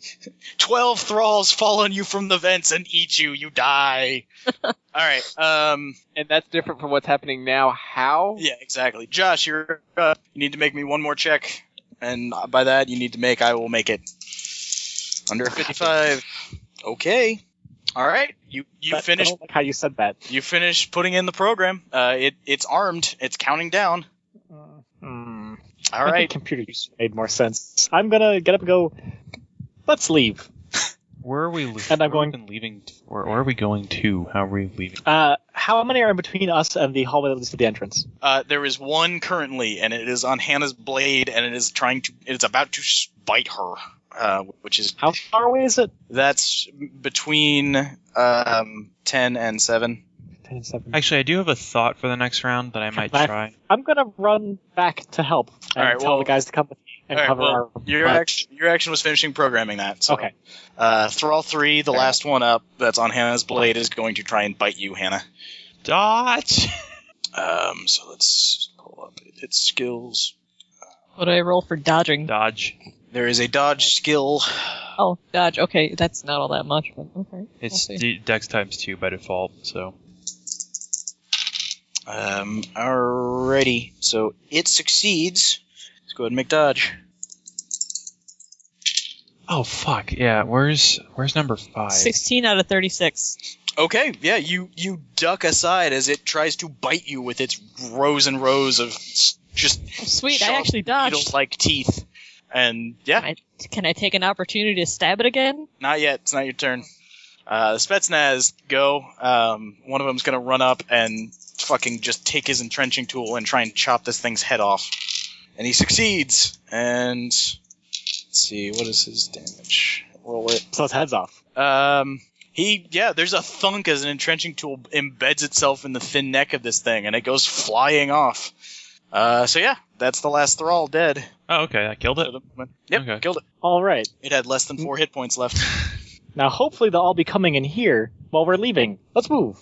[SPEAKER 1] Twelve thralls fall on you from the vents and eat you. You die. All right. Um.
[SPEAKER 4] And that's different from what's happening now. How?
[SPEAKER 1] Yeah. Exactly. Josh, you're up. You need to make me one more check, and by that you need to make I will make it under fifty-five. Okay. All right. You you
[SPEAKER 5] But I
[SPEAKER 1] finish
[SPEAKER 5] don't like how you said that.
[SPEAKER 1] you finish putting in the program. Uh. It it's armed. It's counting down.
[SPEAKER 5] Hmm.
[SPEAKER 1] All
[SPEAKER 5] I think
[SPEAKER 1] right.
[SPEAKER 5] computer use made more sense. I'm gonna get up and go. Let's leave.
[SPEAKER 3] Where are we? Leaving?
[SPEAKER 5] And I'm
[SPEAKER 3] Where have we
[SPEAKER 5] going-
[SPEAKER 3] been leaving. t- Where, where are we going to? How are we leaving?
[SPEAKER 5] Uh, how many are in between us and the hallway that leads to the entrance?
[SPEAKER 1] Uh, there is one currently, and it is on Hannah's blade, and it is trying to. It's about to s- bite her, uh, which is
[SPEAKER 5] How far away is it?
[SPEAKER 1] that's between um, ten and seven.
[SPEAKER 5] Ten and seven.
[SPEAKER 3] Actually, I do have a thought for the next round that I might
[SPEAKER 5] Bye.
[SPEAKER 3] try.
[SPEAKER 5] I'm gonna run back to help
[SPEAKER 1] All
[SPEAKER 5] and
[SPEAKER 1] right,
[SPEAKER 5] tell
[SPEAKER 1] well-
[SPEAKER 5] the guys to come with me and
[SPEAKER 1] All right,
[SPEAKER 5] cover
[SPEAKER 1] well,
[SPEAKER 5] our.
[SPEAKER 1] Your
[SPEAKER 5] butt.
[SPEAKER 1] action, your action was finishing programming that. So,
[SPEAKER 5] okay.
[SPEAKER 1] Uh, Thrall three, the last one up that's on Hannah's blade, is going to try and bite you, Hannah.
[SPEAKER 9] Dodge.
[SPEAKER 1] Um, so let's pull up its skills.
[SPEAKER 2] What do I roll for dodging?
[SPEAKER 3] Dodge.
[SPEAKER 1] There is a dodge skill.
[SPEAKER 2] Oh, dodge. Okay, that's not all that much, but okay.
[SPEAKER 3] It's
[SPEAKER 2] I'll see.
[SPEAKER 3] d- Dex times two by default. So
[SPEAKER 1] Um, alrighty. So it succeeds. Let's go ahead and make dodge.
[SPEAKER 3] Oh fuck yeah! Where's where's number five?
[SPEAKER 2] 16 out of 36.
[SPEAKER 1] Okay, yeah, you you duck aside as it tries to bite you with its rows and rows of s- just
[SPEAKER 2] Oh, Sweet, I
[SPEAKER 1] Sharp
[SPEAKER 2] actually
[SPEAKER 1] needle
[SPEAKER 2] dodged.
[SPEAKER 1] like teeth. And yeah,
[SPEAKER 2] I, can I take an opportunity to stab it again?
[SPEAKER 1] not yet. It's not your turn. Uh, the Spetsnaz go. Um, one of them's gonna run up and fucking just take his entrenching tool and try and chop this thing's head off. And he succeeds. And let's see, what is his damage? Roll it.
[SPEAKER 5] So its heads off.
[SPEAKER 1] Um, he, yeah, there's a thunk as an entrenching tool embeds itself in the thin neck of this thing, and it goes flying off. Uh, so yeah, that's the last thrall dead.
[SPEAKER 3] Oh okay, I killed it.
[SPEAKER 1] Yep,
[SPEAKER 3] Okay.
[SPEAKER 1] killed it.
[SPEAKER 5] All right.
[SPEAKER 1] It had less than four hit points left.
[SPEAKER 5] Now hopefully they'll all be coming in here while we're leaving. Let's move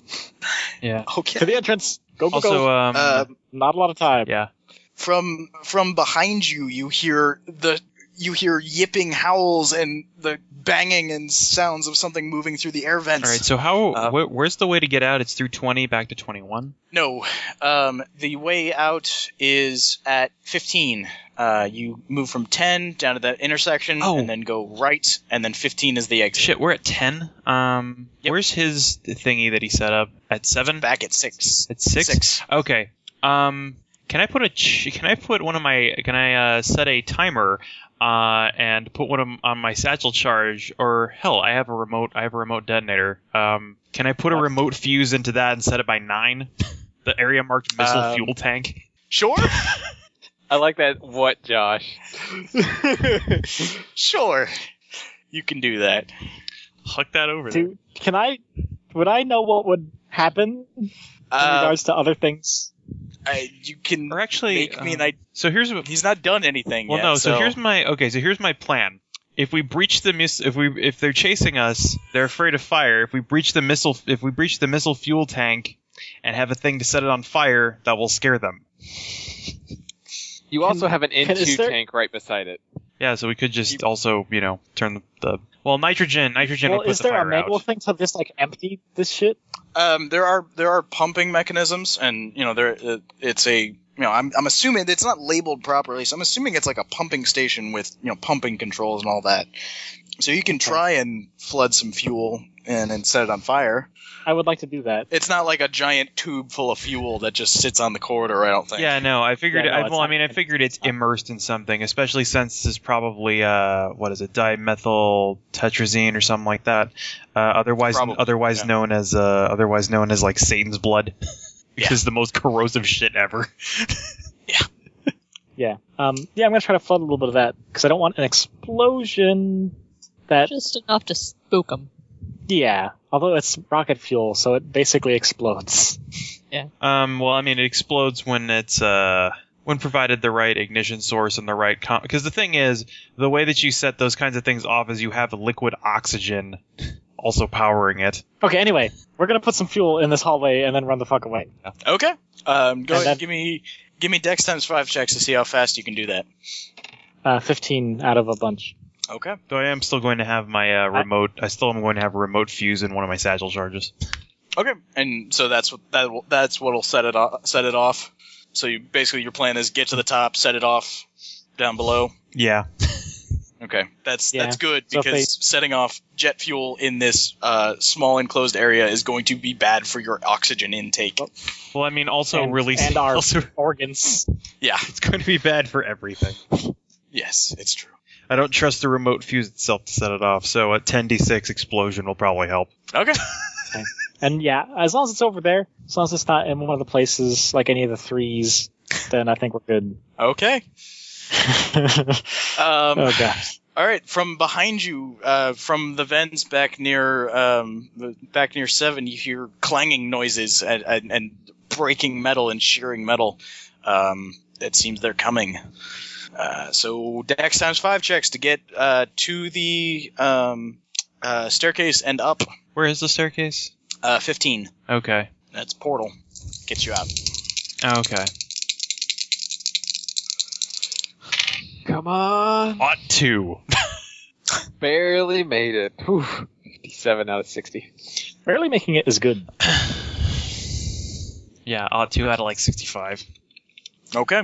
[SPEAKER 3] Yeah.
[SPEAKER 5] to
[SPEAKER 1] Okay.
[SPEAKER 5] the entrance. Go go
[SPEAKER 3] Also,
[SPEAKER 5] go.
[SPEAKER 3] um,
[SPEAKER 1] Uh,
[SPEAKER 5] Not a lot of time.
[SPEAKER 3] yeah.
[SPEAKER 1] from from behind you, you hear the you hear yipping howls and the banging and sounds of something moving through the air
[SPEAKER 3] All
[SPEAKER 1] vents.
[SPEAKER 3] right. So how?
[SPEAKER 1] Uh,
[SPEAKER 3] wh- where's the way to get out? It's through twenty back to twenty-one.
[SPEAKER 1] No, um, the way out is at 15. Uh, you move from 10 down to that intersection,
[SPEAKER 3] Oh.
[SPEAKER 1] and then go right, and then 15 is the exit.
[SPEAKER 3] Shit, we're at ten. Um,
[SPEAKER 1] Yep.
[SPEAKER 3] where's his thingy that he set up at seven?
[SPEAKER 1] Back at six.
[SPEAKER 3] At six. Okay. Um, can I put a? Ch- can I put one of my? Can I uh, set a timer? Uh, and put one of 'em on my satchel charge, or hell, I have a remote. I have a remote detonator. Um, can I put a remote fuse into that and set it by nine? the area marked missile
[SPEAKER 1] Um,
[SPEAKER 3] fuel tank.
[SPEAKER 1] Sure,
[SPEAKER 4] I like that. What, Josh?
[SPEAKER 1] sure. You can do that.
[SPEAKER 3] Huck that over there.
[SPEAKER 5] Dude, can I? Would I know what would happen in
[SPEAKER 1] Uh,
[SPEAKER 5] regards to other things?
[SPEAKER 1] I, you can
[SPEAKER 3] Or actually,
[SPEAKER 1] make me
[SPEAKER 3] uh,
[SPEAKER 1] an I
[SPEAKER 3] so here's what.
[SPEAKER 1] He's not done anything
[SPEAKER 3] Well,
[SPEAKER 1] yet.
[SPEAKER 3] no. So.
[SPEAKER 1] so
[SPEAKER 3] here's my okay. So here's my plan. If we breach the miss, if we if they're chasing us, they're afraid of fire. If we breach the missile, if we breach the missile fuel tank, and have a thing to set it on fire, that will scare them.
[SPEAKER 4] You also have an
[SPEAKER 5] can- is
[SPEAKER 4] N2
[SPEAKER 5] there-
[SPEAKER 4] tank right beside it.
[SPEAKER 3] Yeah. So we could just also, you know, turn the, the well nitrogen. Nitrogen
[SPEAKER 5] Well,
[SPEAKER 3] will put
[SPEAKER 5] is
[SPEAKER 3] the
[SPEAKER 5] there a
[SPEAKER 3] fire
[SPEAKER 5] manual
[SPEAKER 3] out.
[SPEAKER 5] thing to just like empty this shit?
[SPEAKER 1] Um, there are there are pumping mechanisms, and you know there uh, it's a you know I'm I'm assuming it's not labeled properly, so I'm assuming it's like a pumping station with you know pumping controls and all that. So you can try and flood some fuel and and set it on fire.
[SPEAKER 5] I would like to do that.
[SPEAKER 1] It's not like a giant tube full of fuel that just sits on the corridor. I don't think.
[SPEAKER 3] Yeah, no, I figured.
[SPEAKER 5] Yeah, no,
[SPEAKER 3] I,
[SPEAKER 5] it's
[SPEAKER 3] well, I
[SPEAKER 5] not-
[SPEAKER 3] mean, I
[SPEAKER 5] it's
[SPEAKER 3] figured it's
[SPEAKER 5] not.
[SPEAKER 3] immersed in something, especially since this is probably uh, what is it, dimethyl tetrazine or something like that. Uh, otherwise,
[SPEAKER 1] Probably,
[SPEAKER 3] otherwise
[SPEAKER 1] yeah.
[SPEAKER 3] known as uh, otherwise known as like Satan's blood, which
[SPEAKER 1] Yeah.
[SPEAKER 3] is the most corrosive shit ever.
[SPEAKER 5] Yeah. Um. Yeah, I'm gonna try to flood a little bit of that because I don't want an explosion. That
[SPEAKER 2] Just enough to spook them.
[SPEAKER 5] yeah. Although it's rocket fuel, so it basically explodes.
[SPEAKER 3] Um, well, I mean, it explodes when it's uh, when provided the right ignition source and the right because the thing is, the way that you set those kinds of things off is you have liquid oxygen also powering it.
[SPEAKER 5] Okay. Anyway, we're gonna put some fuel in this hallway and then run the fuck away.
[SPEAKER 1] Okay. Um, go
[SPEAKER 5] And
[SPEAKER 1] ahead.
[SPEAKER 5] then-
[SPEAKER 1] Give me give me dex times five checks to see how fast you can do that.
[SPEAKER 5] Uh, 15 out of a bunch.
[SPEAKER 1] Okay.
[SPEAKER 3] Though I am still going to have my uh, remote. I still am going to have a remote fuse in one of my satchel charges.
[SPEAKER 1] Okay. And so that's what that will, that's what'll set it off, set it off. So you basically your plan is get to the top, set it off down below.
[SPEAKER 3] Yeah.
[SPEAKER 1] Okay, that's
[SPEAKER 5] Yeah.
[SPEAKER 1] that's good
[SPEAKER 5] So if
[SPEAKER 1] because setting off jet fuel in this uh, small enclosed area is going to be bad for your oxygen intake.
[SPEAKER 3] Well, I mean, also
[SPEAKER 5] And-
[SPEAKER 3] releasing.
[SPEAKER 5] and our-
[SPEAKER 3] also,
[SPEAKER 5] Organs.
[SPEAKER 1] Yeah,
[SPEAKER 3] it's going to be bad for everything.
[SPEAKER 1] yes, it's true.
[SPEAKER 7] I don't trust the remote fuse itself to set it off, so a 10d6 explosion will probably help.
[SPEAKER 1] Okay.
[SPEAKER 5] And yeah, as long as it's over there, as long as it's not in one of the places like any of the threes, then I think we're good.
[SPEAKER 1] Okay. Um,
[SPEAKER 5] oh gosh.
[SPEAKER 1] All right, from behind you, uh, from the vents back near um, the- back near seven, you hear clanging noises and, and, and breaking metal and shearing metal. Um, it seems they're coming. Uh, so Dex times five checks to get uh, to the um, uh, staircase and up.
[SPEAKER 3] Where is the staircase?
[SPEAKER 1] Uh, Fifteen.
[SPEAKER 3] Okay.
[SPEAKER 1] That's portal. Gets you out.
[SPEAKER 3] Okay.
[SPEAKER 4] Come on.
[SPEAKER 3] Ought to.
[SPEAKER 4] Barely made it. Whew. 57 out of 60.
[SPEAKER 5] Barely making it is good.
[SPEAKER 6] Yeah, ought to out of like 65.
[SPEAKER 1] Okay.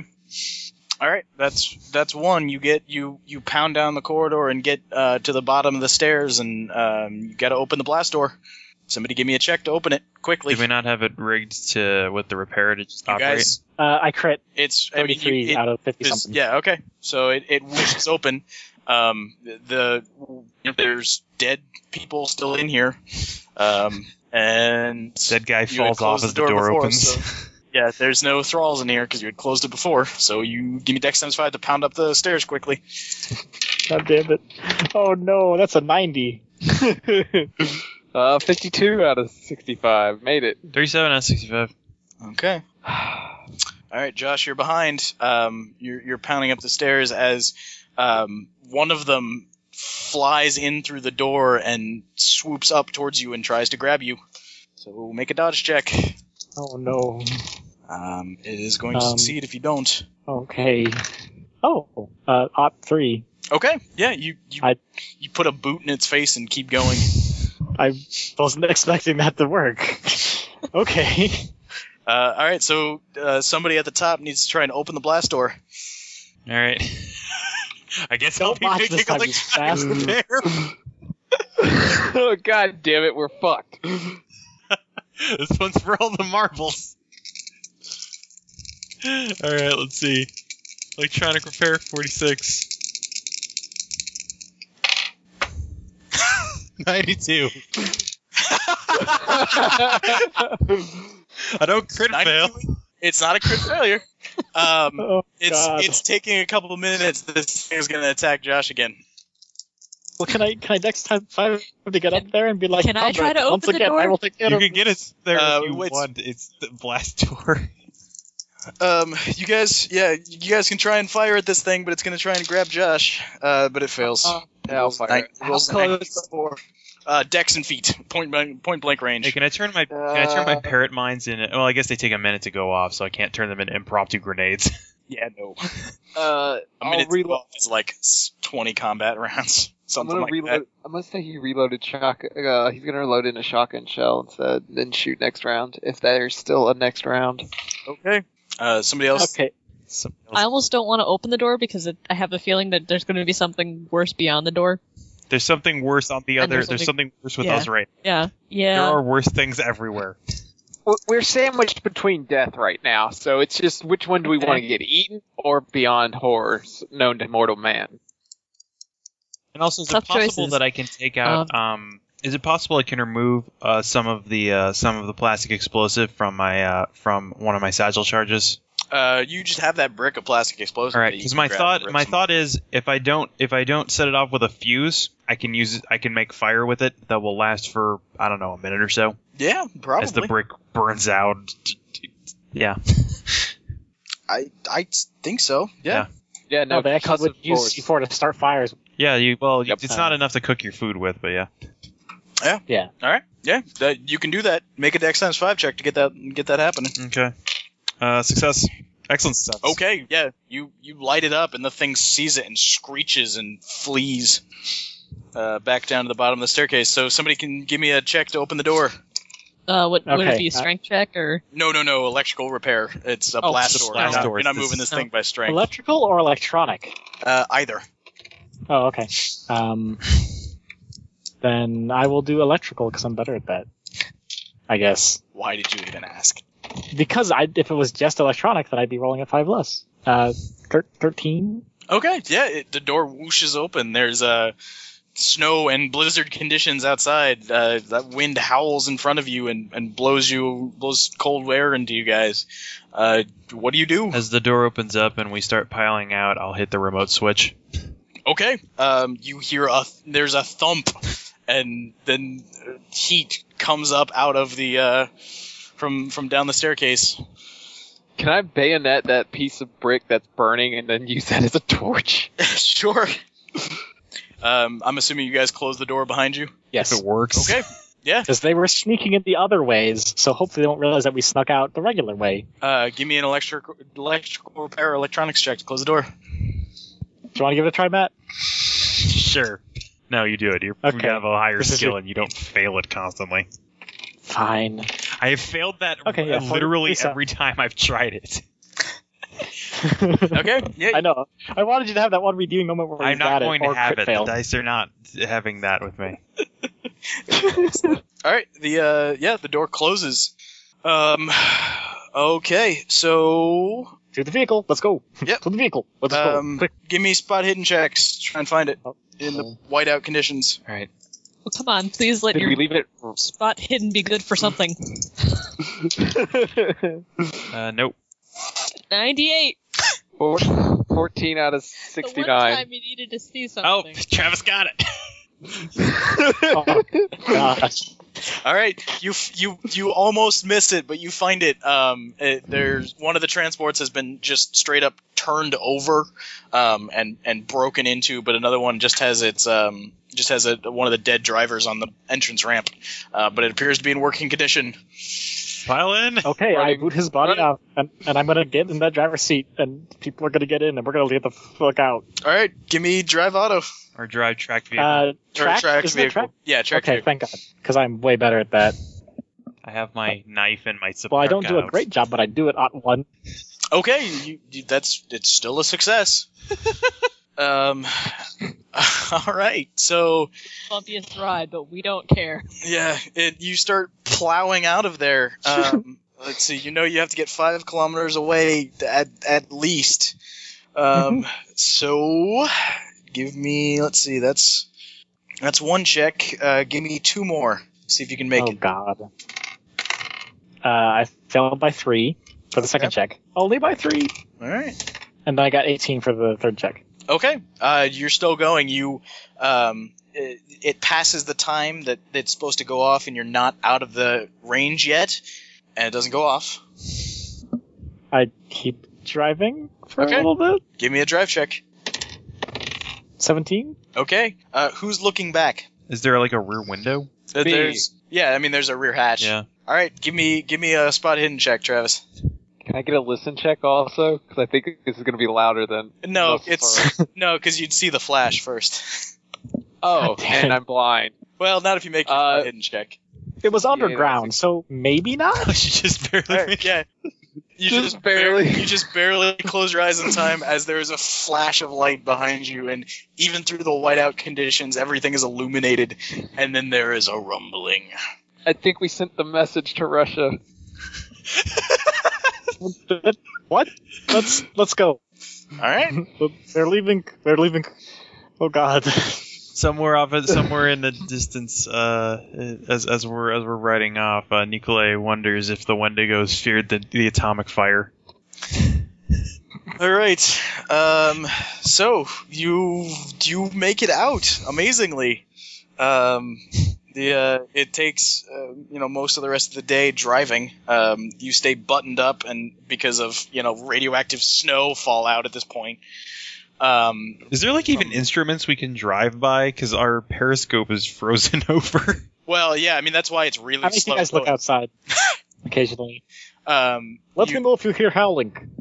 [SPEAKER 1] All right, that's that's one. You get you you pound down the corridor and get uh, to the bottom of the stairs, and um, you got to open the blast door. Somebody give me a check to open it quickly.
[SPEAKER 3] Did we not have it rigged to with the repair to just
[SPEAKER 1] you
[SPEAKER 3] operate?
[SPEAKER 1] guys,
[SPEAKER 5] Uh, I crit
[SPEAKER 1] it's I mean,
[SPEAKER 5] 33
[SPEAKER 1] you, it-
[SPEAKER 5] out of 50
[SPEAKER 1] it's-
[SPEAKER 5] uh, something.
[SPEAKER 1] yeah, okay. So it it whooshes open. Um, the there's dead people still in here, um, and
[SPEAKER 7] Dead guy
[SPEAKER 1] you had
[SPEAKER 7] falls off
[SPEAKER 1] closed
[SPEAKER 7] as the door,
[SPEAKER 1] before,
[SPEAKER 7] opens.
[SPEAKER 1] so- yeah, there's no thralls in here because you had closed it before. So you give me Dex times five to pound up the stairs quickly.
[SPEAKER 5] God damn it. Oh no, that's a 90.
[SPEAKER 4] Uh, 52 out of 65. Made it.
[SPEAKER 3] 37 out of 65.
[SPEAKER 1] Okay. All right, Josh, you're behind. Um, you're, you're pounding up the stairs as um, one of them flies in through the door and swoops up towards you and tries to grab you. So make a dodge check.
[SPEAKER 5] Oh no.
[SPEAKER 1] Um, it is going to
[SPEAKER 5] Um,
[SPEAKER 1] succeed if you don't.
[SPEAKER 5] Okay. Oh, uh, op three.
[SPEAKER 1] Okay, yeah, you you,
[SPEAKER 5] I-
[SPEAKER 1] you put a boot in its face and keep going.
[SPEAKER 5] I wasn't expecting that to work. okay.
[SPEAKER 1] Uh, all right, so uh, somebody at the top needs to try and open the blast door.
[SPEAKER 3] All right. I guess
[SPEAKER 5] Don't
[SPEAKER 1] I'll be
[SPEAKER 5] watch this
[SPEAKER 1] picking
[SPEAKER 5] time,
[SPEAKER 1] like
[SPEAKER 5] you bastard.
[SPEAKER 1] there.
[SPEAKER 4] oh, God damn it. We're fucked.
[SPEAKER 3] this one's for all the marbles. All right, let's see. Electronic repair 46. 92. I don't crit fail.
[SPEAKER 1] 92 It's not a crit failure. Um,
[SPEAKER 5] Oh,
[SPEAKER 1] It's
[SPEAKER 5] God.
[SPEAKER 1] it's taking a couple of minutes. This thing's gonna attack Josh again.
[SPEAKER 5] Well, can I can I next time five to get up there and be like,
[SPEAKER 2] Can I
[SPEAKER 5] "Albert,
[SPEAKER 2] try to
[SPEAKER 5] once
[SPEAKER 2] open the
[SPEAKER 5] again, I
[SPEAKER 2] door?"
[SPEAKER 5] will take care
[SPEAKER 7] You
[SPEAKER 5] of
[SPEAKER 7] can get it there
[SPEAKER 1] Uh,
[SPEAKER 7] if you
[SPEAKER 3] Um,
[SPEAKER 1] wait.
[SPEAKER 7] want. It's the blast door.
[SPEAKER 1] Um, you guys, yeah, you guys can try and fire at this thing, but it's gonna try and grab Josh. Uh, but it fails.
[SPEAKER 2] Uh,
[SPEAKER 4] Yeah, I'll fire
[SPEAKER 1] Nine-
[SPEAKER 4] it.
[SPEAKER 1] rolls a 94. Uh, dex and feet, point blank, point blank
[SPEAKER 3] Hey,
[SPEAKER 1] range.
[SPEAKER 3] can I turn my can I turn
[SPEAKER 2] Uh.
[SPEAKER 3] my parrot mines in? Well, I guess they take a minute to go off, so I can't turn them into impromptu grenades.
[SPEAKER 1] Yeah, no.
[SPEAKER 4] Uh,
[SPEAKER 1] A
[SPEAKER 4] I'll
[SPEAKER 1] minute
[SPEAKER 4] reload.
[SPEAKER 1] is like s- twenty combat rounds,
[SPEAKER 4] I'm
[SPEAKER 1] something
[SPEAKER 4] gonna
[SPEAKER 1] like
[SPEAKER 4] reload. I'm gonna say he reloaded shock. Uh, he's gonna reload in a shotgun shell instead, then shoot next round if there's still a next round.
[SPEAKER 1] that. Okay. Uh, somebody
[SPEAKER 5] it.
[SPEAKER 1] else.
[SPEAKER 5] Okay.
[SPEAKER 2] I almost don't want to open the door because it, I have a feeling that there's going to be something worse beyond the door.
[SPEAKER 7] There's something worse on the
[SPEAKER 2] And
[SPEAKER 7] other.
[SPEAKER 2] there's
[SPEAKER 7] There's, something worse with
[SPEAKER 2] yeah.
[SPEAKER 7] us right.
[SPEAKER 2] Yeah.
[SPEAKER 7] There
[SPEAKER 2] Yeah.
[SPEAKER 7] are worse things everywhere.
[SPEAKER 4] We're- We're sandwiched between death right now, so it's just which one do we
[SPEAKER 2] Okay.
[SPEAKER 4] want to get eaten or beyond horrors known to mortal man?
[SPEAKER 3] And also, is
[SPEAKER 2] Tough
[SPEAKER 3] it possible
[SPEAKER 2] choices.
[SPEAKER 3] that I can take out? Um, is it possible I can remove uh, some of the uh, some of the plastic explosive from my uh, from one of my sagil charges?
[SPEAKER 1] Uh, you just have that brick of plastic explosive.
[SPEAKER 3] All right,
[SPEAKER 1] that you
[SPEAKER 3] because
[SPEAKER 1] can
[SPEAKER 3] my
[SPEAKER 1] grab and
[SPEAKER 3] thought
[SPEAKER 1] rip
[SPEAKER 3] my
[SPEAKER 1] some-
[SPEAKER 3] thought is if I don't if I don't set it off with a fuse, I can use it, I can make fire with it that will last for I don't know a minute or so
[SPEAKER 1] Yeah, probably.
[SPEAKER 3] as the brick burns out. Yeah.
[SPEAKER 1] I I think so. yeah.
[SPEAKER 3] Yeah.
[SPEAKER 4] Yeah, no,
[SPEAKER 5] No, they
[SPEAKER 4] because
[SPEAKER 5] actually would
[SPEAKER 4] of
[SPEAKER 5] Oh, use
[SPEAKER 4] horrors.
[SPEAKER 5] C4 to start fires.
[SPEAKER 3] Yeah, you well,
[SPEAKER 4] Yep.
[SPEAKER 3] it's not enough to cook your food with, but yeah.
[SPEAKER 1] All right. Yeah, that, you can do that. Make a Dex times five check to get that get that happening.
[SPEAKER 3] Mm-hmm.
[SPEAKER 7] Okay. Uh, success. Excellent success.
[SPEAKER 1] Okay. Yeah. You you light it up, and the thing sees it and screeches and flees uh, back down to the bottom of the staircase. So somebody can give me a check to open the door.
[SPEAKER 2] Uh, what would it
[SPEAKER 5] Okay,
[SPEAKER 2] be?
[SPEAKER 5] uh,
[SPEAKER 2] Strength check or?
[SPEAKER 1] No, no, no. Electrical repair. It's a
[SPEAKER 2] Oh,
[SPEAKER 1] blast
[SPEAKER 3] it's a
[SPEAKER 1] door.
[SPEAKER 3] blast
[SPEAKER 1] You're not-
[SPEAKER 3] door.
[SPEAKER 1] You're not
[SPEAKER 3] This
[SPEAKER 1] moving
[SPEAKER 3] is-
[SPEAKER 1] this thing by strength.
[SPEAKER 5] Electrical or electronic?
[SPEAKER 1] Uh, either.
[SPEAKER 5] Oh, okay. Um, then I will do electrical because I'm better at that. I guess
[SPEAKER 1] Why did you even ask?
[SPEAKER 5] because I, if it was just electronic, then I'd be rolling at five less. Uh, thir- thirteen.
[SPEAKER 1] Okay, yeah, it, the door whooshes open. There's uh, snow and blizzard conditions outside. Uh, that wind howls in front of you and, and blows you blows cold air into you guys. Uh, what do you do?
[SPEAKER 3] As the door opens up and we start piling out, I'll hit the remote switch.
[SPEAKER 1] Okay, um, you hear a th- there's a thump, and then uh, heat comes up out of the uh, from from down the staircase.
[SPEAKER 4] Can I bayonet that piece of brick that's burning and then use that as a torch?
[SPEAKER 1] sure. Um, I'm assuming you guys close the door behind you.
[SPEAKER 5] Yes.
[SPEAKER 6] If it works.
[SPEAKER 1] Okay. Yeah.
[SPEAKER 5] Because they were sneaking in the other ways, so hopefully they don't realize that we snuck out the regular way.
[SPEAKER 1] Uh, give me an electric, electrical repair, or electronics check to close the door.
[SPEAKER 5] Do you want to give it a try, Matt?
[SPEAKER 6] Sure. No, you do it. You're,
[SPEAKER 5] Okay.
[SPEAKER 6] You have a higher
[SPEAKER 5] This is
[SPEAKER 6] skill
[SPEAKER 5] your-
[SPEAKER 6] and you don't fail it constantly.
[SPEAKER 5] Fine.
[SPEAKER 6] I have failed that
[SPEAKER 5] Okay, yeah,
[SPEAKER 6] literally
[SPEAKER 5] Lisa.
[SPEAKER 6] every time I've tried it.
[SPEAKER 1] Okay. Yeah.
[SPEAKER 5] I know. I wanted you to have that one redeeming moment where you
[SPEAKER 6] I'm not
[SPEAKER 5] got
[SPEAKER 6] going
[SPEAKER 5] it,
[SPEAKER 6] to
[SPEAKER 5] or
[SPEAKER 6] have
[SPEAKER 5] crit
[SPEAKER 6] it.
[SPEAKER 5] fail.
[SPEAKER 6] The dice are not having that with me.
[SPEAKER 1] All right. The uh, yeah, the door closes. Um. Okay. So
[SPEAKER 5] To the vehicle. Let's go.
[SPEAKER 1] Yep.
[SPEAKER 5] to the vehicle. Let's go.
[SPEAKER 1] um,
[SPEAKER 5] Quick.
[SPEAKER 1] give me spot hidden checks. Try and find it in the whiteout conditions.
[SPEAKER 2] Well, come on, please let
[SPEAKER 4] Did
[SPEAKER 2] your
[SPEAKER 4] we leave it?
[SPEAKER 2] spot hidden be good for something.
[SPEAKER 3] Uh, nope.
[SPEAKER 2] 98.
[SPEAKER 4] Four- 14 out of
[SPEAKER 2] The one
[SPEAKER 4] 69.
[SPEAKER 2] time you needed to see
[SPEAKER 6] Oh,
[SPEAKER 2] something.
[SPEAKER 6] Travis got it.
[SPEAKER 5] Oh, gosh.
[SPEAKER 1] All right, you f- you you almost missed it, but you find it. Um, it, there's one of the transports has been just straight up turned over, um, and and broken into, but another one just has its um just has a one of the dead drivers on the entrance ramp, uh, but it appears to be in working condition.
[SPEAKER 6] Pile in.
[SPEAKER 5] Okay, I
[SPEAKER 4] Running.
[SPEAKER 5] boot his body
[SPEAKER 4] Running.
[SPEAKER 5] out, and, and I'm gonna get in that driver's seat, and people are gonna get in, and we're gonna get the fuck out.
[SPEAKER 1] All right, give me drive auto or
[SPEAKER 3] Or drive track vehicle.
[SPEAKER 5] Oh. Uh, track?
[SPEAKER 1] track
[SPEAKER 5] Isn't it
[SPEAKER 1] vehicle.
[SPEAKER 5] track?
[SPEAKER 1] Yeah, track
[SPEAKER 5] okay,
[SPEAKER 1] vehicle.
[SPEAKER 5] thank God, because I'm way better at that.
[SPEAKER 3] I have my knife and my support.
[SPEAKER 5] oh. Well, I don't do a
[SPEAKER 3] out.
[SPEAKER 5] great job, but I do it on one.
[SPEAKER 1] Okay, you, you, that's it's still a success. um, all right, so.
[SPEAKER 2] Bumpiest ride, but we don't care.
[SPEAKER 1] Yeah, it, you start plowing out of there. Um, let's see, you know you have to get five kilometers away at, at least. Um,
[SPEAKER 5] Mm-hmm.
[SPEAKER 1] so, give me, let's see, that's that's one check. Uh, give me two more. See if you can make
[SPEAKER 5] oh
[SPEAKER 1] it.
[SPEAKER 5] God. Uh, I failed by three for the second check. Only by three,
[SPEAKER 1] All right.
[SPEAKER 5] and then I got 18 for the third check.
[SPEAKER 1] Okay. Uh, you're still going. You, um, it, it passes the time that it's supposed to go off, and you're not out of the range yet, and it doesn't go off.
[SPEAKER 5] I keep driving for
[SPEAKER 1] Okay.
[SPEAKER 5] a little bit.
[SPEAKER 1] Give me a drive check.
[SPEAKER 5] 17.
[SPEAKER 1] Okay. Uh, who's looking back?
[SPEAKER 3] Is there like a rear window?
[SPEAKER 1] Uh,
[SPEAKER 4] Me.
[SPEAKER 1] There's, yeah, I mean, there's a rear hatch.
[SPEAKER 3] Yeah.
[SPEAKER 1] All right, give me give me a spot hidden check, Travis.
[SPEAKER 4] Can I get a listen check also? Because I think this is going to be louder than.
[SPEAKER 1] No,
[SPEAKER 4] That's
[SPEAKER 1] it's no, because you'd see the flash first.
[SPEAKER 4] Oh,
[SPEAKER 5] damn.
[SPEAKER 4] and I'm blind.
[SPEAKER 1] well, not if you make your
[SPEAKER 4] Uh,
[SPEAKER 1] spot hidden check.
[SPEAKER 5] It was
[SPEAKER 4] Yeah,
[SPEAKER 5] underground, so maybe not.
[SPEAKER 3] she just barely.
[SPEAKER 1] All right, yeah, you
[SPEAKER 4] Just barely.
[SPEAKER 1] you just barely close your eyes in time as there is a flash of light behind you, and even through the whiteout conditions, everything is illuminated, and then there is a rumbling.
[SPEAKER 4] I think we sent the message to Russia.
[SPEAKER 5] what? Let's let's go.
[SPEAKER 1] All right,
[SPEAKER 5] They're leaving. They're leaving. Oh God.
[SPEAKER 3] Somewhere off, somewhere in the distance, uh, as as we're as we're riding off, uh, Nikolay wonders if the Wendigos feared the, the atomic fire.
[SPEAKER 1] all right. Um, so you you make it out amazingly. Um, the uh, it takes uh, you know most of the rest of the day driving. Um, you stay buttoned up, and because of you know radioactive snow fallout at this point. Um,
[SPEAKER 7] Is there like even instruments we can drive by? Because our periscope is frozen over.
[SPEAKER 1] well, yeah, I mean that's why it's really
[SPEAKER 5] I make
[SPEAKER 1] slow.
[SPEAKER 5] you guys look
[SPEAKER 1] going.
[SPEAKER 5] outside occasionally.
[SPEAKER 1] Um,
[SPEAKER 5] Let
[SPEAKER 1] you-
[SPEAKER 5] me know if you hear howling.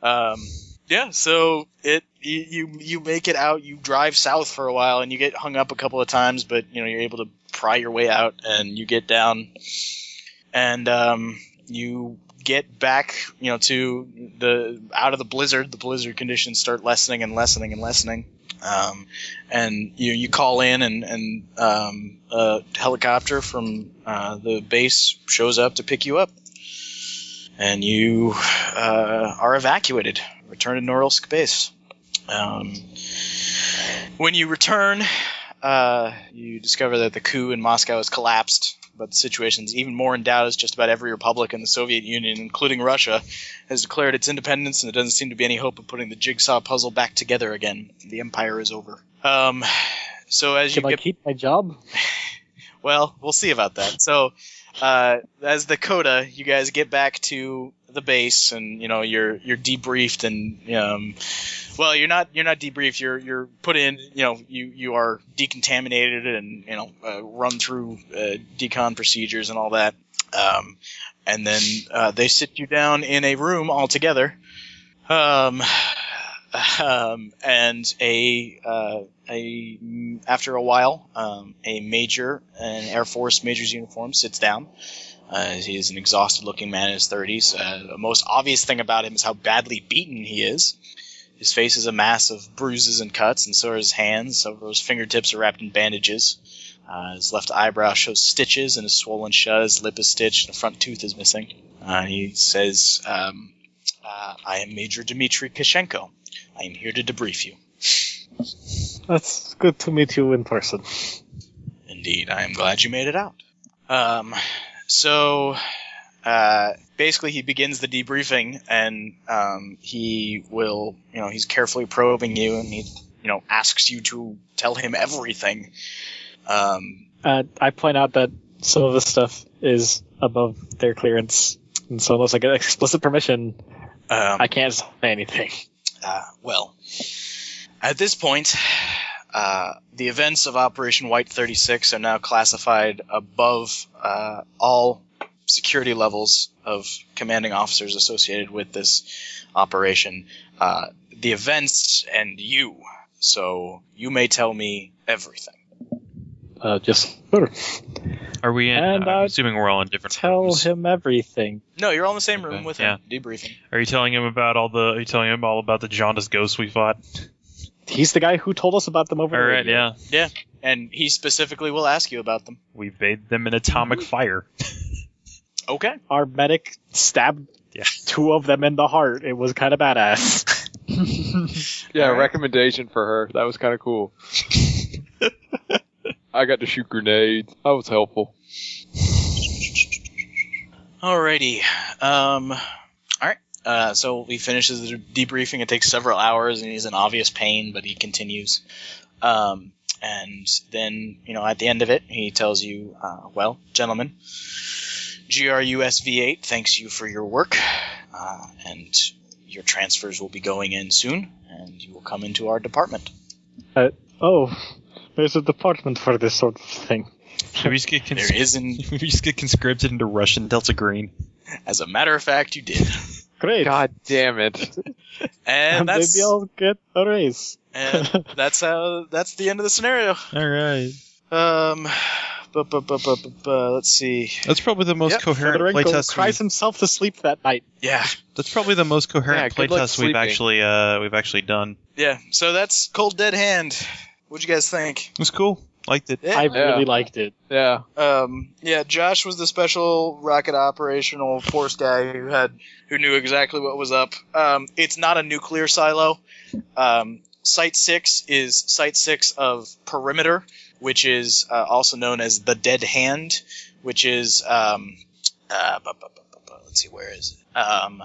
[SPEAKER 1] Um, yeah, so it you, you you make it out. You drive south for a while, and you get hung up a couple of times, but you know you're able to pry your way out, and you get down, and um, you get back, you know, to the out of the blizzard. The blizzard conditions start lessening and lessening and lessening. Um, and you you call in, and and um, a helicopter from uh, the base shows up to pick you up, and you uh, are evacuated. Return to Norilsk base. Um, when you return, uh, you discover that the coup in Moscow has collapsed, but the situation's even more in doubt as just about every republic in the Soviet Union, including Russia, has declared its independence, and there doesn't seem to be any hope of putting the jigsaw puzzle back together again. The empire is over. Um, so as
[SPEAKER 5] Can
[SPEAKER 1] you
[SPEAKER 5] I
[SPEAKER 1] get
[SPEAKER 5] keep my job?
[SPEAKER 1] well, we'll see about that. So, uh, as the coda, you guys get back to the base, and you know you're you're debriefed, and um, well, you're not you're not debriefed. You're you're put in. You know you you are decontaminated, and you know uh, run through uh, decon procedures and all that. Um, and then uh, they sit you down in a room all together. Um, um, and a uh, a after a while, um, a major, an Air Force major's uniform, sits down. Uh, he is an exhausted-looking man in his 30s. Uh, the most obvious thing about him is how badly beaten he is. His face is a mass of bruises and cuts, and so are his hands. Several of his fingertips are wrapped in bandages. Uh, his left eyebrow shows stitches and is swollen shut. His lip is stitched, and a front tooth is missing. Uh, he says, um, uh, "I am Major Dmitry Kishenko. I am here to debrief you."
[SPEAKER 5] That's good to meet you in person.
[SPEAKER 1] Indeed, I am glad you made it out. Um, so uh, basically, he begins the debriefing, and um, he will, you know, he's carefully probing you, and he, you know, asks you to tell him everything. Um,
[SPEAKER 5] Uh, I point out that some of this stuff is above their clearance, and so unless I get explicit permission,
[SPEAKER 1] um,
[SPEAKER 5] I can't say anything.
[SPEAKER 1] Uh, well, at this point, uh, the events of Operation White 36 are now classified above uh, all security levels of commanding officers associated with this operation. Uh, the events and you. So you may tell me everything.
[SPEAKER 5] Uh, just sure.
[SPEAKER 3] Are we in?
[SPEAKER 6] uh,
[SPEAKER 5] And
[SPEAKER 3] I'm
[SPEAKER 5] I'd
[SPEAKER 3] assuming we're all in different
[SPEAKER 5] tell
[SPEAKER 3] rooms.
[SPEAKER 5] him everything.
[SPEAKER 1] No, you're all in the same room
[SPEAKER 3] Okay,
[SPEAKER 1] with him, debriefing.
[SPEAKER 6] Are you telling him about all the? Are you telling him all about the jaundiced ghosts we fought?
[SPEAKER 5] He's the guy who told us about them over
[SPEAKER 6] All
[SPEAKER 5] the
[SPEAKER 6] right,
[SPEAKER 5] radio.
[SPEAKER 6] yeah.
[SPEAKER 1] And he specifically will ask you about them.
[SPEAKER 6] We bathed them in atomic
[SPEAKER 3] Mm-hmm.
[SPEAKER 6] fire.
[SPEAKER 1] Okay.
[SPEAKER 5] Our medic stabbed
[SPEAKER 6] Yeah.
[SPEAKER 5] two of them in the heart. It was kind of badass.
[SPEAKER 4] Yeah,
[SPEAKER 1] Alright.
[SPEAKER 4] recommendation for her. That was kind of cool. I got to shoot grenades. That was helpful.
[SPEAKER 1] Alrighty. Um, all right. Uh, so he finishes the debriefing. It takes several hours, and he's in obvious pain, but he continues. Um, and then, you know, at the end of it, he tells you, uh, "Well, gentlemen, GRUSV8 thanks you for your work, uh, and your transfers will be going in soon, and you will come into our department."
[SPEAKER 5] oh, there's a department for this sort of thing.
[SPEAKER 3] Should we just get
[SPEAKER 1] There
[SPEAKER 3] cons-
[SPEAKER 1] is, an,
[SPEAKER 3] we just get conscripted into Russian Delta Green?
[SPEAKER 1] as a matter of fact, you did,
[SPEAKER 5] Great.
[SPEAKER 4] God damn it.
[SPEAKER 1] and that's
[SPEAKER 5] maybe I'll get a raise.
[SPEAKER 1] and that's how that's the end of the scenario.
[SPEAKER 3] All right.
[SPEAKER 1] Um, bu- bu- bu- bu- bu- bu- let's see.
[SPEAKER 3] That's probably the most
[SPEAKER 1] Yep,
[SPEAKER 3] coherent
[SPEAKER 5] Fedorenko
[SPEAKER 3] playtest.
[SPEAKER 5] cries
[SPEAKER 3] we've-
[SPEAKER 5] himself to sleep that night.
[SPEAKER 1] Yeah,
[SPEAKER 3] That's probably the most
[SPEAKER 4] Yeah,
[SPEAKER 3] coherent
[SPEAKER 4] good luck
[SPEAKER 3] playtest we've
[SPEAKER 4] sleeping.
[SPEAKER 3] actually uh, we've actually done.
[SPEAKER 1] yeah. So that's Cold Dead Hand. What'd you guys think?
[SPEAKER 3] It was cool. Liked it.
[SPEAKER 1] Yeah.
[SPEAKER 5] I
[SPEAKER 4] Yeah.
[SPEAKER 5] really liked it.
[SPEAKER 4] Yeah.
[SPEAKER 1] Um, yeah, Josh was the special rocket operational force guy who had who knew exactly what was up. Um, it's not a nuclear silo. Um, site six is site six of perimeter, which is uh, also known as the Dead Hand, which is um, uh, bu- bu- bu- bu- bu- let's see, where is it? Um,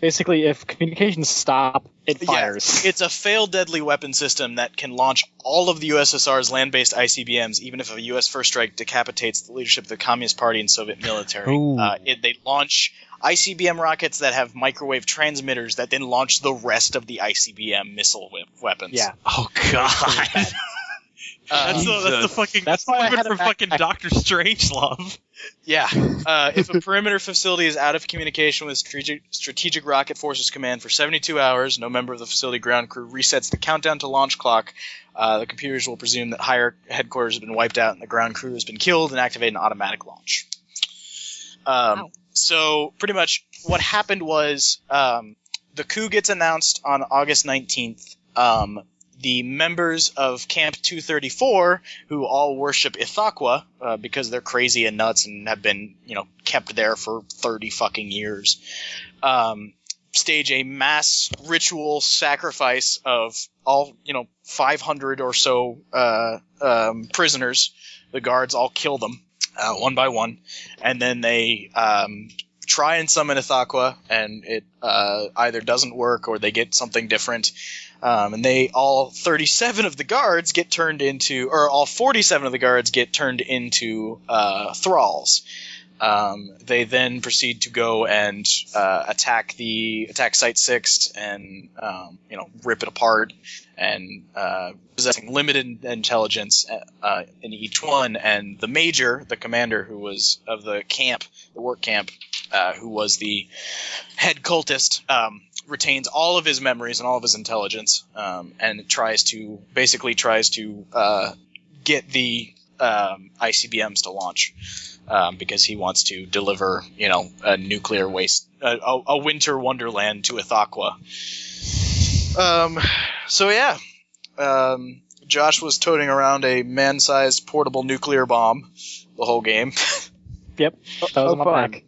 [SPEAKER 5] Basically, if communications stop, it
[SPEAKER 1] Yeah,
[SPEAKER 5] fires.
[SPEAKER 1] It's a failed deadly weapon system that can launch all of the USSR's land based ICBMs, even if a US first strike decapitates the leadership of the Communist Party and Soviet military.
[SPEAKER 3] Ooh.
[SPEAKER 1] Uh, it, they launch ICBM rockets that have microwave transmitters that then launch the rest of the ICBM missile we- weapons.
[SPEAKER 5] yeah.
[SPEAKER 6] Oh god.
[SPEAKER 1] Uh,
[SPEAKER 6] That's the, that's the fucking
[SPEAKER 5] That's why I
[SPEAKER 6] even
[SPEAKER 5] had a
[SPEAKER 6] for fucking
[SPEAKER 5] backpack.
[SPEAKER 6] Doctor Strange love.
[SPEAKER 1] Yeah. Uh, if a perimeter facility is out of communication with strategic, strategic Rocket Forces Command for 72 hours, no member of the facility ground crew resets the countdown to launch clock. Uh, the computers will presume that higher headquarters have been wiped out and the ground crew has been killed and activate an automatic launch. Um,
[SPEAKER 2] Wow.
[SPEAKER 1] so, pretty much what happened was um, the coup gets announced on August 19th. Um, the members of Camp 234 who all worship Ithaqua uh, because they're crazy and nuts and have been, you know, kept there for 30 fucking years, um, stage a mass ritual sacrifice of all you know 500 or so uh, um, prisoners. The guards all kill them uh, one by one, and then they um, try and summon Ithaqua, and it uh, either doesn't work or they get something different. Um, and they all 37 of the guards get turned into, or all 47 of the guards get turned into uh, thralls. Um, they then proceed to go and uh, attack the attack site six and um, you know rip it apart and uh, possessing limited intelligence uh, uh, in each one and the major the commander who was of the camp the work camp uh, who was the head cultist um, retains all of his memories and all of his intelligence um, and tries to basically tries to uh, get the um, ICBMs to launch um, because he wants to deliver, you know, a nuclear waste, a, a, a winter wonderland to Ithaqua. Um, so yeah, um, Josh was toting around a man-sized portable nuclear bomb the whole game.
[SPEAKER 5] That was
[SPEAKER 4] Oh,
[SPEAKER 5] my
[SPEAKER 4] fun.
[SPEAKER 5] pack.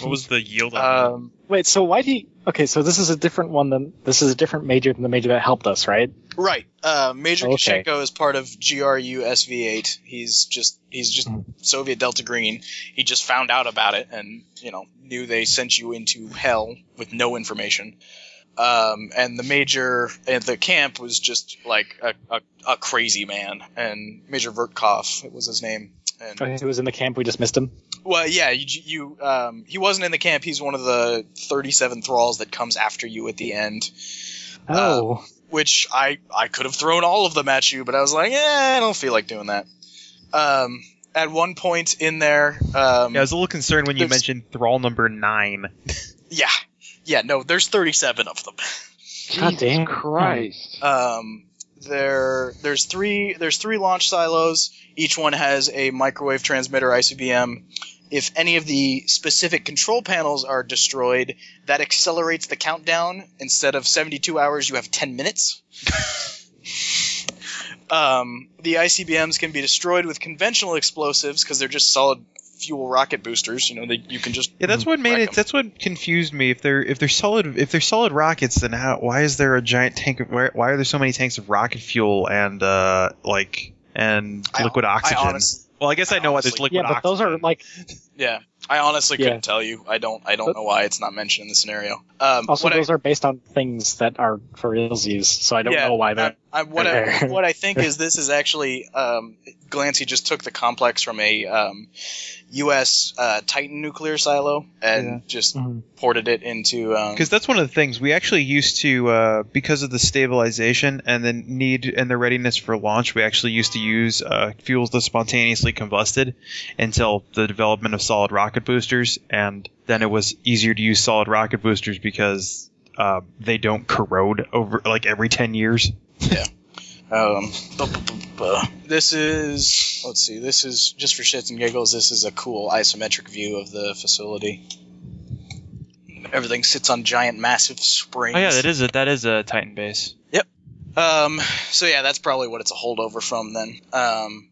[SPEAKER 6] What was the yield? on
[SPEAKER 3] Uh,
[SPEAKER 6] that?
[SPEAKER 1] Um,
[SPEAKER 5] Wait, so why do you? Okay, so this is a different one than this is a different major than the major that helped us, right?
[SPEAKER 1] right, uh, Major
[SPEAKER 5] Okay.
[SPEAKER 1] Kachenko is part of GRUSV8. He's just he's just
[SPEAKER 5] Mhm.
[SPEAKER 1] Soviet Delta Green. He just found out about it and you know knew they sent you into hell with no information. um, and the major at the camp was just like a, a, a crazy man, and Major Vertkov it was his name. And
[SPEAKER 5] Okay, he was in the camp. We just missed him.
[SPEAKER 1] well, yeah, you, you um, he wasn't in the camp. He's one of the thirty-seven thralls that comes after you at the end. Uh,
[SPEAKER 5] Oh,
[SPEAKER 1] Which I I could have thrown all of them at you, but I was like, yeah, I don't feel like doing that. Um, at one point in there, um,
[SPEAKER 6] Yeah, I was a little concerned when you
[SPEAKER 1] There's-
[SPEAKER 6] mentioned thrall number nine.
[SPEAKER 1] yeah, yeah, no, there's thirty-seven of them.
[SPEAKER 5] God
[SPEAKER 4] Jesus
[SPEAKER 5] damn.
[SPEAKER 4] Christ.
[SPEAKER 1] Um, there, there's three. There's three launch silos. Each one has a microwave transmitter ICBM. If any of the specific control panels are destroyed, that accelerates the countdown. Instead of 72 hours, you have 10 minutes. um, the ICBMs can be destroyed with conventional explosives because they're just solid fuel rocket boosters. You know, they, you can just
[SPEAKER 7] Yeah, that's what made
[SPEAKER 1] Wreck
[SPEAKER 7] it.
[SPEAKER 1] 'em.
[SPEAKER 7] That's what confused me. If they're if they're solid if they're solid rockets, then how, why is there a giant tank of why, why are there so many tanks of rocket fuel and uh like and
[SPEAKER 1] I-
[SPEAKER 7] liquid
[SPEAKER 1] I
[SPEAKER 7] oxygen?
[SPEAKER 1] honestly,
[SPEAKER 7] well, I guess I, know why
[SPEAKER 1] honestly-
[SPEAKER 7] there's liquid
[SPEAKER 5] yeah, but
[SPEAKER 7] oxygen.
[SPEAKER 5] those are like
[SPEAKER 1] yeah, I honestly
[SPEAKER 5] Yeah.
[SPEAKER 1] couldn't tell you. I don't. I don't
[SPEAKER 5] But-
[SPEAKER 1] know why it's not mentioned in the scenario. Um,
[SPEAKER 5] also
[SPEAKER 1] what I-
[SPEAKER 5] those are based on things that are for realsies, so I don't know why that.
[SPEAKER 1] I, I, what, I,
[SPEAKER 5] there.
[SPEAKER 1] what I think is this is actually um, Glancy just took the complex from a um, U.S. Uh, Titan nuclear silo and
[SPEAKER 7] Yeah.
[SPEAKER 1] just
[SPEAKER 6] Mm-hmm.
[SPEAKER 5] Mhm.
[SPEAKER 1] ported it into. Um,
[SPEAKER 7] because that's one of the things we actually used to uh, because of the stabilization and the need and the readiness for launch we actually used to use uh, fuels that spontaneously combusted until the development of solid rocket boosters and then it was easier to use solid rocket boosters because uh, they don't corrode over like every 10 years
[SPEAKER 1] um, bu- bu- bu- bu- this is let's see. This is just for shits and giggles. This is a cool isometric view of the facility. Everything sits on giant, massive springs.
[SPEAKER 6] Oh yeah, that is a that is a Titan base.
[SPEAKER 1] Um, so yeah, that's probably what it's a holdover from then. Um,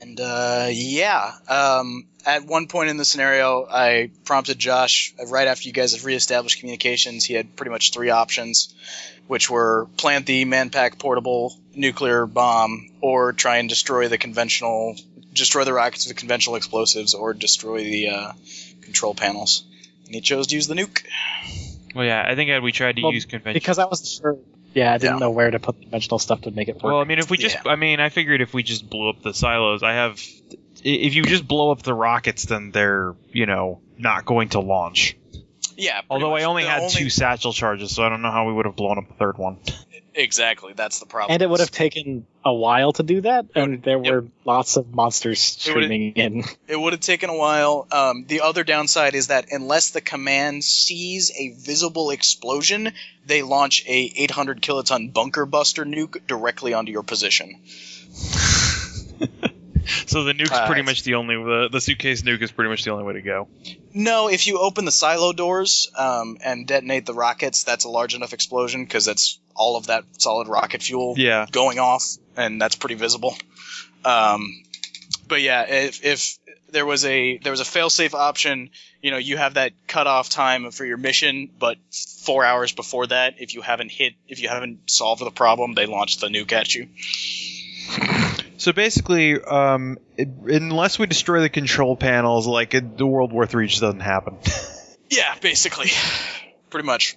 [SPEAKER 1] and uh, yeah, um, at one point in the scenario, I prompted Josh uh, right after you guys have reestablished communications. He had pretty much three options, which were plant the manpack portable nuclear bomb, or try and destroy the conventional, destroy the rockets with conventional explosives, or destroy the uh, control panels. And he chose to use the nuke.
[SPEAKER 6] Well, yeah, I think had we tried to
[SPEAKER 5] Well,
[SPEAKER 6] use conventional.
[SPEAKER 5] Because I wasn't sure. Yeah, I didn't
[SPEAKER 1] Yeah.
[SPEAKER 5] know where to put the conventional stuff to make it work.
[SPEAKER 6] Well, I mean, if we just, I mean, I figured if we just blew up the silos, I have,
[SPEAKER 7] if you just blow up the rockets then they're you know not going to launch
[SPEAKER 1] Yeah. pretty
[SPEAKER 7] although i
[SPEAKER 1] much.
[SPEAKER 7] only
[SPEAKER 1] The
[SPEAKER 7] had two satchel charges so i don't know how we would have blown up the third one
[SPEAKER 1] Exactly. That's the problem.
[SPEAKER 5] and it would have taken a while to do that, and there
[SPEAKER 1] Yep.
[SPEAKER 5] were lots of monsters
[SPEAKER 1] It would've-
[SPEAKER 5] streaming in.
[SPEAKER 1] It would have taken a while. Um, the other downside is that unless the command sees a visible explosion, they launch a 800 kiloton bunker buster nuke directly onto your position.
[SPEAKER 6] so the nuke's
[SPEAKER 1] Uh,
[SPEAKER 6] pretty
[SPEAKER 1] it's-
[SPEAKER 6] much the only the, the suitcase nuke is pretty much the only way to go.
[SPEAKER 1] No, if you open the silo doors um, and detonate the rockets, that's a large enough explosion because that's all of that solid rocket fuel
[SPEAKER 7] yeah
[SPEAKER 1] going off, and that's pretty visible. Um, but yeah, if if there was a there was a failsafe option, you know, you have that cutoff time for your mission, but four hours before that, if you haven't hit, if you haven't solved the problem, they launch the nuke at you.
[SPEAKER 3] So basically, um, it- unless we destroy the control panels, like it, the World War III just doesn't happen.
[SPEAKER 1] Yeah, basically, pretty much.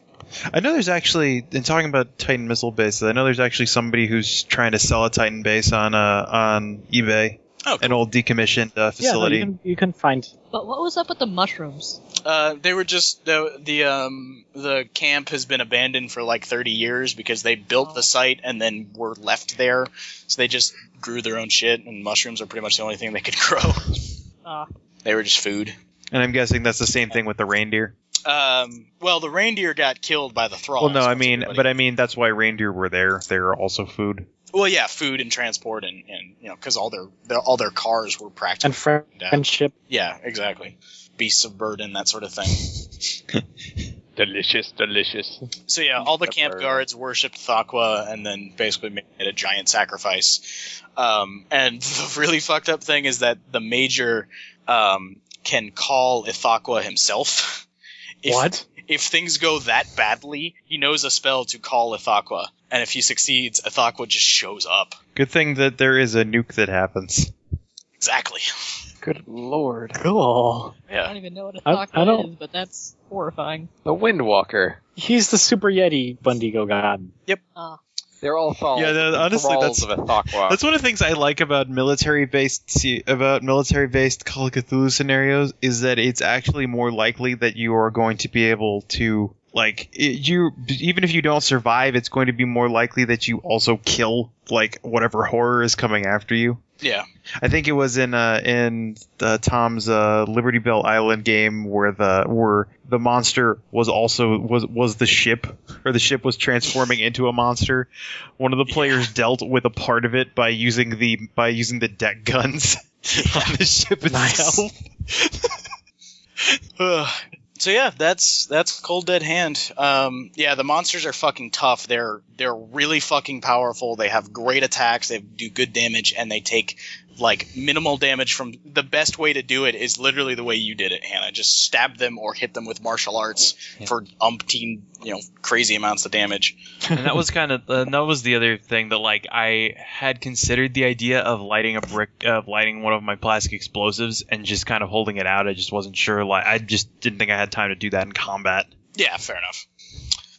[SPEAKER 3] I know there's actually, in talking about Titan missile bases, I know there's actually somebody who's trying to sell a Titan base on uh, on eBay,
[SPEAKER 1] Oh,
[SPEAKER 3] an old decommissioned uh, facility.
[SPEAKER 5] Yeah, no, you, can, you can find.
[SPEAKER 2] But what was up with the mushrooms?
[SPEAKER 1] Uh, they were just the the um the camp has been abandoned for like 30 years because they built the site and then were left there, so they just grew their own shit and mushrooms are pretty much the only thing they could grow.
[SPEAKER 2] Ah.
[SPEAKER 1] They were just food.
[SPEAKER 3] And I'm guessing that's the same thing with the reindeer.
[SPEAKER 1] Um, well, the reindeer got killed by the thralls.
[SPEAKER 3] well, no, I
[SPEAKER 1] once
[SPEAKER 3] mean,
[SPEAKER 1] everybody-
[SPEAKER 3] but I mean that's why reindeer were there. They are also food.
[SPEAKER 1] well, yeah, food and transport and, and you know because all their, their all their cars were practically
[SPEAKER 5] And friend-
[SPEAKER 1] down.
[SPEAKER 5] friendship.
[SPEAKER 1] yeah, exactly. Beasts of burden, that sort of thing.
[SPEAKER 4] Delicious, delicious.
[SPEAKER 1] So yeah, all the camp
[SPEAKER 4] Burn.
[SPEAKER 1] guards worshipped Thakwa and then basically made a giant sacrifice. Um, and the really fucked up thing is that the major um, can call Ithakwa himself. If,
[SPEAKER 5] what?
[SPEAKER 1] If things go that badly, he knows a spell to call Ithakwa, and if he succeeds, Ithakwa just shows up.
[SPEAKER 3] Good thing that there is a nuke that happens.
[SPEAKER 1] Exactly.
[SPEAKER 4] Good lord.
[SPEAKER 5] Cool.
[SPEAKER 2] I
[SPEAKER 1] Yeah.
[SPEAKER 2] don't even know what a
[SPEAKER 5] I-
[SPEAKER 2] thought
[SPEAKER 5] I don't-
[SPEAKER 2] is, but that's horrifying.
[SPEAKER 4] The Windwalker.
[SPEAKER 5] He's the Super Yeti Bundigo God.
[SPEAKER 2] Ah,
[SPEAKER 4] They're all thralls.
[SPEAKER 3] Yeah, no,
[SPEAKER 4] the
[SPEAKER 3] honestly,
[SPEAKER 4] thralls
[SPEAKER 3] that's-
[SPEAKER 4] of a Thakwa.
[SPEAKER 3] That's one of the things I like about military based about military based Call of Cthulhu scenarios is that it's actually more likely that you are going to be able to like it, you even if you don't survive, it's going to be more likely that you also kill like whatever horror is coming after you.
[SPEAKER 1] Yeah.
[SPEAKER 3] I think it was in uh, in uh, Tom's uh, Liberty Bell Island game where the where the monster was also was was the ship or the ship was transforming into a monster. One of the players dealt with a part of it by using the by using the deck guns on the ship
[SPEAKER 5] Nice.
[SPEAKER 3] itself.
[SPEAKER 1] Ugh. so yeah, that's that's Cold Dead Hand. Um, yeah, the monsters are fucking tough. They're they're really fucking powerful. They have great attacks. They do good damage, and they take like minimal damage from. The best way to do it is literally the way you did it, Hannah. Just stab them or hit them with martial arts for umpteen, you know, crazy amounts of damage.
[SPEAKER 7] and that was kind of uh, that was the other thing that like I had considered the idea of lighting a brick of lighting one of my plastic explosives and just kind of holding it out. I just wasn't sure. Like I just didn't think I had time to do that in combat.
[SPEAKER 1] Yeah, fair enough.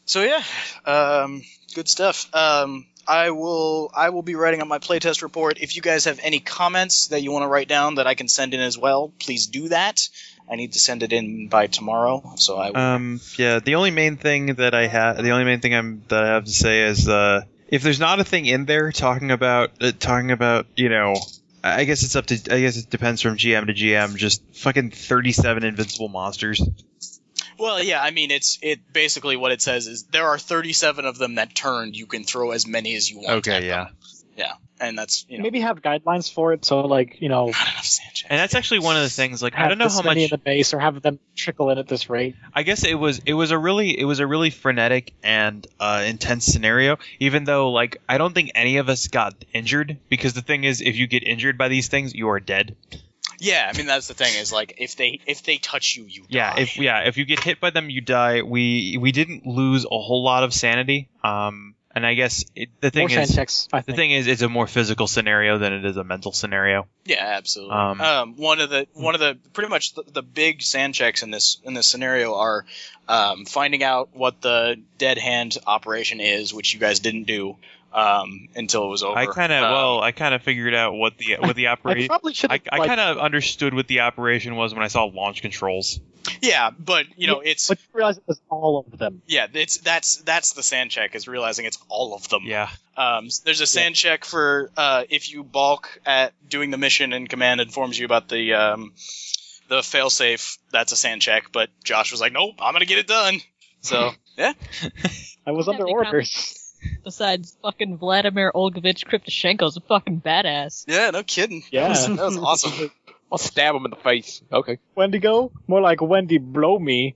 [SPEAKER 1] So yeah, um, good stuff. Um, I will I will be writing up my playtest report. If you guys have any comments that you want to write down that I can send in as well, please do that. I need to send it in by tomorrow, so I will.
[SPEAKER 3] Um, yeah, the only main thing that I have, the only main thing I'm that I have to say is, uh, if there's not a thing in there talking about uh, talking about, you know, I I guess it's up to, I guess it depends from GM to GM. Just fucking 37 invincible monsters.
[SPEAKER 1] well, yeah, I mean it's it basically what it says is there are 37 of them that turned. You can throw as many as you want. at them.
[SPEAKER 3] yeah.
[SPEAKER 1] and that's you know
[SPEAKER 5] Maybe have guidelines for it, so like you know,
[SPEAKER 1] not enough Sanchez.
[SPEAKER 7] And that's actually one of the things. Like
[SPEAKER 5] have
[SPEAKER 7] I don't know
[SPEAKER 5] this
[SPEAKER 7] how
[SPEAKER 5] many
[SPEAKER 7] much.
[SPEAKER 5] in the base, or have them trickle in at this rate.
[SPEAKER 3] I guess it was it was a really it was a really frenetic and uh, intense scenario. Even though like I don't think any of us got injured because the thing is, if you get injured by these things, you are dead.
[SPEAKER 1] Yeah, I mean that's the thing is like if they if they touch you, you
[SPEAKER 3] Yeah,
[SPEAKER 1] die.
[SPEAKER 3] if yeah, if you get hit by them, you die. We we didn't lose a whole lot of sanity. Um, and I guess it, the thing
[SPEAKER 5] More sand
[SPEAKER 3] is,
[SPEAKER 5] checks, I
[SPEAKER 3] the
[SPEAKER 5] think.
[SPEAKER 3] thing is, it's a more physical scenario than it is a mental scenario.
[SPEAKER 1] Yeah, absolutely. Um,
[SPEAKER 3] Um,
[SPEAKER 1] one of the one of the pretty much the, the big sand checks in this in this scenario are um, finding out what the dead hand operation is, which you guys didn't do um, until it was over.
[SPEAKER 3] I kind of
[SPEAKER 1] Um,
[SPEAKER 3] well, I kind of figured out what the what the
[SPEAKER 5] I
[SPEAKER 3] operation.
[SPEAKER 5] probably should.
[SPEAKER 3] I,
[SPEAKER 5] have
[SPEAKER 3] I
[SPEAKER 5] like,
[SPEAKER 3] kind of understood what the operation was when I saw launch controls.
[SPEAKER 1] yeah, but you know it's
[SPEAKER 5] But you realize it was all of them.
[SPEAKER 1] yeah it's that's that's the sand check is realizing it's all of them.
[SPEAKER 3] Yeah,
[SPEAKER 1] Um, s- there's a sand check for uh, if you balk at doing the mission and command informs you about the um, the failsafe. That's a sand check, but Josh was like, nope, I'm gonna get it done. So yeah.
[SPEAKER 5] I was
[SPEAKER 2] Yeah,
[SPEAKER 5] under
[SPEAKER 2] they
[SPEAKER 5] orders.
[SPEAKER 2] Besides, fucking Vladimir Olgovich Kryptoshenko's a fucking badass.
[SPEAKER 1] Yeah, no kidding.
[SPEAKER 5] Yeah.
[SPEAKER 1] That was awesome.
[SPEAKER 4] I'll stab him in the face. Okay.
[SPEAKER 5] Wendigo? More like Wendy blow me.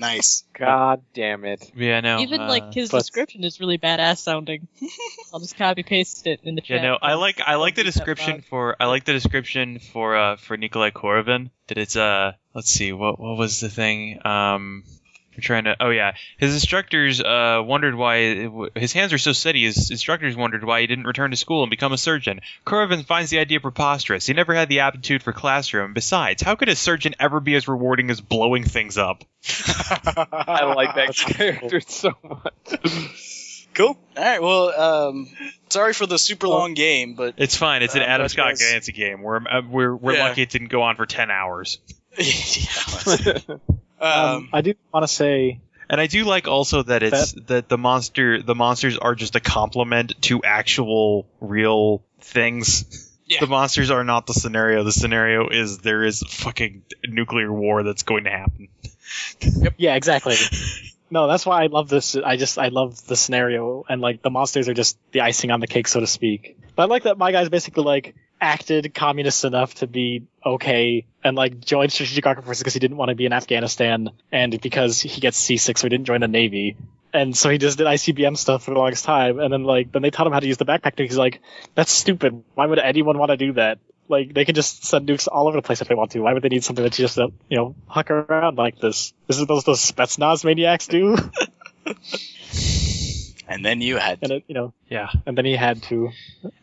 [SPEAKER 1] Nice.
[SPEAKER 4] God
[SPEAKER 3] Um,
[SPEAKER 4] damn it.
[SPEAKER 3] Yeah, I know.
[SPEAKER 2] Even
[SPEAKER 3] uh,
[SPEAKER 2] like his
[SPEAKER 5] but-
[SPEAKER 2] description is really badass sounding. I'll just copy paste it in the
[SPEAKER 3] Yeah,
[SPEAKER 2] chat.
[SPEAKER 3] no, I like I like the
[SPEAKER 2] Don't beat that
[SPEAKER 3] description
[SPEAKER 2] dog.
[SPEAKER 3] for I like the description for uh for Nikolai Korovin that it's uh let's see what what was the thing um I'm trying to oh yeah his instructors uh wondered why it w- his hands are so steady his instructors wondered why he didn't return to school and become a surgeon Korovin finds the idea preposterous he never had the aptitude for classroom besides how could a surgeon ever be as rewarding as blowing things up
[SPEAKER 1] Ah,
[SPEAKER 4] I like that character so much.
[SPEAKER 1] Cool. All right. Well, um, sorry for the super long game, but
[SPEAKER 3] it's fine it's an
[SPEAKER 1] Um,
[SPEAKER 3] Adam
[SPEAKER 1] but
[SPEAKER 3] Scott
[SPEAKER 1] guys-
[SPEAKER 3] Glancy game we're uh, we're we're
[SPEAKER 1] Yeah.
[SPEAKER 3] lucky it didn't go on for ten hours.
[SPEAKER 1] yeah, let's-
[SPEAKER 5] Um,
[SPEAKER 1] um,
[SPEAKER 5] I do want to say
[SPEAKER 3] And I do like also that it's that, the monster the monsters are just a complement to actual real things.
[SPEAKER 1] Yeah.
[SPEAKER 3] The monsters are not the scenario. The scenario is there is fucking nuclear war that's going to happen.
[SPEAKER 5] Yeah, exactly. no, that's why I love this. I just I love the scenario and like the monsters are just the icing on the cake, so to speak. But I like that my guy's basically like acted communist enough to be okay and like joined strategic armed forces because he didn't want to be in Afghanistan and because he gets seasick, so he didn't join the navy. And so he just did ICBM stuff for the longest time, and then like then they taught him how to use the backpack. And he's like, "That's stupid. Why would anyone want to do that? Like they could just send nukes all over the place if they want to. Why would they need something that you just uh, you know huck around like this? This is those those Spetsnaz maniacs do,
[SPEAKER 1] and then you had.
[SPEAKER 5] and it, you know
[SPEAKER 3] Yeah.
[SPEAKER 5] And then he had to.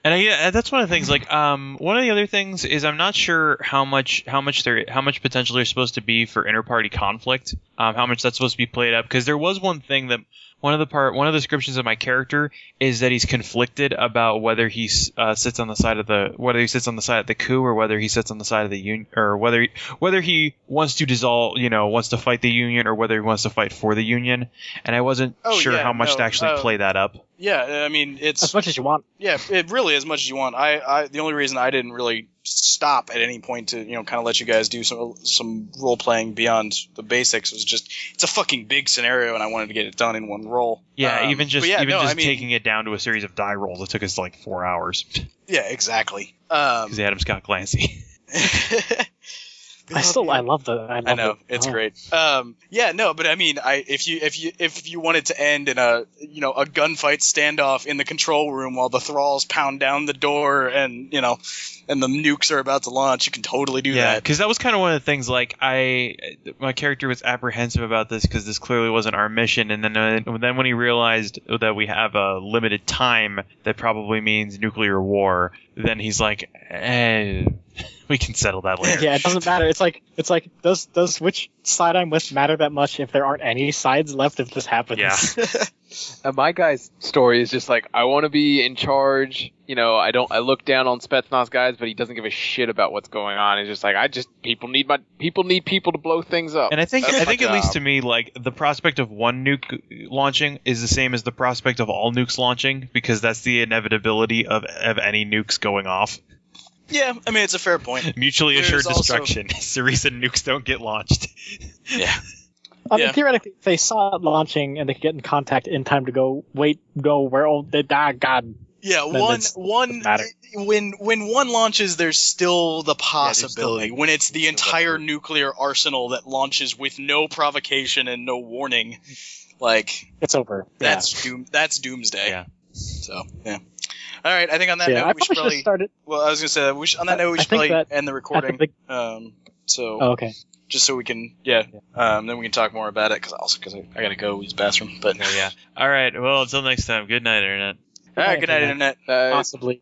[SPEAKER 3] And I, yeah, that's one of the things. Like, um, one of the other things is I'm not sure how much how much there how much potential there's supposed to be for interparty conflict. Um, how much that's supposed to be played up because there was one thing that one of the part one of the descriptions of my character is that he's conflicted about whether he s- uh, sits on the side of the whether he sits on the side of the coup or whether he sits on the side of the union or whether he, whether he wants to dissolve you know wants to fight the union or whether he wants to fight for the union. And I wasn't
[SPEAKER 1] Oh,
[SPEAKER 3] sure
[SPEAKER 1] yeah,
[SPEAKER 3] how much
[SPEAKER 1] no,
[SPEAKER 3] to actually
[SPEAKER 1] uh,
[SPEAKER 3] play that up.
[SPEAKER 1] Yeah, I mean, it's
[SPEAKER 5] As much as you want.
[SPEAKER 1] yeah, it really as much as you want. I, I the only reason I didn't really stop at any point to you know kind of let you guys do some some role playing beyond the basics was just it's a fucking big scenario and I wanted to get it done in one roll.
[SPEAKER 3] Yeah,
[SPEAKER 1] Um,
[SPEAKER 3] even just
[SPEAKER 1] but yeah,
[SPEAKER 3] even
[SPEAKER 1] no,
[SPEAKER 3] just
[SPEAKER 1] I mean,
[SPEAKER 3] taking it down to a series of die rolls, it took us like four hours
[SPEAKER 1] Yeah, exactly. Um,
[SPEAKER 3] because Adam Scott Glancy.
[SPEAKER 5] I still I love the I, love
[SPEAKER 1] I know
[SPEAKER 5] it.
[SPEAKER 1] it's
[SPEAKER 5] Oh.
[SPEAKER 1] great. Um, yeah, no, but I mean, I if you if you if you wanted to end in a you know a gunfight standoff in the control room while the thralls pound down the door and you know and the nukes are about to launch, you can totally do
[SPEAKER 3] yeah,
[SPEAKER 1] that.
[SPEAKER 3] because that was kind of one of the things. Like I, my character was apprehensive about this because this clearly wasn't our mission, and then uh, then when he realized that we have a limited time, that probably means nuclear war. Then he's like, eh, we can settle that later.
[SPEAKER 5] Yeah, it doesn't matter. It's like it's like does does which side I'm with matter that much if there aren't any sides left if this happens?
[SPEAKER 3] Yeah.
[SPEAKER 4] And my guy's story is just like I want to be in charge. You know, I don't. I look down on Spetsnaz guys, but he doesn't give a shit about what's going on. It's just like I just people need my people need people to blow things up.
[SPEAKER 3] And I think
[SPEAKER 4] That's
[SPEAKER 3] I
[SPEAKER 4] my
[SPEAKER 3] think at least
[SPEAKER 4] job.
[SPEAKER 3] to me, like the prospect of one nuke launching is the same as the prospect of all nukes launching because that's the inevitability of of any nukes going off.
[SPEAKER 1] Yeah, I mean it's a fair point.
[SPEAKER 3] Mutually
[SPEAKER 1] There's
[SPEAKER 3] assured
[SPEAKER 1] also-
[SPEAKER 3] destruction is the reason nukes don't get launched.
[SPEAKER 5] I mean,
[SPEAKER 1] Yeah.
[SPEAKER 5] theoretically, if they saw it launching and they could get in contact in time to go, wait, no, we're old. They, ah, God.
[SPEAKER 1] Yeah,
[SPEAKER 5] Then
[SPEAKER 1] one
[SPEAKER 5] it's-
[SPEAKER 1] one
[SPEAKER 5] doesn't matter.
[SPEAKER 1] when when one launches, there's still the
[SPEAKER 3] there's still,
[SPEAKER 1] possibility.
[SPEAKER 3] like,
[SPEAKER 1] when it's the
[SPEAKER 3] still
[SPEAKER 1] entire
[SPEAKER 3] that-
[SPEAKER 1] nuclear arsenal that launches with no provocation and no warning, like
[SPEAKER 5] It's over. Yeah.
[SPEAKER 1] that's doom that's doomsday.
[SPEAKER 3] Yeah.
[SPEAKER 1] So yeah. All right, I think on that
[SPEAKER 5] yeah,
[SPEAKER 1] note
[SPEAKER 5] I
[SPEAKER 1] we should
[SPEAKER 5] probably should have
[SPEAKER 1] probably.
[SPEAKER 5] started
[SPEAKER 1] Well, I was gonna say that we should, on that
[SPEAKER 5] I-
[SPEAKER 1] note we
[SPEAKER 5] I
[SPEAKER 1] should
[SPEAKER 5] think
[SPEAKER 1] probably
[SPEAKER 5] that
[SPEAKER 1] end the
[SPEAKER 5] at the
[SPEAKER 1] recording.
[SPEAKER 5] big-
[SPEAKER 1] Um, so
[SPEAKER 5] Oh, okay.
[SPEAKER 1] just so we can, yeah. Um, then we can talk more about it because also because I, I gotta go use the bathroom. But all
[SPEAKER 3] yeah. All right. Well, until next time. Good night, internet.
[SPEAKER 1] right, Ah, good night,
[SPEAKER 5] Internet.
[SPEAKER 1] internet.
[SPEAKER 4] Uh,
[SPEAKER 5] Possibly.